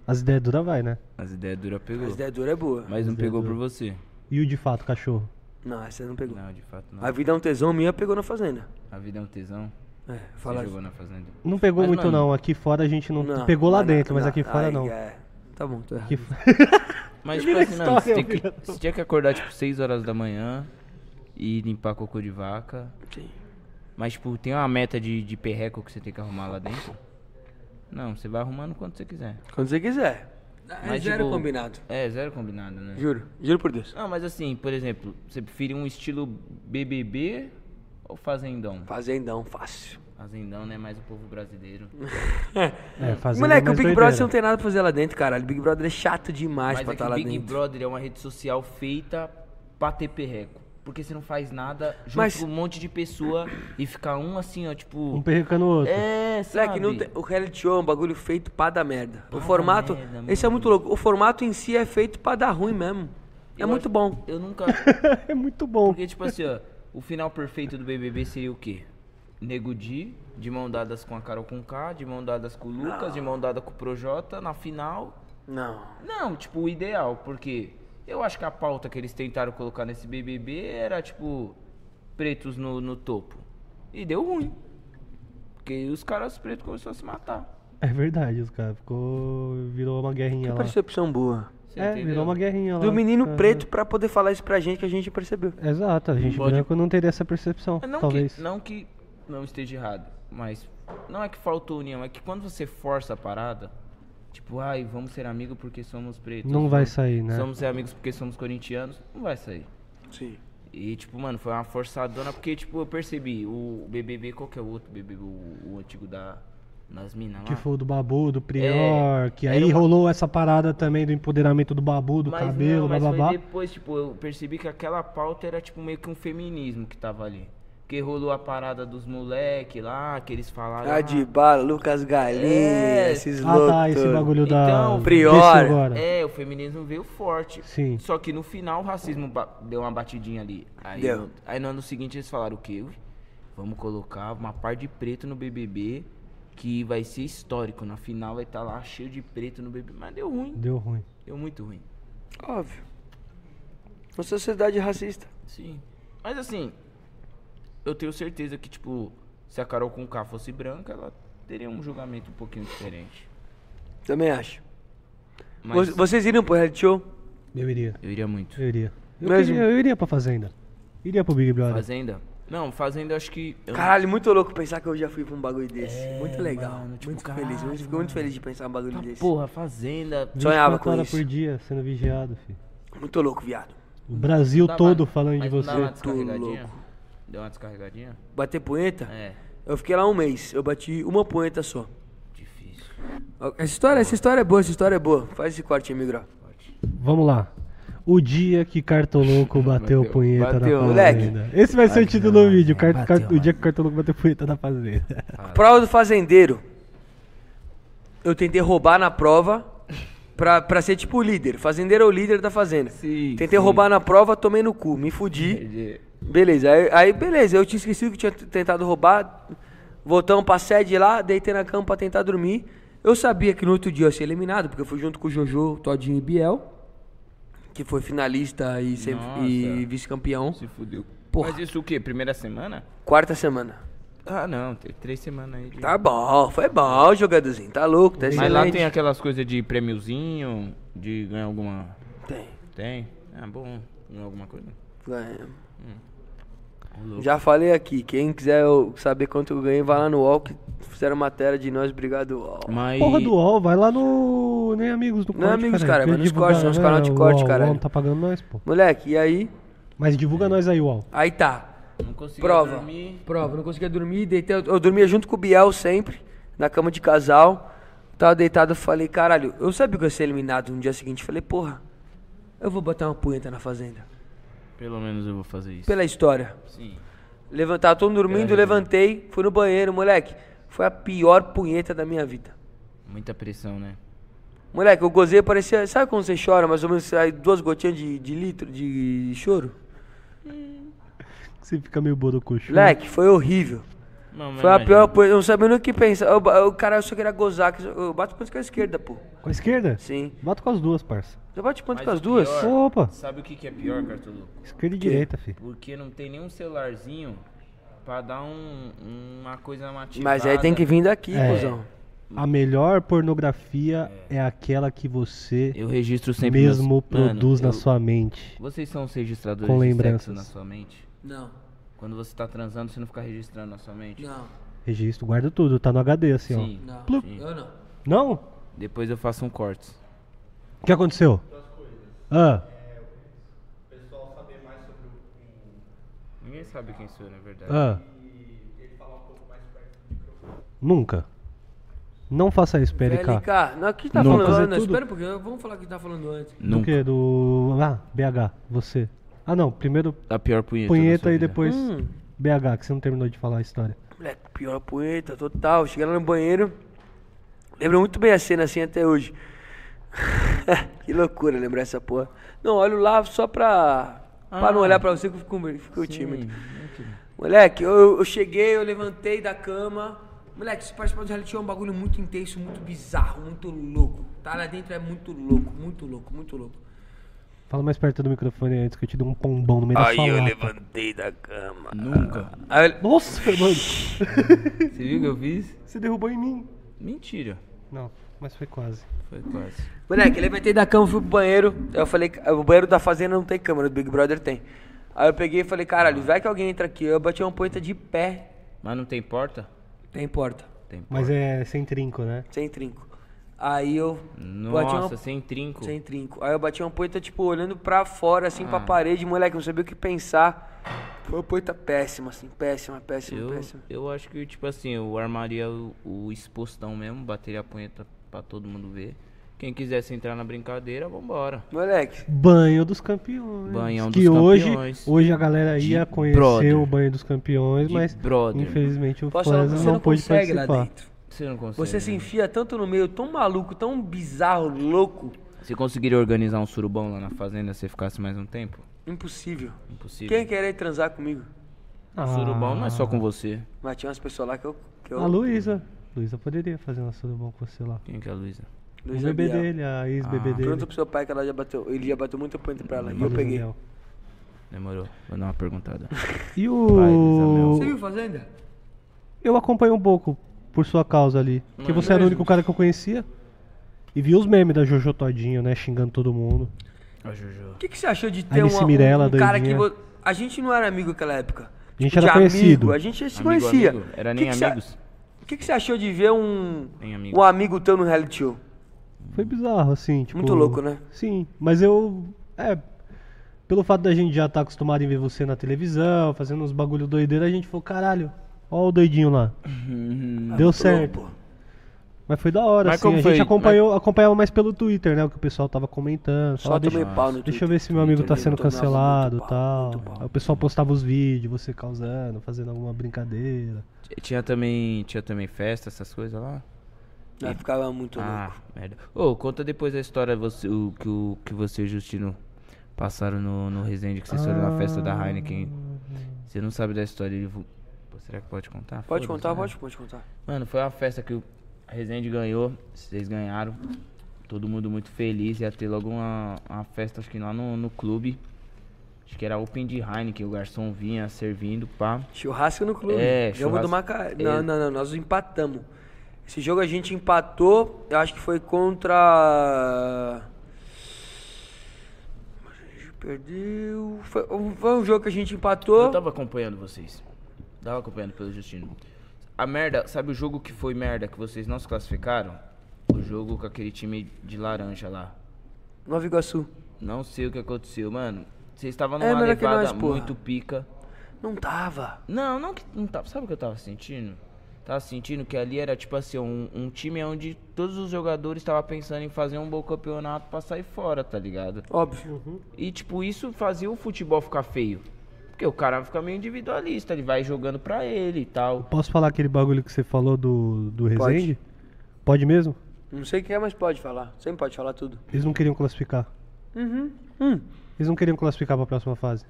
[SPEAKER 1] As ideias duras vai, né?
[SPEAKER 4] As ideias duras pegou.
[SPEAKER 2] Mas ideia dura é boa.
[SPEAKER 4] Mas não pegou por você.
[SPEAKER 1] E o de fato, cachorro?
[SPEAKER 2] Não, essa não pegou.
[SPEAKER 4] Não, de fato não.
[SPEAKER 2] A vida é um tesão minha, pegou na fazenda.
[SPEAKER 4] A vida é um tesão.
[SPEAKER 2] É,
[SPEAKER 4] Você
[SPEAKER 2] fala
[SPEAKER 4] jogou na fazenda.
[SPEAKER 1] Não pegou
[SPEAKER 4] Mas,
[SPEAKER 1] muito
[SPEAKER 4] mano-
[SPEAKER 1] não, aqui fora a gente não... pegou lá dentro, mas aqui fora
[SPEAKER 2] Ai,
[SPEAKER 1] não.
[SPEAKER 2] é. Tá bom, tô errado.
[SPEAKER 1] Aqui fora...
[SPEAKER 4] Mas tipo
[SPEAKER 1] Termina a
[SPEAKER 4] assim, mano, você,
[SPEAKER 1] história,
[SPEAKER 4] tem que,
[SPEAKER 1] William.
[SPEAKER 4] você tinha que acordar tipo 6 horas da manhã e limpar cocô de vaca.
[SPEAKER 2] Sim.
[SPEAKER 4] Mas tipo, tem uma meta de, de perreco que você tem que arrumar lá dentro? Não, você vai arrumando quanto você quiser.
[SPEAKER 2] Quando você quiser. É
[SPEAKER 4] Mas,
[SPEAKER 2] zero
[SPEAKER 4] tipo,
[SPEAKER 2] combinado.
[SPEAKER 4] É, zero combinado, né?
[SPEAKER 2] Juro, juro por Deus.
[SPEAKER 4] Não, mas assim, por exemplo, você prefere um estilo BBB ou fazendão?
[SPEAKER 2] Fazendão, fácil.
[SPEAKER 4] Fazendão, né? Mais o povo brasileiro.
[SPEAKER 1] É, fazendo
[SPEAKER 2] Moleque,
[SPEAKER 1] mais
[SPEAKER 2] o Big
[SPEAKER 1] doideira.
[SPEAKER 2] Brother você não tem nada pra fazer lá dentro, caralho. O Big Brother é chato demais
[SPEAKER 4] Mas é
[SPEAKER 2] pra
[SPEAKER 4] que
[SPEAKER 2] estar lá
[SPEAKER 4] o Big
[SPEAKER 2] dentro.
[SPEAKER 4] Brother é uma rede social feita pra ter perreco. Porque você não faz nada junto
[SPEAKER 2] Mas-
[SPEAKER 4] com um monte de pessoa e ficar um assim, ó, tipo...
[SPEAKER 1] Um perrecando o outro.
[SPEAKER 4] É, sabe?
[SPEAKER 2] Moleque, não tem- o reality show é um bagulho feito pra dar merda. O formato.
[SPEAKER 4] merda,
[SPEAKER 2] esse é muito louco. O formato em si é feito pra dar ruim mesmo. É
[SPEAKER 4] Eu
[SPEAKER 2] muito
[SPEAKER 4] acho-
[SPEAKER 2] bom.
[SPEAKER 4] Eu nunca...
[SPEAKER 1] É muito bom.
[SPEAKER 4] Porque, tipo assim, ó, o final perfeito do BBB seria o quê? Nego Di, de mão dadas com a Carol Conká, de mão dadas com o Lucas, de mão dada com o Projota, na final...
[SPEAKER 2] Não.
[SPEAKER 4] Não, tipo, o ideal, porque eu acho que a pauta que eles tentaram colocar nesse BBB era, tipo, pretos no, no topo. E deu ruim. Porque os caras pretos começaram a se matar.
[SPEAKER 1] É verdade, os caras ficou... Virou uma
[SPEAKER 2] é
[SPEAKER 1] guerrinha lá.
[SPEAKER 2] Percepção boa.
[SPEAKER 4] Você
[SPEAKER 1] É,
[SPEAKER 4] entendeu?
[SPEAKER 1] virou uma guerrinha lá. É.
[SPEAKER 2] Do menino
[SPEAKER 1] Aham.
[SPEAKER 2] preto pra poder falar isso pra gente que a gente percebeu.
[SPEAKER 1] Exato, a gente
[SPEAKER 4] Pode-
[SPEAKER 1] branco não teria essa percepção,
[SPEAKER 4] Mas Não
[SPEAKER 1] talvez.
[SPEAKER 4] que, não que não esteja errado, mas não é que faltou união, é que quando você força a parada, tipo, ai, vamos ser amigos porque somos pretos.
[SPEAKER 1] Não vai
[SPEAKER 4] vamos-
[SPEAKER 1] sair, né?
[SPEAKER 4] Somos ser amigos porque somos corintianos, não vai sair.
[SPEAKER 2] Sim.
[SPEAKER 4] E, tipo, mano, foi uma forçadona, porque, tipo, eu percebi, o BBB, qual que é o outro BBB, o, o antigo da, das minas lá?
[SPEAKER 1] Que foi o do Babu, do Prior,
[SPEAKER 4] É,
[SPEAKER 1] que
[SPEAKER 4] era
[SPEAKER 1] aí
[SPEAKER 4] uma-
[SPEAKER 1] rolou essa parada também do empoderamento do Babu, do
[SPEAKER 4] mas
[SPEAKER 1] cabelo,
[SPEAKER 4] não, mas
[SPEAKER 1] blá blá
[SPEAKER 4] foi
[SPEAKER 1] blá.
[SPEAKER 4] depois, tipo, eu percebi que aquela pauta era, tipo, meio que um feminismo que tava ali. Porque rolou a parada dos moleque lá, que eles falaram...
[SPEAKER 2] Ah, de bala, Lucas Galinha,
[SPEAKER 4] É.
[SPEAKER 2] esses
[SPEAKER 1] Ah
[SPEAKER 2] loucos.
[SPEAKER 1] tá, esse
[SPEAKER 2] todos.
[SPEAKER 1] bagulho
[SPEAKER 4] Então,
[SPEAKER 1] da...
[SPEAKER 2] Prior,
[SPEAKER 1] desse agora.
[SPEAKER 4] É, o feminismo veio forte.
[SPEAKER 1] Sim.
[SPEAKER 4] Só que no final o racismo ba- deu uma batidinha ali. Aí,
[SPEAKER 2] Deu.
[SPEAKER 4] aí no ano seguinte eles falaram o quê? Vamos colocar uma par de preto no BBB que vai ser histórico. Na final vai estar lá cheio de preto no BBB. Mas deu ruim.
[SPEAKER 1] Deu ruim.
[SPEAKER 4] Deu muito ruim.
[SPEAKER 2] Óbvio. Uma sociedade racista.
[SPEAKER 4] Sim. Mas assim, eu tenho certeza que, tipo, se a Carol com K fosse branca, ela teria um julgamento um pouquinho diferente.
[SPEAKER 2] Também acho.
[SPEAKER 4] Mas
[SPEAKER 2] Vo- Vocês iriam pro reality show?
[SPEAKER 1] Eu iria,
[SPEAKER 4] eu iria muito.
[SPEAKER 1] eu iria. Eu,
[SPEAKER 2] Mesmo?
[SPEAKER 1] queria- eu iria pra Fazenda. Iria pro Big Brother.
[SPEAKER 4] Fazenda? Não, Fazenda eu acho que. eu não-
[SPEAKER 2] Caralho, muito louco pensar que eu já fui pra um bagulho desse. muito legal.
[SPEAKER 4] mano, tipo,
[SPEAKER 2] muito
[SPEAKER 4] caralho,
[SPEAKER 2] feliz. Eu fico muito feliz de pensar um bagulho desse.
[SPEAKER 4] Porra, Fazenda.
[SPEAKER 2] Sonhava
[SPEAKER 1] 24
[SPEAKER 2] com
[SPEAKER 1] horas
[SPEAKER 2] isso.
[SPEAKER 1] por dia sendo vigiado, filho.
[SPEAKER 2] Muito louco, viado.
[SPEAKER 1] O Brasil
[SPEAKER 4] Dá
[SPEAKER 1] todo
[SPEAKER 4] uma-
[SPEAKER 1] falando de
[SPEAKER 4] Tá, mas não Dá uma
[SPEAKER 1] você.
[SPEAKER 4] descarregadinha? Deu uma descarregadinha?
[SPEAKER 2] Bater punheta?
[SPEAKER 4] É,
[SPEAKER 2] Eu fiquei lá um mês. Eu bati uma punheta só.
[SPEAKER 4] difícil.
[SPEAKER 2] Essa história, essa história é boa, essa história é boa. Faz esse corte aí, migro.
[SPEAKER 1] Vamos lá. O dia que Cartoloco bateu,
[SPEAKER 4] Bateu.
[SPEAKER 1] punheta
[SPEAKER 4] Bateu,
[SPEAKER 1] na
[SPEAKER 2] moleque.
[SPEAKER 1] fazenda. Esse vai ser o título do vídeo. Car- car- o dia que Cartoloco bateu punheta na fazenda.
[SPEAKER 2] Prova do fazendeiro. Eu tentei roubar na prova pra, pra ser tipo o líder. Fazendeiro é o líder da fazenda.
[SPEAKER 4] Sim,
[SPEAKER 2] tentei
[SPEAKER 4] sim.
[SPEAKER 2] roubar na prova, tomei no cu, me fudi. Beleza, aí, aí beleza, eu tinha esquecido que tinha t- tentado roubar. Voltamos pra sede lá, deitei na cama pra tentar dormir. Eu sabia que no outro dia eu ia ser eliminado, porque eu fui junto com o Jojo, Todinho e Biel, que foi finalista e, sem-
[SPEAKER 4] Nossa.
[SPEAKER 2] e vice-campeão.
[SPEAKER 4] Se fudeu.
[SPEAKER 2] Porra.
[SPEAKER 4] Mas isso o quê? Primeira semana?
[SPEAKER 2] Quarta semana.
[SPEAKER 4] Ah, não, tem três semanas aí. de-
[SPEAKER 2] Tá bom, foi bom, jogadorzinho. Tá louco, tá
[SPEAKER 4] Mas lá
[SPEAKER 2] excelente.
[SPEAKER 4] tem aquelas coisas de prêmiozinho, de ganhar alguma.
[SPEAKER 2] Tem.
[SPEAKER 4] Tem? Ah, bom. Ganhar alguma coisa?
[SPEAKER 2] Ganha.
[SPEAKER 4] louco.
[SPEAKER 2] Já falei aqui, quem quiser eu- saber quanto eu ganhei, vai lá no UOL, que fizeram matéria de nós, obrigado UOL.
[SPEAKER 4] Mas.
[SPEAKER 1] Porra do UOL, vai lá no. Nem amigos do
[SPEAKER 2] Não é amigos, cara,
[SPEAKER 1] que
[SPEAKER 2] vai nos
[SPEAKER 1] divulga-
[SPEAKER 2] cortes, nos
[SPEAKER 1] é,
[SPEAKER 2] canal de
[SPEAKER 1] o
[SPEAKER 2] corte,
[SPEAKER 1] UOL,
[SPEAKER 2] caralho.
[SPEAKER 1] O UOL não tá pagando nós, pô.
[SPEAKER 2] Moleque, e aí?
[SPEAKER 1] Mas divulga nós aí, UOL.
[SPEAKER 2] Aí tá.
[SPEAKER 4] Não consegui
[SPEAKER 2] Prova.
[SPEAKER 4] dormir.
[SPEAKER 2] Prova, não conseguia dormir, deitei, eu, eu dormia junto com o Biel sempre, na cama de casal. Tava deitado, eu falei, caralho, eu sabia que eu ia ser eliminado no dia seguinte. Falei, porra, eu vou botar uma punheta na fazenda.
[SPEAKER 4] Pelo menos eu vou fazer isso.
[SPEAKER 2] Pela história.
[SPEAKER 4] Sim.
[SPEAKER 2] Levantar, todo mundo dormindo, levantei, fui no banheiro, moleque. Foi a pior punheta da minha vida.
[SPEAKER 4] Muita pressão, né?
[SPEAKER 2] Moleque, eu gozei, parecia. Sabe quando você chora, mais ou menos sai duas gotinhas de, de litro de choro?
[SPEAKER 1] Você fica meio né? borocoxo.
[SPEAKER 2] Moleque, foi horrível.
[SPEAKER 4] Não, mas
[SPEAKER 2] Foi a
[SPEAKER 4] imagina.
[SPEAKER 2] pior coisa, eu não sabia nem o que pensar. Eu, ba- eu, cara, eu só queria gozar. que Eu bato ponto com a esquerda, pô.
[SPEAKER 1] Com a esquerda?
[SPEAKER 2] Sim.
[SPEAKER 1] Bota com as duas, parça.
[SPEAKER 2] Eu bato ponto
[SPEAKER 4] Mas
[SPEAKER 2] com as
[SPEAKER 4] o
[SPEAKER 2] duas?
[SPEAKER 4] pior-
[SPEAKER 1] Opa,
[SPEAKER 4] Sabe o que, que é pior, Cartoluco?
[SPEAKER 1] esquerda e direita, fi.
[SPEAKER 4] Porque não tem nenhum celularzinho pra dar um, uma coisa matinada.
[SPEAKER 2] Mas aí tem que vir daqui,
[SPEAKER 1] É.
[SPEAKER 2] cuzão.
[SPEAKER 1] A melhor pornografia é, aquela que você
[SPEAKER 4] Eu registro sempre.
[SPEAKER 1] mesmo
[SPEAKER 4] meus- Mano,
[SPEAKER 1] produz na
[SPEAKER 4] eu-
[SPEAKER 1] sua mente.
[SPEAKER 4] Vocês são os registradores
[SPEAKER 1] Com
[SPEAKER 4] de sexo
[SPEAKER 1] lembranças.
[SPEAKER 4] na sua mente?
[SPEAKER 2] Não,
[SPEAKER 4] Quando você tá transando, você não fica registrando na sua mente?
[SPEAKER 2] não,
[SPEAKER 1] Registro, guarda tudo, tá no HD assim,
[SPEAKER 4] Sim.
[SPEAKER 2] não.
[SPEAKER 1] Plup.
[SPEAKER 2] Eu não.
[SPEAKER 1] ó. Não?
[SPEAKER 4] Depois eu faço um corte.
[SPEAKER 1] O que aconteceu? Ah,
[SPEAKER 4] Ninguém sabe quem sou, na verdade.
[SPEAKER 1] ah. Nunca. Não faça isso, PLK.
[SPEAKER 2] LK, não, o que tá
[SPEAKER 1] Não,
[SPEAKER 2] falando?
[SPEAKER 1] fazer
[SPEAKER 2] antes?
[SPEAKER 1] é tudo.
[SPEAKER 2] Espera um pouquinho, vamos falar o que tá falando antes.
[SPEAKER 1] Do
[SPEAKER 4] Nunca.
[SPEAKER 1] que? Do. Ah, BH, você. Ah não, primeiro
[SPEAKER 4] A pior punheta. da sua
[SPEAKER 1] punheta e
[SPEAKER 4] vida.
[SPEAKER 1] depois BH, que você não terminou de falar a história.
[SPEAKER 2] Moleque, pior punheta, total. Cheguei lá no banheiro. Lembro muito bem a cena assim até hoje. que loucura lembrar essa porra. Não, olho lá só pra. Pra não olhar pra você que eu fico, com- fico tímido. Moleque, eu, eu cheguei, eu levantei da cama. Moleque, se participar do reality show é um bagulho muito intenso, muito bizarro, muito louco. Tá lá dentro é muito louco, muito louco, muito louco.
[SPEAKER 1] Fala mais perto do microfone antes que eu te dou um pombão no meio da sua
[SPEAKER 2] Aí eu
[SPEAKER 1] lata.
[SPEAKER 2] levantei da cama.
[SPEAKER 4] Nunca.
[SPEAKER 2] Aí eu-
[SPEAKER 1] Nossa, mano,
[SPEAKER 4] Você viu o que eu fiz?
[SPEAKER 1] você derrubou em mim.
[SPEAKER 4] Mentira.
[SPEAKER 1] Não, mas foi quase.
[SPEAKER 4] Foi quase.
[SPEAKER 2] Moleque, eu levantei da cama, fui pro banheiro. Eu falei, o banheiro da fazenda não tem câmera, do Big Brother tem. Aí eu peguei e falei, caralho, vai que alguém entra aqui. Eu bati uma poeta de pé.
[SPEAKER 4] Mas não tem porta?
[SPEAKER 2] Tem porta,
[SPEAKER 4] Tem porta.
[SPEAKER 1] Mas é sem trinco, né?
[SPEAKER 2] sem trinco. Aí eu bati
[SPEAKER 4] Nossa,
[SPEAKER 2] uma
[SPEAKER 4] sem trinco. Ah.
[SPEAKER 2] sem trinco. Aí eu bati uma poeta, tipo, olhando pra fora, assim, pra parede, moleque, não sabia o que pensar. Foi uma poeta péssima, assim, péssima, péssima,
[SPEAKER 4] Eu,
[SPEAKER 2] péssima.
[SPEAKER 4] eu acho que, tipo assim, eu armaria o, o expostão mesmo, bateria a punheta pra todo mundo ver. Quem quisesse entrar na brincadeira, vambora.
[SPEAKER 2] Moleque,
[SPEAKER 1] Banho dos campeões.
[SPEAKER 4] Banhão dos
[SPEAKER 1] que hoje,
[SPEAKER 4] campeões.
[SPEAKER 1] hoje a galera ia
[SPEAKER 4] De
[SPEAKER 1] conhecer
[SPEAKER 4] brother.
[SPEAKER 1] o banho dos campeões,
[SPEAKER 4] De
[SPEAKER 1] mas
[SPEAKER 4] brother.
[SPEAKER 1] infelizmente o
[SPEAKER 2] posso falar,
[SPEAKER 1] Flash
[SPEAKER 2] você
[SPEAKER 1] não,
[SPEAKER 2] não
[SPEAKER 1] pôde
[SPEAKER 2] consegue lá
[SPEAKER 1] participar.
[SPEAKER 2] dentro.
[SPEAKER 4] Você não consegue.
[SPEAKER 2] Você se
[SPEAKER 4] né?
[SPEAKER 2] enfia tanto no meio, tão maluco, tão bizarro, louco,
[SPEAKER 4] Você conseguiria organizar um surubão lá na fazenda se você ficasse mais um tempo?
[SPEAKER 2] impossível.
[SPEAKER 4] Impossível.
[SPEAKER 2] Quem querer transar comigo?
[SPEAKER 1] Ah,
[SPEAKER 4] Surubão não é só com você.
[SPEAKER 2] Mas tinha umas pessoas lá que eu. Que eu
[SPEAKER 1] A Luísa. Luísa poderia fazer um surubão com você lá.
[SPEAKER 4] Quem que é a Luísa? Ah,
[SPEAKER 1] O
[SPEAKER 2] Luiz
[SPEAKER 1] Um bebê
[SPEAKER 2] Gabriel.
[SPEAKER 1] dele, a ex-bebê dele.
[SPEAKER 2] Pergunta pro seu pai que ela já bateu. Ele já bateu muita punheta pra ela. E eu
[SPEAKER 1] Luísa
[SPEAKER 2] peguei.
[SPEAKER 1] Mel.
[SPEAKER 4] Demorou. Vou dar uma perguntada.
[SPEAKER 1] E
[SPEAKER 4] Pai, Luísa Mel.
[SPEAKER 1] o...
[SPEAKER 4] Você
[SPEAKER 2] Fazenda?
[SPEAKER 1] Eu acompanho um pouco por sua causa ali. Porque você
[SPEAKER 4] é
[SPEAKER 1] era o único cara que eu conhecia. E vi os memes da Jojo Todinho, né? Xingando todo mundo.
[SPEAKER 4] Ó, Jojo.
[SPEAKER 2] O que, que você achou de
[SPEAKER 1] A
[SPEAKER 2] ter
[SPEAKER 1] Alice
[SPEAKER 2] uma- um,
[SPEAKER 1] Mirella,
[SPEAKER 2] um cara que.
[SPEAKER 1] doidinha.
[SPEAKER 2] vo- A gente não era amigo naquela época.
[SPEAKER 1] A gente
[SPEAKER 2] Tipo,
[SPEAKER 1] era
[SPEAKER 2] de
[SPEAKER 1] conhecido.
[SPEAKER 2] Amigo. A gente se
[SPEAKER 4] Amigo,
[SPEAKER 2] conhecia.
[SPEAKER 4] amigo. Era
[SPEAKER 2] O
[SPEAKER 4] nem
[SPEAKER 2] que que você-
[SPEAKER 4] amigos.
[SPEAKER 2] O que, que você achou de ver um.
[SPEAKER 4] Nem amigo.
[SPEAKER 2] Um amigo teu no reality show?
[SPEAKER 1] Foi bizarro, assim, tipo...
[SPEAKER 2] Muito louco, né?
[SPEAKER 1] Sim, mas eu... É... Pelo fato da gente já estar acostumado em ver você na televisão, fazendo uns bagulho doideira, a gente falou, caralho, ó o doidinho lá. Deu certo.
[SPEAKER 2] Louco, pô.
[SPEAKER 1] Mas foi da hora,
[SPEAKER 4] Uhum. Mas
[SPEAKER 1] assim.
[SPEAKER 4] como
[SPEAKER 1] A
[SPEAKER 4] foi?
[SPEAKER 1] gente acompanhava, acompanhava mais pelo Twitter, né? O que o pessoal tava comentando.
[SPEAKER 2] Só
[SPEAKER 1] falava,
[SPEAKER 2] tomei
[SPEAKER 1] deixa,
[SPEAKER 2] pau no
[SPEAKER 1] deixa eu
[SPEAKER 2] Twitter.
[SPEAKER 1] ver se meu amigo tá
[SPEAKER 2] Twitter
[SPEAKER 1] sendo
[SPEAKER 2] me tornava
[SPEAKER 1] cancelado
[SPEAKER 2] muito
[SPEAKER 1] e tal.
[SPEAKER 2] pau, muito pau.
[SPEAKER 1] Aí o pessoal postava os vídeos, você causando, fazendo alguma brincadeira.
[SPEAKER 4] T- Tinha também, tinha também festa, essas coisas lá?
[SPEAKER 2] Aí ficava muito
[SPEAKER 4] Ah,
[SPEAKER 2] louco.
[SPEAKER 4] merda. Ô, conta depois a história você, o, que, o, que você e o Justino passaram no, no Resende, que vocês foram na festa
[SPEAKER 2] Ah.
[SPEAKER 4] da Heineken. Você não sabe da história. Ele... vo- Pô, será que pode contar?
[SPEAKER 2] Pode
[SPEAKER 4] Foda-se,
[SPEAKER 2] contar,
[SPEAKER 4] né?
[SPEAKER 2] pode, pode contar.
[SPEAKER 4] Mano, foi uma festa que o Resende ganhou, vocês ganharam. Todo mundo muito feliz, ia ter logo uma, uma festa, acho que lá no, no clube. Acho que era Open de Heineken, o garçom vinha servindo, pá.
[SPEAKER 2] Churrasco no clube.
[SPEAKER 4] É,
[SPEAKER 2] jogo
[SPEAKER 4] churrasco.
[SPEAKER 2] do Macaé.
[SPEAKER 4] É.
[SPEAKER 2] Não, não, não, nós empatamos. Esse jogo a gente empatou, eu acho que foi contra. A gente perdeu. Foi, foi um jogo que a gente empatou.
[SPEAKER 4] Eu tava acompanhando vocês. Tava acompanhando pelo Justino. A merda, sabe o jogo que foi merda que vocês não se classificaram? O jogo com aquele time de laranja lá.
[SPEAKER 2] Nova Iguaçu.
[SPEAKER 4] Não sei o que aconteceu, mano. Vocês estavam
[SPEAKER 2] É,
[SPEAKER 4] numa
[SPEAKER 2] melhor que
[SPEAKER 4] levada
[SPEAKER 2] nós, porra.
[SPEAKER 4] muito pica.
[SPEAKER 2] Não tava.
[SPEAKER 4] Não, não que não tava. Sabe o que eu tava sentindo? Tava sentindo que ali era tipo assim, um, um time onde todos os jogadores estavam pensando em fazer um bom campeonato pra sair fora, tá ligado?
[SPEAKER 2] Óbvio.
[SPEAKER 4] E tipo, isso fazia o futebol ficar feio. Porque o cara fica meio individualista, ele vai jogando pra ele e tal.
[SPEAKER 1] Posso falar aquele bagulho que você falou do, do Rezende? Pode. mesmo?
[SPEAKER 2] Não sei quem é, mas pode falar. Sempre pode falar tudo.
[SPEAKER 1] Eles não queriam classificar.
[SPEAKER 4] Uhum.
[SPEAKER 1] Eles não queriam classificar pra próxima fase.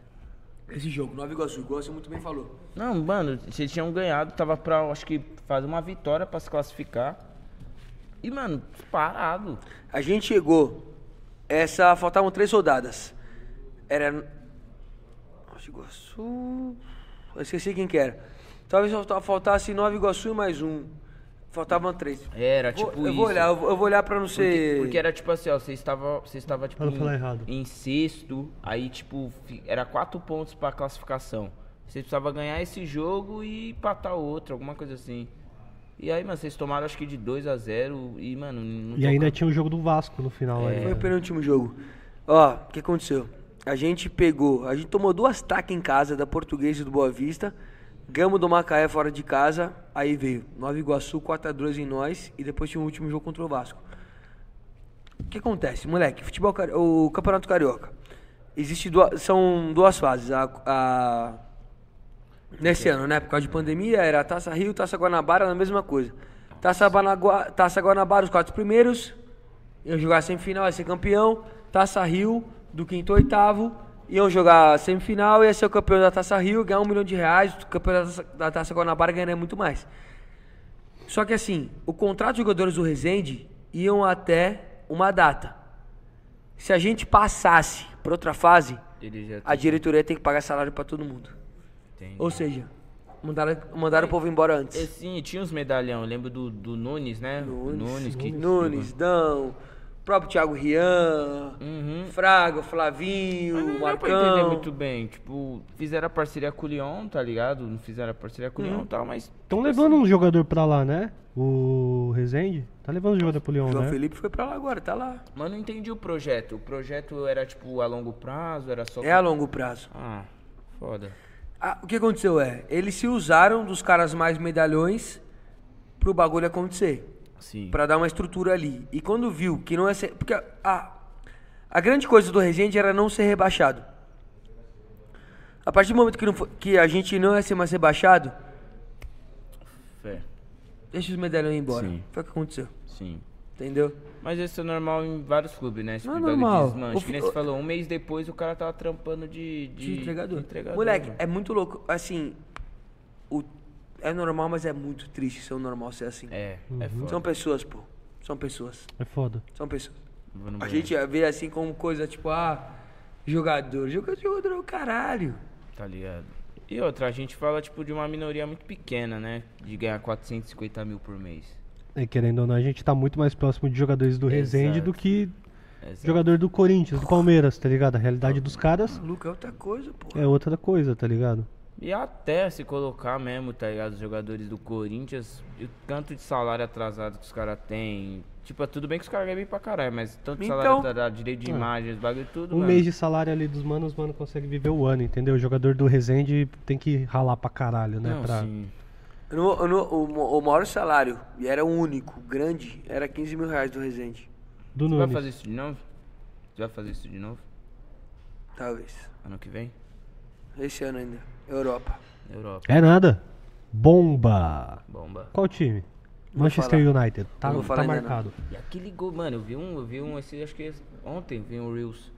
[SPEAKER 2] Esse jogo, Nova Iguaçu, igual você muito bem falou.
[SPEAKER 4] Não, mano, vocês tinham ganhado, tava pra, acho que, fazer uma vitória pra se classificar. E, mano, parado.
[SPEAKER 2] A gente chegou. Essa. Faltavam três rodadas. Era. Nova Iguaçu. Eu esqueci quem que era. Talvez falta- faltasse Nova Iguaçu e mais um. Faltavam três.
[SPEAKER 4] Era,
[SPEAKER 2] Vou-
[SPEAKER 4] tipo
[SPEAKER 2] eu
[SPEAKER 4] isso.
[SPEAKER 2] vou olhar, eu vou eu vou olhar pra não
[SPEAKER 4] Porque,
[SPEAKER 2] ser.
[SPEAKER 4] porque era tipo assim, ó, vocês estavam, vocês estavam tipo
[SPEAKER 1] Pra não falar
[SPEAKER 4] em,
[SPEAKER 1] errado.
[SPEAKER 4] em sexto, aí tipo fi- era quatro pontos pra classificação. Vocês precisavam ganhar esse jogo e empatar outro, alguma coisa assim. E aí, mano, vocês tomaram acho que de 2 a 0 e, mano, não É.
[SPEAKER 1] E ainda tinha o jogo do Vasco no final. ali,
[SPEAKER 2] Foi
[SPEAKER 1] né?
[SPEAKER 2] o penúltimo jogo. Ó, o que aconteceu? A gente pegou, a gente tomou duas tacas em casa da Portuguesa e do Boa Vista, Gamo do Macaé fora de casa, aí veio Nova Iguaçu 4x2 em nós e depois tinha o último jogo contra o Vasco. O que acontece, moleque? Futebol, cari- o Campeonato Carioca. Existe duas, são duas fases. A, a- nesse ano, né? Por causa de pandemia, era Taça Rio, Taça Guanabara, era a mesma coisa. Taça, Banagua, Taça Guanabara, os quatro primeiros. Iam jogar semifinal, ia ser campeão. Taça Rio, do quinto ao oitavo. Iam jogar semifinal, ia ser o campeão da Taça Rio, ganhar um milhão de reais. O campeão da Taça, da Taça Guanabara ganharia muito mais. Só que assim, o contrato dos jogadores do Resende iam até uma data. Se a gente passasse para outra fase,
[SPEAKER 4] Ele já
[SPEAKER 2] a diretoria tem que pagar salário para todo mundo.
[SPEAKER 4] entende.
[SPEAKER 2] Ou seja, mandaram, mandaram o povo embora
[SPEAKER 4] É,
[SPEAKER 2] antes.
[SPEAKER 4] Sim, tinha uns medalhão, eu lembro do, do Nunes, né? Nunes, que...
[SPEAKER 2] Nunes, Dão, próprio Thiago Rian,
[SPEAKER 4] Uhum.
[SPEAKER 2] Fraga,
[SPEAKER 4] Mas Ah, não
[SPEAKER 2] Flavinho,
[SPEAKER 4] deu pra entender
[SPEAKER 2] Marcão.
[SPEAKER 4] muito bem. Tipo, fizeram a parceria com o Lyon, tá ligado? Não fizeram a parceria com o
[SPEAKER 2] Uhum.
[SPEAKER 4] Lyon e tal, mas.
[SPEAKER 1] Estão levando
[SPEAKER 4] assim.
[SPEAKER 1] um jogador pra lá, né? O Rezende? Tá levando o jogador pro Leão,
[SPEAKER 2] João
[SPEAKER 1] né?
[SPEAKER 2] Felipe foi pra lá agora, tá lá.
[SPEAKER 4] Mas eu não entendi o projeto. O projeto era, tipo, a longo prazo, era só.
[SPEAKER 2] É a longo prazo.
[SPEAKER 4] Ah, foda.
[SPEAKER 2] Ah, o que aconteceu é, eles se usaram dos caras mais medalhões pro bagulho acontecer.
[SPEAKER 4] Sim.
[SPEAKER 2] Pra dar uma estrutura ali. E quando viu que não ia ser. Porque a, a, a grande coisa do Resende era não ser rebaixado. A partir do momento que, não fo- que a gente não ia ser mais rebaixado,
[SPEAKER 4] Fé.
[SPEAKER 2] deixa os medalhões ir embora.
[SPEAKER 4] Sim.
[SPEAKER 2] Foi o que aconteceu.
[SPEAKER 4] Sim.
[SPEAKER 2] Entendeu?
[SPEAKER 4] Mas isso é normal em vários clubes, né? Esse
[SPEAKER 2] Não é
[SPEAKER 4] bagulho de
[SPEAKER 2] normal.
[SPEAKER 4] desmanche.
[SPEAKER 2] O
[SPEAKER 4] Que nem
[SPEAKER 2] fu-
[SPEAKER 4] você falou, um mês depois o cara tava trampando de.
[SPEAKER 2] De entregador.
[SPEAKER 4] de entregador.
[SPEAKER 2] Moleque, é muito louco. Assim, o, é normal, mas é muito triste ser o normal ser assim.
[SPEAKER 4] É, é
[SPEAKER 2] São
[SPEAKER 4] foda.
[SPEAKER 2] pessoas, pô. São pessoas.
[SPEAKER 1] É foda.
[SPEAKER 2] São pessoas.
[SPEAKER 4] Vou no
[SPEAKER 2] A
[SPEAKER 4] banheiro,
[SPEAKER 2] gente vê assim como coisa tipo, ah, jogador. Jogador, jogador é o caralho.
[SPEAKER 4] Tá ligado? E outra, a gente fala, tipo, de uma minoria muito pequena, né? De ganhar 450 mil por mês.
[SPEAKER 1] E querendo ou não, a gente tá muito mais próximo de jogadores do Rezende
[SPEAKER 4] Exato.
[SPEAKER 1] do que
[SPEAKER 4] Exato.
[SPEAKER 1] jogador do Corinthians, do Palmeiras, tá ligado? A realidade dos caras
[SPEAKER 2] Luca é outra coisa, pô.
[SPEAKER 1] é outra coisa, tá ligado?
[SPEAKER 4] E até se colocar mesmo, tá ligado? Os jogadores do Corinthians, e o tanto de salário atrasado que os caras têm. Tipo, é tudo bem que os caras ganham bem pra caralho, mas tanto de salário
[SPEAKER 2] Então-
[SPEAKER 4] atrasado, direito de imagem, os bagulho tudo.
[SPEAKER 1] é. Um
[SPEAKER 4] mano.
[SPEAKER 1] mês de salário ali dos manos, os mano consegue viver o ano, entendeu? O jogador do Rezende tem que ralar pra caralho, né?
[SPEAKER 4] Não,
[SPEAKER 1] pra...
[SPEAKER 4] sim.
[SPEAKER 2] Eu não- eu não- o, ma- o maior salário, e era o único, grande, era 15 mil reais do Resende.
[SPEAKER 1] Do
[SPEAKER 4] Você vai
[SPEAKER 1] Nunes.
[SPEAKER 4] fazer isso de novo? Você vai fazer isso de novo?
[SPEAKER 2] Talvez.
[SPEAKER 4] Ano que vem?
[SPEAKER 2] Esse ano ainda. Europa.
[SPEAKER 4] Europa.
[SPEAKER 1] É nada. Bomba.
[SPEAKER 4] Bomba.
[SPEAKER 1] Qual time? Manchester United. Tá,
[SPEAKER 2] Não vou
[SPEAKER 1] tá
[SPEAKER 2] falar ainda não.
[SPEAKER 1] marcado.
[SPEAKER 4] E aquele gol, mano, eu vi um, eu vi um, esse, acho que ontem eu vi um Reels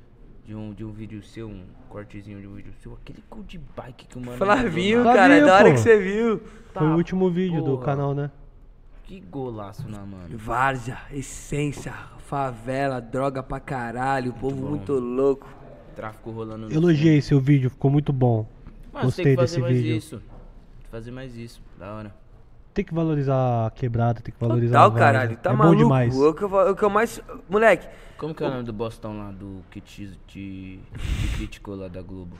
[SPEAKER 4] de um, de um vídeo seu, um cortezinho de um vídeo seu, aquele gol de bike que o mano. mandou
[SPEAKER 2] Flavinho,
[SPEAKER 4] lá.
[SPEAKER 1] Flavinho,
[SPEAKER 2] cara, é da hora
[SPEAKER 1] pô.
[SPEAKER 2] que você viu.
[SPEAKER 1] Foi
[SPEAKER 2] Tá.
[SPEAKER 1] o último vídeo do
[SPEAKER 4] porra.
[SPEAKER 1] canal, né?
[SPEAKER 4] Que golaço na mano.
[SPEAKER 2] Várzea, essência, favela, droga pra caralho, povo muito louco.
[SPEAKER 4] Tráfico rolando no
[SPEAKER 1] Elogiei seu vídeo, ficou muito bom.
[SPEAKER 4] Mas
[SPEAKER 1] Gostei
[SPEAKER 4] tem que fazer
[SPEAKER 1] desse
[SPEAKER 4] mais
[SPEAKER 1] vídeo.
[SPEAKER 4] isso. Fazer mais isso. Da hora.
[SPEAKER 1] Tem que valorizar a quebrada, tem que valorizar a
[SPEAKER 2] Total,
[SPEAKER 1] várzea.
[SPEAKER 2] caralho. Tá
[SPEAKER 1] é
[SPEAKER 2] maluco.
[SPEAKER 1] bom demais.
[SPEAKER 2] O que, eu, é o que eu mais. Moleque,
[SPEAKER 4] Como que é o nome do bostão lá do que te, te, te criticou lá da Globo?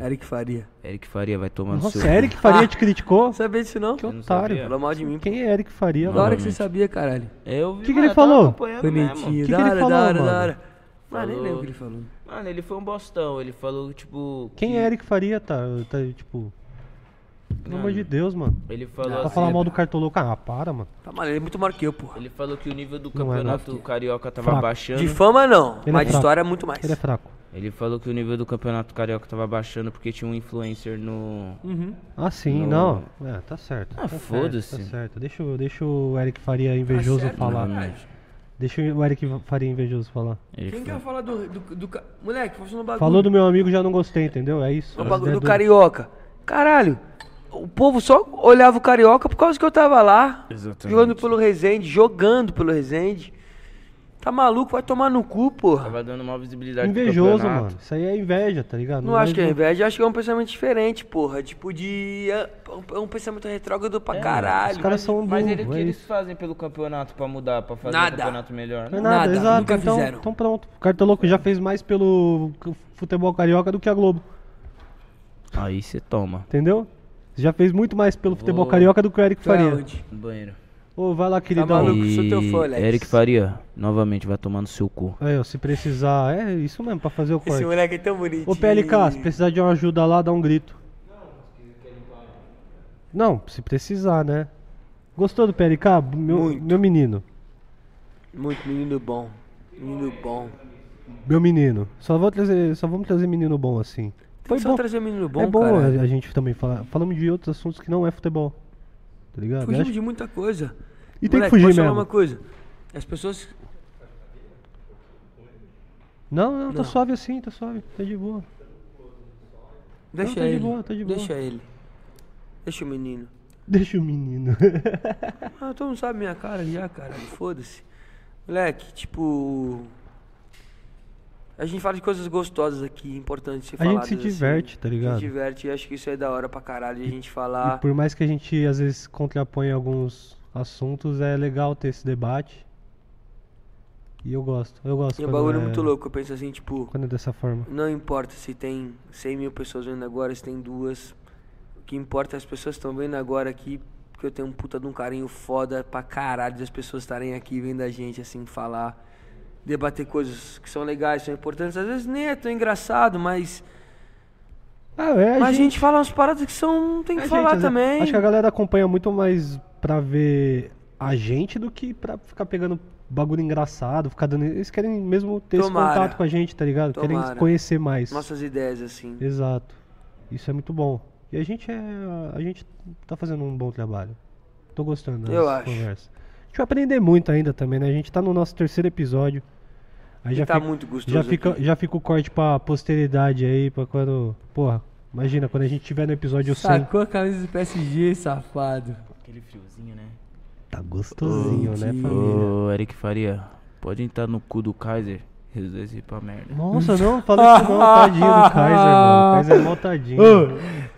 [SPEAKER 2] Eric Faria.
[SPEAKER 4] Eric Faria vai tomar no
[SPEAKER 1] Nossa,
[SPEAKER 4] seu. cu.
[SPEAKER 1] Eric Faria
[SPEAKER 2] Ah.
[SPEAKER 1] te criticou?
[SPEAKER 2] Não sabia disso não?
[SPEAKER 1] Que
[SPEAKER 4] não
[SPEAKER 1] otário.
[SPEAKER 4] sabia.
[SPEAKER 2] Falou mal de mim.
[SPEAKER 1] Quem é Eric Faria?
[SPEAKER 2] Da
[SPEAKER 1] mano?
[SPEAKER 2] hora que você sabia, caralho.
[SPEAKER 4] Eu vi,
[SPEAKER 1] Que que
[SPEAKER 4] mano,
[SPEAKER 1] ele
[SPEAKER 4] eu tava
[SPEAKER 1] falou?
[SPEAKER 4] acompanhando
[SPEAKER 2] Bonitinho.
[SPEAKER 1] Que
[SPEAKER 2] Da
[SPEAKER 1] que ele
[SPEAKER 2] hora,
[SPEAKER 1] falou,
[SPEAKER 2] da hora, da
[SPEAKER 1] mano?
[SPEAKER 2] hora. Mano, nem
[SPEAKER 4] Falou.
[SPEAKER 2] lembro o que ele falou.
[SPEAKER 4] Mano, ele foi um bostão. Ele falou, tipo.
[SPEAKER 1] Quem
[SPEAKER 4] que-
[SPEAKER 1] é Eric Faria, tá? tá tipo. Pelo amor de Deus, mano.
[SPEAKER 4] Ele falou
[SPEAKER 1] Pra
[SPEAKER 4] assim.
[SPEAKER 1] falar
[SPEAKER 2] é
[SPEAKER 1] mal do cartoloco, ah, para, mano.
[SPEAKER 2] Tá mal, ele é muito maior que eu, porra.
[SPEAKER 4] Ele falou que o nível do
[SPEAKER 1] Não é, não.
[SPEAKER 4] campeonato carioca tava
[SPEAKER 1] Fraco.
[SPEAKER 4] baixando.
[SPEAKER 2] De fama não,
[SPEAKER 1] Ele é
[SPEAKER 2] mas de
[SPEAKER 1] fraco.
[SPEAKER 2] história muito mais.
[SPEAKER 1] Ele é fraco.
[SPEAKER 4] Ele falou que o nível do campeonato carioca tava baixando porque tinha um influencer no.
[SPEAKER 1] Ah, sim,
[SPEAKER 4] Não.
[SPEAKER 1] não. É, tá certo.
[SPEAKER 4] Ah,
[SPEAKER 1] tá certo,
[SPEAKER 4] foda-se.
[SPEAKER 1] Tá certo. Deixa, o- deixa o Eric
[SPEAKER 2] Tá
[SPEAKER 1] Faria
[SPEAKER 4] Tá
[SPEAKER 1] invejoso falar.
[SPEAKER 4] é.
[SPEAKER 1] Deixa o Eric Faria invejoso falar.
[SPEAKER 4] Ele
[SPEAKER 2] Quem é
[SPEAKER 4] falou-
[SPEAKER 2] quer falar do, do, do ca- Moleque, falou no bagulho.
[SPEAKER 1] Falou do meu amigo, já não gostei, entendeu? É isso.
[SPEAKER 2] no
[SPEAKER 1] As
[SPEAKER 2] um bagulho
[SPEAKER 1] ideias
[SPEAKER 2] do carioca. Caralho, o povo só olhava o carioca por causa que eu tava lá.
[SPEAKER 4] Exatamente.
[SPEAKER 2] Jogando pelo Resende, jogando pelo Resende. Tá maluco? Vai tomar no cu, porra.
[SPEAKER 4] Tava dando uma visibilidade pro
[SPEAKER 1] Invejoso,
[SPEAKER 4] campeonato.
[SPEAKER 1] mano. Isso aí é inveja, tá ligado?
[SPEAKER 2] é Não acho que é
[SPEAKER 1] inveja.
[SPEAKER 2] inveja, acho que é um pensamento diferente, porra. Tipo de. É é um pensamento retrógrado pra caralho.
[SPEAKER 1] É, Os caras são
[SPEAKER 4] Mas ele, o
[SPEAKER 1] burros,
[SPEAKER 4] que
[SPEAKER 1] é
[SPEAKER 4] eles
[SPEAKER 1] isso.
[SPEAKER 4] fazem pelo campeonato pra mudar, pra fazer
[SPEAKER 2] Nada.
[SPEAKER 4] um campeonato melhor?
[SPEAKER 1] Não é
[SPEAKER 4] Não.
[SPEAKER 1] nada,
[SPEAKER 2] Nada,
[SPEAKER 1] exato.
[SPEAKER 2] nunca
[SPEAKER 1] então,
[SPEAKER 2] fizeram.
[SPEAKER 1] então pronto. O Cartoloco já fez mais pelo c- futebol carioca do que a Globo,
[SPEAKER 4] Aí você toma.
[SPEAKER 1] entendeu? Já fez muito mais pelo futebol
[SPEAKER 4] Vou-
[SPEAKER 1] carioca do que o Eric
[SPEAKER 2] Foi
[SPEAKER 1] Faria.
[SPEAKER 2] aonde?
[SPEAKER 4] No banheiro.
[SPEAKER 1] Ô, vai lá,
[SPEAKER 2] Tá
[SPEAKER 1] queridão.
[SPEAKER 2] maluco? sou teu fã, Alex.
[SPEAKER 4] Eric Faria, novamente, vai tomar no seu cu.
[SPEAKER 1] Aí, ó, se precisar, é isso mesmo, pra fazer o
[SPEAKER 2] Esse
[SPEAKER 1] corte.
[SPEAKER 2] moleque é tão bonito.
[SPEAKER 1] Ô PLK, se precisar de uma ajuda lá, dá um grito. Não, se precisar, né? Gostou do PLK? B- Meu,
[SPEAKER 2] Muito.
[SPEAKER 1] meu menino.
[SPEAKER 2] Muito menino bom. Menino bom.
[SPEAKER 1] Meu menino. Só, vou trazer, só vamos trazer menino bom assim. Foi
[SPEAKER 2] Foi só
[SPEAKER 1] bom.
[SPEAKER 2] trazer menino bom,
[SPEAKER 1] é bom
[SPEAKER 2] cara.
[SPEAKER 1] a, a gente também falar. Falamos de outros assuntos que não é futebol. Tá ligado? Eu
[SPEAKER 2] Fugimos
[SPEAKER 1] acho-
[SPEAKER 2] de muita coisa.
[SPEAKER 1] E tem que
[SPEAKER 2] Moleque,
[SPEAKER 1] fugir
[SPEAKER 2] posso falar
[SPEAKER 1] mesmo.
[SPEAKER 2] uma coisa? As pessoas
[SPEAKER 1] Não, não, tá suave assim, tá suave. Tá de boa.
[SPEAKER 2] Deixa
[SPEAKER 1] tá de
[SPEAKER 2] ele.
[SPEAKER 1] boa, tá de
[SPEAKER 2] Deixa
[SPEAKER 1] boa.
[SPEAKER 2] ele. Deixa o menino.
[SPEAKER 1] Deixa o menino.
[SPEAKER 2] Ah, tu não sabe minha cara já, cara. Foda-se. Moleque, tipo. A gente fala de coisas gostosas aqui, importantes ser
[SPEAKER 1] A gente
[SPEAKER 2] faladas,
[SPEAKER 1] se
[SPEAKER 2] assim.
[SPEAKER 1] diverte, tá
[SPEAKER 2] A
[SPEAKER 1] ligado?
[SPEAKER 2] gente se diverte e acho que isso é da hora pra caralho de a gente falar.
[SPEAKER 1] E por mais que a gente às vezes contrapõe alguns assuntos, é legal ter esse debate. E eu gosto, eu gosto.
[SPEAKER 2] E o
[SPEAKER 1] quando
[SPEAKER 2] bagulho é
[SPEAKER 1] é-
[SPEAKER 2] muito louco. Eu penso assim, tipo.
[SPEAKER 1] Quando é dessa forma.
[SPEAKER 2] Não importa se tem 100 mil pessoas vendo agora, se tem duas. O que importa é as pessoas estão vendo agora aqui, porque eu tenho um puta de um carinho foda pra caralho das pessoas estarem aqui vendo a gente, assim, falar, debater coisas que são legais, são importantes. Às vezes nem é tão engraçado, mas,
[SPEAKER 1] Ah, é,
[SPEAKER 2] mas a gente fala umas paradas que são. tem
[SPEAKER 1] é, gente,
[SPEAKER 2] que falar
[SPEAKER 1] às-
[SPEAKER 2] também.
[SPEAKER 1] Acho que a galera acompanha muito mais pra ver a gente do que pra ficar pegando bagulho engraçado, ficar dando. Eles querem mesmo ter
[SPEAKER 2] Tomara.
[SPEAKER 1] esse contato com a gente, tá ligado?
[SPEAKER 2] Tomara.
[SPEAKER 1] Querem conhecer mais.
[SPEAKER 2] Nossas ideias, assim.
[SPEAKER 1] Exato. Isso é muito bom. E a gente é. A gente tá fazendo um bom trabalho. Tô gostando
[SPEAKER 2] Eu
[SPEAKER 1] das
[SPEAKER 2] acho.
[SPEAKER 1] conversas. A gente vai aprender muito ainda também, né? A gente tá no nosso terceiro episódio. Aí
[SPEAKER 2] E tá muito gostoso
[SPEAKER 1] Já fica,
[SPEAKER 2] aqui.
[SPEAKER 1] já fica o corte pra posteridade aí, pra quando. Porra, imagina, quando a gente tiver no episódio 100.
[SPEAKER 2] Tá, a camisa do PSG, safado.
[SPEAKER 4] Aquele friozinho, né?
[SPEAKER 1] Tá gostosinho, né, família?
[SPEAKER 4] Ô, Eric Faria, pode entrar no cu do Kaiser. Os dois ir pra merda.
[SPEAKER 1] Nossa, não, fala isso não, tadinho do Kaiser, mano. O Kaiser é mó tadinho.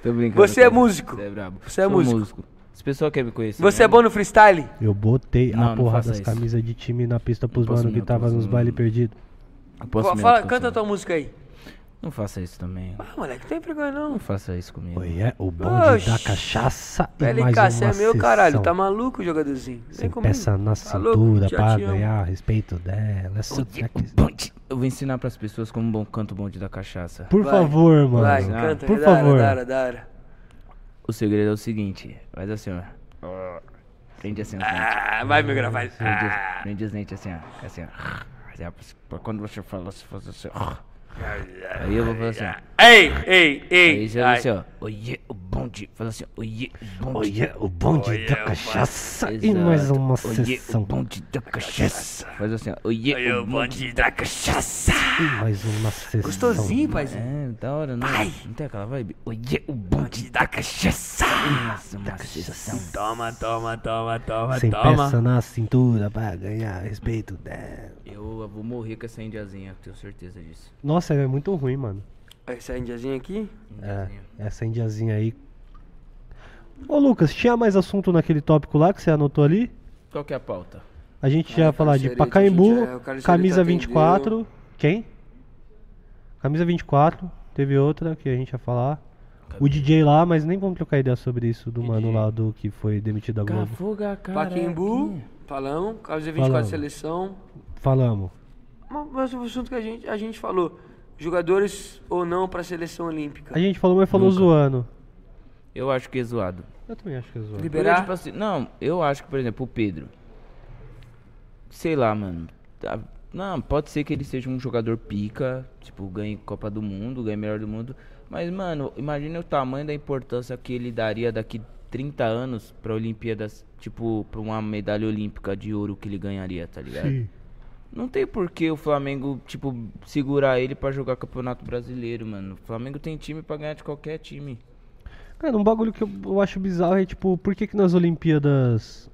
[SPEAKER 4] Tô brincando.
[SPEAKER 2] Você é
[SPEAKER 4] Kaiser.
[SPEAKER 2] músico.
[SPEAKER 4] Você é brabo.
[SPEAKER 2] Você é
[SPEAKER 4] Sou
[SPEAKER 2] músico.
[SPEAKER 4] Esse pessoal quer me conhecer. né?
[SPEAKER 2] Você é
[SPEAKER 4] mesmo.
[SPEAKER 2] bom no freestyle?
[SPEAKER 1] Eu botei
[SPEAKER 4] Não,
[SPEAKER 1] a
[SPEAKER 4] não
[SPEAKER 1] porra
[SPEAKER 4] faça
[SPEAKER 1] das
[SPEAKER 4] isso.
[SPEAKER 1] camisas de time na pista pros
[SPEAKER 4] Não posso
[SPEAKER 1] mano que
[SPEAKER 4] não,
[SPEAKER 1] tava
[SPEAKER 4] posso
[SPEAKER 1] nos
[SPEAKER 4] não.
[SPEAKER 1] baile perdido.
[SPEAKER 4] Eu posso
[SPEAKER 2] Fa-
[SPEAKER 4] mesmo,
[SPEAKER 2] fala,
[SPEAKER 4] posso
[SPEAKER 2] canta a
[SPEAKER 4] mesmo.
[SPEAKER 2] tua música aí.
[SPEAKER 4] Não faça isso também.
[SPEAKER 2] Ah, moleque, não tem vergonha não.
[SPEAKER 4] Não faça isso comigo.
[SPEAKER 1] Oi, é o bonde
[SPEAKER 2] Oxi.
[SPEAKER 1] da cachaça e mais uma
[SPEAKER 2] PLK, você é meu
[SPEAKER 1] sessão.
[SPEAKER 2] caralho, tá maluco, jogadorzinho? Vem
[SPEAKER 1] Sem
[SPEAKER 2] comigo.
[SPEAKER 1] peça na
[SPEAKER 2] Tá louco?
[SPEAKER 1] cintura
[SPEAKER 2] Já
[SPEAKER 1] pra
[SPEAKER 2] te amo.
[SPEAKER 1] ganhar respeito dela. Essa track-
[SPEAKER 4] Bonde. Eu vou ensinar pras pessoas como bom canto bonde da cachaça.
[SPEAKER 1] Por
[SPEAKER 2] Vai,
[SPEAKER 1] favor, mano.
[SPEAKER 2] Vai,
[SPEAKER 4] Ah,
[SPEAKER 2] canta,
[SPEAKER 1] por
[SPEAKER 2] da hora,
[SPEAKER 1] favor.
[SPEAKER 2] Da hora, da hora.
[SPEAKER 4] O segredo é o seguinte. Faz assim, ó. Prende assim, ó.
[SPEAKER 2] Ah, vai me gravar.
[SPEAKER 4] Prende, prende os dentes assim, ó. Assim, ó. Assim, ó. Pra Quando você fala, você faz assim, ó. Aí eu vou fazer assim, ó.
[SPEAKER 2] Ei, ei,
[SPEAKER 4] Aí
[SPEAKER 2] ei.
[SPEAKER 4] você vai assim, ó. Oiê, o bonde. Fala assim, oiê, bonde.
[SPEAKER 1] Olha o bonde da cachaça e
[SPEAKER 4] Exato.
[SPEAKER 1] mais uma
[SPEAKER 4] Oiê,
[SPEAKER 1] sessão.
[SPEAKER 4] O bonde da cachaça. Faz assim, ó, oiê, o bonde da cachaça.
[SPEAKER 1] E mais uma sessão. Então,
[SPEAKER 2] Gostosinho, paizinho.
[SPEAKER 4] É, da hora, né? Não tem aquela vibe? Oiê, o bonde da cachaça. Nossa, uma sensação.
[SPEAKER 2] Toma, toma, toma, toma,
[SPEAKER 1] Sem
[SPEAKER 2] toma.
[SPEAKER 1] peça na cintura pra ganhar respeito dela.
[SPEAKER 4] Eu vou morrer com essa indiazinha, tenho certeza disso.
[SPEAKER 1] Nossa, é muito ruim, mano.
[SPEAKER 2] Essa indiazinha aqui?
[SPEAKER 1] É, essa indiazinha aí. Ô Lucas, tinha mais assunto naquele tópico lá que você anotou ali?
[SPEAKER 4] Qual que é a pauta?
[SPEAKER 1] A gente já ia falar de
[SPEAKER 2] Carlos Cereto,
[SPEAKER 1] Pacaembu,
[SPEAKER 2] gente, é, o Carlos
[SPEAKER 1] camisa
[SPEAKER 2] Cereto
[SPEAKER 1] 24. Quem? Camisa 24. Teve outra que a gente ia falar. O DJ lá, mas nem vamos trocar ideia sobre isso do mano lá do que foi demitido da Globo.
[SPEAKER 4] Cafuga, cara.
[SPEAKER 2] Paquimbu,
[SPEAKER 4] é?
[SPEAKER 2] falamos. Camisa 24
[SPEAKER 1] Falamos.
[SPEAKER 2] seleção.
[SPEAKER 1] Falamos.
[SPEAKER 2] Mas- Mas o assunto que a gente, a gente falou. Jogadores ou não pra seleção olímpica.
[SPEAKER 1] A gente falou, mas falou zoando.
[SPEAKER 4] Eu acho que é zoado.
[SPEAKER 1] Eu também acho que é zoando.
[SPEAKER 4] Porque,
[SPEAKER 2] Liberar.
[SPEAKER 4] tipo assim, não, eu acho que, por exemplo, o Pedro. Sei lá, mano. tá- não, pode ser que ele seja um jogador pica, tipo, ganhe Copa do Mundo, ganhe melhor do mundo. Mas, mano, imagina o tamanho da importância que ele daria daqui 30 anos pra Olimpíadas, tipo, pra uma medalha olímpica de ouro que ele ganharia, tá ligado?
[SPEAKER 1] Sim.
[SPEAKER 4] Não tem por que o Flamengo, tipo, segurar ele pra jogar Campeonato Brasileiro, mano. O Flamengo tem time pra ganhar de qualquer time.
[SPEAKER 1] Cara, um bagulho que eu, eu acho bizarro é tipo, por que, que nas Olimpíadas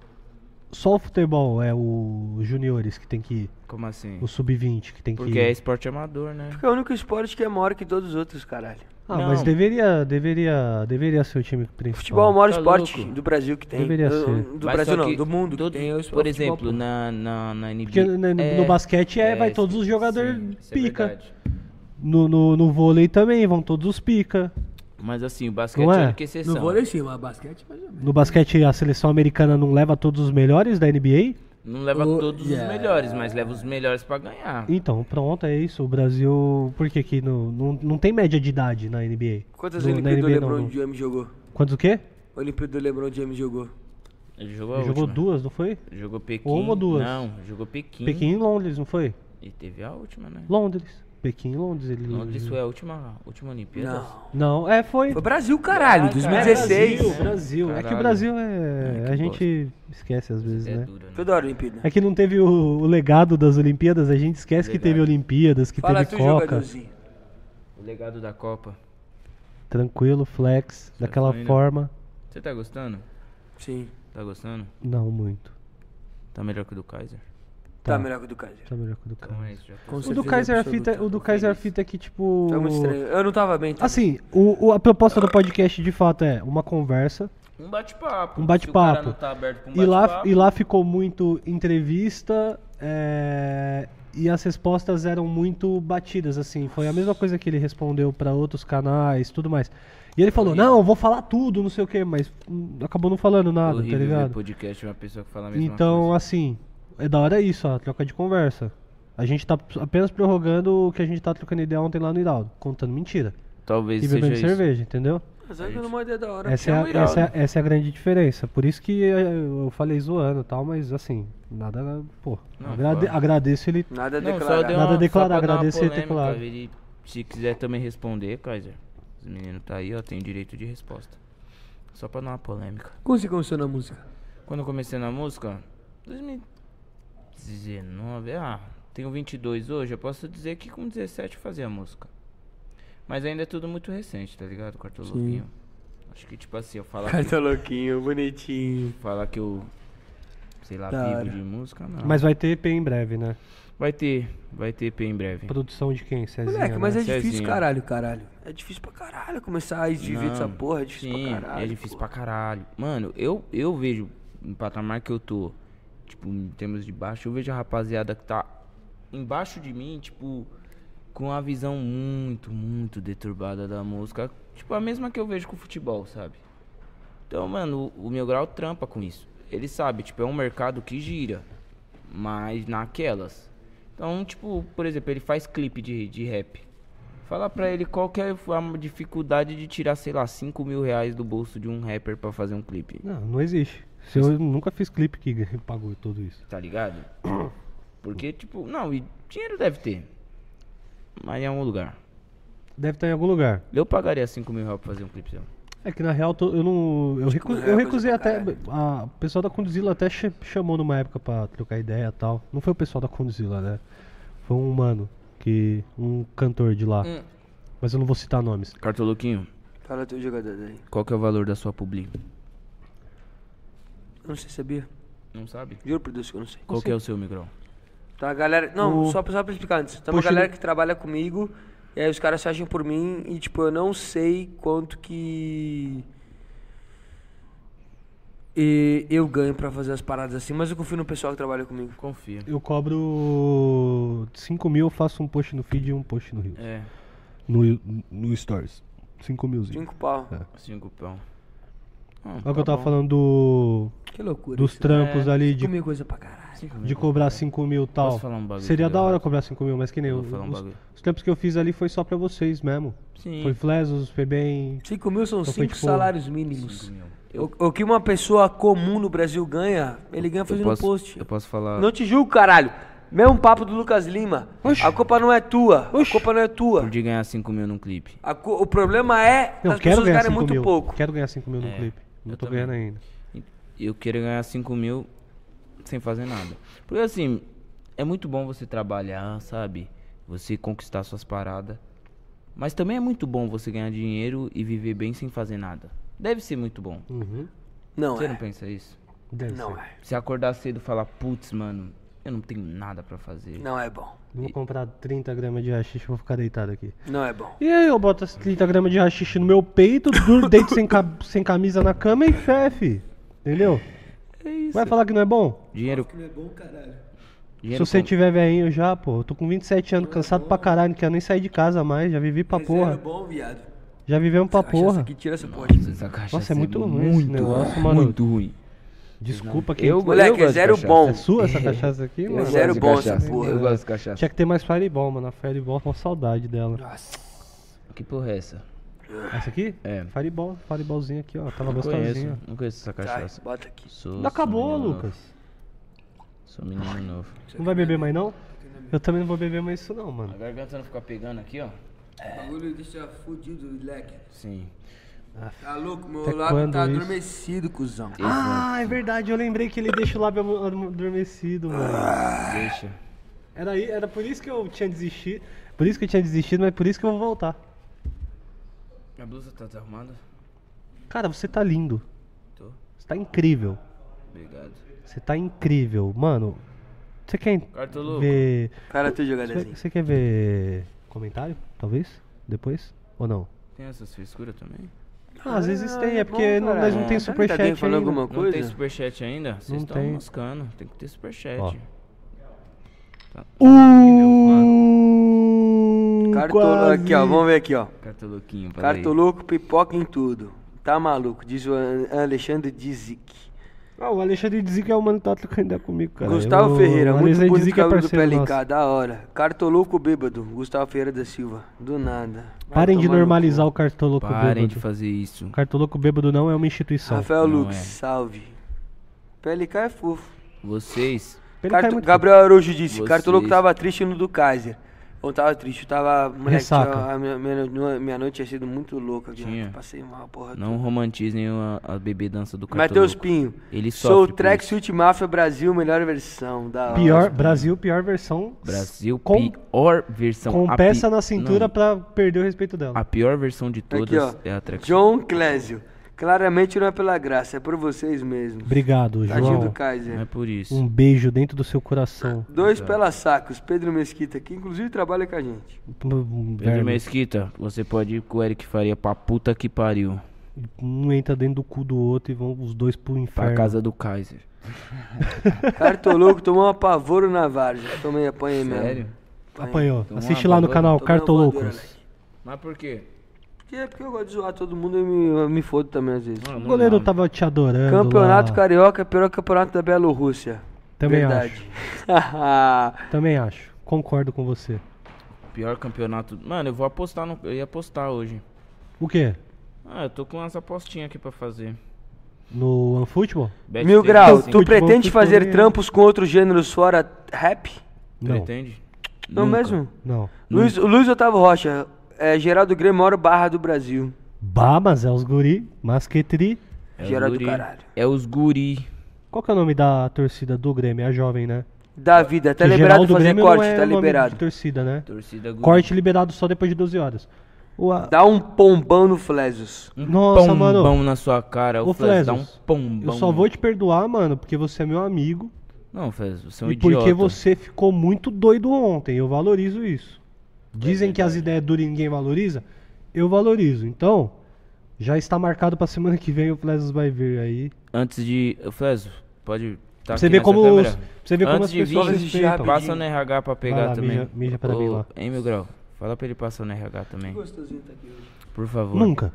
[SPEAKER 1] só o futebol é o juniores que tem que ir?
[SPEAKER 4] Como assim?
[SPEAKER 1] O sub-20 que tem que
[SPEAKER 4] Porque
[SPEAKER 1] ir?
[SPEAKER 4] é esporte amador, né?
[SPEAKER 2] Porque é o único esporte que é maior que todos os outros, caralho.
[SPEAKER 1] Ah, mas
[SPEAKER 4] Não.
[SPEAKER 1] deveria, deveria, deveria ser o time principal.
[SPEAKER 2] Futebol é o maior
[SPEAKER 4] Tá
[SPEAKER 2] esporte
[SPEAKER 4] louco.
[SPEAKER 2] do Brasil que tem.
[SPEAKER 1] Deveria
[SPEAKER 2] do,
[SPEAKER 1] ser.
[SPEAKER 2] do
[SPEAKER 4] Mas
[SPEAKER 2] Brasil
[SPEAKER 4] só
[SPEAKER 2] não,
[SPEAKER 4] que
[SPEAKER 2] do mundo
[SPEAKER 4] todo-
[SPEAKER 2] que tem. é o esporte
[SPEAKER 4] por
[SPEAKER 2] de futebol
[SPEAKER 4] exemplo, né?
[SPEAKER 2] puro.
[SPEAKER 4] na, na, na NBA.
[SPEAKER 1] Porque no, no- no
[SPEAKER 4] é-
[SPEAKER 1] basquete é,
[SPEAKER 4] é,
[SPEAKER 1] vai todos os jogadores
[SPEAKER 4] sim, isso é
[SPEAKER 1] pica.
[SPEAKER 4] verdade.
[SPEAKER 1] no, no, no vôlei também vão todos os pica.
[SPEAKER 4] Mas assim, o basquete
[SPEAKER 1] Não
[SPEAKER 4] é,
[SPEAKER 1] é?
[SPEAKER 4] a única exceção.
[SPEAKER 2] sim, mas basquete mais ou menos.
[SPEAKER 1] No basquete a seleção americana não leva todos os melhores da NBA?
[SPEAKER 4] Não leva
[SPEAKER 2] O-
[SPEAKER 4] todos os
[SPEAKER 2] yeah.
[SPEAKER 4] melhores, mas leva os melhores pra ganhar.
[SPEAKER 1] Então, pronto, é isso. O Brasil, por que que no- não, não tem média de idade na NBA?
[SPEAKER 2] Quantas
[SPEAKER 1] No- na
[SPEAKER 2] Olimpíadas o
[SPEAKER 1] NBA não,
[SPEAKER 2] LeBron
[SPEAKER 1] não.
[SPEAKER 2] James jogou?
[SPEAKER 1] Quantos o quê?
[SPEAKER 2] Olimpíada do LeBron James jogou.
[SPEAKER 4] Ele jogou a
[SPEAKER 1] Ele jogou
[SPEAKER 4] última. Hum?
[SPEAKER 1] duas, não foi?
[SPEAKER 4] Jogou Pequim.
[SPEAKER 1] Uma ou duas?
[SPEAKER 4] Não, jogou Pequim.
[SPEAKER 1] Pequim e Londres, não foi?
[SPEAKER 4] E teve a última, né?
[SPEAKER 1] Londres. Pequim e Londres. Ele...
[SPEAKER 4] Londres foi a última, última Olimpíada.
[SPEAKER 2] Não.
[SPEAKER 1] Não, é, foi.
[SPEAKER 2] Foi Brasil, caralho,
[SPEAKER 4] Ah, cara,
[SPEAKER 1] É,
[SPEAKER 2] 2016.
[SPEAKER 1] Brasil, Brasil. É que o
[SPEAKER 4] Caralho.
[SPEAKER 1] Brasil é.
[SPEAKER 4] É, que
[SPEAKER 1] a gente esquece às vezes,
[SPEAKER 4] É
[SPEAKER 1] né?
[SPEAKER 4] dura, né?
[SPEAKER 2] Toda hora Olimpíada.
[SPEAKER 1] É que não teve o, o legado das Olimpíadas, a gente esquece que teve Olimpíadas, que
[SPEAKER 2] Fala tu,
[SPEAKER 1] teve Coca.
[SPEAKER 2] jogadorzinho.
[SPEAKER 4] O legado da Copa.
[SPEAKER 1] Tranquilo, flex, daquela
[SPEAKER 4] foi, né?
[SPEAKER 1] forma.
[SPEAKER 4] Você tá gostando?
[SPEAKER 2] Sim.
[SPEAKER 4] Tá gostando?
[SPEAKER 1] Não muito.
[SPEAKER 4] Tá melhor que o do Kaiser?
[SPEAKER 2] Tá,
[SPEAKER 1] Tá.
[SPEAKER 2] melhor que o do Kaiser.
[SPEAKER 1] Tá melhor que o do Kaiser.
[SPEAKER 4] Então é isso, já tô...
[SPEAKER 1] O do Kaiser a fita, o do Kaiser a fita é que tipo
[SPEAKER 2] Foi muito estranho. Eu não tava bem. Tá?
[SPEAKER 1] Assim, o, o- a proposta do podcast de fato é uma conversa
[SPEAKER 4] Um bate-papo.
[SPEAKER 1] Um bate-papo.
[SPEAKER 4] Se o cara não tá aberto pra um
[SPEAKER 1] e lá
[SPEAKER 4] bate-papo-
[SPEAKER 1] e lá ficou muito entrevista é, e as respostas eram muito batidas assim. Foi a mesma coisa que ele respondeu pra outros canais, tudo mais. E ele falou: "Não, eu vou falar tudo, não sei o quê", mas hum, acabou não falando nada,
[SPEAKER 4] Horrível
[SPEAKER 1] tá
[SPEAKER 4] ver
[SPEAKER 1] ligado?
[SPEAKER 4] podcast de uma pessoa que fala a mesma
[SPEAKER 1] Então,
[SPEAKER 4] coisa.
[SPEAKER 1] assim, é da hora isso, a troca de conversa. A gente tá apenas prorrogando o que a gente tá trocando ideia ontem lá no Hidalgo, contando mentira.
[SPEAKER 4] talvez
[SPEAKER 1] E
[SPEAKER 4] seja
[SPEAKER 1] bebendo
[SPEAKER 4] isso.
[SPEAKER 1] cerveja, entendeu?
[SPEAKER 2] Mas olha que eu não mandei da hora.
[SPEAKER 1] Essa é,
[SPEAKER 2] chama
[SPEAKER 1] a,
[SPEAKER 2] o
[SPEAKER 1] essa, é,
[SPEAKER 2] Iraldo.
[SPEAKER 1] essa é a grande diferença. Por isso que eh, eu falei zoando e tal, mas assim, nada. Pô,
[SPEAKER 4] Não,
[SPEAKER 1] agrade-
[SPEAKER 4] claro.
[SPEAKER 1] agradeço ele.
[SPEAKER 2] Nada a
[SPEAKER 4] Não, só deu
[SPEAKER 2] declarar.
[SPEAKER 1] Nada
[SPEAKER 4] uma,
[SPEAKER 1] a declarar,
[SPEAKER 4] só pra dar uma
[SPEAKER 1] agradecer e
[SPEAKER 4] polêmica,
[SPEAKER 1] declarar.
[SPEAKER 4] Ele, se quiser também responder, Kaiser. Os meninos tá aí, ó, tem direito de resposta. Só pra dar uma polêmica.
[SPEAKER 2] Como você começou na música?
[SPEAKER 4] Quando eu comecei na música, 2019, ah, tenho 22 hoje, eu posso dizer que com 17 eu fazia música. Mas ainda é tudo muito recente, tá ligado? Cartoloquinho. Acho que tipo assim, eu falar que,
[SPEAKER 2] Tá louquinho, bonitinho.
[SPEAKER 4] falar que eu, sei lá,
[SPEAKER 2] Da hora.
[SPEAKER 4] vivo de música, não.
[SPEAKER 1] Mas vai ter EP em breve, né?
[SPEAKER 4] Vai ter, vai ter EP em breve.
[SPEAKER 1] Produção de quem? Cezinha,
[SPEAKER 2] Moleque, mas é
[SPEAKER 1] né?
[SPEAKER 2] difícil,
[SPEAKER 4] Cezinha.
[SPEAKER 2] caralho, caralho. É difícil pra caralho começar a viver dessa
[SPEAKER 4] Não,
[SPEAKER 2] porra. É difícil
[SPEAKER 4] sim,
[SPEAKER 2] pra caralho.
[SPEAKER 4] É difícil
[SPEAKER 2] pô.
[SPEAKER 4] pra caralho. Mano, eu, eu vejo, no patamar que eu tô, tipo, em termos de baixo, eu vejo a rapaziada que tá embaixo de mim, tipo, com uma visão muito, muito deturbada da música. Tipo, a mesma que eu vejo com o futebol, sabe? Então, mano, o, o meu grau trampa com isso. Ele sabe, tipo, é um mercado que gira, mas naquelas. Então, tipo, por exemplo, ele faz clipe de, de rap. Fala pra ele qual que é a dificuldade de tirar, sei lá, 5 mil reais do bolso de um rapper pra fazer um clipe.
[SPEAKER 1] Não, não existe. Se eu nunca fiz clipe que pagou tudo isso.
[SPEAKER 4] Tá ligado? Porque, tipo, não, e dinheiro deve ter. Mas em algum lugar.
[SPEAKER 1] Deve estar em algum lugar.
[SPEAKER 4] Eu pagaria 5 mil reais pra fazer um clipe seu.
[SPEAKER 1] É que na real tô- eu não. Eu, recu-
[SPEAKER 2] Conduzila
[SPEAKER 1] eu
[SPEAKER 2] é
[SPEAKER 1] recusei
[SPEAKER 2] coisa pra
[SPEAKER 1] até. A, o pessoal da Conduzila até che- chamou numa época pra trocar ideia e tal. Não foi o pessoal da Conduzila, né? Foi um humano, que. um cantor de lá.
[SPEAKER 4] Hum.
[SPEAKER 1] Mas eu não vou citar nomes.
[SPEAKER 4] Cartoluquinho,
[SPEAKER 2] Fala teu jogador aí.
[SPEAKER 4] qual que é o valor da sua publi?
[SPEAKER 2] Eu não sei, sabia?
[SPEAKER 4] Não sabe?
[SPEAKER 2] Juro por Deus que eu não sei.
[SPEAKER 4] Qual que é o seu micro?
[SPEAKER 2] Tá, a galera. Não,
[SPEAKER 1] O-
[SPEAKER 2] só, pra- só pra explicar antes. Tem uma
[SPEAKER 1] Puxa,
[SPEAKER 2] galera
[SPEAKER 1] ele-
[SPEAKER 2] que trabalha comigo, e aí os caras se acham por mim, e tipo, eu não sei quanto que. E eu ganho pra fazer as paradas assim, mas eu confio no pessoal que trabalha comigo.
[SPEAKER 4] Confia.
[SPEAKER 1] Eu cobro 5 mil, eu faço um post no feed e um post no Rio.
[SPEAKER 4] É,
[SPEAKER 1] No, no Stories. 5 milzinho.
[SPEAKER 2] Cinco pau.
[SPEAKER 1] É.
[SPEAKER 4] cinco pão. Ah,
[SPEAKER 1] Olha É o que eu
[SPEAKER 4] tá
[SPEAKER 1] tava
[SPEAKER 4] bom.
[SPEAKER 1] falando do,
[SPEAKER 2] Que loucura.
[SPEAKER 1] dos trampos ali de,
[SPEAKER 2] Comigo coisa pra caralho.
[SPEAKER 4] Cinco
[SPEAKER 1] de
[SPEAKER 4] mil.
[SPEAKER 1] cobrar 5 mil e tal.
[SPEAKER 4] Posso falar um bagulho
[SPEAKER 1] Seria
[SPEAKER 4] que
[SPEAKER 1] da
[SPEAKER 4] deu
[SPEAKER 1] hora
[SPEAKER 4] errado?
[SPEAKER 1] cobrar 5 mil, mas que nem
[SPEAKER 4] Eu
[SPEAKER 1] eu.
[SPEAKER 4] vou falar um
[SPEAKER 1] os,
[SPEAKER 4] bagulho.
[SPEAKER 1] os trampos que eu fiz ali foi só pra vocês mesmo.
[SPEAKER 4] Sim.
[SPEAKER 1] Foi Flesos, Febem.
[SPEAKER 2] Cinco mil são
[SPEAKER 1] Então
[SPEAKER 2] cinco
[SPEAKER 1] foi, tipo,
[SPEAKER 2] salários mínimos. O, o que uma pessoa comum no Brasil ganha, ele ganha
[SPEAKER 4] Eu
[SPEAKER 2] fazendo
[SPEAKER 4] posso,
[SPEAKER 2] post.
[SPEAKER 4] eu posso falar.
[SPEAKER 2] Não te julgo, caralho. Mesmo papo do Lucas Lima. A culpa não é tua. A culpa não é tua.
[SPEAKER 4] De ganhar 5 mil num clipe.
[SPEAKER 2] A cu- o problema é
[SPEAKER 1] Não,
[SPEAKER 2] as
[SPEAKER 1] quero ganhar
[SPEAKER 2] pessoas ganharem
[SPEAKER 1] 5
[SPEAKER 2] muito
[SPEAKER 1] mil.
[SPEAKER 2] pouco.
[SPEAKER 1] Quero ganhar 5 mil no
[SPEAKER 4] É,
[SPEAKER 1] clipe. Não
[SPEAKER 4] eu
[SPEAKER 1] tô
[SPEAKER 4] também.
[SPEAKER 1] ganhando ainda.
[SPEAKER 4] Eu queria ganhar 5 mil sem fazer nada. Porque assim, é muito bom você trabalhar, sabe? Você conquistar suas paradas. Mas também é muito bom você ganhar dinheiro e viver bem sem fazer nada. Deve ser muito bom.
[SPEAKER 1] Uhum.
[SPEAKER 2] Não,
[SPEAKER 4] Você
[SPEAKER 2] é.
[SPEAKER 4] não pensa isso?
[SPEAKER 1] Deve
[SPEAKER 2] Não
[SPEAKER 1] ser.
[SPEAKER 2] é.
[SPEAKER 4] Se acordar cedo e falar, putz, mano, eu não tenho nada pra fazer.
[SPEAKER 2] Não é bom.
[SPEAKER 1] Vou comprar 30 gramas de rachixe e vou ficar deitado aqui.
[SPEAKER 2] Não é bom.
[SPEAKER 1] E aí eu boto as 30 gramas de rachixe no meu peito, duro, deito sem, ca- sem camisa na cama e chefe. Entendeu? Vai falar que não é bom?
[SPEAKER 4] Dinheiro. não é bom, caralho. Dinheiro
[SPEAKER 1] Se você
[SPEAKER 4] com-
[SPEAKER 1] tiver velhinho já, pô, eu tô com 27 anos, cansado pra caralho, não quero nem sair de casa mais, já vivi pra porra.
[SPEAKER 2] é bom, viado.
[SPEAKER 1] Já vivemos pra porra.
[SPEAKER 2] Aqui, tira essa porra.
[SPEAKER 4] Nossa, essa cachaça
[SPEAKER 1] Nossa, é muito ruim esse negócio,
[SPEAKER 4] ruim,
[SPEAKER 1] mano.
[SPEAKER 4] Muito ruim.
[SPEAKER 1] Desculpa que
[SPEAKER 4] Eu,
[SPEAKER 2] Moleque,
[SPEAKER 4] eu
[SPEAKER 2] é
[SPEAKER 4] gosto de
[SPEAKER 2] zero
[SPEAKER 4] cachaça.
[SPEAKER 2] bom.
[SPEAKER 1] é sua essa cachaça aqui,
[SPEAKER 2] É
[SPEAKER 1] mano.
[SPEAKER 2] zero
[SPEAKER 4] de
[SPEAKER 2] bom essa
[SPEAKER 4] cachaça.
[SPEAKER 2] porra.
[SPEAKER 4] Eu gosto de cachaça.
[SPEAKER 1] Tinha que ter mais Fireball, mano. A Fireball, uma saudade dela.
[SPEAKER 4] Que porra é essa?
[SPEAKER 1] Essa aqui?
[SPEAKER 4] É.
[SPEAKER 1] Fireball, Fireballzinho aqui, ó. Tava
[SPEAKER 4] Não
[SPEAKER 1] gostosinha.
[SPEAKER 4] conheço, não conheço essa
[SPEAKER 2] Tá,
[SPEAKER 4] cachaça.
[SPEAKER 2] bota aqui.
[SPEAKER 4] Sou,
[SPEAKER 1] Ainda acabou,
[SPEAKER 4] sou menino
[SPEAKER 1] Lucas.
[SPEAKER 4] novo, Sou menino novo.
[SPEAKER 1] Não vai beber mais, não? Eu também não vou beber mais isso, não,
[SPEAKER 4] A
[SPEAKER 1] mano.
[SPEAKER 4] garganta não ficar pegando aqui, ó. É.
[SPEAKER 2] O bagulho deixa fudido, moleque.
[SPEAKER 4] Sim.
[SPEAKER 2] Tá louco? Meu
[SPEAKER 1] Até lábio quando tá isso?
[SPEAKER 2] adormecido, cuzão.
[SPEAKER 4] né?
[SPEAKER 1] Ah, é verdade. Eu lembrei que ele deixa o lábio am- am- adormecido, mano.
[SPEAKER 4] Deixa.
[SPEAKER 1] Era, aí, era por isso que eu tinha desistido. Por isso que eu tinha desistido, mas por isso que eu vou voltar.
[SPEAKER 4] Minha blusa tá desarrumada?
[SPEAKER 1] Cara, você tá lindo.
[SPEAKER 4] Tô.
[SPEAKER 1] Você tá incrível.
[SPEAKER 4] Obrigado.
[SPEAKER 1] Você tá incrível. Mano, você quer
[SPEAKER 4] Cartoluco.
[SPEAKER 1] ver...
[SPEAKER 2] Cara, assim. teu jogadorzinho.
[SPEAKER 1] Você quer ver comentário, talvez? Depois? Ou não?
[SPEAKER 4] Tem essas frescuras também?
[SPEAKER 1] Ah, às vezes
[SPEAKER 2] Ah,
[SPEAKER 1] tem,
[SPEAKER 2] é
[SPEAKER 1] é
[SPEAKER 2] bom,
[SPEAKER 1] porque não- nós não
[SPEAKER 4] caralho.
[SPEAKER 1] tem
[SPEAKER 2] Será que
[SPEAKER 1] superchat
[SPEAKER 2] alguém falou
[SPEAKER 1] ainda.
[SPEAKER 2] alguma
[SPEAKER 4] Não tem
[SPEAKER 2] coisa?
[SPEAKER 4] superchat ainda? Vocês
[SPEAKER 1] Não
[SPEAKER 4] estão
[SPEAKER 1] tem.
[SPEAKER 4] moscando. Tem que ter superchat.
[SPEAKER 1] Ó.
[SPEAKER 4] Tá. Mano,
[SPEAKER 2] Cartolo... Aqui, ó. Vamos ver aqui, ó.
[SPEAKER 4] Cartoluquinho, fala aí.
[SPEAKER 2] Cartoluco, pipoca em tudo. Tá maluco, diz o An- Alexandre Dizik.
[SPEAKER 1] Ah, o Alexandre Dizic é o mano que tá trocando ideia comigo, cara.
[SPEAKER 2] Gustavo
[SPEAKER 1] Eu-
[SPEAKER 2] Ferreira,
[SPEAKER 1] o
[SPEAKER 2] muito
[SPEAKER 1] Alexandre
[SPEAKER 2] bonito
[SPEAKER 1] Dizic é
[SPEAKER 2] cabelo do
[SPEAKER 1] parceiro
[SPEAKER 2] PLK,
[SPEAKER 1] nosso.
[SPEAKER 2] da hora. Cartoluco bêbado, Gustavo Ferreira da Silva. Do nada. Vai
[SPEAKER 1] Parem de
[SPEAKER 2] tomar no
[SPEAKER 1] normalizar o cartoloco
[SPEAKER 4] Parem de
[SPEAKER 1] bêbado.
[SPEAKER 4] fazer isso.
[SPEAKER 1] O cartoloco bêbado não é uma
[SPEAKER 2] cu.
[SPEAKER 1] instituição.
[SPEAKER 2] Rafael
[SPEAKER 4] Não
[SPEAKER 2] Lux,
[SPEAKER 4] é.
[SPEAKER 2] salve. PLK é fofo.
[SPEAKER 4] Vocês.
[SPEAKER 1] Ele cai
[SPEAKER 2] Carto-
[SPEAKER 1] é muito-
[SPEAKER 2] Gabriel Araújo disse,
[SPEAKER 4] Vocês-
[SPEAKER 2] Cartoluco tava triste no do Kaiser. Eu tava triste, eu tava. Moleque, tinha-
[SPEAKER 1] Ressaca.
[SPEAKER 2] a minha, minha- minha noite tinha sido muito louca, viu?
[SPEAKER 4] Tinha.
[SPEAKER 2] Passei mal, porra.
[SPEAKER 4] Não romantizem a, a bebedança do cartão.
[SPEAKER 2] Matheus Pinho.
[SPEAKER 4] Ele
[SPEAKER 2] Sou o
[SPEAKER 4] sofre por
[SPEAKER 2] Track Suit Mafia Brasil, melhor versão. Da hora.
[SPEAKER 1] Pior, Brasil, pior versão.
[SPEAKER 4] Brasil,
[SPEAKER 1] Com-
[SPEAKER 4] pior versão.
[SPEAKER 1] Com
[SPEAKER 4] a
[SPEAKER 1] peça
[SPEAKER 4] pi-
[SPEAKER 1] na cintura
[SPEAKER 4] Não,
[SPEAKER 1] pra perder o respeito dela.
[SPEAKER 4] A pior versão de todas
[SPEAKER 2] Aqui, ó.
[SPEAKER 4] é a Trax.
[SPEAKER 2] John Clésio. Claramente não é pela graça, é por vocês mesmos.
[SPEAKER 1] Obrigado,
[SPEAKER 2] Tadinho
[SPEAKER 1] João.
[SPEAKER 2] do Kaiser.
[SPEAKER 4] Não é por isso.
[SPEAKER 1] Um beijo dentro do seu coração.
[SPEAKER 2] Dois pelas sacos, Pedro Mesquita, que inclusive trabalha com a gente.
[SPEAKER 1] Um
[SPEAKER 4] Pedro
[SPEAKER 1] Verme.
[SPEAKER 4] Mesquita, você pode ir com o Eric Faria pra puta que pariu.
[SPEAKER 1] Um entra dentro do cu do outro e vão os dois pro
[SPEAKER 4] Pra
[SPEAKER 1] inferno.
[SPEAKER 4] casa do Kaiser.
[SPEAKER 2] Cartoloco tomou um apavoro na várzea. Tomei apanha mesmo.
[SPEAKER 1] Apanhou.
[SPEAKER 2] Então,
[SPEAKER 4] Tomou
[SPEAKER 1] Assiste
[SPEAKER 4] uma
[SPEAKER 1] lá no
[SPEAKER 4] voadora,
[SPEAKER 1] canal
[SPEAKER 2] tomou uma voadora, né?
[SPEAKER 1] Cartoloucos.
[SPEAKER 2] Leque.
[SPEAKER 4] Mas por quê?
[SPEAKER 2] Porque é porque eu gosto de zoar todo mundo e me, eu me fodo também às vezes.
[SPEAKER 4] Ah,
[SPEAKER 1] O
[SPEAKER 4] normal.
[SPEAKER 1] goleiro tava te adorando.
[SPEAKER 2] Campeonato
[SPEAKER 1] lá.
[SPEAKER 2] Carioca é pior que o campeonato da Bielorrússia.
[SPEAKER 1] Também
[SPEAKER 2] Verdade.
[SPEAKER 1] acho. Também acho. Concordo com você.
[SPEAKER 4] Pior campeonato. Mano, eu vou apostar no. Eu ia apostar hoje.
[SPEAKER 1] O quê?
[SPEAKER 4] Ah, eu tô com umas apostinhas aqui pra fazer.
[SPEAKER 1] No OneFootball?
[SPEAKER 4] Bet
[SPEAKER 2] Mil
[SPEAKER 4] 35,
[SPEAKER 2] Grau, tu
[SPEAKER 1] Futebol,
[SPEAKER 2] pretende
[SPEAKER 1] futebol
[SPEAKER 2] fazer
[SPEAKER 1] é-
[SPEAKER 2] trampos com outros gêneros fora rap?
[SPEAKER 1] Não.
[SPEAKER 4] Pretende?
[SPEAKER 2] Não
[SPEAKER 4] Nunca.
[SPEAKER 2] mesmo?
[SPEAKER 1] Não.
[SPEAKER 2] é, Luiz, Luiz Otávio Rocha, é, Geraldo Grêmio, maior barra do Brasil.
[SPEAKER 1] Bah, mas é os guri, mas que tri.
[SPEAKER 4] É os
[SPEAKER 2] Geral do
[SPEAKER 4] guri.
[SPEAKER 2] caralho.
[SPEAKER 4] É os guri.
[SPEAKER 1] Qual que é o nome da torcida do Grêmio? É a jovem, né?
[SPEAKER 2] Da vida, tá
[SPEAKER 1] Porque
[SPEAKER 2] liberado
[SPEAKER 1] geral do
[SPEAKER 2] fazer
[SPEAKER 1] Grêmio
[SPEAKER 2] corte,
[SPEAKER 1] não é
[SPEAKER 2] tá
[SPEAKER 1] o nome
[SPEAKER 2] liberado.
[SPEAKER 1] De torcida, né?
[SPEAKER 4] Torcida guri.
[SPEAKER 1] Corte liberado só depois de 12 horas. O, a-
[SPEAKER 2] Dá um pombão no Flesos.
[SPEAKER 4] Um
[SPEAKER 1] Nossa,
[SPEAKER 4] pombão
[SPEAKER 1] mano.
[SPEAKER 4] na sua cara.
[SPEAKER 1] Ô,
[SPEAKER 4] O Fez dá um
[SPEAKER 1] Flesos,
[SPEAKER 4] pombão.
[SPEAKER 1] Eu só vou te perdoar, mano, porque você é meu amigo.
[SPEAKER 4] Não, Fez, você é um
[SPEAKER 1] e
[SPEAKER 4] idiota.
[SPEAKER 1] porque você ficou muito doido ontem. Eu valorizo isso.
[SPEAKER 4] é
[SPEAKER 1] Dizem que as ideias duras e ninguém valoriza. Eu valorizo. Então, já está marcado pra semana que vem o Flesos vai vir aí.
[SPEAKER 4] Antes de... Ô, Fez, pode... Tá
[SPEAKER 1] Pra você
[SPEAKER 4] aqui
[SPEAKER 1] ver
[SPEAKER 4] nessa
[SPEAKER 1] como
[SPEAKER 4] câmera.
[SPEAKER 1] os- pra você ver como
[SPEAKER 4] Antes
[SPEAKER 1] as
[SPEAKER 4] de
[SPEAKER 1] pessoas
[SPEAKER 4] vir,
[SPEAKER 1] respeitam.
[SPEAKER 4] Passa no RH pra pegar
[SPEAKER 1] lá,
[SPEAKER 4] também.
[SPEAKER 1] mija- mija pra mim lá.
[SPEAKER 4] Hein, meu grau? Fala pra ele passar no RH também.
[SPEAKER 2] Gostosinho tá aqui hoje.
[SPEAKER 4] Por favor.
[SPEAKER 1] Nunca.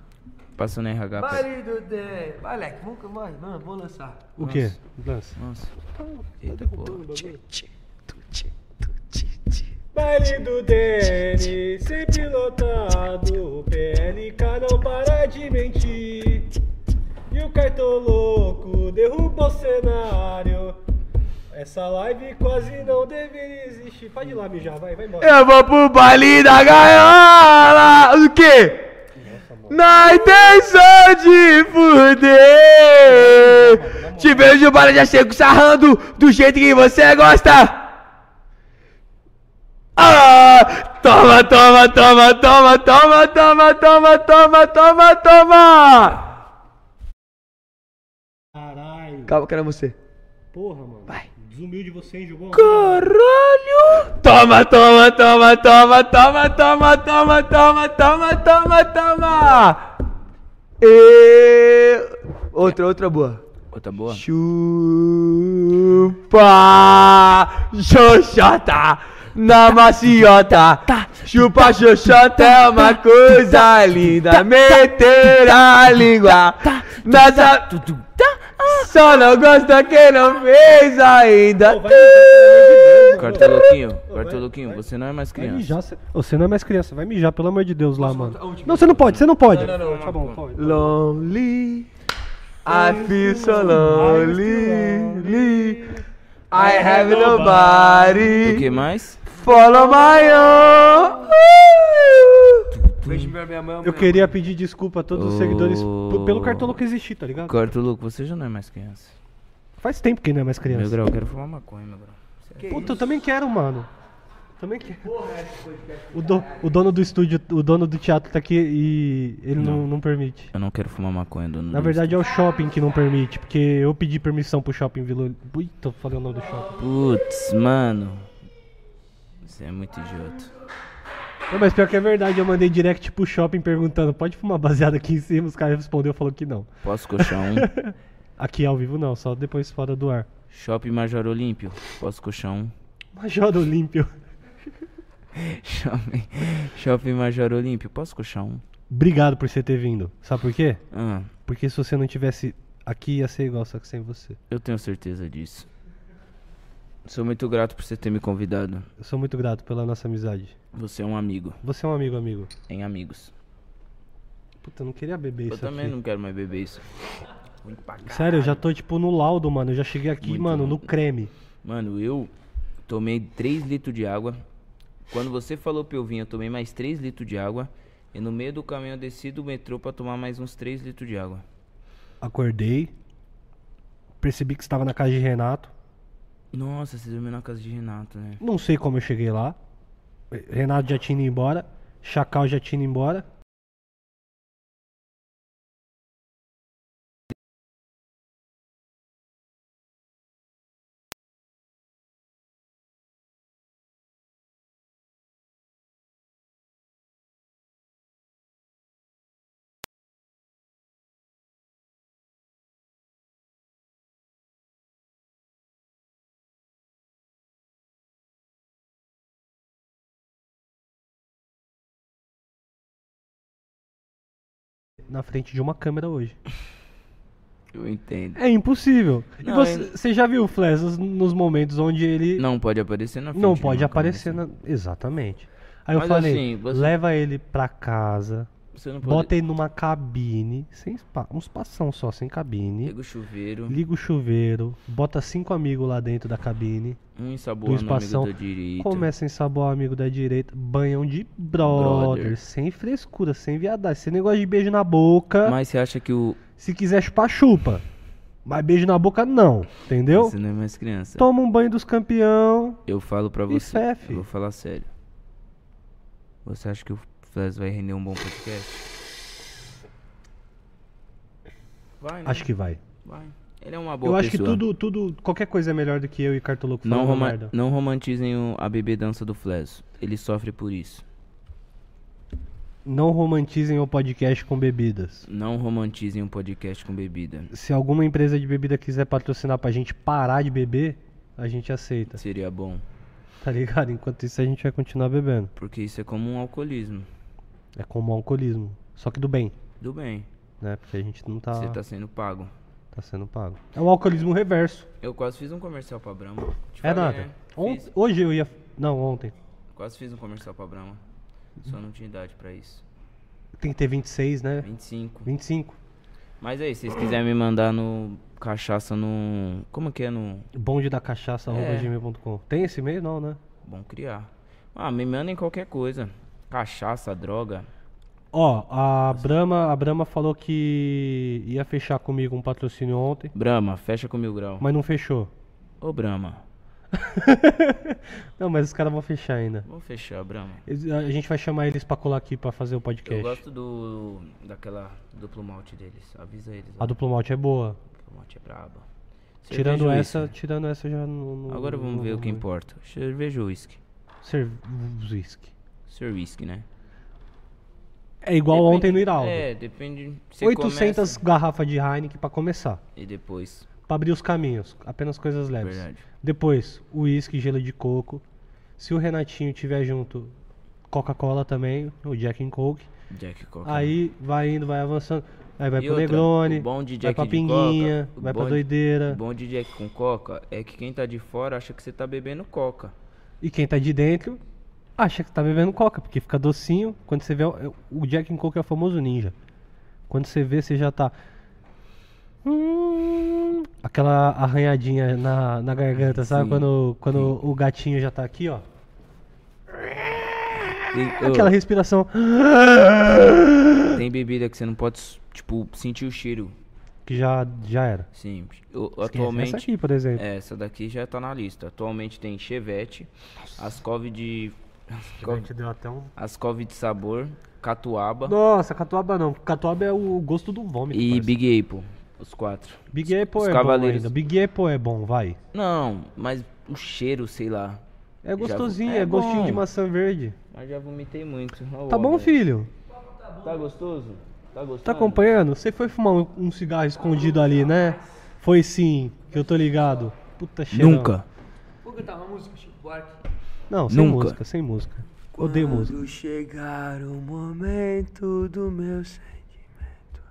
[SPEAKER 4] Passa no RH. pra-
[SPEAKER 2] Marido de... Vai, Leque, vamos, vai, mano, vamos lançar.
[SPEAKER 1] O quê? Lance.
[SPEAKER 4] Nossa.
[SPEAKER 1] Tá
[SPEAKER 4] Eita, porra.
[SPEAKER 1] Baile do DN, sempre lotado. PLK não para de mentir. E o cartoloco derruba o cenário. Essa live quase não deveria existir. Pode ir lá mijar, vai, vai
[SPEAKER 4] É
[SPEAKER 1] embora.
[SPEAKER 3] Eu vou pro baile da gaiola! O quê? Na intenção de fuder! Te vejo para já chego sarrando do jeito que você gosta! Ah! Toma, toma, toma, toma, toma, toma, toma, toma, toma, toma!
[SPEAKER 1] Caralho.
[SPEAKER 3] Calma, que era você.
[SPEAKER 1] Porra, mano. Vai. Desumilde você, hein? Jogou uma bola.
[SPEAKER 3] Caralho! Toma, toma, toma, toma, toma, toma, toma, toma, toma, toma, toma! E... Outra, outra boa.
[SPEAKER 4] Outra tá boa?
[SPEAKER 3] Chupa xoxota na maciota.
[SPEAKER 2] Tá.
[SPEAKER 3] Chupa xoxota é uma coisa
[SPEAKER 2] Tá.
[SPEAKER 3] linda. Meter a língua nas
[SPEAKER 2] Tá.
[SPEAKER 3] a...
[SPEAKER 2] Ah.
[SPEAKER 3] Só não gosta quem não fez ainda.
[SPEAKER 1] vai, vai, vai, vai, vai.
[SPEAKER 4] Cartoloquinho, Cartoloquinho, você não é mais
[SPEAKER 1] Vai
[SPEAKER 4] criança.
[SPEAKER 1] mijar, cê- Ô, você não é mais criança, vai mijar, pelo amor de Deus lá, mano. Não, você não pode, você não pode. Não, não, não. Tá bom, pode.
[SPEAKER 3] Lonely. I feel so lonely. I have
[SPEAKER 4] O que
[SPEAKER 3] nobody.
[SPEAKER 4] mais?
[SPEAKER 3] Follow my own.
[SPEAKER 2] Uh! Beijo pra minha mãe.
[SPEAKER 1] Eu queria pedir desculpa a todos os
[SPEAKER 4] Ô.
[SPEAKER 1] seguidores p- pelo cartoloco existir, tá ligado?
[SPEAKER 4] Cartoloco, você já não é mais criança.
[SPEAKER 1] Faz tempo que não é mais criança.
[SPEAKER 4] Meu grau, eu quero fumar maconha, meu grau.
[SPEAKER 1] Puta, eu também quero, mano. Também quero. O, do- o dono do estúdio, o dono do teatro tá aqui e ele não, não permite.
[SPEAKER 4] Eu não quero fumar maconha, dono.
[SPEAKER 1] Na
[SPEAKER 4] do
[SPEAKER 1] verdade é o shopping que não permite, porque eu pedi permissão pro shopping Vila. Puta, eu falei o nome do shopping.
[SPEAKER 4] Putz, mano. Você é muito idiota.
[SPEAKER 1] Não, mas pior que é verdade, eu mandei direct pro shopping perguntando: pode fumar baseada aqui em cima? Os caras responderam falou que não.
[SPEAKER 4] Posso coxar um?
[SPEAKER 1] Aqui ao vivo não, só depois fora do ar.
[SPEAKER 4] Shopping Major Olímpio. Posso coxar um?
[SPEAKER 1] Major Olímpio.
[SPEAKER 4] Shopping, Shopping Major Olímpio. Posso coxar um?
[SPEAKER 1] Obrigado por você ter vindo. Sabe por quê?
[SPEAKER 4] Ah,
[SPEAKER 1] Porque se você não tivesse aqui, ia ser igual, só que sem você.
[SPEAKER 4] eu tenho certeza disso. Sou muito grato por você ter me convidado.
[SPEAKER 1] Eu sou muito grato pela nossa amizade.
[SPEAKER 4] Você é um amigo.
[SPEAKER 1] Você é um amigo, amigo.
[SPEAKER 4] Em amigos.
[SPEAKER 1] Puta, eu não queria beber
[SPEAKER 4] Eu
[SPEAKER 1] isso
[SPEAKER 4] também
[SPEAKER 1] aqui.
[SPEAKER 4] não quero mais beber isso.
[SPEAKER 1] Sério, eu já tô, tipo, no laudo, mano. Eu já cheguei aqui,
[SPEAKER 4] Muito
[SPEAKER 1] mano,
[SPEAKER 4] bom.
[SPEAKER 1] no creme.
[SPEAKER 4] Mano, eu tomei 3 litros de água. Quando você falou pra eu vir, eu tomei mais 3 litros de água. E no meio do caminho eu desci do metrô pra tomar mais uns 3 litros de água.
[SPEAKER 1] Acordei. Percebi que estava na casa de Renato.
[SPEAKER 4] Nossa, você dormiu na casa de Renato, né?
[SPEAKER 1] Não sei como eu cheguei lá. Renato já tinha ido embora. Chacal já tinha ido embora. Na frente de uma câmera hoje.
[SPEAKER 4] Eu entendo.
[SPEAKER 1] É impossível. e
[SPEAKER 4] Não,
[SPEAKER 1] você,
[SPEAKER 4] eu-
[SPEAKER 1] você já viu o Flash nos- nos momentos onde ele
[SPEAKER 4] Não pode aparecer na frente.
[SPEAKER 1] Não
[SPEAKER 4] de
[SPEAKER 1] pode
[SPEAKER 4] uma
[SPEAKER 1] aparecer
[SPEAKER 4] câmera,
[SPEAKER 1] na... Exatamente. Aí eu
[SPEAKER 4] Mas
[SPEAKER 1] falei,
[SPEAKER 4] assim, você-
[SPEAKER 1] leva ele pra casa,
[SPEAKER 4] Você não pode.
[SPEAKER 1] Bota ele numa cabine, sem spa, um espação só, sem cabine.
[SPEAKER 4] Pega o chuveiro,
[SPEAKER 1] Liga o chuveiro, bota cinco amigos lá dentro da cabine,
[SPEAKER 4] um
[SPEAKER 1] do
[SPEAKER 4] ensaboando o amigo
[SPEAKER 1] espação.
[SPEAKER 4] da direita.
[SPEAKER 1] Começa a ensaboar o amigo da direita, banhão de brother,
[SPEAKER 4] Brother.
[SPEAKER 1] sem frescura, sem viadagem, sem negócio de beijo na boca.
[SPEAKER 4] Mas você acha que o.
[SPEAKER 1] Se quiser chupar, chupa. Mas beijo na boca, não, entendeu?
[SPEAKER 4] Você não é mais criança.
[SPEAKER 1] Toma um banho dos campeão.
[SPEAKER 4] Eu falo pra
[SPEAKER 1] E
[SPEAKER 4] você.
[SPEAKER 1] fé, fi.
[SPEAKER 4] Eu vou falar sério. Você acha que o Flash vai render um bom podcast? Vai, né?
[SPEAKER 1] Acho que vai.
[SPEAKER 4] Vai. Ele é uma boa
[SPEAKER 1] eu
[SPEAKER 4] pessoa.
[SPEAKER 1] acho que tudo, tudo, qualquer coisa é melhor do que eu e Cartoloco
[SPEAKER 4] Não,
[SPEAKER 1] falando
[SPEAKER 4] roma-
[SPEAKER 1] merda.
[SPEAKER 4] não romantizem o- a bebedança do Flash. Ele sofre por isso.
[SPEAKER 1] Não romantizem o podcast com bebidas.
[SPEAKER 4] Não romantizem um podcast com bebida.
[SPEAKER 1] Se alguma empresa de bebida quiser patrocinar pra gente parar de beber, a gente aceita,
[SPEAKER 4] Seria bom.
[SPEAKER 1] tá ligado? Enquanto isso, a gente vai continuar bebendo.
[SPEAKER 4] Porque isso é como um alcoolismo.
[SPEAKER 1] É como o alcoolismo, só que do bem,
[SPEAKER 4] Tudo bem.
[SPEAKER 1] né? Porque a gente não tá,
[SPEAKER 4] Você tá sendo pago.
[SPEAKER 1] tá sendo pago. É um alcoolismo reverso.
[SPEAKER 4] Eu quase fiz um comercial pra Brahma. Te
[SPEAKER 1] é
[SPEAKER 4] falei,
[SPEAKER 1] nada.
[SPEAKER 4] né?
[SPEAKER 1] Ont-
[SPEAKER 4] Fiz.
[SPEAKER 1] Hoje eu ia... Não, ontem.
[SPEAKER 4] Quase fiz um comercial pra Brahma. Só não tinha idade pra isso.
[SPEAKER 1] Tem que ter 26, né?
[SPEAKER 4] 25.
[SPEAKER 1] 25.
[SPEAKER 4] Mas aí, se vocês quiserem me mandar no cachaça no. Como que é no.
[SPEAKER 1] Bonde da cachaça, arroba
[SPEAKER 4] É.
[SPEAKER 1] gmail.com. Tem esse e-mail? Não, né?
[SPEAKER 4] Bom criar. Ah, me mandem qualquer coisa. Cachaça, droga.
[SPEAKER 1] Ó, a Brahma, a Brahma falou que ia fechar comigo um patrocínio ontem,
[SPEAKER 4] Brahma, fecha com mil grau.
[SPEAKER 1] mas não fechou.
[SPEAKER 4] Ô Brahma,
[SPEAKER 1] Não, mas os caras vão fechar ainda.
[SPEAKER 4] vamos fechar, Brahma.
[SPEAKER 1] Eles- A gente vai chamar eles pra colar aqui pra fazer o
[SPEAKER 4] Eu
[SPEAKER 1] podcast.
[SPEAKER 4] gosto do. daquela duplo malte deles. Avisa eles.
[SPEAKER 1] A
[SPEAKER 4] ó.
[SPEAKER 1] duplo malte é boa.
[SPEAKER 4] Duplo malte é braba.
[SPEAKER 1] tirando
[SPEAKER 4] Cerveja ou
[SPEAKER 1] essa,
[SPEAKER 4] uísque?
[SPEAKER 1] tirando essa eu já não. não-
[SPEAKER 4] Agora vamos
[SPEAKER 1] não-
[SPEAKER 4] ver o
[SPEAKER 1] não-
[SPEAKER 4] que importa. Cerveja ou uísque?
[SPEAKER 1] Cerve- whisky.
[SPEAKER 4] Ser uísque, né?
[SPEAKER 1] É igual
[SPEAKER 4] Depende-
[SPEAKER 1] ontem no Iraldo.
[SPEAKER 4] É, depende. Você
[SPEAKER 1] 800
[SPEAKER 4] começa
[SPEAKER 1] garrafas de Heineken pra começar.
[SPEAKER 4] E depois.
[SPEAKER 1] Pra abrir os caminhos. Apenas coisas leves.
[SPEAKER 4] Verdade.
[SPEAKER 1] Depois, uísque, gelo de coco. Se o Renatinho tiver junto, Coca-Cola também, o Jack and Coke.
[SPEAKER 4] Jack Coca.
[SPEAKER 1] Aí vai indo, vai avançando. Aí vai
[SPEAKER 4] E
[SPEAKER 1] pro
[SPEAKER 4] outra,
[SPEAKER 1] Negroni,
[SPEAKER 4] o bom de
[SPEAKER 1] vai
[SPEAKER 4] Jack
[SPEAKER 1] pra
[SPEAKER 4] de
[SPEAKER 1] Pinguinha,
[SPEAKER 4] Coca, o
[SPEAKER 1] vai pra
[SPEAKER 4] bom de-
[SPEAKER 1] Doideira.
[SPEAKER 4] O bom de Jack com Coca é que quem tá de fora acha que você tá bebendo Coca.
[SPEAKER 1] E quem tá de dentro acha que tá bebendo coca, porque fica docinho. Quando você vê. é O o Jack and Coke é o famoso ninja. Quando você vê, você já tá. Hum, aquela arranhadinha na, na garganta, sabe?
[SPEAKER 4] Sim.
[SPEAKER 1] Quando, quando o gatinho já tá aqui, ó.
[SPEAKER 4] Tem, ô,
[SPEAKER 1] Aquela respiração.
[SPEAKER 4] tem bebida que você não pode, tipo, sentir o cheiro.
[SPEAKER 1] Que já, já era.
[SPEAKER 4] Sim. Eu-
[SPEAKER 1] Esquece.
[SPEAKER 4] atualmente.
[SPEAKER 1] Essa
[SPEAKER 4] é,
[SPEAKER 1] aqui, por exemplo.
[SPEAKER 4] Essa daqui já tá na lista. Atualmente tem Chevette, Ascov de. Ascov,
[SPEAKER 1] deu até um.
[SPEAKER 4] Ascov de sabor, Catuaba
[SPEAKER 1] Nossa, catuaba não. Catuaba é o gosto do vômito.
[SPEAKER 4] e
[SPEAKER 1] parça.
[SPEAKER 4] Big Apple. Os quatro.
[SPEAKER 1] Big Apple
[SPEAKER 4] os
[SPEAKER 1] é
[SPEAKER 4] cavaleiros.
[SPEAKER 1] bom ainda. Big Apple é bom, vai.
[SPEAKER 4] Não, mas o cheiro, sei lá.
[SPEAKER 1] É gostosinho,
[SPEAKER 4] é
[SPEAKER 1] é, gostinho de
[SPEAKER 4] bom.
[SPEAKER 1] maçã verde.
[SPEAKER 4] Mas já vomitei muito.
[SPEAKER 1] Tá bom, filho?
[SPEAKER 4] Tá gostoso? Tá gostoso?
[SPEAKER 2] Ah.
[SPEAKER 1] Tá acompanhando? Você foi fumar um, um cigarro escondido ali, né? Foi sim, que eu tô ligado. Puta cheirão.
[SPEAKER 4] Nunca.
[SPEAKER 2] Vou cantar uma música, Chico Buarque.
[SPEAKER 1] Não, sem
[SPEAKER 4] Nunca.
[SPEAKER 1] música, sem música.
[SPEAKER 2] Ah.
[SPEAKER 1] Odeio música.
[SPEAKER 2] Quando chegar o momento do meu sentimento,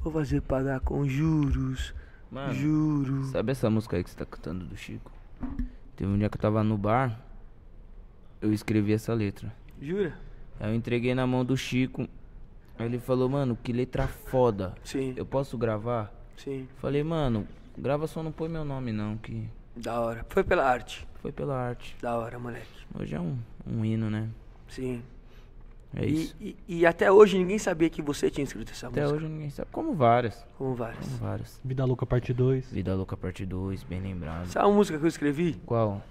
[SPEAKER 2] vou fazer pagar com juros, Ah.
[SPEAKER 4] Mano,
[SPEAKER 2] juros.
[SPEAKER 4] sabe essa música aí que você tá cantando do Chico? Teve um dia que eu tava no bar, eu escrevi essa letra.
[SPEAKER 2] Jura?
[SPEAKER 4] Aí eu entreguei na mão do Chico. Aí ele falou, mano, que letra foda.
[SPEAKER 2] Sim,
[SPEAKER 4] Eu posso gravar?
[SPEAKER 2] sim.
[SPEAKER 4] Falei, mano, grava só não põe meu nome não, que
[SPEAKER 2] Da hora. Foi pela arte.
[SPEAKER 4] foi pela arte.
[SPEAKER 2] Da hora, moleque.
[SPEAKER 4] Hoje é um, um hino, né?
[SPEAKER 2] Sim.
[SPEAKER 4] É
[SPEAKER 2] E,
[SPEAKER 4] isso.
[SPEAKER 2] e- e até hoje ninguém sabia que você tinha escrito essa
[SPEAKER 4] Até
[SPEAKER 2] música.
[SPEAKER 4] hoje ninguém sabe. Como várias.
[SPEAKER 2] Como várias.
[SPEAKER 4] Como várias.
[SPEAKER 1] Vida Louca Parte 2.
[SPEAKER 4] Vida Louca Parte 2, bem lembrado.
[SPEAKER 2] Sabe a é música que eu escrevi?
[SPEAKER 4] Qual?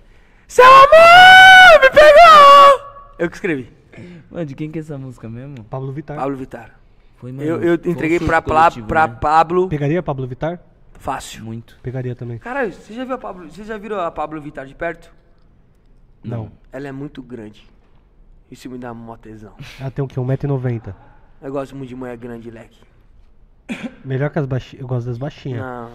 [SPEAKER 2] Seu amor me pegou! Eu que escrevi.
[SPEAKER 4] Mano, de quem que é essa música mesmo?
[SPEAKER 1] Pablo Vittar.
[SPEAKER 2] Pablo Vittar.
[SPEAKER 4] Foi,
[SPEAKER 2] Eu, eu
[SPEAKER 4] foi um
[SPEAKER 2] entreguei pra,
[SPEAKER 4] surto
[SPEAKER 2] Pla-
[SPEAKER 4] coletivo,
[SPEAKER 2] pra
[SPEAKER 4] né?
[SPEAKER 2] Pablo
[SPEAKER 1] Pegaria Pablo Vittar?
[SPEAKER 2] fácil.
[SPEAKER 4] Muito.
[SPEAKER 1] Pegaria também.
[SPEAKER 2] Caralho, você já viu a Pablo? Vocês já viram a Pablo Vittar de perto?
[SPEAKER 1] Não.
[SPEAKER 2] Ela é muito grande. Isso me dá mó tesão.
[SPEAKER 1] Ela tem o quê? 1,90m.
[SPEAKER 2] Eu gosto muito de mulher grande, leque.
[SPEAKER 1] Melhor que as baixinhas. Eu gosto das baixinhas.
[SPEAKER 2] Não.
[SPEAKER 1] É.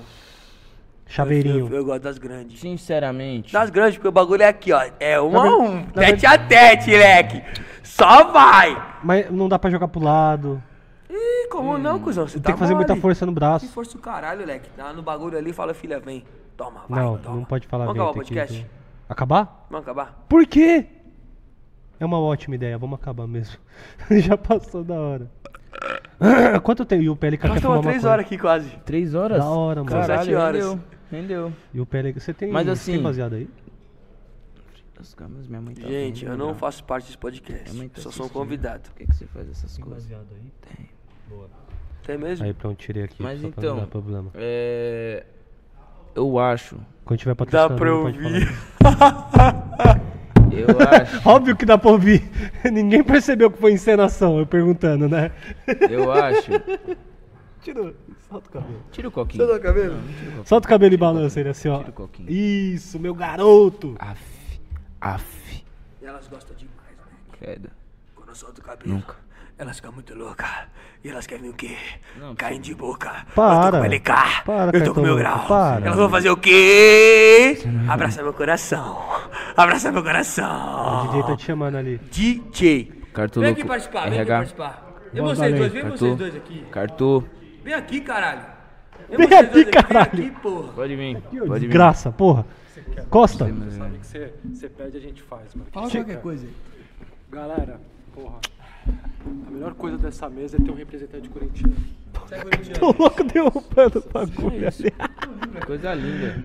[SPEAKER 1] Chaveirinho.
[SPEAKER 2] Ah, Eu, eu gosto das grandes.
[SPEAKER 4] Sinceramente.
[SPEAKER 2] Das grandes, porque o bagulho é aqui, ó. É um
[SPEAKER 1] Na ver-
[SPEAKER 2] a um.
[SPEAKER 1] na ver-
[SPEAKER 2] Tete a tete, leque. Só vai.
[SPEAKER 1] Mas não dá pra jogar pro lado.
[SPEAKER 2] Ih, como não, cuzão? Você
[SPEAKER 1] Hum, tem que fazer muita força no
[SPEAKER 2] Tá Que
[SPEAKER 1] braço.
[SPEAKER 2] força o caralho, leque. Tá no bagulho ali, fala, filha, vem. Toma, vai,
[SPEAKER 1] não,
[SPEAKER 2] toma.
[SPEAKER 1] não pode falar
[SPEAKER 2] Vamos
[SPEAKER 1] bem,
[SPEAKER 2] acabar é o
[SPEAKER 1] tem que-
[SPEAKER 2] podcast?
[SPEAKER 1] Acabar?
[SPEAKER 2] Vamos acabar?
[SPEAKER 1] Por quê? É uma ótima ideia, vamos acabar mesmo. Já passou da hora. Quanto tempo? E o PLK
[SPEAKER 2] Nós
[SPEAKER 1] quer falar
[SPEAKER 2] estamos
[SPEAKER 1] uma
[SPEAKER 2] três
[SPEAKER 1] coisa.
[SPEAKER 2] horas aqui quase.
[SPEAKER 4] Três horas?
[SPEAKER 1] Da hora, mano.
[SPEAKER 2] São
[SPEAKER 4] Caralho,
[SPEAKER 2] sete horas.
[SPEAKER 4] Rendeu, rendeu.
[SPEAKER 1] E o PLK, você tem,
[SPEAKER 4] Mas
[SPEAKER 1] você
[SPEAKER 4] assim-
[SPEAKER 1] tem baseado aí?
[SPEAKER 4] As câmeras, minha mãe tá
[SPEAKER 2] Gente,
[SPEAKER 4] vendo,
[SPEAKER 2] eu não
[SPEAKER 4] legal.
[SPEAKER 2] faço parte desse
[SPEAKER 1] É
[SPEAKER 4] Minha
[SPEAKER 2] podcast.
[SPEAKER 4] mãe tá
[SPEAKER 2] Eu só sou um
[SPEAKER 4] assistindo.
[SPEAKER 2] convidado.
[SPEAKER 4] Por que, que você faz essas coisas?
[SPEAKER 1] aí?
[SPEAKER 2] Até mesmo?
[SPEAKER 1] Aí pronto, tirei aqui.
[SPEAKER 4] Mas
[SPEAKER 1] só pra
[SPEAKER 4] então,
[SPEAKER 1] não dar problema.
[SPEAKER 4] É. Eu acho.
[SPEAKER 1] Quando tiver
[SPEAKER 2] Dá
[SPEAKER 1] patrocinador,
[SPEAKER 2] pra
[SPEAKER 1] pode
[SPEAKER 2] ouvir.
[SPEAKER 1] falar.
[SPEAKER 4] Eu acho.
[SPEAKER 1] Óbvio que dá pra ouvir. Ninguém percebeu que foi encenação, eu perguntando, né?
[SPEAKER 4] Eu acho.
[SPEAKER 1] Tira, solta o cabelo.
[SPEAKER 4] Tira o coquinho.
[SPEAKER 2] Tá cabelo?
[SPEAKER 1] Solta o cabelo e balança ele assim, ó.
[SPEAKER 4] Tira o coquinho.
[SPEAKER 1] Isso, meu garoto.
[SPEAKER 4] Af. Af.
[SPEAKER 2] Elas gostam demais, né?
[SPEAKER 4] Credo.
[SPEAKER 2] Quando eu solto o cabelo, elas ficam muito loucas. E elas querem o quê?
[SPEAKER 4] Não,
[SPEAKER 2] Caem de boca.
[SPEAKER 1] Para.
[SPEAKER 2] Eu tô com LK.
[SPEAKER 1] Para,
[SPEAKER 2] eu tô
[SPEAKER 1] Caetano,
[SPEAKER 2] com meu grau.
[SPEAKER 1] para.
[SPEAKER 2] Elas vão fazer o quê? Abraçar meu coração. Abraçar meu coração.
[SPEAKER 1] O
[SPEAKER 4] Ah.
[SPEAKER 1] DJ tá te chamando ali.
[SPEAKER 2] DJ.
[SPEAKER 4] Cartu
[SPEAKER 2] Vem
[SPEAKER 4] louco.
[SPEAKER 2] aqui participar, vem aqui
[SPEAKER 4] RH.
[SPEAKER 2] participar. Vem
[SPEAKER 1] Voz
[SPEAKER 2] vocês
[SPEAKER 1] da
[SPEAKER 2] dois,
[SPEAKER 1] lei.
[SPEAKER 2] vem
[SPEAKER 4] Cartu.
[SPEAKER 2] vocês dois aqui.
[SPEAKER 4] Cartu.
[SPEAKER 2] Vem aqui, caralho.
[SPEAKER 1] Vem
[SPEAKER 2] vocês
[SPEAKER 1] aqui,
[SPEAKER 2] dois
[SPEAKER 1] caralho.
[SPEAKER 2] Vem aqui, porra.
[SPEAKER 4] Pode vir.
[SPEAKER 1] Que
[SPEAKER 4] Pode vir.
[SPEAKER 1] Desgraça, porra. Costa.
[SPEAKER 6] que você, você pede, a gente faz, mano.
[SPEAKER 2] Fala qualquer coisa.
[SPEAKER 6] Galera, porra. A melhor coisa dessa mesa é ter um representante corintiano.
[SPEAKER 1] Tô louco derrubando o bagulho ali.
[SPEAKER 4] Coisa linda.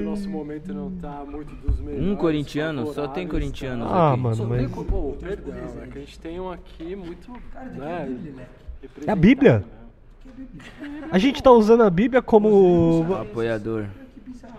[SPEAKER 6] O nosso momento não tá muito dos melhores.
[SPEAKER 4] Um corintiano, só tem
[SPEAKER 6] favoráveis,
[SPEAKER 4] corintiano.
[SPEAKER 1] Ah,
[SPEAKER 4] aqui.
[SPEAKER 1] mano, mas.
[SPEAKER 6] tá? Pô, perdão, é que a gente tem um aqui muito. né,
[SPEAKER 1] É a Bíblia? A gente tá usando a Bíblia como.
[SPEAKER 4] Apoiador.
[SPEAKER 6] Estão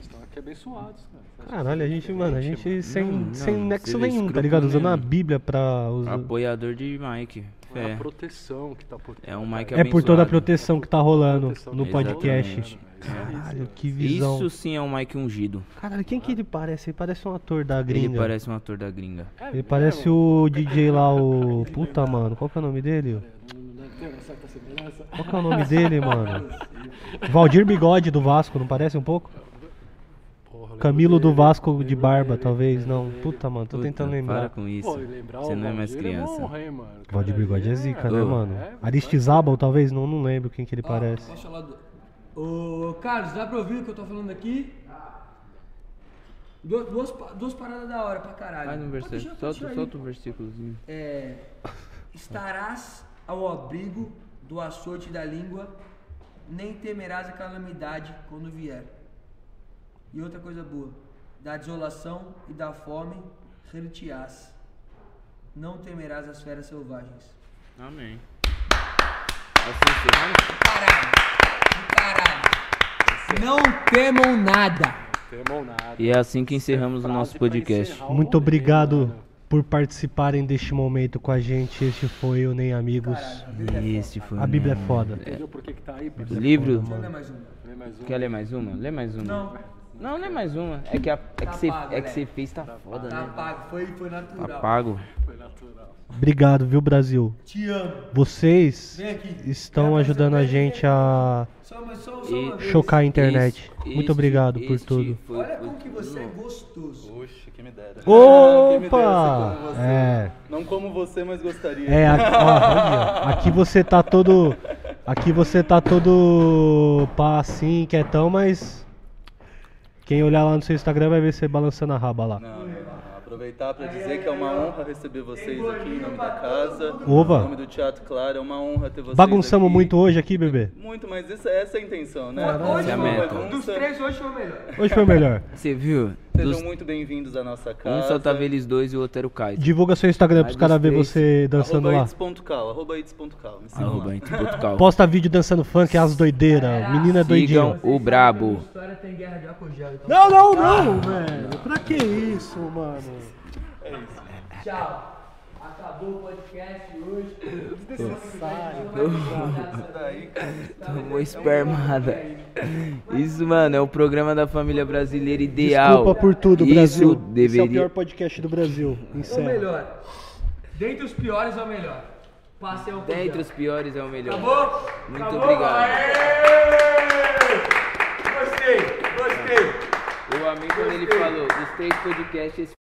[SPEAKER 6] Então, aqui é abençoados, cara.
[SPEAKER 1] Caralho, a gente, mano, a gente sem,
[SPEAKER 4] não,
[SPEAKER 1] sem
[SPEAKER 4] não,
[SPEAKER 1] nexo
[SPEAKER 4] seja
[SPEAKER 1] nenhum, tá
[SPEAKER 4] escroto
[SPEAKER 1] ligado? Usando a
[SPEAKER 4] mesmo.
[SPEAKER 1] Bíblia pra usar.
[SPEAKER 4] Apoiador de Mike.
[SPEAKER 6] É.
[SPEAKER 4] Fé.
[SPEAKER 6] A proteção que tá por
[SPEAKER 4] É um Mike
[SPEAKER 1] É por toda a
[SPEAKER 4] abençoado.
[SPEAKER 1] proteção É que tá rolando no
[SPEAKER 4] Exatamente.
[SPEAKER 1] podcast. Caralho, que visão.
[SPEAKER 4] Isso sim é um Mike ungido.
[SPEAKER 1] Caralho, quem que ele parece? Ele parece um ator da
[SPEAKER 4] Ele
[SPEAKER 1] gringa.
[SPEAKER 4] parece um ator da gringa.
[SPEAKER 1] Ele parece o DJ lá, o. Puta, mano, qual que é o nome dele?
[SPEAKER 6] né?
[SPEAKER 1] Qual que é o nome dele, mano? Valdir Bigode do Vasco, não parece um pouco? Camilo do Vasco de barba, talvez, não. Puta, mano, tô
[SPEAKER 4] Puta,
[SPEAKER 1] tentando
[SPEAKER 4] Para
[SPEAKER 1] lembrar.
[SPEAKER 4] com isso.
[SPEAKER 6] Pô, e lembrar
[SPEAKER 4] Você
[SPEAKER 6] o
[SPEAKER 4] não é mais
[SPEAKER 6] Valdir
[SPEAKER 4] criança.
[SPEAKER 6] honra, hein, mano. O
[SPEAKER 1] Valdir
[SPEAKER 6] cara
[SPEAKER 1] Bigode é
[SPEAKER 6] ali
[SPEAKER 1] zica, né,
[SPEAKER 4] Ô.
[SPEAKER 1] mano?
[SPEAKER 6] é,
[SPEAKER 1] Aristizábal, talvez, não, não lembro quem que ele parece.
[SPEAKER 2] Posso falar do... Ô, Carlos, dá pra ouvir o que eu tô falando aqui? Du- Duas, pa- duas paradas da hora pra caralho.
[SPEAKER 4] Faz um
[SPEAKER 2] Pode
[SPEAKER 4] versículo.
[SPEAKER 2] deixar, pode
[SPEAKER 4] Solta,
[SPEAKER 2] deixar
[SPEAKER 4] solta um versículozinho.
[SPEAKER 2] aí. É, estarás ao abrigo do açoite da língua, nem temerás a calamidade quando vier. E outra coisa boa, da desolação e da fome, retirás. Não temerás as feras selvagens.
[SPEAKER 4] Amém. Assim encerrando?
[SPEAKER 2] Caralho, do caralho. Não temam nada.
[SPEAKER 6] Não tem mão nada.
[SPEAKER 4] E é assim que encerramos o nosso podcast.
[SPEAKER 1] Muito obrigado por participarem deste momento com a gente. Este foi o Nem Amigos.
[SPEAKER 4] Este foi. um-
[SPEAKER 1] A Bíblia é foda. Hum.
[SPEAKER 6] Entendeu por que que tá aí?
[SPEAKER 4] O Hum, livro.
[SPEAKER 2] Não é mais um.
[SPEAKER 6] Lê mais um.
[SPEAKER 4] Quer ler mais uma? Lê mais uma.
[SPEAKER 2] Não,
[SPEAKER 4] Não, lê mais uma. É que a, é que você
[SPEAKER 2] pago,
[SPEAKER 4] é que
[SPEAKER 2] né?
[SPEAKER 4] você fez tá foda,
[SPEAKER 2] tá
[SPEAKER 4] né?
[SPEAKER 2] pago. Foi, foi natural.
[SPEAKER 4] Tá pago.
[SPEAKER 1] Obrigado, viu, Brasil?
[SPEAKER 2] Te amo.
[SPEAKER 1] Vocês
[SPEAKER 2] Vem aqui. um
[SPEAKER 1] estão ajudando a gente a
[SPEAKER 2] Só, uma- só, só uma
[SPEAKER 4] E-
[SPEAKER 2] vez.
[SPEAKER 1] chocar a internet.
[SPEAKER 4] Este-
[SPEAKER 1] Muito obrigado
[SPEAKER 4] este-
[SPEAKER 1] por
[SPEAKER 4] este
[SPEAKER 1] tudo.
[SPEAKER 4] foi
[SPEAKER 2] Olha
[SPEAKER 4] o-
[SPEAKER 2] como que você é gostoso.
[SPEAKER 7] Oxe, que me dera.
[SPEAKER 1] Opa!
[SPEAKER 7] como você.
[SPEAKER 1] É,
[SPEAKER 7] Não como você, mas gostaria.
[SPEAKER 1] é aqui, ó, olha, aqui você tá todo. Aqui você tá todo pá assim, quietão, mas. Quem olhar lá no seu Instagram vai ver você balançando a raba lá.
[SPEAKER 7] Não, não, não. Aproveitar para dizer que é uma honra receber vocês aqui em nome da casa.
[SPEAKER 1] Opa.
[SPEAKER 7] Em nome do Teatro Claro, é uma honra ter vocês
[SPEAKER 1] Bagunçamos
[SPEAKER 7] aqui.
[SPEAKER 1] muito hoje aqui, bebê.
[SPEAKER 7] Muito, mas essa, essa é a intenção, né?
[SPEAKER 4] Essa é a
[SPEAKER 7] Uma
[SPEAKER 4] meta.
[SPEAKER 7] bagunça.
[SPEAKER 2] Dos três, hoje foi o melhor.
[SPEAKER 1] Hoje foi o melhor.
[SPEAKER 4] Você viu?
[SPEAKER 7] Sejam
[SPEAKER 4] Dos-
[SPEAKER 7] muito bem-vindos à nossa casa.
[SPEAKER 4] Um só tava eles dois e o outro era o Kai.
[SPEAKER 1] Divulga seu Instagram pros
[SPEAKER 4] Ai,
[SPEAKER 1] caras verem
[SPEAKER 4] gostei.
[SPEAKER 1] você dançando
[SPEAKER 7] Arroba
[SPEAKER 1] lá.
[SPEAKER 7] its.cal, arroba its.cal, me sigam
[SPEAKER 4] Arroba
[SPEAKER 7] lá.
[SPEAKER 4] em Portugal.
[SPEAKER 1] Posta vídeo dançando funk, as doideiras. Menina doidinha.
[SPEAKER 4] Sigam o Brabo.
[SPEAKER 2] História tem guerra de álcool gel, então.
[SPEAKER 1] Não, não, não, velho. Pra que isso, mano?
[SPEAKER 2] Tchau. Acabou o podcast hoje.
[SPEAKER 4] Tomou espermada. Isso, mano, é o programa da família brasileira ideal.
[SPEAKER 1] Desculpa por tudo,
[SPEAKER 4] Isso
[SPEAKER 1] Brasil. Esse é o
[SPEAKER 4] Deveria...
[SPEAKER 1] pior podcast do Brasil.
[SPEAKER 2] O
[SPEAKER 1] Encerra.
[SPEAKER 2] melhor. Dentre os piores é o melhor. Passei um
[SPEAKER 4] Dentre os piores é o melhor.
[SPEAKER 2] Acabou?
[SPEAKER 4] Muito
[SPEAKER 2] Acabou?
[SPEAKER 4] obrigado.
[SPEAKER 2] Aê! Gostei, gostei.
[SPEAKER 4] O amigo, quando ele falou dos três podcasts, esse